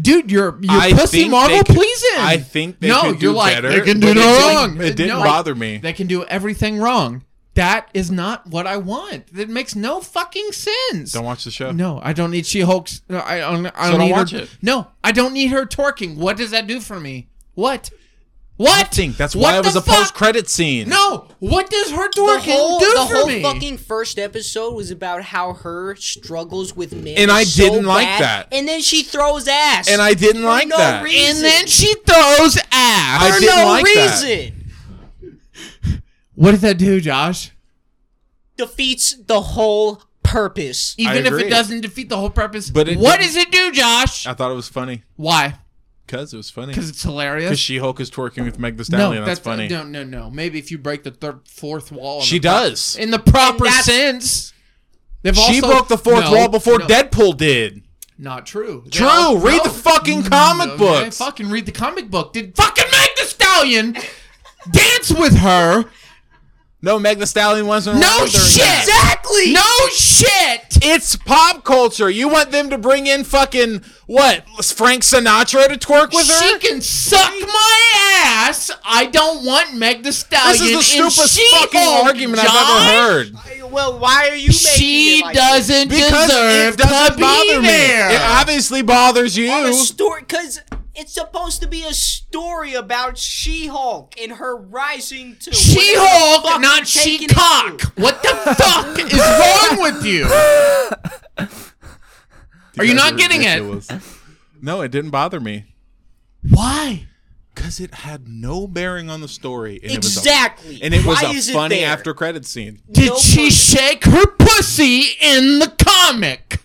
[SPEAKER 1] dude, you're you're
[SPEAKER 2] I
[SPEAKER 1] pussy
[SPEAKER 2] think
[SPEAKER 1] Marvel
[SPEAKER 2] they could-
[SPEAKER 1] pleasing.
[SPEAKER 2] I think they
[SPEAKER 1] no,
[SPEAKER 2] could do
[SPEAKER 1] you're like
[SPEAKER 2] better,
[SPEAKER 1] they can do
[SPEAKER 2] but it
[SPEAKER 1] no
[SPEAKER 2] didn't-
[SPEAKER 1] wrong.
[SPEAKER 2] it didn't
[SPEAKER 1] No,
[SPEAKER 2] bother me.
[SPEAKER 1] They can do everything wrong. That is not what I want. That makes no fucking sense.
[SPEAKER 2] Don't watch the show.
[SPEAKER 1] No, I don't need She Hulk's. No, I don't. I
[SPEAKER 2] So
[SPEAKER 1] don't
[SPEAKER 2] don't
[SPEAKER 1] need
[SPEAKER 2] watch
[SPEAKER 1] her,
[SPEAKER 2] it.
[SPEAKER 1] No, I don't need her twerking. What does that do for me? What? What?
[SPEAKER 2] Think That's
[SPEAKER 1] What
[SPEAKER 2] why it was
[SPEAKER 1] the
[SPEAKER 2] a
[SPEAKER 1] fuck?
[SPEAKER 2] post credit scene.
[SPEAKER 1] No. What does her
[SPEAKER 4] The
[SPEAKER 1] dorking
[SPEAKER 4] whole,
[SPEAKER 1] do
[SPEAKER 4] the
[SPEAKER 1] for
[SPEAKER 4] whole
[SPEAKER 1] me?
[SPEAKER 4] fucking first episode was about how her struggles with men,
[SPEAKER 2] And I
[SPEAKER 4] so
[SPEAKER 2] didn't like
[SPEAKER 4] bad,
[SPEAKER 2] that.
[SPEAKER 4] And then she throws ass,
[SPEAKER 2] And I didn't
[SPEAKER 4] for
[SPEAKER 2] like
[SPEAKER 4] no
[SPEAKER 2] that.
[SPEAKER 4] Reason.
[SPEAKER 1] and then she throws ass.
[SPEAKER 2] I
[SPEAKER 4] for
[SPEAKER 2] didn't
[SPEAKER 4] no
[SPEAKER 2] like that.
[SPEAKER 4] reason.
[SPEAKER 1] what did that do, Josh?
[SPEAKER 4] defeats the whole purpose.
[SPEAKER 1] Even if
[SPEAKER 2] agree.
[SPEAKER 1] it doesn't defeat the whole purpose,
[SPEAKER 2] But it Uh,
[SPEAKER 1] what
[SPEAKER 2] didn't-
[SPEAKER 1] does it do, Josh?
[SPEAKER 2] I thought it was funny
[SPEAKER 1] Why?
[SPEAKER 2] because it was funny.
[SPEAKER 1] Because it's hilarious.
[SPEAKER 2] Because She Hulk is twerking with Meg Thee
[SPEAKER 1] no, uh,
[SPEAKER 2] Stallion. that's, funny.
[SPEAKER 1] No, no, no. Maybe if you break the third, fourth wall. in
[SPEAKER 2] She
[SPEAKER 1] the pro-
[SPEAKER 2] does.
[SPEAKER 1] in the proper
[SPEAKER 4] that's-
[SPEAKER 1] sense. They've
[SPEAKER 2] she
[SPEAKER 1] also-
[SPEAKER 2] broke the fourth
[SPEAKER 1] No,
[SPEAKER 2] wall before
[SPEAKER 1] no,
[SPEAKER 2] Deadpool did.
[SPEAKER 1] Not true. They
[SPEAKER 2] True.
[SPEAKER 1] all-
[SPEAKER 2] read
[SPEAKER 1] no.
[SPEAKER 2] the fucking comic
[SPEAKER 1] Okay,
[SPEAKER 2] books.
[SPEAKER 1] Fucking read the comic book. Did fucking Meg the Stallion dance with her?
[SPEAKER 2] No, Meg Thee Stallion wasn't.
[SPEAKER 1] No
[SPEAKER 2] around during
[SPEAKER 1] shit.
[SPEAKER 2] that.
[SPEAKER 4] Exactly.
[SPEAKER 1] No shit.
[SPEAKER 2] It's pop culture. You want them to bring in fucking what? Frank Sinatra to twerk with
[SPEAKER 1] She
[SPEAKER 2] her?
[SPEAKER 1] can suck my ass. I don't want Meg the Stallion.
[SPEAKER 2] This is the
[SPEAKER 1] in
[SPEAKER 2] stupidest
[SPEAKER 1] She-Hulk,
[SPEAKER 2] fucking argument
[SPEAKER 1] Josh.
[SPEAKER 2] I've ever heard.
[SPEAKER 4] Well, why are you making
[SPEAKER 1] She
[SPEAKER 4] it like
[SPEAKER 1] doesn't
[SPEAKER 2] Because
[SPEAKER 1] deserve
[SPEAKER 2] it doesn't
[SPEAKER 1] to
[SPEAKER 2] bother
[SPEAKER 1] be there.
[SPEAKER 2] me. It obviously bothers you.
[SPEAKER 4] This? On a story because it's supposed to be a story about She-Hulk and her rising to
[SPEAKER 1] She
[SPEAKER 4] whatever the fuck
[SPEAKER 1] Hulk,
[SPEAKER 4] you're
[SPEAKER 1] not
[SPEAKER 4] taking
[SPEAKER 1] She
[SPEAKER 4] it to.
[SPEAKER 1] Cock. What the fuck is wrong with you? Are you not getting it?
[SPEAKER 2] No, it didn't bother me.
[SPEAKER 1] Why?
[SPEAKER 2] Because it had no bearing on the story. And
[SPEAKER 4] Exactly.
[SPEAKER 2] It was a, and it was
[SPEAKER 4] Why
[SPEAKER 2] a
[SPEAKER 4] is it
[SPEAKER 2] funny
[SPEAKER 4] there?
[SPEAKER 2] after credit scene.
[SPEAKER 1] Did
[SPEAKER 4] No
[SPEAKER 1] she
[SPEAKER 4] purpose.
[SPEAKER 1] shake her pussy in the comic?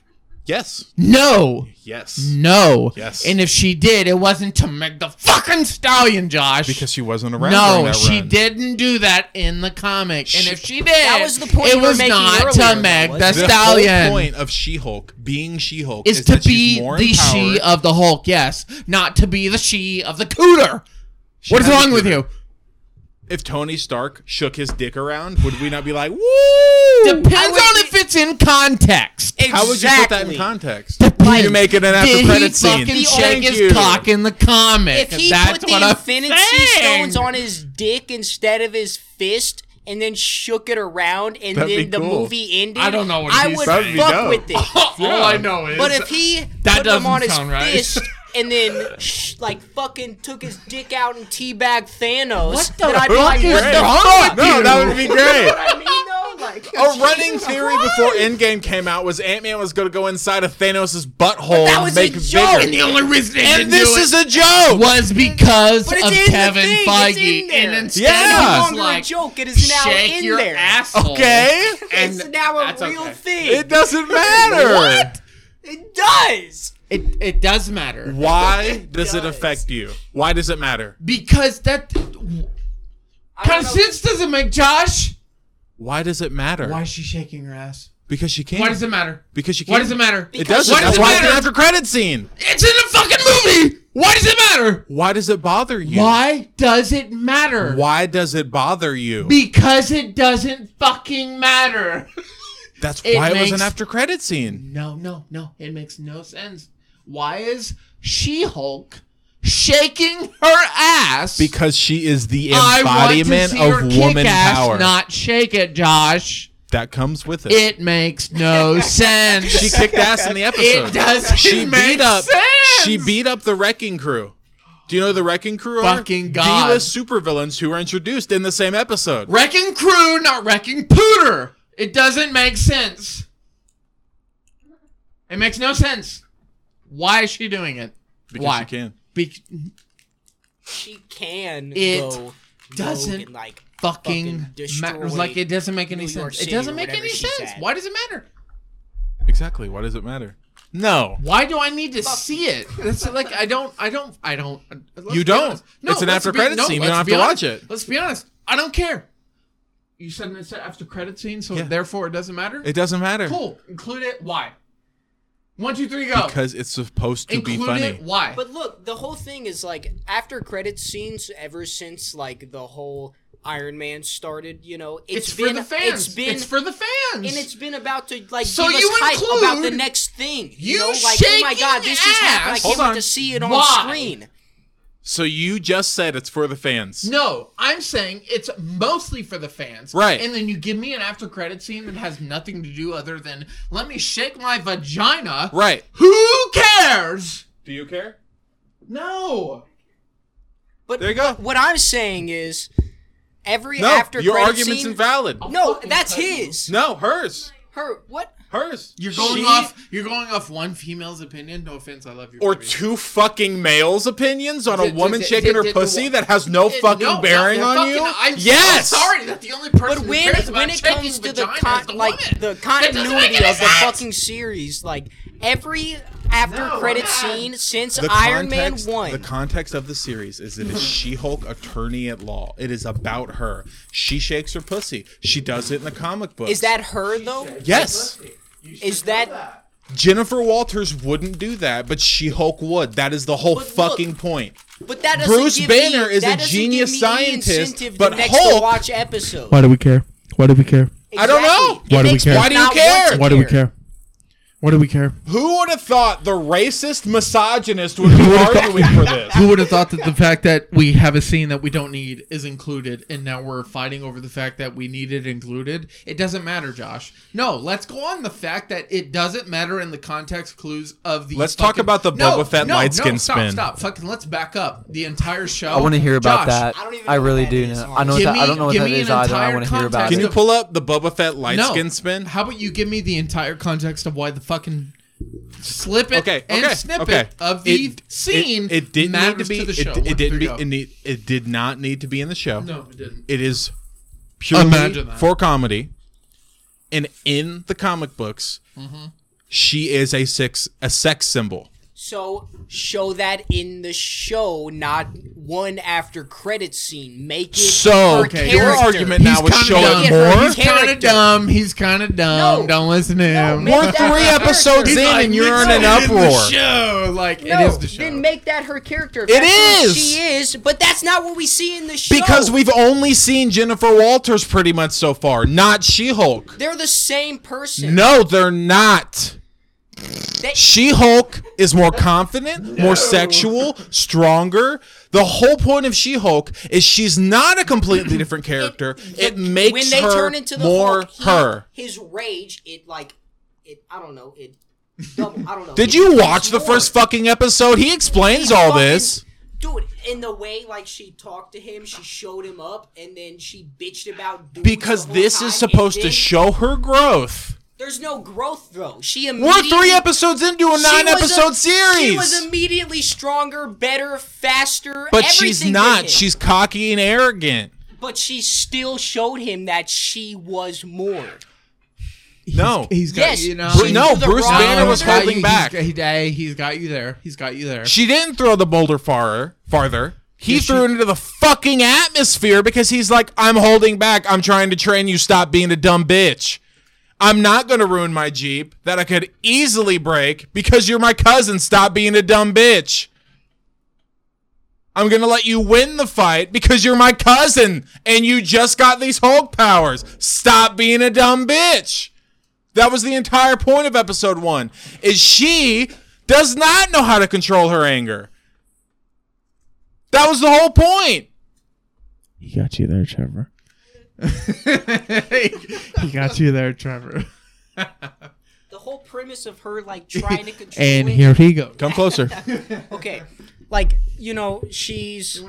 [SPEAKER 2] Yes.
[SPEAKER 1] No.
[SPEAKER 2] Yes.
[SPEAKER 1] No.
[SPEAKER 2] Yes.
[SPEAKER 1] And if she did, it wasn't to Meg the fucking Stallion, Josh.
[SPEAKER 2] Because she wasn't around. during
[SPEAKER 1] no,
[SPEAKER 2] that
[SPEAKER 1] she
[SPEAKER 2] run.
[SPEAKER 1] didn't do that in the comic. and if she did,
[SPEAKER 4] That was the point
[SPEAKER 1] it
[SPEAKER 4] you were
[SPEAKER 1] was
[SPEAKER 4] making
[SPEAKER 1] not
[SPEAKER 4] earlier,
[SPEAKER 1] to
[SPEAKER 4] though,
[SPEAKER 1] Meg the
[SPEAKER 4] wasn't
[SPEAKER 2] The
[SPEAKER 1] Stallion.
[SPEAKER 2] whole point of She-Hulk being She-Hulk
[SPEAKER 1] is,
[SPEAKER 2] is,
[SPEAKER 1] to
[SPEAKER 2] that she's
[SPEAKER 1] be
[SPEAKER 2] more
[SPEAKER 1] the she uh,
[SPEAKER 2] empowered.
[SPEAKER 1] of the Hulk, yes, not to be the she of the cooter.
[SPEAKER 2] She
[SPEAKER 1] what is
[SPEAKER 2] has a
[SPEAKER 1] wrong with
[SPEAKER 2] cooter.
[SPEAKER 1] you?
[SPEAKER 2] If Tony Stark shook his dick around, would we not be like, "Woo"?
[SPEAKER 1] Depends
[SPEAKER 4] I
[SPEAKER 1] on
[SPEAKER 4] would be-
[SPEAKER 1] if it's in context.
[SPEAKER 4] Exactly.
[SPEAKER 2] How would you put that in context?
[SPEAKER 1] Depends.
[SPEAKER 2] You make it an after
[SPEAKER 1] Did he
[SPEAKER 2] credit scene.
[SPEAKER 1] fucking shake
[SPEAKER 2] Thank
[SPEAKER 1] his
[SPEAKER 2] you.
[SPEAKER 1] cock in the comic?
[SPEAKER 4] If he
[SPEAKER 1] That's
[SPEAKER 4] put
[SPEAKER 1] what
[SPEAKER 4] the
[SPEAKER 1] I'm
[SPEAKER 4] Infinity
[SPEAKER 1] saying.
[SPEAKER 4] Stones on his dick instead of his fist. And then shook it around, and
[SPEAKER 2] That'd be
[SPEAKER 4] then the
[SPEAKER 2] cool.
[SPEAKER 4] movie ended.
[SPEAKER 1] I don't know what
[SPEAKER 4] I
[SPEAKER 1] he's
[SPEAKER 4] would
[SPEAKER 2] saying.
[SPEAKER 4] fuck
[SPEAKER 2] That'd
[SPEAKER 4] with
[SPEAKER 2] be
[SPEAKER 4] it.
[SPEAKER 1] All I know is,
[SPEAKER 4] But if he
[SPEAKER 1] That
[SPEAKER 4] put them on
[SPEAKER 1] doesn't
[SPEAKER 4] his
[SPEAKER 1] sound right.
[SPEAKER 4] fist and then sh- like fucking took his dick out and teabagged Thanos,
[SPEAKER 1] What the
[SPEAKER 4] then I'd be like,
[SPEAKER 1] fuck
[SPEAKER 4] what
[SPEAKER 1] is
[SPEAKER 4] the
[SPEAKER 1] wrong
[SPEAKER 4] fuck?
[SPEAKER 1] with
[SPEAKER 2] No,
[SPEAKER 1] you?
[SPEAKER 2] that would be
[SPEAKER 4] You
[SPEAKER 2] great.
[SPEAKER 4] know what I mean, though? Like,
[SPEAKER 2] A running theory before Endgame came out was Ant Man was going to go inside of Thanos' butthole
[SPEAKER 4] that
[SPEAKER 2] and
[SPEAKER 4] was
[SPEAKER 2] make
[SPEAKER 4] a
[SPEAKER 2] it
[SPEAKER 4] joke.
[SPEAKER 1] and
[SPEAKER 2] bigger.
[SPEAKER 1] the only reason they
[SPEAKER 2] And
[SPEAKER 1] didn't
[SPEAKER 2] this
[SPEAKER 1] do
[SPEAKER 2] is
[SPEAKER 1] it
[SPEAKER 2] a joke.
[SPEAKER 1] was because
[SPEAKER 4] But it's
[SPEAKER 1] of
[SPEAKER 4] in the
[SPEAKER 1] Kevin
[SPEAKER 4] thing, it's
[SPEAKER 1] Feige,
[SPEAKER 4] in there.
[SPEAKER 1] and instead
[SPEAKER 2] Yeah.
[SPEAKER 1] he
[SPEAKER 2] It's no
[SPEAKER 1] was
[SPEAKER 4] longer a
[SPEAKER 1] like,
[SPEAKER 4] joke, it is now
[SPEAKER 1] shake
[SPEAKER 4] in
[SPEAKER 1] your
[SPEAKER 4] there."
[SPEAKER 1] asshole.
[SPEAKER 2] Okay,
[SPEAKER 4] it's
[SPEAKER 1] and
[SPEAKER 4] now
[SPEAKER 1] that's
[SPEAKER 4] a real
[SPEAKER 1] okay.
[SPEAKER 4] thing.
[SPEAKER 2] it doesn't matter.
[SPEAKER 1] What?
[SPEAKER 4] It does.
[SPEAKER 1] It it does matter.
[SPEAKER 2] Why does it affect you? Why does it matter?
[SPEAKER 1] Because that
[SPEAKER 4] I
[SPEAKER 1] kind
[SPEAKER 4] don't
[SPEAKER 1] of
[SPEAKER 4] know.
[SPEAKER 1] sense doesn't make Josh.
[SPEAKER 2] Why does it matter?
[SPEAKER 1] Why is she shaking her ass?
[SPEAKER 2] Because she can't.
[SPEAKER 1] Why does it matter?
[SPEAKER 2] Because she can't.
[SPEAKER 1] Why does it matter?
[SPEAKER 2] It
[SPEAKER 4] Because-
[SPEAKER 2] doesn't.
[SPEAKER 1] Why does
[SPEAKER 2] That's
[SPEAKER 1] it
[SPEAKER 2] why it's an
[SPEAKER 1] matter?
[SPEAKER 2] after credit scene.
[SPEAKER 1] It's in the fucking movie. Why does it matter?
[SPEAKER 2] Why does it bother you?
[SPEAKER 1] Why does it matter?
[SPEAKER 2] Why does it bother you?
[SPEAKER 1] Because it doesn't fucking matter.
[SPEAKER 2] That's
[SPEAKER 1] It
[SPEAKER 2] why it was
[SPEAKER 1] makes-
[SPEAKER 2] an after credit scene.
[SPEAKER 1] No, no, no. It makes no sense. Why is She-Hulk shaking her ass?
[SPEAKER 2] Because she is the
[SPEAKER 1] I want to
[SPEAKER 2] embodiment
[SPEAKER 1] see her
[SPEAKER 2] of
[SPEAKER 1] kick
[SPEAKER 2] woman
[SPEAKER 1] ass,
[SPEAKER 2] power.
[SPEAKER 1] Not shake it, Josh.
[SPEAKER 2] that comes with it.
[SPEAKER 1] It makes no sense.
[SPEAKER 2] She kicked ass in the episode.
[SPEAKER 1] It doesn't
[SPEAKER 2] She
[SPEAKER 1] make
[SPEAKER 2] beat up.
[SPEAKER 1] sense.
[SPEAKER 2] She beat up the wrecking crew. Do you know who the wrecking crew are?
[SPEAKER 1] Fucking God.
[SPEAKER 2] D-list supervillains who were introduced in the same episode.
[SPEAKER 1] Wrecking crew, not wrecking pooter. It doesn't make sense. It makes no sense. Why is she doing it?
[SPEAKER 2] Because
[SPEAKER 1] Why?
[SPEAKER 2] she can.
[SPEAKER 1] Be-
[SPEAKER 4] She can
[SPEAKER 1] It
[SPEAKER 4] go rogue
[SPEAKER 1] doesn't
[SPEAKER 4] and, like
[SPEAKER 1] fucking
[SPEAKER 4] destroy
[SPEAKER 1] matters. Like it doesn't make any
[SPEAKER 4] New York
[SPEAKER 1] sense.
[SPEAKER 4] City
[SPEAKER 1] it doesn't
[SPEAKER 4] or
[SPEAKER 1] make
[SPEAKER 4] whatever
[SPEAKER 1] any
[SPEAKER 4] she's
[SPEAKER 1] sense.
[SPEAKER 4] at.
[SPEAKER 1] Why does it matter?
[SPEAKER 2] Exactly. Why does it matter? No.
[SPEAKER 1] Why do I need to see it? That's like I don't, I don't, I don't. let's
[SPEAKER 2] You
[SPEAKER 1] be
[SPEAKER 2] don't.
[SPEAKER 1] honest.
[SPEAKER 2] It's an
[SPEAKER 1] let's
[SPEAKER 2] after
[SPEAKER 1] be-
[SPEAKER 2] credit scene. You
[SPEAKER 1] let's
[SPEAKER 2] don't have
[SPEAKER 1] be
[SPEAKER 2] to
[SPEAKER 1] honest.
[SPEAKER 2] watch it.
[SPEAKER 1] Let's be honest. I don't care. You said it's an after credit scene, so
[SPEAKER 2] Yeah.
[SPEAKER 1] therefore it doesn't matter.
[SPEAKER 2] It doesn't matter.
[SPEAKER 1] cool. Include it. Why? One, two, three, go.
[SPEAKER 2] Because it's supposed to
[SPEAKER 1] Include
[SPEAKER 2] be funny.
[SPEAKER 1] it. Why?
[SPEAKER 4] But look, the whole thing is like after credit scenes ever since like the whole Iron Man started, you know,
[SPEAKER 1] it's,
[SPEAKER 4] been
[SPEAKER 1] for the fans.
[SPEAKER 4] it's been
[SPEAKER 1] for the fans.
[SPEAKER 4] and it's been about to like
[SPEAKER 1] So
[SPEAKER 4] give us
[SPEAKER 1] you
[SPEAKER 4] hype about the
[SPEAKER 1] include
[SPEAKER 4] next thing. You,
[SPEAKER 1] you
[SPEAKER 4] know, like oh my
[SPEAKER 1] shaking
[SPEAKER 4] god, this just happened. I
[SPEAKER 1] ass.
[SPEAKER 4] can't
[SPEAKER 2] Hold
[SPEAKER 4] wait
[SPEAKER 2] on.
[SPEAKER 4] to see it on
[SPEAKER 1] Why?
[SPEAKER 4] screen.
[SPEAKER 2] So you just said it's for the fans.
[SPEAKER 1] no, I'm saying it's mostly for the fans.
[SPEAKER 2] Right.
[SPEAKER 1] And then you give me an after credit scene that has nothing to do other than let me shake my vagina.
[SPEAKER 2] Right.
[SPEAKER 1] Who cares?
[SPEAKER 2] Do you care?
[SPEAKER 1] No.
[SPEAKER 4] But
[SPEAKER 2] There you go.
[SPEAKER 4] What I'm saying is, every
[SPEAKER 2] No,
[SPEAKER 4] after
[SPEAKER 2] your
[SPEAKER 4] credit
[SPEAKER 2] argument's
[SPEAKER 4] scene,
[SPEAKER 2] invalid.
[SPEAKER 4] No, that's his.
[SPEAKER 2] No, hers.
[SPEAKER 4] Her what?
[SPEAKER 2] Hers.
[SPEAKER 1] You're going
[SPEAKER 2] She-
[SPEAKER 1] off. You're going off one female's opinion. No offense, I love you.
[SPEAKER 2] Or two fucking males' opinions on a
[SPEAKER 1] Did- did-
[SPEAKER 2] woman
[SPEAKER 1] did-
[SPEAKER 2] shaking
[SPEAKER 1] did-
[SPEAKER 2] her
[SPEAKER 1] did the
[SPEAKER 2] pussy
[SPEAKER 1] wa-
[SPEAKER 2] that has no fucking bearing on you. yes.
[SPEAKER 1] sorry, that's the only person.
[SPEAKER 4] But when when it comes to the, con- like the continuity of the fucking series, like every after credit scene since
[SPEAKER 2] The
[SPEAKER 4] Iron
[SPEAKER 2] context,
[SPEAKER 4] Man one.
[SPEAKER 2] The context of the series is it is She-Hulk attorney at law. It is about her. She shakes her pussy. She does it in the comic book.
[SPEAKER 4] is that her though?
[SPEAKER 2] yes?
[SPEAKER 4] Is that
[SPEAKER 2] Jennifer Walters wouldn't do that, but She-Hulk would. That is the whole
[SPEAKER 4] But look-
[SPEAKER 2] fucking point.
[SPEAKER 4] but that doesn't
[SPEAKER 2] Bruce
[SPEAKER 4] give
[SPEAKER 2] Banner
[SPEAKER 4] me,
[SPEAKER 2] is
[SPEAKER 4] that
[SPEAKER 2] a
[SPEAKER 4] doesn't
[SPEAKER 2] genius
[SPEAKER 4] give me any
[SPEAKER 2] scientist,
[SPEAKER 4] incentive to
[SPEAKER 2] but
[SPEAKER 4] next
[SPEAKER 2] Hulk-
[SPEAKER 4] to watch episode.
[SPEAKER 1] Why do we care? Why do we care?
[SPEAKER 2] I don't know.
[SPEAKER 4] Exactly.
[SPEAKER 1] Why
[SPEAKER 4] It
[SPEAKER 1] do we
[SPEAKER 4] makes
[SPEAKER 1] care?
[SPEAKER 4] me
[SPEAKER 1] Why
[SPEAKER 2] do you
[SPEAKER 4] not want
[SPEAKER 2] care?
[SPEAKER 4] to
[SPEAKER 1] Why do we care? Why do we care?
[SPEAKER 2] Who would have thought the racist misogynist would be
[SPEAKER 1] would've thought-
[SPEAKER 2] arguing for this?
[SPEAKER 1] Who would have thought that the fact that we have a scene that we don't need is included, and now we're fighting over the fact that we need it included? It doesn't matter, Josh. No, let's go on the fact that it doesn't matter in the context clues of the.
[SPEAKER 2] Let's talk
[SPEAKER 1] fucking-
[SPEAKER 2] about the
[SPEAKER 1] no,
[SPEAKER 2] Boba Fett
[SPEAKER 1] no,
[SPEAKER 2] light
[SPEAKER 1] no,
[SPEAKER 2] skin
[SPEAKER 1] stop,
[SPEAKER 2] spin.
[SPEAKER 1] Stop, Fucking, let's back up the entire show.
[SPEAKER 5] I want to hear
[SPEAKER 1] Josh,
[SPEAKER 5] about that.
[SPEAKER 4] I don't even know
[SPEAKER 5] I,
[SPEAKER 4] what
[SPEAKER 5] really
[SPEAKER 4] that
[SPEAKER 5] do
[SPEAKER 4] is,
[SPEAKER 5] know. I know what
[SPEAKER 1] Give
[SPEAKER 5] that. I
[SPEAKER 1] me-
[SPEAKER 5] don't know what
[SPEAKER 1] give
[SPEAKER 5] that
[SPEAKER 1] me
[SPEAKER 5] is
[SPEAKER 1] an
[SPEAKER 5] either. I
[SPEAKER 1] entire
[SPEAKER 5] want to hear about
[SPEAKER 1] context
[SPEAKER 2] Can you
[SPEAKER 5] it.
[SPEAKER 2] pull up the Boba Fett light
[SPEAKER 1] no.
[SPEAKER 2] skin spin?
[SPEAKER 1] How about you give me the entire context of why the fucking snippet
[SPEAKER 2] Okay,
[SPEAKER 1] and
[SPEAKER 2] okay,
[SPEAKER 1] snippet
[SPEAKER 2] okay.
[SPEAKER 1] of the
[SPEAKER 2] It-
[SPEAKER 1] scene
[SPEAKER 2] It, it didn't need to
[SPEAKER 1] matters
[SPEAKER 2] be.
[SPEAKER 1] to the
[SPEAKER 2] it-
[SPEAKER 1] show.
[SPEAKER 2] It,
[SPEAKER 1] Where
[SPEAKER 2] didn't
[SPEAKER 1] we
[SPEAKER 2] be.
[SPEAKER 1] go.
[SPEAKER 2] It, need, it did not need to be in the show.
[SPEAKER 1] no, it didn't.
[SPEAKER 2] It is purely
[SPEAKER 1] Imagine that.
[SPEAKER 2] for comedy, and in the comic books,
[SPEAKER 1] Mm-hmm.
[SPEAKER 2] she is a sex a sex symbol.
[SPEAKER 4] So show that in the show, not one after credit scene. Make it
[SPEAKER 2] So
[SPEAKER 4] her
[SPEAKER 1] Okay,
[SPEAKER 2] your
[SPEAKER 4] character.
[SPEAKER 2] argument now is
[SPEAKER 1] kinda
[SPEAKER 2] show
[SPEAKER 1] dumb.
[SPEAKER 2] it
[SPEAKER 4] Yeah, for
[SPEAKER 2] more.
[SPEAKER 4] his
[SPEAKER 1] He's kind of
[SPEAKER 4] character.
[SPEAKER 1] dumb. He's kind of dumb.
[SPEAKER 4] No.
[SPEAKER 1] Don't listen to him.
[SPEAKER 4] man.
[SPEAKER 2] We're three episodes
[SPEAKER 1] He's
[SPEAKER 2] in,
[SPEAKER 1] like,
[SPEAKER 2] and you're in
[SPEAKER 1] "Mix
[SPEAKER 2] an
[SPEAKER 1] it the
[SPEAKER 2] uproar.
[SPEAKER 1] show, like
[SPEAKER 4] No,
[SPEAKER 1] it is the show.
[SPEAKER 4] then make that her character. If
[SPEAKER 2] It
[SPEAKER 4] that's who
[SPEAKER 2] is!
[SPEAKER 4] She is, but that's not what we see in the show.
[SPEAKER 2] Because we've only seen Jennifer Walters pretty much so far, not She Hulk.
[SPEAKER 4] they're the same person.
[SPEAKER 2] No, they're not.
[SPEAKER 4] They-
[SPEAKER 2] She Hulk is more confident, more sexual, stronger. The whole point of She Hulk is she's not a completely different character. It, makes
[SPEAKER 4] when they
[SPEAKER 2] her
[SPEAKER 4] turn into the
[SPEAKER 2] more
[SPEAKER 4] Hulk, he-
[SPEAKER 2] her.
[SPEAKER 4] His rage, it like, it. I don't know. It. Double, I don't know.
[SPEAKER 2] Did
[SPEAKER 4] It
[SPEAKER 2] you
[SPEAKER 4] does
[SPEAKER 2] watch the
[SPEAKER 4] more.
[SPEAKER 2] first fucking episode? He explains
[SPEAKER 4] He
[SPEAKER 2] all
[SPEAKER 4] fucking-
[SPEAKER 2] this.
[SPEAKER 4] Dude, in the way like she talked to him, she showed him up, and then she bitched about dudes
[SPEAKER 2] Because
[SPEAKER 4] the whole
[SPEAKER 2] this
[SPEAKER 4] time,
[SPEAKER 2] is supposed
[SPEAKER 4] and
[SPEAKER 2] to
[SPEAKER 4] then-
[SPEAKER 2] show her growth.
[SPEAKER 4] There's no growth though. She
[SPEAKER 2] We're
[SPEAKER 4] immediately
[SPEAKER 2] three episodes into a
[SPEAKER 4] she
[SPEAKER 2] nine
[SPEAKER 4] was
[SPEAKER 2] episode
[SPEAKER 4] a-
[SPEAKER 2] series.
[SPEAKER 4] She was immediately stronger, better, faster.
[SPEAKER 2] but she's
[SPEAKER 4] everything than
[SPEAKER 2] not.
[SPEAKER 4] him.
[SPEAKER 2] She's cocky and arrogant.
[SPEAKER 4] But she still showed him that she was more.
[SPEAKER 2] no.
[SPEAKER 1] he's got
[SPEAKER 4] Yes,
[SPEAKER 1] you know.
[SPEAKER 4] she
[SPEAKER 2] no,
[SPEAKER 4] knew the
[SPEAKER 2] Bruce
[SPEAKER 4] wrong
[SPEAKER 2] Banner was
[SPEAKER 4] order.
[SPEAKER 1] got you-
[SPEAKER 2] holding
[SPEAKER 1] he's
[SPEAKER 2] back.
[SPEAKER 1] got- he- hey, he's got you there. He's got you there.
[SPEAKER 2] She didn't throw the boulder far, farther. He
[SPEAKER 1] Yeah, she-
[SPEAKER 2] threw it into the fucking atmosphere because he's like, I'm holding back. I'm trying to train you. Stop being a dumb bitch. I'm not going to ruin my Jeep that I could easily break because you're my cousin. Stop being a dumb bitch. I'm going to let you win the fight because you're my cousin and you just got these Hulk powers. Stop being a dumb bitch. That was the entire point of episode one. Is she does not know how to control her anger. That was the whole point.
[SPEAKER 1] He got you there, Trevor. he got you there, Trevor.
[SPEAKER 4] The whole premise of her like trying to control
[SPEAKER 1] And
[SPEAKER 4] it-
[SPEAKER 1] here he goes.
[SPEAKER 2] Come closer.
[SPEAKER 4] Okay. Like, you know, she's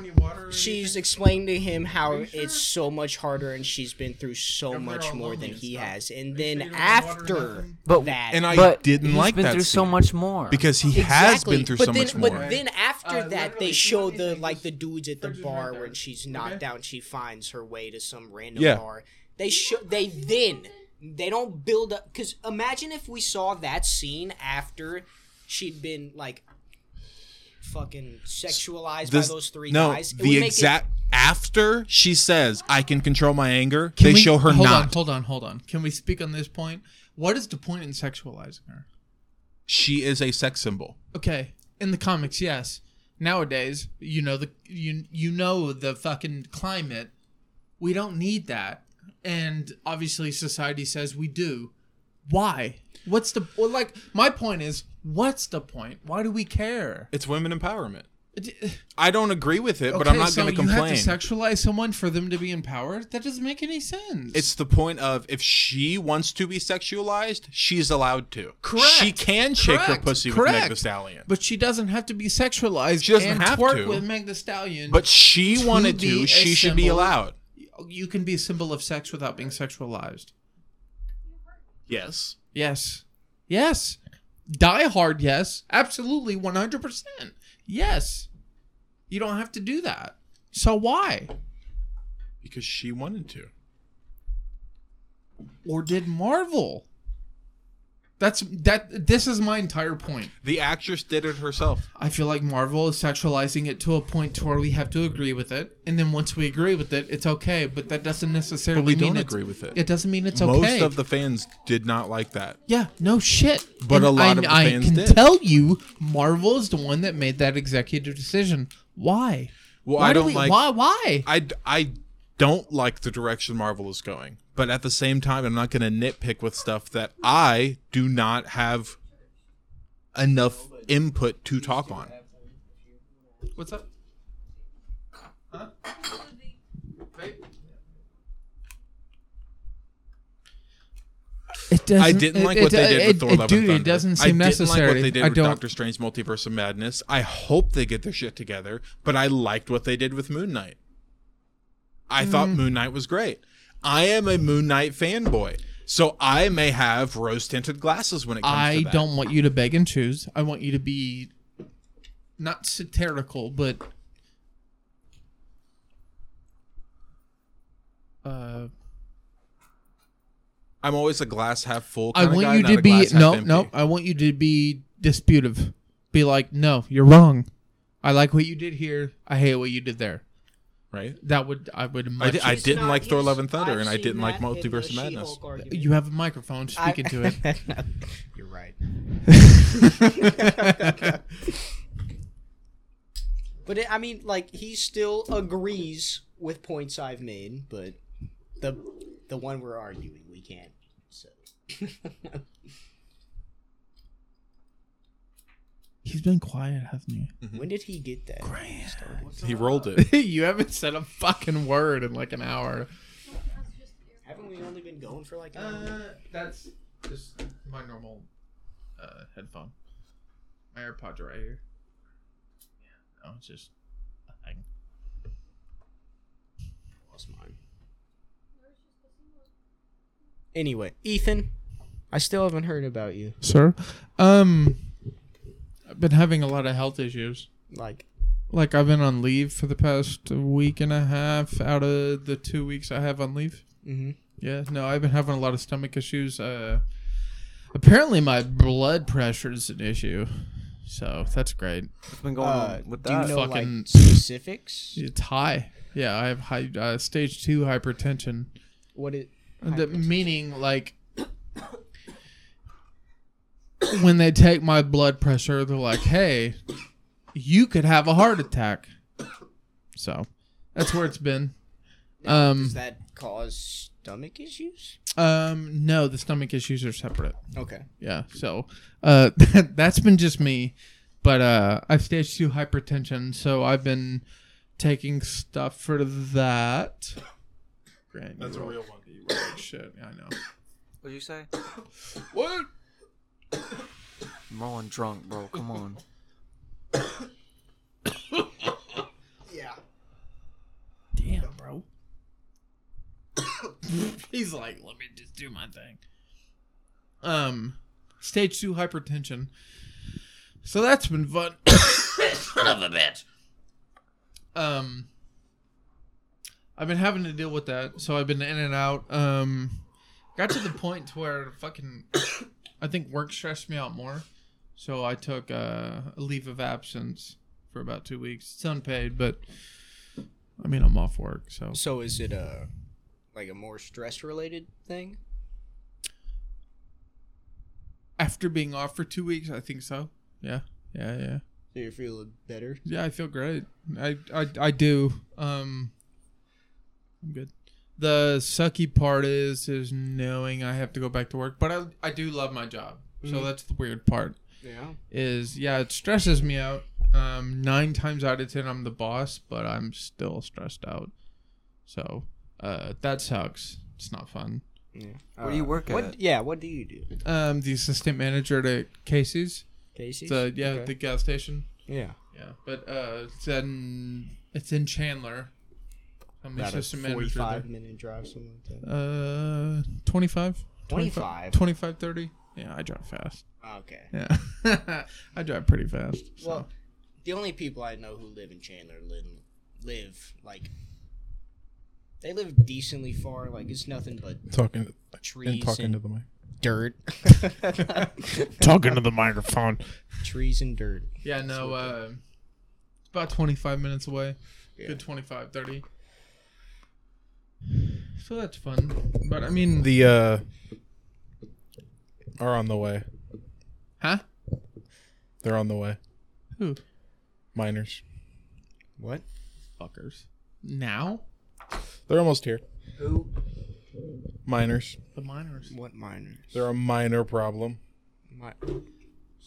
[SPEAKER 4] she's explained to him how it's so much harder and she's been through so much more than he has. And then after
[SPEAKER 5] But-
[SPEAKER 4] that
[SPEAKER 2] And I
[SPEAKER 5] But
[SPEAKER 2] didn't
[SPEAKER 5] he's
[SPEAKER 2] like
[SPEAKER 5] been
[SPEAKER 2] that
[SPEAKER 5] through so
[SPEAKER 2] scene.
[SPEAKER 5] much more.
[SPEAKER 2] because he has been through
[SPEAKER 4] but
[SPEAKER 2] so
[SPEAKER 4] then,
[SPEAKER 2] much
[SPEAKER 4] but
[SPEAKER 2] more.
[SPEAKER 4] then after that, they show the like the dudes at the bar when she's knocked down. She finds her way to some random
[SPEAKER 2] Yeah.
[SPEAKER 4] bar. They show they then they don't build up because imagine if we saw that scene after she'd been like fucking sexualized
[SPEAKER 2] This-
[SPEAKER 4] by those three
[SPEAKER 2] no,
[SPEAKER 4] guys. It would
[SPEAKER 2] the
[SPEAKER 4] make it-
[SPEAKER 2] exact after she says, "I can control my anger," they
[SPEAKER 1] we-
[SPEAKER 2] show her
[SPEAKER 1] hold
[SPEAKER 2] not.
[SPEAKER 1] On, hold on, hold on. Can we speak on this point? What is the point in sexualizing her?
[SPEAKER 2] she is a sex symbol.
[SPEAKER 1] Okay, in the comics, yes. Nowadays, you know the you you know the fucking climate. We don't need that, and obviously society says we do. Why? What's the well, like? My point is, what's the point? Why do we care?
[SPEAKER 2] It's women empowerment. I don't agree with it, but
[SPEAKER 1] Okay,
[SPEAKER 2] I'm not
[SPEAKER 1] so
[SPEAKER 2] going to
[SPEAKER 1] You
[SPEAKER 2] complain.
[SPEAKER 1] have to sexualize someone for them to be empowered? That doesn't make any sense.
[SPEAKER 2] It's the point of if she wants to be sexualized, she's allowed to.
[SPEAKER 1] Correct.
[SPEAKER 2] She can shake her
[SPEAKER 1] Correct.
[SPEAKER 2] pussy with Meg
[SPEAKER 1] Correct.
[SPEAKER 2] the Stallion. But,
[SPEAKER 1] but she doesn't have to be sexualized.
[SPEAKER 2] She doesn't
[SPEAKER 1] and
[SPEAKER 2] have
[SPEAKER 1] twerk
[SPEAKER 2] to.
[SPEAKER 1] with Meg the Stallion.
[SPEAKER 2] she
[SPEAKER 1] To
[SPEAKER 2] wanted
[SPEAKER 1] be
[SPEAKER 2] to,
[SPEAKER 1] a
[SPEAKER 2] she should be
[SPEAKER 1] symbol.
[SPEAKER 2] allowed.
[SPEAKER 1] you can be a symbol of sex without being sexualized.
[SPEAKER 2] Yes.
[SPEAKER 1] Yes. Yes. Die hard, yes. Absolutely, 100%. Yes. You don't have to do that. So why?
[SPEAKER 2] Because she wanted to.
[SPEAKER 1] Or did Marvel? That's that this is my entire point.
[SPEAKER 2] The actress did it herself.
[SPEAKER 1] I feel like Marvel is sexualizing it to a point to where we have to agree with it, and then once we agree with it, it's okay. But that doesn't necessarily
[SPEAKER 2] But we
[SPEAKER 1] mean
[SPEAKER 2] don't
[SPEAKER 1] it's-
[SPEAKER 2] agree with it.
[SPEAKER 1] It doesn't mean it's
[SPEAKER 2] Most
[SPEAKER 1] okay.
[SPEAKER 2] of the fans did not like that.
[SPEAKER 1] yeah, no shit.
[SPEAKER 2] But a lot
[SPEAKER 1] I,
[SPEAKER 2] of the
[SPEAKER 1] I
[SPEAKER 2] fans
[SPEAKER 1] can
[SPEAKER 2] did.
[SPEAKER 1] tell you, Marvel is the one that made that executive decision. Why?
[SPEAKER 2] Well,
[SPEAKER 1] why
[SPEAKER 2] I
[SPEAKER 1] do
[SPEAKER 2] don't
[SPEAKER 1] we-
[SPEAKER 2] like
[SPEAKER 1] why. Why?
[SPEAKER 2] I, I don't like the direction Marvel is going. But at the same time, I'm not going to nitpick with stuff that I do not have enough input to talk on.
[SPEAKER 1] What's up? Huh? Babe? It doesn't,
[SPEAKER 2] I didn't like what they did with Thor:
[SPEAKER 1] it,
[SPEAKER 2] Love
[SPEAKER 1] dude,
[SPEAKER 2] and Thunder.
[SPEAKER 1] It doesn't
[SPEAKER 2] I
[SPEAKER 1] seem
[SPEAKER 2] didn't
[SPEAKER 1] necessary.
[SPEAKER 2] like what they did
[SPEAKER 1] I
[SPEAKER 2] with
[SPEAKER 1] don't.
[SPEAKER 2] Doctor Strange: Multiverse of Madness. I hope they get their shit together, but I liked what they did with Moon Knight. I thought
[SPEAKER 1] Mm.
[SPEAKER 2] Moon Knight was great. I am a Moon Knight fanboy, so I may have rose-tinted glasses when it comes
[SPEAKER 1] I
[SPEAKER 2] to that.
[SPEAKER 1] don't want you to beg and choose. I want you to be not satirical, but uh,
[SPEAKER 2] I'm always a glass half full.
[SPEAKER 1] I
[SPEAKER 2] Kind
[SPEAKER 1] want
[SPEAKER 2] guy,
[SPEAKER 1] you
[SPEAKER 2] not
[SPEAKER 1] to
[SPEAKER 2] a
[SPEAKER 1] be
[SPEAKER 2] glass half
[SPEAKER 1] no,
[SPEAKER 2] empty.
[SPEAKER 1] no. I want you to be disputive. Be like, no, you're wrong. I like what you did here. I hate what you did there.
[SPEAKER 2] right.
[SPEAKER 1] That would I would.
[SPEAKER 2] I,
[SPEAKER 1] Much
[SPEAKER 2] di- I
[SPEAKER 4] It's
[SPEAKER 2] didn't
[SPEAKER 4] not
[SPEAKER 2] like Thor:
[SPEAKER 4] his-
[SPEAKER 2] Love and Thunder,
[SPEAKER 4] I've
[SPEAKER 2] and I
[SPEAKER 4] seen
[SPEAKER 2] didn't like
[SPEAKER 4] that in the
[SPEAKER 2] Multiverse of
[SPEAKER 4] She-Hulk
[SPEAKER 2] Madness.
[SPEAKER 4] argument.
[SPEAKER 1] You have a microphone. Speak into it.
[SPEAKER 4] You're right. But it, I mean, like he still agrees with points I've made, but the the one we're arguing, we can't. So
[SPEAKER 1] He's been quiet, hasn't he?
[SPEAKER 4] when did he get that?
[SPEAKER 2] He rolled it.
[SPEAKER 1] you haven't said a fucking word in like an hour.
[SPEAKER 4] Haven't we only been going for like? An
[SPEAKER 5] Uh,
[SPEAKER 4] hour?
[SPEAKER 1] Uh, that's just my normal uh, headphone. My AirPods are right here. Yeah, no, it's just a thing.
[SPEAKER 4] Lost mine. Anyway, Ethan, I still haven't heard about you.
[SPEAKER 1] Sir, um, I've been having a lot of health issues.
[SPEAKER 4] Like,
[SPEAKER 1] Like I've been on leave for the past week and a half out of the two weeks I have on leave.
[SPEAKER 4] mm-hmm.
[SPEAKER 1] Yeah, no, I've been having a lot of stomach issues. Uh, apparently, my blood pressure is an issue, so that's great.
[SPEAKER 5] What's been going
[SPEAKER 4] uh,
[SPEAKER 5] on with
[SPEAKER 4] do you
[SPEAKER 5] that?
[SPEAKER 4] know
[SPEAKER 1] Fucking-
[SPEAKER 4] like specifics?
[SPEAKER 1] It's high. Yeah, I have high uh, stage two hypertension.
[SPEAKER 4] What it?
[SPEAKER 1] The, meaning, like, when they take my blood pressure, they're like, "Hey, you could have a heart attack." So, that's where it's been. Um,
[SPEAKER 4] Does that cause stomach issues?
[SPEAKER 1] um, no, the stomach issues are separate.
[SPEAKER 4] Okay.
[SPEAKER 1] yeah so uh that's been just me but uh i've stage two hypertension so i've been taking stuff for that Grant, that's a real one shit yeah, i know
[SPEAKER 5] What'd you say?
[SPEAKER 1] what
[SPEAKER 5] I'm rolling drunk, bro. Come on.
[SPEAKER 4] Yeah.
[SPEAKER 1] damn bro he's like let me just do my thing um stage two hypertension so that's been fun
[SPEAKER 5] Son of a bitch.
[SPEAKER 1] um I've been having to deal with that, so I've been in and out. Um got to the point to where fucking I think work stressed me out more. So I took uh, a leave of absence for about 2 weeks. It's unpaid, but I mean, I'm off work, so
[SPEAKER 4] So is it a like a more stress related thing?
[SPEAKER 1] after being off for 2 weeks, I think so. Yeah. Yeah, yeah.
[SPEAKER 4] So you're feeling better?
[SPEAKER 1] Yeah, I feel great. I I, I do. Um, I'm good. The sucky part is is knowing I have to go back to work, but I I do love my job. So that's the weird part.
[SPEAKER 4] Yeah.
[SPEAKER 1] Is yeah, it stresses me out. Um, nine times out of ten, I'm the boss, but I'm still stressed out. So uh, that sucks. It's not fun.
[SPEAKER 4] Yeah.
[SPEAKER 3] Where do you
[SPEAKER 4] Uh,
[SPEAKER 3] work
[SPEAKER 4] what,
[SPEAKER 3] at?
[SPEAKER 4] Yeah, what do you do?
[SPEAKER 1] Um, the assistant manager to Casey's,
[SPEAKER 4] Casey's?
[SPEAKER 1] the yeah,
[SPEAKER 4] Okay.
[SPEAKER 1] the gas station.
[SPEAKER 4] yeah.
[SPEAKER 1] Yeah, but uh, it's in it's in Chandler. I'm the
[SPEAKER 4] About a
[SPEAKER 1] assistant manager. there.
[SPEAKER 4] 45 minute drive, something like that.
[SPEAKER 1] Uh, 25?
[SPEAKER 4] 25?
[SPEAKER 1] 25, 30? Yeah, I drive fast.
[SPEAKER 4] okay.
[SPEAKER 1] Yeah. I drive pretty fast. So.
[SPEAKER 4] Well, the only people I know who live in Chandler live, live like they live decently far. Like it's nothing but
[SPEAKER 2] Talking
[SPEAKER 4] trees
[SPEAKER 2] talking
[SPEAKER 4] and
[SPEAKER 2] to the mic.
[SPEAKER 4] dirt.
[SPEAKER 2] Talking to the microphone.
[SPEAKER 4] trees and dirt.
[SPEAKER 1] yeah, no, uh, it's about 25 minutes away.
[SPEAKER 4] Yeah.
[SPEAKER 1] Good 25, 30. So that's fun. But I mean,
[SPEAKER 2] The uh are on the way.
[SPEAKER 1] huh?
[SPEAKER 2] They're on the way.
[SPEAKER 1] Who?
[SPEAKER 2] Miners.
[SPEAKER 4] What?
[SPEAKER 1] Fuckers. Now?
[SPEAKER 2] They're almost here.
[SPEAKER 4] Who?
[SPEAKER 2] Miners.
[SPEAKER 1] The minors.
[SPEAKER 4] What miners?
[SPEAKER 2] They're a minor problem.
[SPEAKER 4] Mi-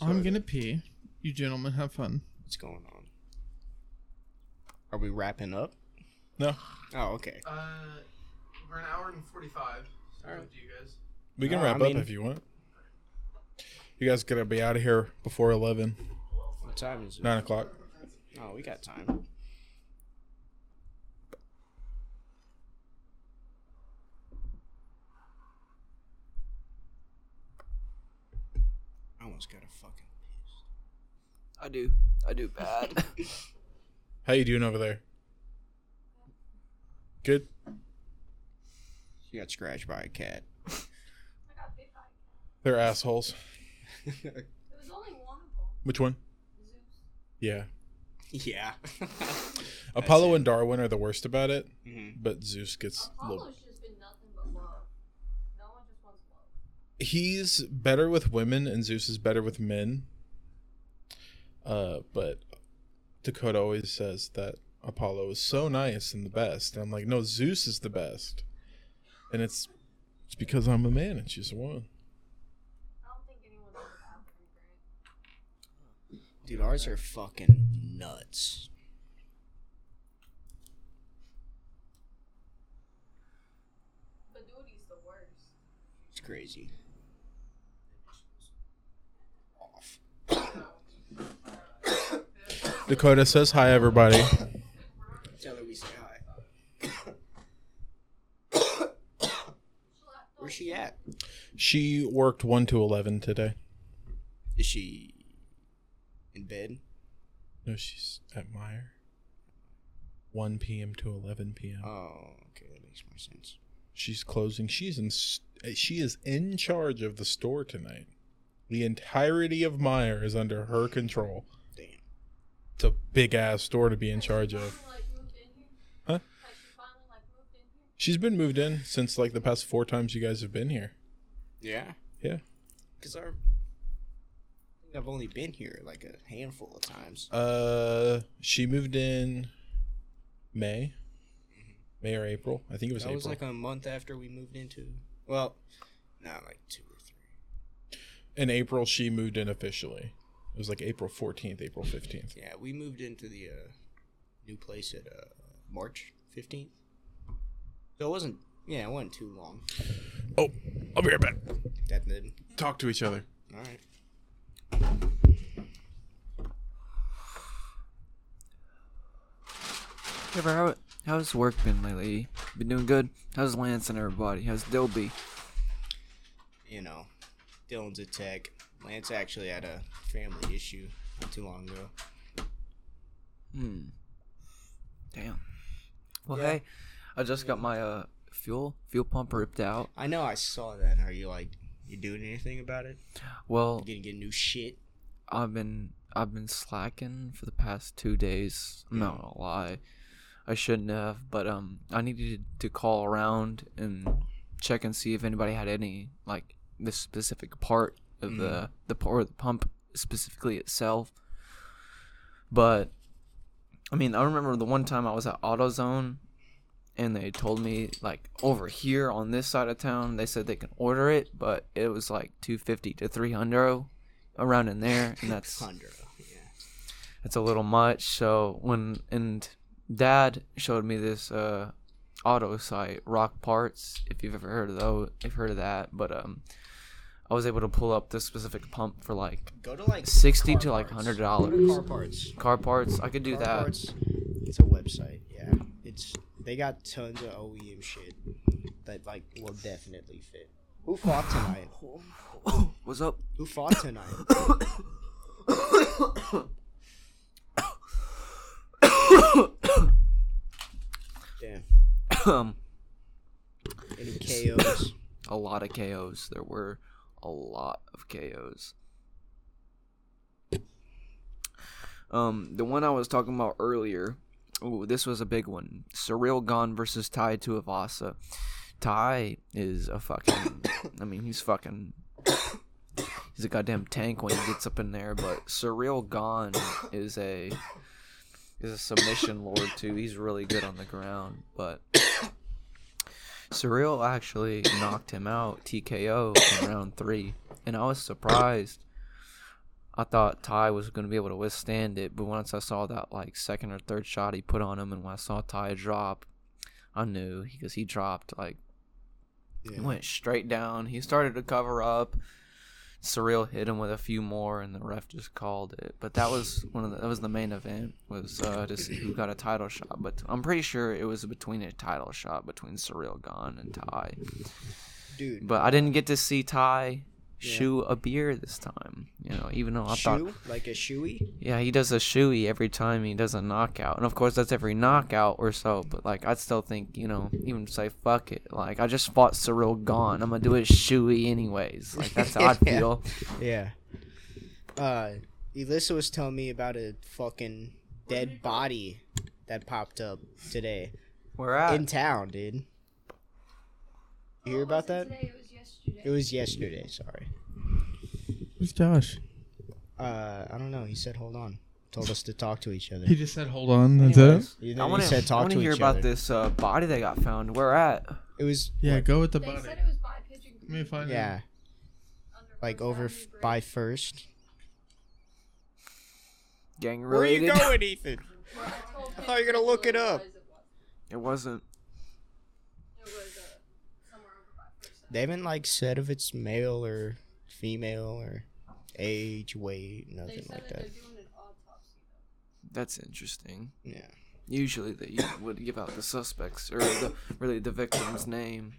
[SPEAKER 1] I'm going to pee. You gentlemen have fun.
[SPEAKER 4] What's going on? Are we wrapping up?
[SPEAKER 2] No.
[SPEAKER 4] Oh, okay.
[SPEAKER 1] Uh, we're an hour and 45.
[SPEAKER 4] All right.
[SPEAKER 1] you guys.
[SPEAKER 2] We can
[SPEAKER 4] Uh,
[SPEAKER 2] wrap
[SPEAKER 4] I mean-
[SPEAKER 2] up if you want. You guys gotta be out of here before eleven.
[SPEAKER 4] What time is it?
[SPEAKER 2] Nine o'clock.
[SPEAKER 4] Oh, we got time. I almost got a fucking piss.
[SPEAKER 3] I do. I do bad.
[SPEAKER 2] How you doing over there? Good?
[SPEAKER 4] She got scratched by a cat.
[SPEAKER 6] I got bit by it.
[SPEAKER 2] They're assholes.
[SPEAKER 6] It was only one of them.
[SPEAKER 2] Which one? Yeah.
[SPEAKER 4] yeah.
[SPEAKER 2] Apollo and Darwin are the worst about it,
[SPEAKER 4] Mhm.
[SPEAKER 2] but Zeus gets a little
[SPEAKER 6] Apollo's just been nothing but love. No one just wants love.
[SPEAKER 2] he's better with women and Zeus is better with men. Uh, but Dakota always says that Apollo is so nice and the best. And I'm like, no, Zeus is the best. And it's it's because I'm a man and she's a woman.
[SPEAKER 6] I don't think anyone's ever had them great.
[SPEAKER 4] Dude, ours are fucking nuts.
[SPEAKER 6] But Dootie's the worst.
[SPEAKER 4] It's crazy. Off.
[SPEAKER 2] Dakota says hi everybody.
[SPEAKER 4] Tell her we say hi. Where's she at?
[SPEAKER 2] She worked one to eleven today.
[SPEAKER 4] Is she in bed?
[SPEAKER 2] No, she's at Meyer. One p.m. to eleven p.m.
[SPEAKER 4] Oh, okay, that makes more sense.
[SPEAKER 2] She's closing. She's in. s- She is in charge of the store tonight. The entirety of Meyer is under her control.
[SPEAKER 4] Damn.
[SPEAKER 2] It's a big ass store to be in charge of.
[SPEAKER 6] Like, moved in here?
[SPEAKER 2] Huh?
[SPEAKER 6] Like, she finally, like, moved in here?
[SPEAKER 2] She's been moved in since like the past four times you guys have been here.
[SPEAKER 4] Yeah,
[SPEAKER 2] Yeah.
[SPEAKER 4] because our I've only been here like a handful of times.
[SPEAKER 2] Uh, she moved in May, May or April. I think it Mm-hmm. was
[SPEAKER 4] that
[SPEAKER 2] April.
[SPEAKER 4] was like a month after we moved into. Well, no, like two or three.
[SPEAKER 2] in April, she moved in officially. It was like April fourteenth, April fifteenth.
[SPEAKER 4] Yeah, we moved into the uh, new place at uh, March fifteenth. So it wasn't. Yeah, it wasn't too long.
[SPEAKER 2] Oh, I'll be right back.
[SPEAKER 4] That did.
[SPEAKER 2] Talk to each other.
[SPEAKER 4] All right.
[SPEAKER 3] Trevor, how, how's work been lately? Been doing good? How's Lance and everybody? How's Dilby?
[SPEAKER 4] you know, Dylan's a tech. Lance actually had a family issue not too long ago.
[SPEAKER 3] Hmm. Damn. Well,
[SPEAKER 4] Yeah.
[SPEAKER 3] hey, I just got my uh fuel fuel pump ripped out.
[SPEAKER 4] I know I saw that. Are you like, you doing anything about it?
[SPEAKER 3] Well,
[SPEAKER 4] You gonna get new shit?
[SPEAKER 3] I've been I've been slacking for the past two days. I'm not gonna lie, I shouldn't have. But um, I needed to call around and check and see if anybody had any like this specific part of the the p- or the pump specifically itself. But I mean, I remember the one time I was at AutoZone. And they told me like over here on this side of town, they said they can order it, but it was like two fifty to three hundred around in there, and that's
[SPEAKER 4] Condra. Yeah.
[SPEAKER 3] it's a little much. So when and Dad showed me this uh, auto site, Rock Parts, if you've ever heard of those, if heard of that, but um, I was able to pull up this specific pump for like
[SPEAKER 4] Go to like
[SPEAKER 3] sixty
[SPEAKER 4] car
[SPEAKER 3] to like
[SPEAKER 4] parts.
[SPEAKER 3] hundred
[SPEAKER 4] Go to
[SPEAKER 3] dollars.
[SPEAKER 4] Car parts.
[SPEAKER 3] Car parts, I could do
[SPEAKER 4] Car
[SPEAKER 3] that.
[SPEAKER 4] parts. It's a website. Yeah, it's they got tons of OEM shit that like will definitely fit. Who fought tonight?
[SPEAKER 3] What's up?
[SPEAKER 4] Who fought tonight? yeah.
[SPEAKER 3] Um,
[SPEAKER 4] Any KOs?
[SPEAKER 3] a lot of KOs. There were a lot of KOs. Um, the one I was talking about earlier. Ooh, this was a big one. Surreal Gone versus Tai Tuivasa. Tai is a fucking. I mean, he's fucking. He's a goddamn tank when he gets up in there. But Surreal Gone is a is a submission lord too. He's really good on the ground, but Surreal actually knocked him out TKO in round three, and I was surprised. I thought Ty was going to be able to withstand it, but once I saw that like second or third shot he put on him, and when I saw Ty drop, I knew because he dropped like he went straight down. He started to cover up. Surreal hit him with a few more, and the ref just called it. But that was one of the, that was the main event was uh, to see who got a title shot. But I'm pretty sure it was between a title shot between Surreal Gone and Ty.
[SPEAKER 4] Dude.
[SPEAKER 3] But I didn't get to see Ty shoe a beer this time. You know, even though I thought
[SPEAKER 4] Shoe? Like a shoey?
[SPEAKER 3] yeah, he does a shoey every time he does a knockout. And of course, that's every knockout or so. But, like, I still think, you know, even say, fuck it. Like, I just fought Surreal Gone. I'm going to do a shoey anyways. Like, that's how I
[SPEAKER 4] Yeah.
[SPEAKER 3] feel.
[SPEAKER 4] Yeah. Uh, Elissa was telling me about a fucking dead body that popped up today
[SPEAKER 3] We're at.
[SPEAKER 4] in town, dude. You hear about that?
[SPEAKER 6] Today it was yesterday.
[SPEAKER 4] It was yesterday. Sorry.
[SPEAKER 1] Who's Josh?
[SPEAKER 4] Uh, I don't know. He said, "Hold on." Told us to talk to each other.
[SPEAKER 1] He just said, "Hold on." That's it.
[SPEAKER 4] You
[SPEAKER 3] I
[SPEAKER 4] know,
[SPEAKER 3] want
[SPEAKER 4] he said,
[SPEAKER 3] to I
[SPEAKER 4] "Talk
[SPEAKER 3] wanna
[SPEAKER 4] to
[SPEAKER 3] hear
[SPEAKER 4] each
[SPEAKER 3] about
[SPEAKER 4] other."
[SPEAKER 3] this uh, body that got found. We're at.
[SPEAKER 4] It was
[SPEAKER 1] Yeah, go with the
[SPEAKER 6] They
[SPEAKER 1] body.
[SPEAKER 6] said it was by pigeon
[SPEAKER 1] Let me find
[SPEAKER 4] yeah,
[SPEAKER 6] under
[SPEAKER 4] like
[SPEAKER 6] First
[SPEAKER 4] over
[SPEAKER 6] Avenue
[SPEAKER 4] f-
[SPEAKER 6] Bridge.
[SPEAKER 4] by first.
[SPEAKER 3] Gang related.
[SPEAKER 4] Ethan?
[SPEAKER 6] Where I told
[SPEAKER 4] I thought you were Oh, gonna look it up.
[SPEAKER 6] It was,
[SPEAKER 3] It wasn't.
[SPEAKER 6] it was uh, somewhere over by first.
[SPEAKER 4] They haven't like said if it's male or female or age, weight,
[SPEAKER 6] Avenue. They
[SPEAKER 4] nothing
[SPEAKER 6] said
[SPEAKER 4] like
[SPEAKER 6] that
[SPEAKER 4] that.
[SPEAKER 6] they're doing an autopsy.
[SPEAKER 3] That's interesting.
[SPEAKER 4] Yeah.
[SPEAKER 3] Usually they would give out the suspects or the, really the victim's name.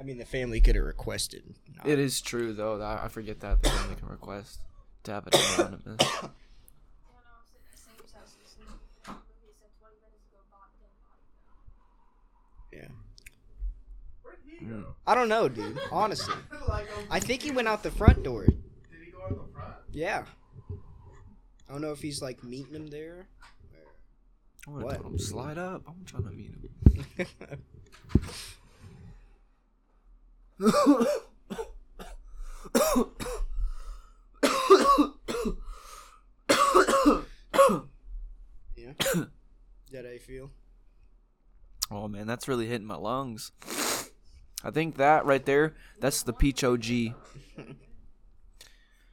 [SPEAKER 4] I mean, the family could have requested. not-
[SPEAKER 3] It is true though. That I forget that the family can request to have it anonymous.
[SPEAKER 6] When I was at Sam's house listening to the movie, he said 20 minutes ago, Bob did
[SPEAKER 4] Yeah.
[SPEAKER 6] not.
[SPEAKER 3] Mm.
[SPEAKER 4] I don't know, dude. Honestly, I think he went out the front door. Did he go out the front? Yeah. I don't know if he's like meeting him there.
[SPEAKER 3] I would
[SPEAKER 4] What?
[SPEAKER 3] have told him slide up. I'm trying to meet him.
[SPEAKER 4] yeah. That I feel.
[SPEAKER 3] Oh man, that's really hitting my lungs. I think that right there, that's the peach OG.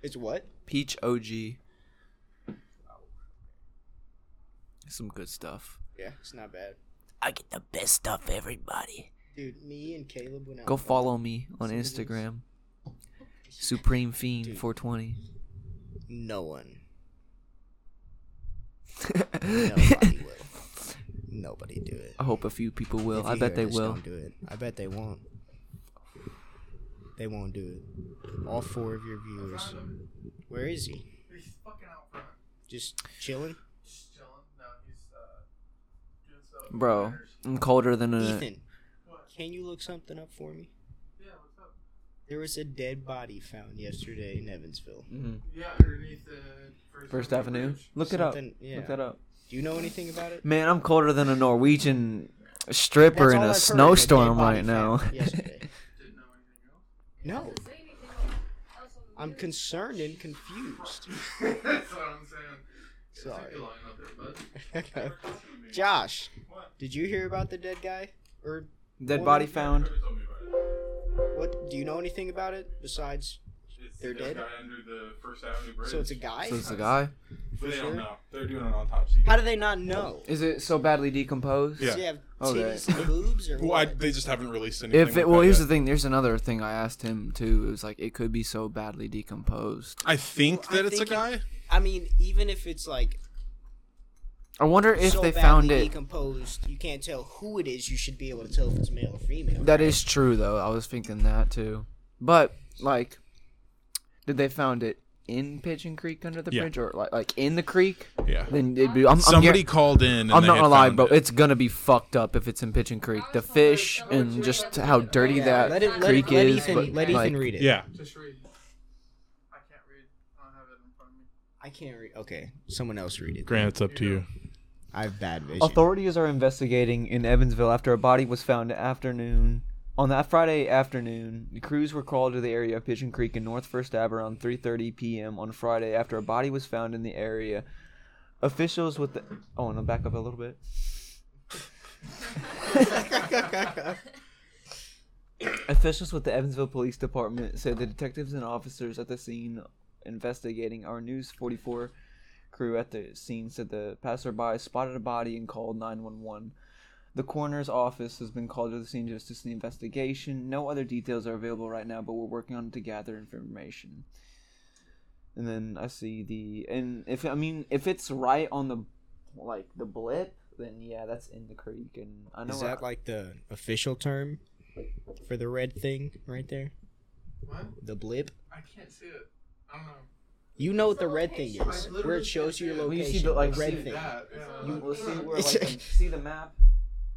[SPEAKER 4] It's what?
[SPEAKER 3] Peach OG. Some good stuff.
[SPEAKER 4] Yeah, it's not bad.
[SPEAKER 3] I get the best stuff, everybody.
[SPEAKER 4] Dude, me and Caleb went out.
[SPEAKER 3] Go follow me on Instagram. Supreme Fiend 420.
[SPEAKER 4] No one. Nobody will. Nobody do it.
[SPEAKER 3] I hope a few people will.
[SPEAKER 4] If
[SPEAKER 3] I
[SPEAKER 4] you
[SPEAKER 3] bet
[SPEAKER 4] hear
[SPEAKER 3] they
[SPEAKER 4] this,
[SPEAKER 3] will.
[SPEAKER 4] Don't do it. I bet they won't. They won't do it. All four of your viewers. Where is he?
[SPEAKER 1] He's fucking out front.
[SPEAKER 4] Just chilling.
[SPEAKER 1] Just chilling. No, he's uh, doing stuff.
[SPEAKER 3] Bro, I'm colder than a.
[SPEAKER 4] Ethan, can you look something up for me?
[SPEAKER 1] Yeah, what's up?
[SPEAKER 4] There was a dead body found yesterday in Evansville.
[SPEAKER 3] Mhm.
[SPEAKER 1] Yeah, underneath the
[SPEAKER 3] First Avenue. Look it up.
[SPEAKER 4] Something- yeah.
[SPEAKER 3] Look that up.
[SPEAKER 4] Do you know anything about it?
[SPEAKER 3] Man, I'm colder than a Norwegian stripper
[SPEAKER 4] That's
[SPEAKER 3] in
[SPEAKER 4] all I've heard,
[SPEAKER 3] a
[SPEAKER 4] dead
[SPEAKER 3] snowstorm
[SPEAKER 4] body
[SPEAKER 3] right now.
[SPEAKER 4] found yesterday. no,
[SPEAKER 6] To say anything else on the
[SPEAKER 4] I'm
[SPEAKER 6] news.
[SPEAKER 4] concerned and confused.
[SPEAKER 1] That's what I'm saying.
[SPEAKER 4] Sorry.
[SPEAKER 1] up there, bud.
[SPEAKER 4] Josh, did you hear about the dead guy? Or
[SPEAKER 3] Dead body found.
[SPEAKER 4] what? Do you know anything about it besides they're dead?
[SPEAKER 2] under the First Avenue Bridge.
[SPEAKER 4] So it's a guy.
[SPEAKER 3] So it's the guy.
[SPEAKER 4] for
[SPEAKER 2] they
[SPEAKER 4] sure.
[SPEAKER 2] don't know. They're doing an autopsy.
[SPEAKER 4] How do they not know?
[SPEAKER 3] Is it so badly decomposed?
[SPEAKER 2] Yeah.
[SPEAKER 4] Does he have
[SPEAKER 3] Okay.
[SPEAKER 4] titties and boobs or
[SPEAKER 2] Well, I,
[SPEAKER 4] what?
[SPEAKER 2] they just haven't released anything.
[SPEAKER 3] If it,
[SPEAKER 2] with
[SPEAKER 3] well,
[SPEAKER 2] that
[SPEAKER 3] here's
[SPEAKER 2] yet.
[SPEAKER 3] the thing. There's another thing I asked him too. It was like it could be so badly decomposed.
[SPEAKER 2] I think
[SPEAKER 4] Well, I
[SPEAKER 2] that it's
[SPEAKER 4] think
[SPEAKER 2] a
[SPEAKER 4] it-
[SPEAKER 2] guy.
[SPEAKER 4] I mean, even if it's like
[SPEAKER 3] I wonder if
[SPEAKER 4] so
[SPEAKER 3] they
[SPEAKER 4] badly
[SPEAKER 3] found it.
[SPEAKER 4] decomposed, you can't tell who it is. You should be able to tell if it's male or female.
[SPEAKER 3] That is true though. I was thinking that too. But like, did they found it in Pigeon Creek under the
[SPEAKER 2] Yeah.
[SPEAKER 3] bridge or like like in the creek?
[SPEAKER 2] yeah.
[SPEAKER 3] Then it'd be. I'm, I'm guar-
[SPEAKER 2] Somebody called in. And
[SPEAKER 3] I'm
[SPEAKER 2] they
[SPEAKER 3] not
[SPEAKER 2] had
[SPEAKER 3] gonna lie,
[SPEAKER 2] found
[SPEAKER 3] bro.
[SPEAKER 2] it.
[SPEAKER 3] It's gonna be fucked up if it's in Pigeon Creek. The fish and just how dirty that
[SPEAKER 4] let it, let,
[SPEAKER 3] creek
[SPEAKER 4] let
[SPEAKER 3] is.
[SPEAKER 4] Ethan,
[SPEAKER 3] but,
[SPEAKER 4] let
[SPEAKER 3] like,
[SPEAKER 4] Ethan read it.
[SPEAKER 2] Yeah.
[SPEAKER 1] Just read. I can't read. I don't have it in front of me.
[SPEAKER 4] I can't read. Okay, someone else read it.
[SPEAKER 2] Grant, it's up to you.
[SPEAKER 4] I have bad vision.
[SPEAKER 3] Authorities are investigating in Evansville after a body was found afternoon. On that Friday afternoon, the crews were called to the area of Pigeon Creek and North First Ave around 3:30 p.m. on Friday after a body was found in the area. Officials with the oh, and I'll back up a little bit. Officials with the Evansville Police Department said the detectives and officers at the scene investigating our News 44 crew at the scene said the passerby spotted a body and called 911. The coroner's office has been called to the scene to assist in the investigation. No other details are available right now, but we're working on it to gather information. And then I see the and if I mean if it's right on the like the blip, then yeah, that's in the creek. And I know
[SPEAKER 4] Is
[SPEAKER 3] I-
[SPEAKER 4] that like the official term for the red thing right there?
[SPEAKER 1] What?
[SPEAKER 4] The blip.
[SPEAKER 1] I can't see it. I don't know.
[SPEAKER 4] You know what the red thing
[SPEAKER 1] I
[SPEAKER 4] is, where
[SPEAKER 1] literally
[SPEAKER 4] it shows you your
[SPEAKER 1] can't
[SPEAKER 3] see it. Well, you see
[SPEAKER 4] location.
[SPEAKER 3] the,
[SPEAKER 4] the,
[SPEAKER 3] like,
[SPEAKER 4] red
[SPEAKER 3] see
[SPEAKER 4] thing.
[SPEAKER 1] That, yeah.
[SPEAKER 3] You will see where
[SPEAKER 4] It's-
[SPEAKER 3] like, the- see the map.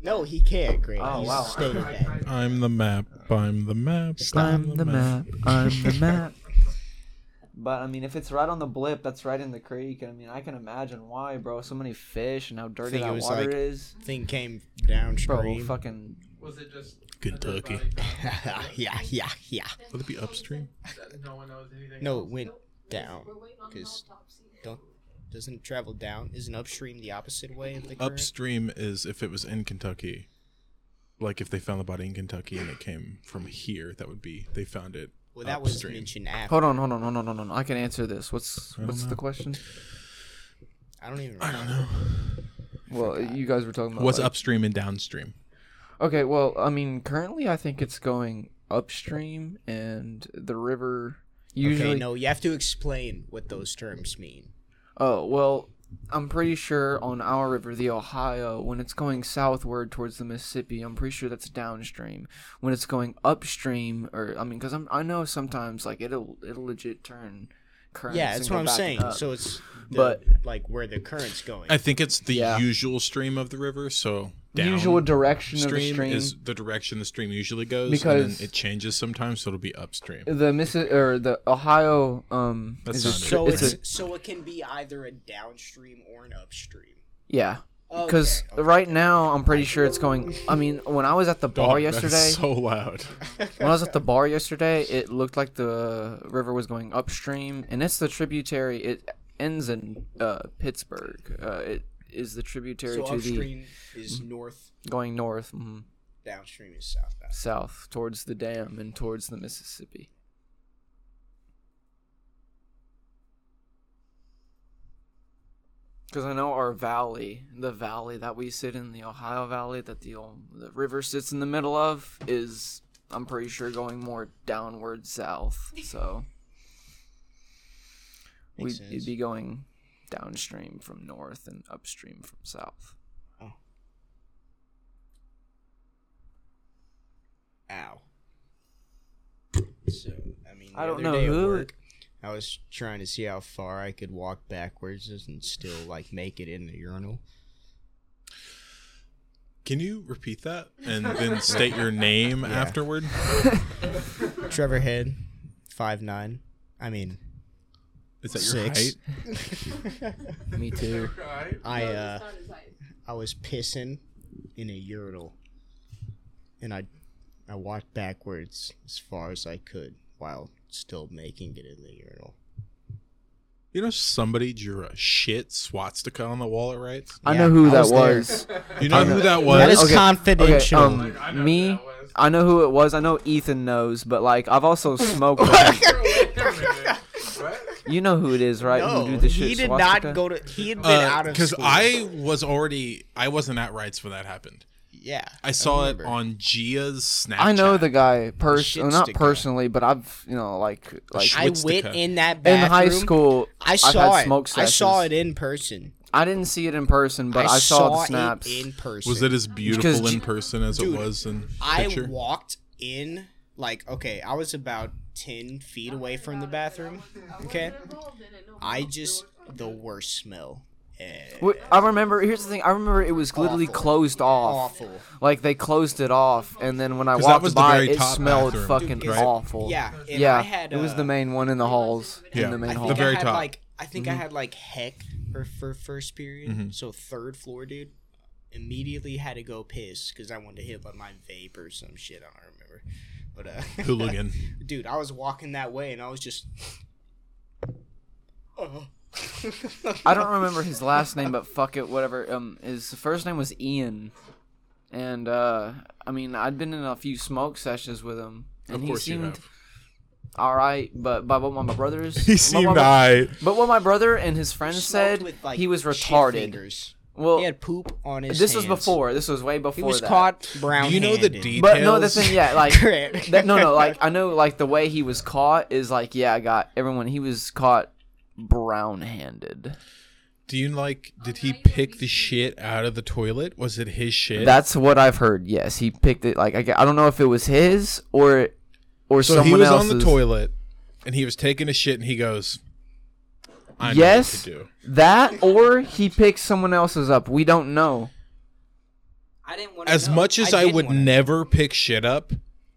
[SPEAKER 4] No, he can't, Grant.
[SPEAKER 3] Oh,
[SPEAKER 4] He's
[SPEAKER 3] wow.
[SPEAKER 4] stated that.
[SPEAKER 2] I'm the map. I'm the map.
[SPEAKER 3] I'm the map. I'm the map. But I mean, if it's right on the blip, that's right in the creek. And I mean, I can imagine why, bro. So many fish and how dirty
[SPEAKER 4] Think it
[SPEAKER 3] that
[SPEAKER 4] was,
[SPEAKER 3] water
[SPEAKER 4] like,
[SPEAKER 3] is,
[SPEAKER 4] Thing came
[SPEAKER 3] bro.
[SPEAKER 4] downstream.
[SPEAKER 3] Fucking
[SPEAKER 1] Was it just
[SPEAKER 2] Kentucky.
[SPEAKER 4] yeah, yeah, yeah.
[SPEAKER 2] Would it be upstream?
[SPEAKER 1] No one knows anything.
[SPEAKER 4] No, it went down.
[SPEAKER 6] We're waiting on an
[SPEAKER 4] 'Cause-
[SPEAKER 6] autopsy.
[SPEAKER 4] Don't doesn't it travel down. Isn't upstream the opposite way of the current?
[SPEAKER 2] Upstream is if it was in Kentucky. Like if they found the body in Kentucky and it came from here, that would be they found it.
[SPEAKER 4] Well, that was
[SPEAKER 2] upstream.
[SPEAKER 4] mentioned after.
[SPEAKER 3] hold on, hold on, hold on, hold on. I can answer this. What's
[SPEAKER 2] don't
[SPEAKER 3] what's the
[SPEAKER 2] know.
[SPEAKER 3] question?
[SPEAKER 4] I don't even.
[SPEAKER 2] I don't know.
[SPEAKER 3] Well, you guys were talking about
[SPEAKER 2] What's
[SPEAKER 3] like-
[SPEAKER 2] upstream and downstream?
[SPEAKER 3] Okay, well, I mean, currently I think it's going upstream, and the river usually.
[SPEAKER 4] Okay, no, you have to explain what those terms mean.
[SPEAKER 3] Oh, well, I'm pretty sure on our river, the Ohio, when it's going southward towards the Mississippi, I'm pretty sure that's downstream. When it's going upstream, or I mean, because I'm I know sometimes like it'll it'll legit turn currents.
[SPEAKER 4] Yeah, that's
[SPEAKER 3] and
[SPEAKER 4] what
[SPEAKER 3] go
[SPEAKER 4] I'm
[SPEAKER 3] back
[SPEAKER 4] saying.
[SPEAKER 3] up.
[SPEAKER 4] So it's the,
[SPEAKER 3] But-
[SPEAKER 4] like where the current's going.
[SPEAKER 2] I think it's the
[SPEAKER 3] Yeah.
[SPEAKER 2] usual stream of the river. So down
[SPEAKER 3] usual direction of the
[SPEAKER 2] stream
[SPEAKER 3] stream.
[SPEAKER 2] is the direction the stream usually goes, and
[SPEAKER 3] Because-
[SPEAKER 2] then it changes sometimes, so it'll be upstream.
[SPEAKER 3] the Missi- or the Ohio um
[SPEAKER 2] That
[SPEAKER 3] is a
[SPEAKER 2] sounded
[SPEAKER 3] stri-
[SPEAKER 4] so
[SPEAKER 3] it's
[SPEAKER 4] it's,
[SPEAKER 3] a,
[SPEAKER 4] so it can be either a downstream or an upstream.
[SPEAKER 3] yeah
[SPEAKER 4] Okay,
[SPEAKER 3] because
[SPEAKER 4] okay.
[SPEAKER 3] right now I'm pretty sure it's going I mean when I was at the bar
[SPEAKER 2] Dog, that is
[SPEAKER 3] yesterday
[SPEAKER 2] so loud.
[SPEAKER 3] when I was at the bar yesterday, it looked like the river was going upstream, and it's the tributary. It ends in uh, Pittsburgh. Uh, it is the tributary
[SPEAKER 4] So
[SPEAKER 3] to
[SPEAKER 4] upstream is north,
[SPEAKER 3] the going north, mhm,
[SPEAKER 4] downstream is south.
[SPEAKER 3] south towards the dam and towards the Mississippi. Because I know our valley, the valley that we sit in, the Ohio Valley that the old, the river sits in the middle of, is I'm pretty sure going more downward south. So we
[SPEAKER 4] Makes sense.
[SPEAKER 3] it'd be going downstream from north and upstream from south.
[SPEAKER 4] Ow. So I mean, the
[SPEAKER 3] I don't
[SPEAKER 4] other
[SPEAKER 3] know
[SPEAKER 4] day at
[SPEAKER 3] who-
[SPEAKER 4] work, I was trying to see how far I could walk backwards and still like make it in the urinal.
[SPEAKER 2] Can you repeat that and then state your name afterward?
[SPEAKER 4] Trevor Head, five nine. I mean,
[SPEAKER 2] Is that your
[SPEAKER 4] Six.
[SPEAKER 2] height?
[SPEAKER 3] Me too.
[SPEAKER 4] I uh,
[SPEAKER 6] Not as I-
[SPEAKER 4] I was pissing in a urinal, and I I walked backwards as far as I could while still making it in the urinal.
[SPEAKER 2] You know somebody drew a shit swastika on the wall at rights?
[SPEAKER 3] I
[SPEAKER 4] Yeah,
[SPEAKER 3] know who
[SPEAKER 4] I
[SPEAKER 3] that
[SPEAKER 4] was there.
[SPEAKER 3] was.
[SPEAKER 2] You know who that was?
[SPEAKER 4] That is
[SPEAKER 3] Okay, okay,
[SPEAKER 4] confidential.
[SPEAKER 3] Okay, um, me, I know who it was. I know Ethan knows, but like I've also smoked. with him.
[SPEAKER 1] Wait a minute. What?
[SPEAKER 3] Uh, You know who it is, right?
[SPEAKER 4] No,
[SPEAKER 3] who do this shit?
[SPEAKER 4] he did
[SPEAKER 3] swastika?
[SPEAKER 4] not go to. He had been out of
[SPEAKER 2] Because
[SPEAKER 4] school.
[SPEAKER 2] Uh, I was already, I wasn't at rights when that happened.
[SPEAKER 4] yeah,
[SPEAKER 2] I saw it
[SPEAKER 4] remember.
[SPEAKER 2] on Gia's Snapchat.
[SPEAKER 3] I know the guy
[SPEAKER 4] shit
[SPEAKER 3] personally, not
[SPEAKER 4] sticker.
[SPEAKER 3] personally, but I've you know like like
[SPEAKER 4] I
[SPEAKER 2] Schwitztica.
[SPEAKER 4] went in that
[SPEAKER 3] in
[SPEAKER 4] bathroom
[SPEAKER 3] high school.
[SPEAKER 4] I
[SPEAKER 3] I've
[SPEAKER 4] saw
[SPEAKER 3] had
[SPEAKER 4] it.
[SPEAKER 3] Smoke
[SPEAKER 4] I saw it
[SPEAKER 3] sessions.
[SPEAKER 4] in person.
[SPEAKER 3] I didn't see it in person, but I, saw,
[SPEAKER 4] saw,
[SPEAKER 3] the snaps.
[SPEAKER 4] it in person.
[SPEAKER 2] Was it as beautiful
[SPEAKER 3] Because-
[SPEAKER 2] in person as
[SPEAKER 4] Dude,
[SPEAKER 2] it was in
[SPEAKER 4] I
[SPEAKER 2] picture?
[SPEAKER 4] walked in like okay, I was about ten feet away from the bathroom. Okay, I just the worst smell. Eh,
[SPEAKER 3] Wh- I remember. Here's the thing. I remember it was literally
[SPEAKER 4] Awful.
[SPEAKER 3] closed off.
[SPEAKER 4] Awful.
[SPEAKER 3] Like they closed it off, and then when I
[SPEAKER 2] 'Cause that
[SPEAKER 3] walked
[SPEAKER 2] was the
[SPEAKER 3] by,
[SPEAKER 2] very
[SPEAKER 3] it
[SPEAKER 2] top
[SPEAKER 3] smelled
[SPEAKER 2] bathroom,
[SPEAKER 3] fucking
[SPEAKER 4] Dude, it's-
[SPEAKER 3] awful.
[SPEAKER 4] yeah, and
[SPEAKER 3] yeah.
[SPEAKER 4] I had,
[SPEAKER 3] it was
[SPEAKER 4] uh,
[SPEAKER 3] the main one in the halls.
[SPEAKER 2] Yeah.
[SPEAKER 3] in the
[SPEAKER 2] I
[SPEAKER 3] main
[SPEAKER 4] I
[SPEAKER 3] hall.
[SPEAKER 4] think
[SPEAKER 2] The very
[SPEAKER 4] I had
[SPEAKER 2] top.
[SPEAKER 4] like I think
[SPEAKER 2] Mm-hmm.
[SPEAKER 4] I had like heck for, for first period, so third floor, dude. Immediately had to go piss because I wanted to hit like my vape or some shit. I don't remember, but uh,
[SPEAKER 2] Hooligan.
[SPEAKER 4] dude, I was walking that way and I was just. Oh.
[SPEAKER 3] I don't remember his last name, but fuck it, whatever. Um, his first name was Ian, and uh, I mean, I'd been in a few smoke sessions with him, and
[SPEAKER 2] Of
[SPEAKER 3] he
[SPEAKER 2] course you
[SPEAKER 3] seemed
[SPEAKER 2] have.
[SPEAKER 3] all right. But by what my brothers,
[SPEAKER 2] He
[SPEAKER 3] but
[SPEAKER 2] seemed
[SPEAKER 3] what my,
[SPEAKER 2] I.
[SPEAKER 3] but what my brother and his friends
[SPEAKER 4] Smoked
[SPEAKER 3] said,
[SPEAKER 4] with, like,
[SPEAKER 3] he was
[SPEAKER 4] shit
[SPEAKER 3] retarded.
[SPEAKER 4] fingers.
[SPEAKER 3] Well,
[SPEAKER 4] he had poop on his.
[SPEAKER 3] this was
[SPEAKER 4] hands.
[SPEAKER 3] before. This was way before.
[SPEAKER 4] He was
[SPEAKER 3] that.
[SPEAKER 4] caught brown.
[SPEAKER 2] Do you know the
[SPEAKER 4] deep?
[SPEAKER 2] details?
[SPEAKER 3] But no, the thing, yeah, like
[SPEAKER 4] Correct.
[SPEAKER 3] that, no, no, like I know, like the way he was caught is like, yeah, I got everyone. He was caught brown-handed.
[SPEAKER 2] Do you like? Did he pick the shit out of the toilet? Was it his shit?
[SPEAKER 3] That's what I've heard. Yes, he picked it. Like I, g- I don't know if it was his or or
[SPEAKER 2] so
[SPEAKER 3] someone
[SPEAKER 2] he was
[SPEAKER 3] else's.
[SPEAKER 2] on the toilet, and he was taking a shit, and he goes, "I know
[SPEAKER 3] Yes,
[SPEAKER 2] what to do."
[SPEAKER 3] that or he picked someone else's up. We don't know.
[SPEAKER 4] I didn't want
[SPEAKER 2] As much as I, would never pick shit up,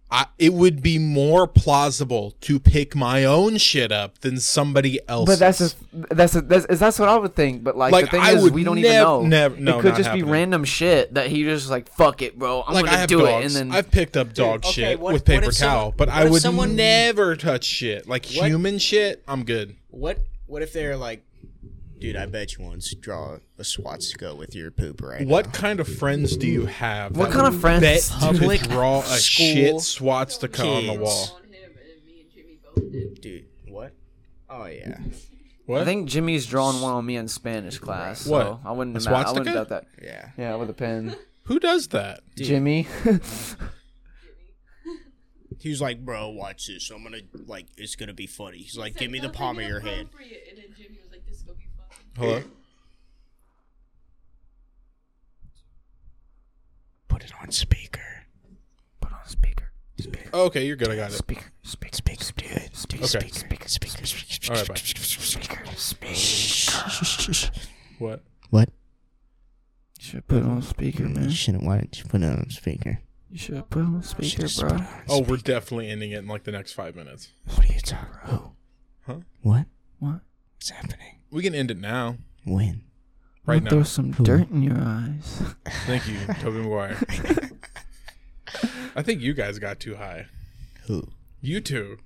[SPEAKER 2] I, it would be more plausible to pick my own shit up than somebody else's.
[SPEAKER 3] But that's a, that's a, that's that's what I would think. But like,
[SPEAKER 2] Like,
[SPEAKER 3] the thing
[SPEAKER 2] I
[SPEAKER 3] is,
[SPEAKER 2] would
[SPEAKER 3] we don't even
[SPEAKER 2] nev-
[SPEAKER 3] know.
[SPEAKER 2] nev- no,
[SPEAKER 3] it could
[SPEAKER 2] not
[SPEAKER 3] just be
[SPEAKER 2] happening.
[SPEAKER 3] random shit that he just like fuck it, bro. I'm
[SPEAKER 2] like I
[SPEAKER 3] gonna
[SPEAKER 2] have
[SPEAKER 3] do
[SPEAKER 2] dogs.
[SPEAKER 3] it, and then
[SPEAKER 2] I've picked up dog
[SPEAKER 4] okay,
[SPEAKER 2] shit
[SPEAKER 4] what-
[SPEAKER 2] with
[SPEAKER 4] what if
[SPEAKER 2] paper towel,
[SPEAKER 4] someone-
[SPEAKER 2] but I
[SPEAKER 4] what if
[SPEAKER 2] would
[SPEAKER 4] someone-
[SPEAKER 2] never touch shit like human shit. I'm good.
[SPEAKER 4] What What if they're like, dude? I bet you once draw a swastika with your poop right now."
[SPEAKER 2] What kind of friends do you have?
[SPEAKER 3] What
[SPEAKER 2] that
[SPEAKER 3] kind of
[SPEAKER 2] would
[SPEAKER 3] friends?
[SPEAKER 2] Bet
[SPEAKER 3] Public
[SPEAKER 2] to draw a
[SPEAKER 4] school
[SPEAKER 2] shit swastika on the
[SPEAKER 4] kids.
[SPEAKER 2] wall.
[SPEAKER 4] dude? What? Oh yeah.
[SPEAKER 2] What?
[SPEAKER 3] I think Jimmy's drawn one on me in Spanish class.
[SPEAKER 2] What?
[SPEAKER 3] So I wouldn't.
[SPEAKER 2] A
[SPEAKER 3] Ima- I wouldn't
[SPEAKER 2] swastika?
[SPEAKER 3] doubt that.
[SPEAKER 4] Yeah.
[SPEAKER 3] Yeah, with a pen.
[SPEAKER 2] Who does that?
[SPEAKER 3] Jimmy.
[SPEAKER 4] He was like, bro, watch this. I'm gonna like, it's gonna be funny. He's like, give me the palm of your hand.
[SPEAKER 2] Hello.
[SPEAKER 4] Put it on speaker.
[SPEAKER 3] Put on speaker.
[SPEAKER 2] Okay, you're good. I got it.
[SPEAKER 3] Speaker. Speaker. Speaker. Speaker.
[SPEAKER 2] Okay.
[SPEAKER 3] Speaker. Speaker.
[SPEAKER 2] All right, bye.
[SPEAKER 3] Speaker. Speaker.
[SPEAKER 2] What?
[SPEAKER 4] What?
[SPEAKER 3] Should put on speaker, man.
[SPEAKER 4] shouldn't. Why didn't you put it on speaker?
[SPEAKER 3] You should put on speaker, bro.
[SPEAKER 2] Oh, we're definitely ending it in like the next five minutes.
[SPEAKER 4] What are you talking about?
[SPEAKER 2] Huh?
[SPEAKER 4] What?
[SPEAKER 3] What?
[SPEAKER 4] What's happening?
[SPEAKER 2] We can end it now.
[SPEAKER 4] When?
[SPEAKER 2] Right
[SPEAKER 3] Throw
[SPEAKER 2] now.
[SPEAKER 3] some dirt in your eyes.
[SPEAKER 2] Thank you, Toby McGuire. I think you guys got too high.
[SPEAKER 4] Who?
[SPEAKER 2] You two.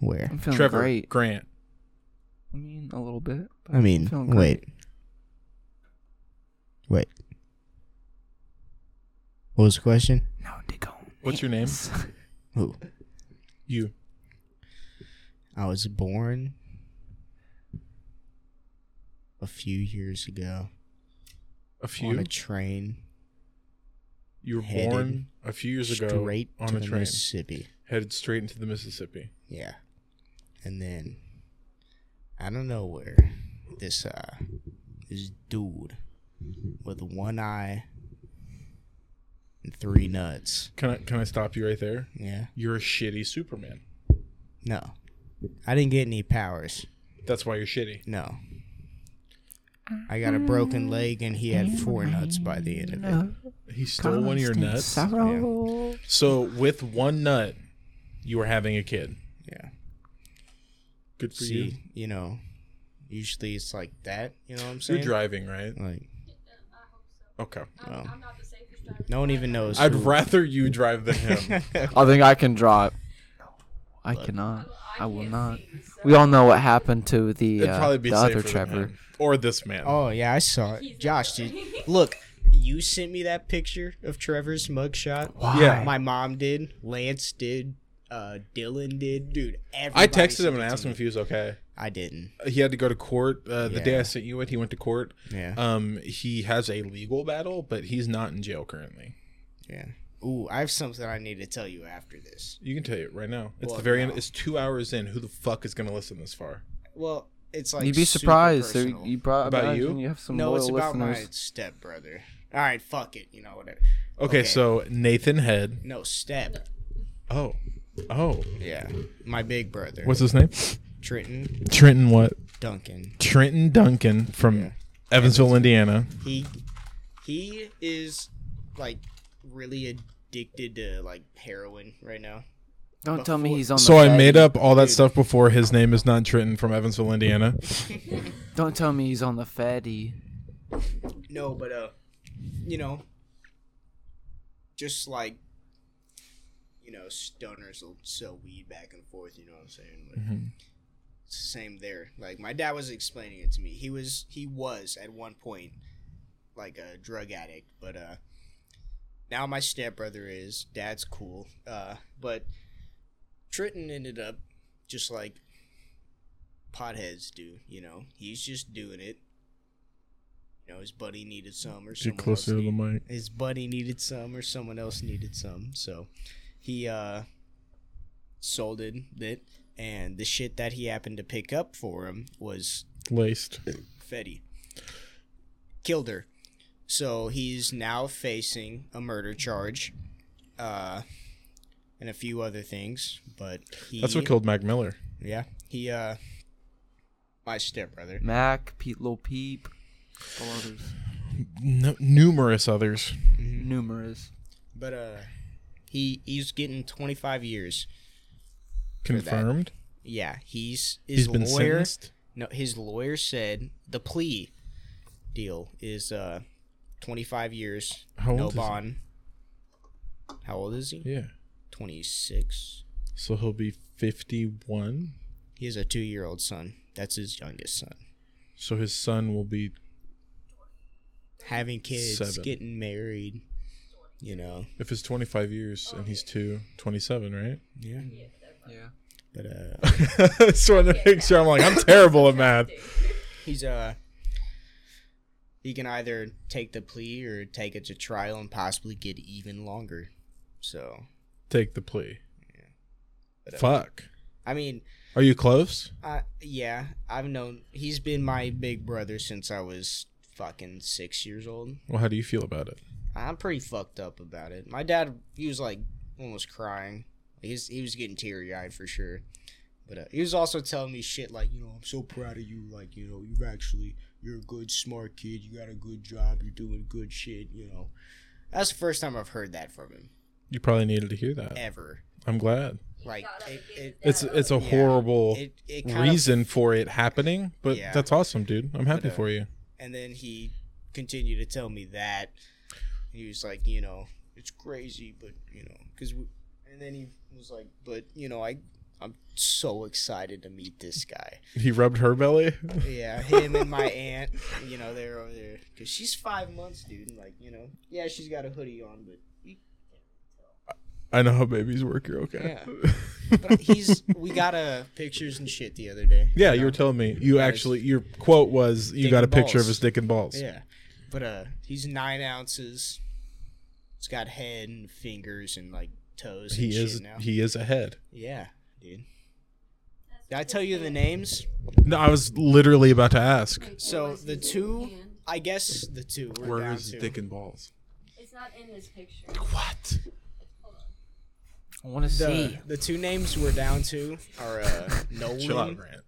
[SPEAKER 4] Where?
[SPEAKER 3] I'm feeling
[SPEAKER 2] Trevor
[SPEAKER 3] Oh, great.
[SPEAKER 2] Grant.
[SPEAKER 3] I mean, a little bit. but
[SPEAKER 4] I
[SPEAKER 3] I'm
[SPEAKER 4] mean,
[SPEAKER 3] feeling great.
[SPEAKER 4] wait. Wait. What was the question?
[SPEAKER 3] No, Dico.
[SPEAKER 2] What's your name?
[SPEAKER 4] Who?
[SPEAKER 2] You.
[SPEAKER 4] I was born a few years ago
[SPEAKER 2] A
[SPEAKER 4] on
[SPEAKER 2] few.
[SPEAKER 4] a train
[SPEAKER 2] You were
[SPEAKER 4] headed
[SPEAKER 2] born a few years ago
[SPEAKER 4] straight
[SPEAKER 2] on
[SPEAKER 4] to
[SPEAKER 2] a
[SPEAKER 4] the
[SPEAKER 2] train,
[SPEAKER 4] Mississippi.
[SPEAKER 2] headed straight into the Mississippi.
[SPEAKER 4] Yeah. And then out of nowhere, this uh this dude with one eye and three nuts.
[SPEAKER 2] Can I can I stop you right there?
[SPEAKER 4] Yeah.
[SPEAKER 2] You're a shitty Superman.
[SPEAKER 4] No. I didn't get any powers.
[SPEAKER 2] That's why you're shitty.
[SPEAKER 4] No. I got a broken leg and he had four nuts by the end of it.
[SPEAKER 2] He stole one of your
[SPEAKER 3] Constant
[SPEAKER 2] nuts.
[SPEAKER 3] sorrow.
[SPEAKER 2] So with one nut, you were having a kid.
[SPEAKER 4] Yeah.
[SPEAKER 2] Good for you.
[SPEAKER 4] See, you know, usually it's like that, you know what I'm
[SPEAKER 2] You're
[SPEAKER 4] saying?
[SPEAKER 2] driving, right?
[SPEAKER 4] Like,
[SPEAKER 2] Okay.
[SPEAKER 4] well, no one even knows.
[SPEAKER 2] I'd
[SPEAKER 4] who-
[SPEAKER 2] rather you drive than him.
[SPEAKER 3] I think I can draw it. I cannot. I will not. We all know what happened to the,
[SPEAKER 2] It'd
[SPEAKER 3] uh,
[SPEAKER 2] probably be
[SPEAKER 3] the
[SPEAKER 2] safer
[SPEAKER 3] other
[SPEAKER 2] than
[SPEAKER 3] Trevor.
[SPEAKER 2] him. or this man.
[SPEAKER 4] Oh yeah, I saw it. Josh, did look, you sent me that picture of Trevor's mugshot.
[SPEAKER 3] Why?
[SPEAKER 2] Yeah.
[SPEAKER 4] My mom did. Lance did. uh, Dylan did, dude.
[SPEAKER 2] I
[SPEAKER 4] everybody
[SPEAKER 2] texted him
[SPEAKER 4] sent
[SPEAKER 2] and
[SPEAKER 4] it to
[SPEAKER 2] asked him
[SPEAKER 4] me.
[SPEAKER 2] if he was okay.
[SPEAKER 4] I didn't.
[SPEAKER 2] He had to go to court. Uh, the
[SPEAKER 4] Yeah.
[SPEAKER 2] day I sent you it, he went to court.
[SPEAKER 4] Yeah.
[SPEAKER 2] Um, he has a legal battle, but he's not in jail currently.
[SPEAKER 4] yeah. Ooh, I have something I need to tell you after this.
[SPEAKER 2] You can tell you right now. It's
[SPEAKER 4] Well,
[SPEAKER 2] the very
[SPEAKER 4] no.
[SPEAKER 2] end. It's two hours in. Who the fuck is gonna listen this far?
[SPEAKER 4] Well, it's like
[SPEAKER 5] You'd be
[SPEAKER 4] super
[SPEAKER 5] surprised. There,
[SPEAKER 4] personal.
[SPEAKER 5] you probably
[SPEAKER 2] About you?
[SPEAKER 5] you have some
[SPEAKER 4] no,
[SPEAKER 5] loyal
[SPEAKER 4] it's about my
[SPEAKER 5] listeners.
[SPEAKER 4] stepbrother. All right, fuck it. You know whatever.
[SPEAKER 2] Okay,
[SPEAKER 4] Okay.
[SPEAKER 2] so Nathan Head.
[SPEAKER 4] No step.
[SPEAKER 2] Oh, oh,
[SPEAKER 4] Yeah, my big brother.
[SPEAKER 2] what's his name?
[SPEAKER 4] Trenton
[SPEAKER 2] Trenton. What?
[SPEAKER 4] Duncan?
[SPEAKER 2] Trenton Duncan from Evansville, Indiana.
[SPEAKER 4] He he is like really addicted to like heroin right now.
[SPEAKER 5] Don't tell me
[SPEAKER 4] before-
[SPEAKER 5] he's on.
[SPEAKER 2] So
[SPEAKER 5] the
[SPEAKER 2] I
[SPEAKER 5] fatty.
[SPEAKER 2] made up all that stuff before. His name is not Trenton from Evansville, Indiana.
[SPEAKER 5] Don't tell me he's on the fatty.
[SPEAKER 4] No, but uh, you know, just like you know, stoners will sell weed back and forth. You know what I'm saying? Like,
[SPEAKER 2] Mm-hmm.
[SPEAKER 4] It's the same there. Like my dad was explaining it to me. He was he was at one point like a drug addict, but uh, now my stepbrother is. Dad's cool, uh, but Trenton ended up just like potheads do. You know, he's just doing it. You know, his buddy needed some or
[SPEAKER 2] Get
[SPEAKER 4] someone else
[SPEAKER 2] closer to the
[SPEAKER 4] need-
[SPEAKER 2] mic.
[SPEAKER 4] his buddy needed some or someone else needed some so he uh sold it it, and the shit that he happened to pick up for him was
[SPEAKER 2] Laced.
[SPEAKER 4] fetty killed her so he's now facing a murder charge uh and a few other things but he
[SPEAKER 2] That's what killed Mac Miller.
[SPEAKER 4] yeah he uh my stepbrother
[SPEAKER 5] Mac, Pete, Lil Peep, all others,
[SPEAKER 2] No, numerous others.
[SPEAKER 4] Mm-hmm.
[SPEAKER 5] numerous.
[SPEAKER 4] but uh he he's getting 25 years
[SPEAKER 2] Confirmed.
[SPEAKER 4] yeah he's
[SPEAKER 2] He's
[SPEAKER 4] his
[SPEAKER 2] been
[SPEAKER 4] lawyer
[SPEAKER 2] sentenced.
[SPEAKER 4] No, his lawyer said the plea deal is uh 25 years,
[SPEAKER 2] How
[SPEAKER 4] no
[SPEAKER 2] old is he?
[SPEAKER 4] bond. How old is he?
[SPEAKER 2] Yeah.
[SPEAKER 4] 26.
[SPEAKER 2] So he'll be 51.
[SPEAKER 4] He has a 2-year-old son. That's his youngest son.
[SPEAKER 2] So his son will be.
[SPEAKER 4] Having kids,
[SPEAKER 2] Seven.
[SPEAKER 4] getting married, you know.
[SPEAKER 2] If it's 25 years and he's two, 27, right?
[SPEAKER 4] Yeah.
[SPEAKER 5] Yeah.
[SPEAKER 4] But uh
[SPEAKER 2] Just wanted to make sure. I'm like, I'm terrible at math.
[SPEAKER 4] He's uh he can either take the plea or take it to trial and possibly get even longer. So,
[SPEAKER 2] Take the plea. Fuck.
[SPEAKER 4] I mean,
[SPEAKER 2] Are you close?
[SPEAKER 4] Uh, yeah, I've known he's been my big brother since I was fucking six years old.
[SPEAKER 2] Well, how do you feel about it?
[SPEAKER 4] I'm pretty fucked up about it. My dad, he was like almost crying. He's he was getting teary eyed for sure. But uh, he was also telling me shit like, you know, I'm so proud of you. Like, you know, you've actually you're a good, smart kid. You got a good job. You're doing good shit. You know, that's the first time I've heard that from him
[SPEAKER 2] You probably needed to hear that.
[SPEAKER 4] ever.
[SPEAKER 2] I'm glad.
[SPEAKER 4] Like, it, it,
[SPEAKER 2] It's it's a horrible
[SPEAKER 4] it, it kind of
[SPEAKER 2] reason for it happening, but
[SPEAKER 4] Yeah.
[SPEAKER 2] that's awesome, dude. I'm happy
[SPEAKER 4] But, uh,
[SPEAKER 2] for you.
[SPEAKER 4] and then he continued to tell me that he was like you know it's crazy but you know because and then he was like but you know i i'm so excited to meet this guy
[SPEAKER 2] He rubbed her belly.
[SPEAKER 4] yeah him and my aunt you know they're over there because she's five months dude and like you know yeah she's got a hoodie on but you-
[SPEAKER 2] I know how babies work. You're okay. Yeah,
[SPEAKER 4] but he's we got uh pictures and shit the other day
[SPEAKER 2] you, were telling me you actually your quote was you
[SPEAKER 4] Dick
[SPEAKER 2] got a
[SPEAKER 4] and
[SPEAKER 2] picture of
[SPEAKER 4] balls.
[SPEAKER 2] his dick and balls.
[SPEAKER 4] Yeah, but uh, he's nine ounces. He's got head and fingers and like toes.
[SPEAKER 2] He
[SPEAKER 4] and
[SPEAKER 2] is
[SPEAKER 4] Shit now.
[SPEAKER 2] he is a head.
[SPEAKER 4] Yeah, dude. Did I tell you the names?
[SPEAKER 2] No, I was literally about to ask.
[SPEAKER 4] So the two, I guess the two. We're down to.
[SPEAKER 2] and balls?
[SPEAKER 6] It's not in this picture.
[SPEAKER 2] What?
[SPEAKER 5] I want to
[SPEAKER 4] the,
[SPEAKER 5] see.
[SPEAKER 4] the two names we're down to are uh,
[SPEAKER 2] Chill out,
[SPEAKER 4] Nolan.
[SPEAKER 2] Grant.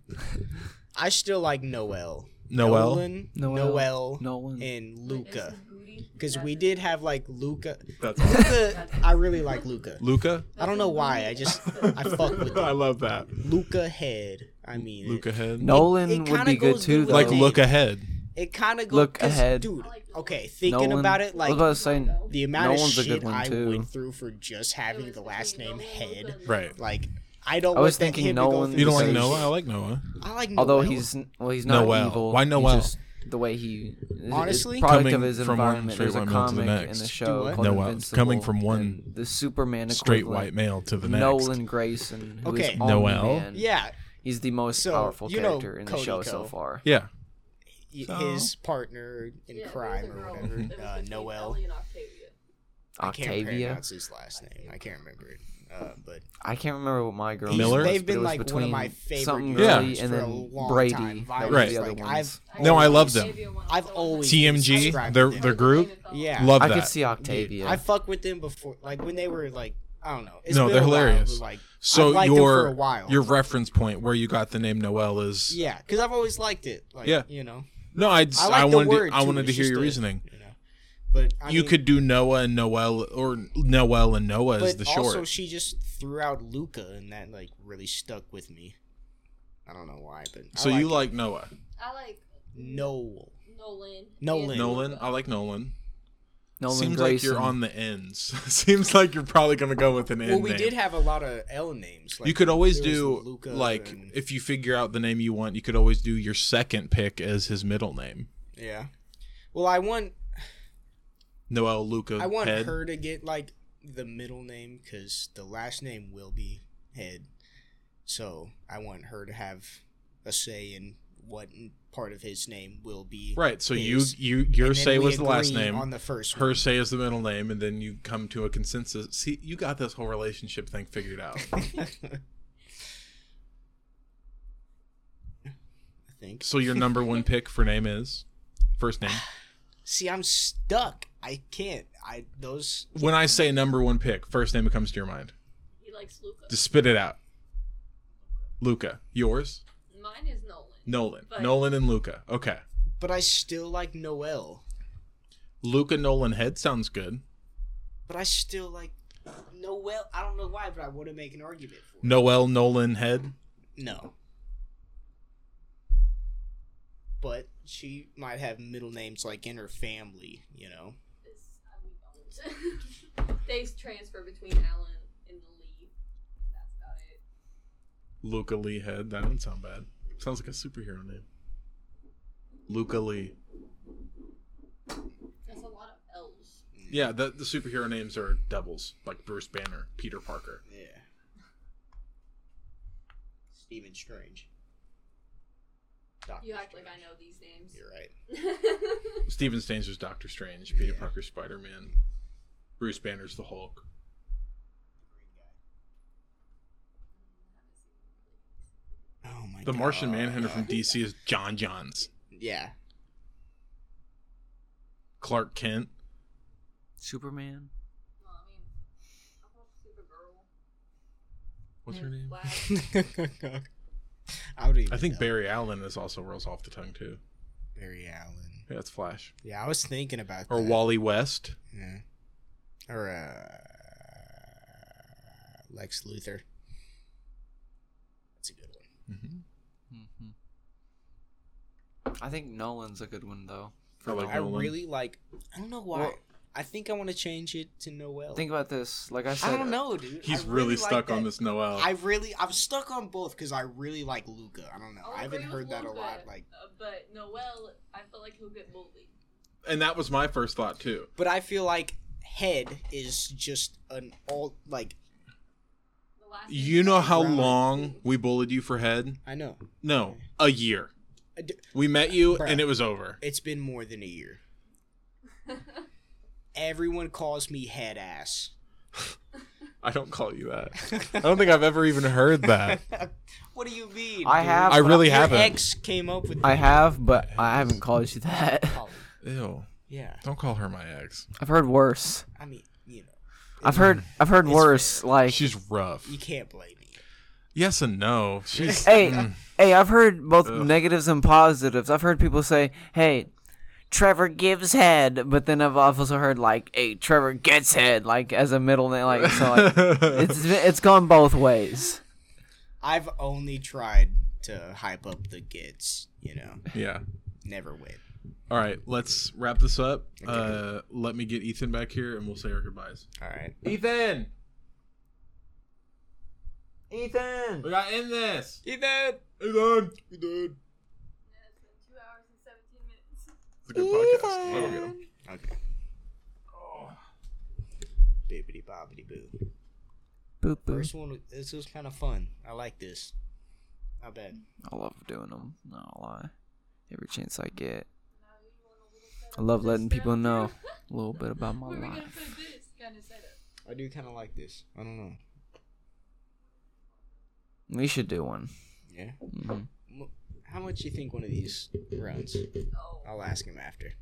[SPEAKER 4] I still like Noel.
[SPEAKER 2] Noel.
[SPEAKER 4] Nolan,
[SPEAKER 5] Noel.
[SPEAKER 4] Noel,
[SPEAKER 5] Nolan.
[SPEAKER 4] and Luca.
[SPEAKER 6] Booty.
[SPEAKER 4] Because we did have like Luca.
[SPEAKER 2] That's
[SPEAKER 4] Luca, I really like Luca.
[SPEAKER 2] Luca.
[SPEAKER 4] I don't know why. I just I fuck with
[SPEAKER 2] I love that.
[SPEAKER 4] Luca head. I mean,
[SPEAKER 2] Luca head.
[SPEAKER 5] Nolan
[SPEAKER 4] it
[SPEAKER 5] would
[SPEAKER 4] kinda
[SPEAKER 5] be good
[SPEAKER 4] goes good
[SPEAKER 5] too.
[SPEAKER 4] with
[SPEAKER 5] Though.
[SPEAKER 2] Like
[SPEAKER 4] Nolan.
[SPEAKER 2] look ahead.
[SPEAKER 4] It kind of
[SPEAKER 5] Look ahead.
[SPEAKER 4] dude. Okay, thinking
[SPEAKER 5] Nolan-
[SPEAKER 4] about it,
[SPEAKER 5] I
[SPEAKER 4] like
[SPEAKER 5] was about to say,
[SPEAKER 4] the amount
[SPEAKER 5] Nolan's a
[SPEAKER 4] of
[SPEAKER 5] good
[SPEAKER 4] shit
[SPEAKER 5] one,
[SPEAKER 4] I
[SPEAKER 5] too.
[SPEAKER 4] went through for just having the last name Head.
[SPEAKER 2] Right.
[SPEAKER 4] Like, I don't.
[SPEAKER 5] I was
[SPEAKER 4] want that
[SPEAKER 5] thinking
[SPEAKER 4] kid to go
[SPEAKER 5] Nolan
[SPEAKER 4] through
[SPEAKER 2] You don't
[SPEAKER 4] the
[SPEAKER 2] like
[SPEAKER 5] Because-
[SPEAKER 4] same
[SPEAKER 2] Noah? I
[SPEAKER 4] shit.
[SPEAKER 2] like Noah.
[SPEAKER 4] I like.
[SPEAKER 5] although
[SPEAKER 4] Noel.
[SPEAKER 5] he's well, he's not
[SPEAKER 2] Noel.
[SPEAKER 5] evil.
[SPEAKER 2] Why
[SPEAKER 5] He's
[SPEAKER 2] Noel?
[SPEAKER 5] just-
[SPEAKER 3] the way he is- is
[SPEAKER 4] Honestly?
[SPEAKER 3] product
[SPEAKER 2] Coming
[SPEAKER 3] of his
[SPEAKER 2] from one
[SPEAKER 3] environment. There's
[SPEAKER 2] straight
[SPEAKER 3] a
[SPEAKER 2] white male to
[SPEAKER 3] comic
[SPEAKER 2] the
[SPEAKER 3] and a
[SPEAKER 2] next.
[SPEAKER 3] show
[SPEAKER 4] what?
[SPEAKER 3] called
[SPEAKER 2] No, I'm
[SPEAKER 3] Invincible,
[SPEAKER 2] coming from one
[SPEAKER 3] and the Superman
[SPEAKER 2] Straight
[SPEAKER 3] equivalent,
[SPEAKER 2] white male to the next.
[SPEAKER 3] Nolan Grayson, who is
[SPEAKER 4] Okay.
[SPEAKER 2] Noel?
[SPEAKER 3] Omni-Man.
[SPEAKER 4] Yeah,
[SPEAKER 3] he's the most
[SPEAKER 4] So,
[SPEAKER 3] powerful
[SPEAKER 4] you know
[SPEAKER 3] character in the
[SPEAKER 4] Cody
[SPEAKER 3] show so
[SPEAKER 4] Ko.
[SPEAKER 3] far.
[SPEAKER 2] Yeah.
[SPEAKER 4] y-
[SPEAKER 2] So-
[SPEAKER 4] his partner in
[SPEAKER 6] Yeah, there was
[SPEAKER 4] crime
[SPEAKER 6] a
[SPEAKER 4] or
[SPEAKER 6] girl.
[SPEAKER 4] whatever,
[SPEAKER 6] It was
[SPEAKER 4] uh,
[SPEAKER 6] between
[SPEAKER 4] Noel.
[SPEAKER 6] Ellie and Octavia.
[SPEAKER 4] I can't
[SPEAKER 3] Octavia.
[SPEAKER 4] pronounce his last name. I can't remember it. Uh, but
[SPEAKER 3] I can't remember what my girl
[SPEAKER 4] He's-
[SPEAKER 2] Miller?
[SPEAKER 3] was,
[SPEAKER 4] they've
[SPEAKER 3] but it
[SPEAKER 4] been
[SPEAKER 3] was
[SPEAKER 4] like one
[SPEAKER 3] between
[SPEAKER 4] of my favorite
[SPEAKER 3] something
[SPEAKER 2] Yeah.
[SPEAKER 3] girly
[SPEAKER 4] dudes
[SPEAKER 3] and
[SPEAKER 4] for a
[SPEAKER 3] then
[SPEAKER 4] long
[SPEAKER 3] Brady.
[SPEAKER 4] time.
[SPEAKER 3] That was
[SPEAKER 4] Violence,
[SPEAKER 3] the other
[SPEAKER 4] like,
[SPEAKER 3] ones.
[SPEAKER 4] I've
[SPEAKER 2] No, I
[SPEAKER 4] always-
[SPEAKER 2] love them.
[SPEAKER 6] Octavia went
[SPEAKER 4] I've
[SPEAKER 6] on
[SPEAKER 4] always
[SPEAKER 2] TMG,
[SPEAKER 4] subscribed
[SPEAKER 2] their
[SPEAKER 4] to them.
[SPEAKER 2] their group.
[SPEAKER 4] yeah.
[SPEAKER 2] Love
[SPEAKER 3] I
[SPEAKER 2] that.
[SPEAKER 3] could see
[SPEAKER 4] Dude,
[SPEAKER 3] Octavia.
[SPEAKER 4] I fuck with them before, like when they were like, I don't know. It's
[SPEAKER 2] No,
[SPEAKER 4] been
[SPEAKER 2] they're
[SPEAKER 4] a while,
[SPEAKER 2] hilarious.
[SPEAKER 4] but, like,
[SPEAKER 2] so
[SPEAKER 4] I've liked them for a
[SPEAKER 2] your
[SPEAKER 4] while.
[SPEAKER 2] your reference point where you got the name Noel is
[SPEAKER 4] yeah, because I've always liked it. Like,
[SPEAKER 2] Yeah.
[SPEAKER 4] you know,
[SPEAKER 2] no. I just,
[SPEAKER 4] I
[SPEAKER 2] I,
[SPEAKER 4] like the
[SPEAKER 2] wanted
[SPEAKER 4] word.
[SPEAKER 2] to, I
[SPEAKER 4] too,
[SPEAKER 2] wanted to
[SPEAKER 4] it's
[SPEAKER 2] hear
[SPEAKER 4] just
[SPEAKER 2] your
[SPEAKER 4] a-
[SPEAKER 2] reasoning.
[SPEAKER 4] You know, but I
[SPEAKER 2] you
[SPEAKER 4] mean,
[SPEAKER 2] could do Noah and Noel or Noel and Noah
[SPEAKER 4] but
[SPEAKER 2] is the short.
[SPEAKER 4] also she just threw out Luca, and that like really stuck with me. I don't know why, but I
[SPEAKER 2] so you
[SPEAKER 4] it.
[SPEAKER 2] like Noah,
[SPEAKER 6] I like
[SPEAKER 4] Noel.
[SPEAKER 6] Nolan.
[SPEAKER 4] Nolan.
[SPEAKER 6] and
[SPEAKER 2] Nolan?
[SPEAKER 6] Luca.
[SPEAKER 2] I like Nolan.
[SPEAKER 3] Nolan
[SPEAKER 2] Seems
[SPEAKER 3] Grayson.
[SPEAKER 2] like you're on the ends. Seems like you're probably gonna go with an end.
[SPEAKER 4] Well, we
[SPEAKER 2] name.
[SPEAKER 4] did have a lot of L names. Like,
[SPEAKER 2] you could always
[SPEAKER 4] there was
[SPEAKER 2] do
[SPEAKER 4] Luca
[SPEAKER 2] like
[SPEAKER 4] and-
[SPEAKER 2] if you figure out the name you want, you could always do your second pick as his middle name.
[SPEAKER 4] yeah. Well, I want
[SPEAKER 2] Noel Luca.
[SPEAKER 4] I want
[SPEAKER 2] Head.
[SPEAKER 4] her to get like the middle name because the last name will be Head. So I want her to have a say in what part of his name will be.
[SPEAKER 2] Right. So
[SPEAKER 4] his.
[SPEAKER 2] you you your
[SPEAKER 4] And then
[SPEAKER 2] say
[SPEAKER 4] we
[SPEAKER 2] was the last
[SPEAKER 4] agree
[SPEAKER 2] name.
[SPEAKER 4] on the first.
[SPEAKER 2] her say is the middle name, and then you come to a consensus. See, you got this whole relationship thing figured out.
[SPEAKER 4] one. I think.
[SPEAKER 2] so your number one pick for name is first name.
[SPEAKER 4] See, I'm stuck. I can't. I those.
[SPEAKER 2] When I say number one pick, first name that comes to your mind.
[SPEAKER 6] He likes Luca.
[SPEAKER 2] Just spit it out. Luca, yours.
[SPEAKER 6] Mine is Nolan.
[SPEAKER 2] Nolan,
[SPEAKER 6] But-
[SPEAKER 2] Nolan, and Luca. Okay.
[SPEAKER 4] But I still like Noel.
[SPEAKER 2] Luca Nolan Head sounds good.
[SPEAKER 4] But I still like Noel. I don't know why, but I want to make an argument for. It.
[SPEAKER 2] Noel Nolan Head.
[SPEAKER 4] No. But she might have middle names like in her family, you know.
[SPEAKER 6] It's- I mean, don't. they transfer between Alan and Lee. That's about it.
[SPEAKER 2] Luca Lee Head. That doesn't sound bad. Sounds like a superhero name. Luca Lee.
[SPEAKER 6] That's a lot of L's.
[SPEAKER 2] Yeah, the, the superhero names are doubles, like Bruce Banner, Peter Parker.
[SPEAKER 4] Yeah. Stephen Strange. Doctor
[SPEAKER 6] You act like I
[SPEAKER 4] Strange.
[SPEAKER 6] know these names.
[SPEAKER 4] You're right.
[SPEAKER 2] Steven Stranger's Doctor Strange, Peter
[SPEAKER 4] Yeah.
[SPEAKER 2] Parker's Spider Man, Bruce Banner's the Hulk.
[SPEAKER 4] Oh my
[SPEAKER 2] The Martian
[SPEAKER 4] God.
[SPEAKER 2] Manhunter from DC is John Johns.
[SPEAKER 4] Yeah.
[SPEAKER 2] Clark Kent.
[SPEAKER 3] Superman.
[SPEAKER 6] well, I mean, I want
[SPEAKER 2] What's
[SPEAKER 6] Supergirl.
[SPEAKER 2] her name?
[SPEAKER 6] Flash.
[SPEAKER 4] I would even
[SPEAKER 2] I think
[SPEAKER 4] know.
[SPEAKER 2] Barry Allen is also rolls off the tongue too.
[SPEAKER 4] Barry Allen.
[SPEAKER 2] Yeah, it's Flash.
[SPEAKER 4] Yeah, I was thinking about
[SPEAKER 2] Or
[SPEAKER 4] that.
[SPEAKER 2] Wally West.
[SPEAKER 4] Yeah. Or uh, Lex Luthor. That's a good one.
[SPEAKER 3] I think Nolan's a good one though.
[SPEAKER 2] I like
[SPEAKER 4] I
[SPEAKER 2] Nolan.
[SPEAKER 4] really like. I don't know why.
[SPEAKER 3] Well-
[SPEAKER 4] I think I want to change it to Noel.
[SPEAKER 3] Think about this. Like I said,
[SPEAKER 4] I don't know, dude.
[SPEAKER 2] He's
[SPEAKER 4] I
[SPEAKER 2] really,
[SPEAKER 4] like
[SPEAKER 2] stuck on
[SPEAKER 4] that-
[SPEAKER 2] this Noel.
[SPEAKER 4] I really, I'm stuck on both because I really like Luca. I don't know.
[SPEAKER 6] I'll
[SPEAKER 4] I haven't
[SPEAKER 6] agree
[SPEAKER 4] heard
[SPEAKER 6] with
[SPEAKER 4] that a
[SPEAKER 6] Luca,
[SPEAKER 4] lot. Like,
[SPEAKER 6] uh, but Noel, I feel like he'll get bullied.
[SPEAKER 2] and that was my first thought too.
[SPEAKER 4] but I feel like Head is just an all like.
[SPEAKER 6] The last name
[SPEAKER 2] You
[SPEAKER 6] is
[SPEAKER 2] know how
[SPEAKER 4] Right.
[SPEAKER 2] long we bullied you for head?
[SPEAKER 4] I know.
[SPEAKER 2] No, a year.
[SPEAKER 4] I d-
[SPEAKER 2] We met you
[SPEAKER 4] Bruh.
[SPEAKER 2] and it was over.
[SPEAKER 4] It's been more than a year. Everyone calls me head ass.
[SPEAKER 2] I don't call you that. I don't think I've ever even heard that.
[SPEAKER 4] What do you mean?
[SPEAKER 3] I
[SPEAKER 4] dude?
[SPEAKER 3] have.
[SPEAKER 2] I
[SPEAKER 3] but
[SPEAKER 2] really
[SPEAKER 4] Your
[SPEAKER 2] haven't.
[SPEAKER 4] ex came up with.
[SPEAKER 3] I have, but I haven't called you that.
[SPEAKER 4] Oh,
[SPEAKER 2] Ew.
[SPEAKER 4] yeah,
[SPEAKER 2] Don't call her my ex.
[SPEAKER 3] I've heard worse.
[SPEAKER 4] I mean, you know,
[SPEAKER 3] I've heard. I've heard
[SPEAKER 4] It's
[SPEAKER 3] worse. Like,
[SPEAKER 2] She's rough.
[SPEAKER 4] you can't blame me.
[SPEAKER 2] Yes and no. She's
[SPEAKER 3] hey, hey, I've heard both
[SPEAKER 2] Mm. Ugh.
[SPEAKER 3] negatives and positives. I've heard people say, "Hey, Trevor gives head," but then I've also heard like, "Hey, Trevor gets head," like as a middle name. Like, so like, it's it's gone both ways.
[SPEAKER 4] I've only tried to hype up the gets. You know,
[SPEAKER 2] yeah.
[SPEAKER 4] never win.
[SPEAKER 2] All right, let's wrap this up. Uh, let me get Ethan back here and we'll say our goodbyes.
[SPEAKER 4] All right.
[SPEAKER 2] Ethan,
[SPEAKER 3] Ethan,
[SPEAKER 2] we got in this.
[SPEAKER 4] Ethan.
[SPEAKER 2] Ethan, Ethan.
[SPEAKER 6] Yeah, it's been two hours and 17 minutes.
[SPEAKER 2] It's a good podcast. I'll go get 'em.
[SPEAKER 4] Okay. Bibbity bobbity boo.
[SPEAKER 3] Boop boop.
[SPEAKER 4] First one, this was kind of fun. I like this. I bet.
[SPEAKER 3] I love doing them. Not a lie. Every chance I get. I love letting people know a little bit about my
[SPEAKER 6] Where are we gonna
[SPEAKER 3] life.
[SPEAKER 6] put this kind of setup?
[SPEAKER 4] I do kind of like this. I don't know.
[SPEAKER 3] We should do one.
[SPEAKER 4] Yeah.
[SPEAKER 3] Mhm.
[SPEAKER 4] M- How much you think one of these runs? I'll ask him after.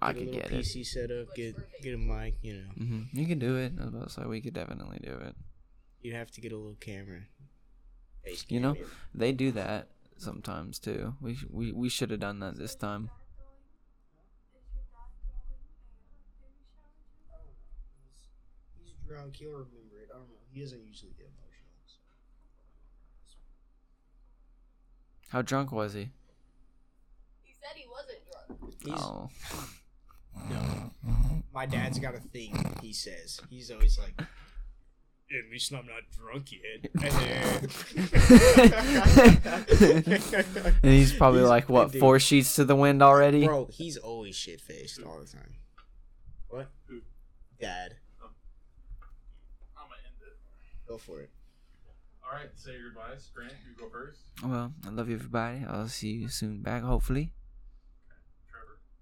[SPEAKER 3] I
[SPEAKER 4] Get a
[SPEAKER 3] could
[SPEAKER 4] little
[SPEAKER 3] get it.
[SPEAKER 4] PC set up. Get get a mic. You know,
[SPEAKER 3] hmm You can do it. I was about to say we could definitely do it.
[SPEAKER 4] you have to get a little camera. Face
[SPEAKER 3] You know,
[SPEAKER 4] camera.
[SPEAKER 3] they do that sometimes too. We sh- we we should have done that this time.
[SPEAKER 7] He's drunk. He'll remember it. I don't know. He doesn't usually get emotional. So.
[SPEAKER 3] How drunk was he?
[SPEAKER 6] He said he wasn't drunk.
[SPEAKER 4] He's-
[SPEAKER 3] Oh,
[SPEAKER 4] my dad's got a thing. He says he's always like, at least I'm not drunk yet.
[SPEAKER 3] And he's probably
[SPEAKER 4] He's-
[SPEAKER 3] like what
[SPEAKER 4] dude,
[SPEAKER 3] four sheets to the wind already.
[SPEAKER 4] Bro, he's always shit faced all the time. What? Dad.
[SPEAKER 2] I'm gonna end it.
[SPEAKER 4] Go for it.
[SPEAKER 2] All right, say your goodbyes. Grant, you go first.
[SPEAKER 3] Well, I love you, everybody. I'll see you soon back, hopefully.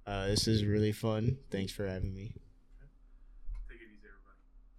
[SPEAKER 4] Uh, this is really fun. Thanks for having me.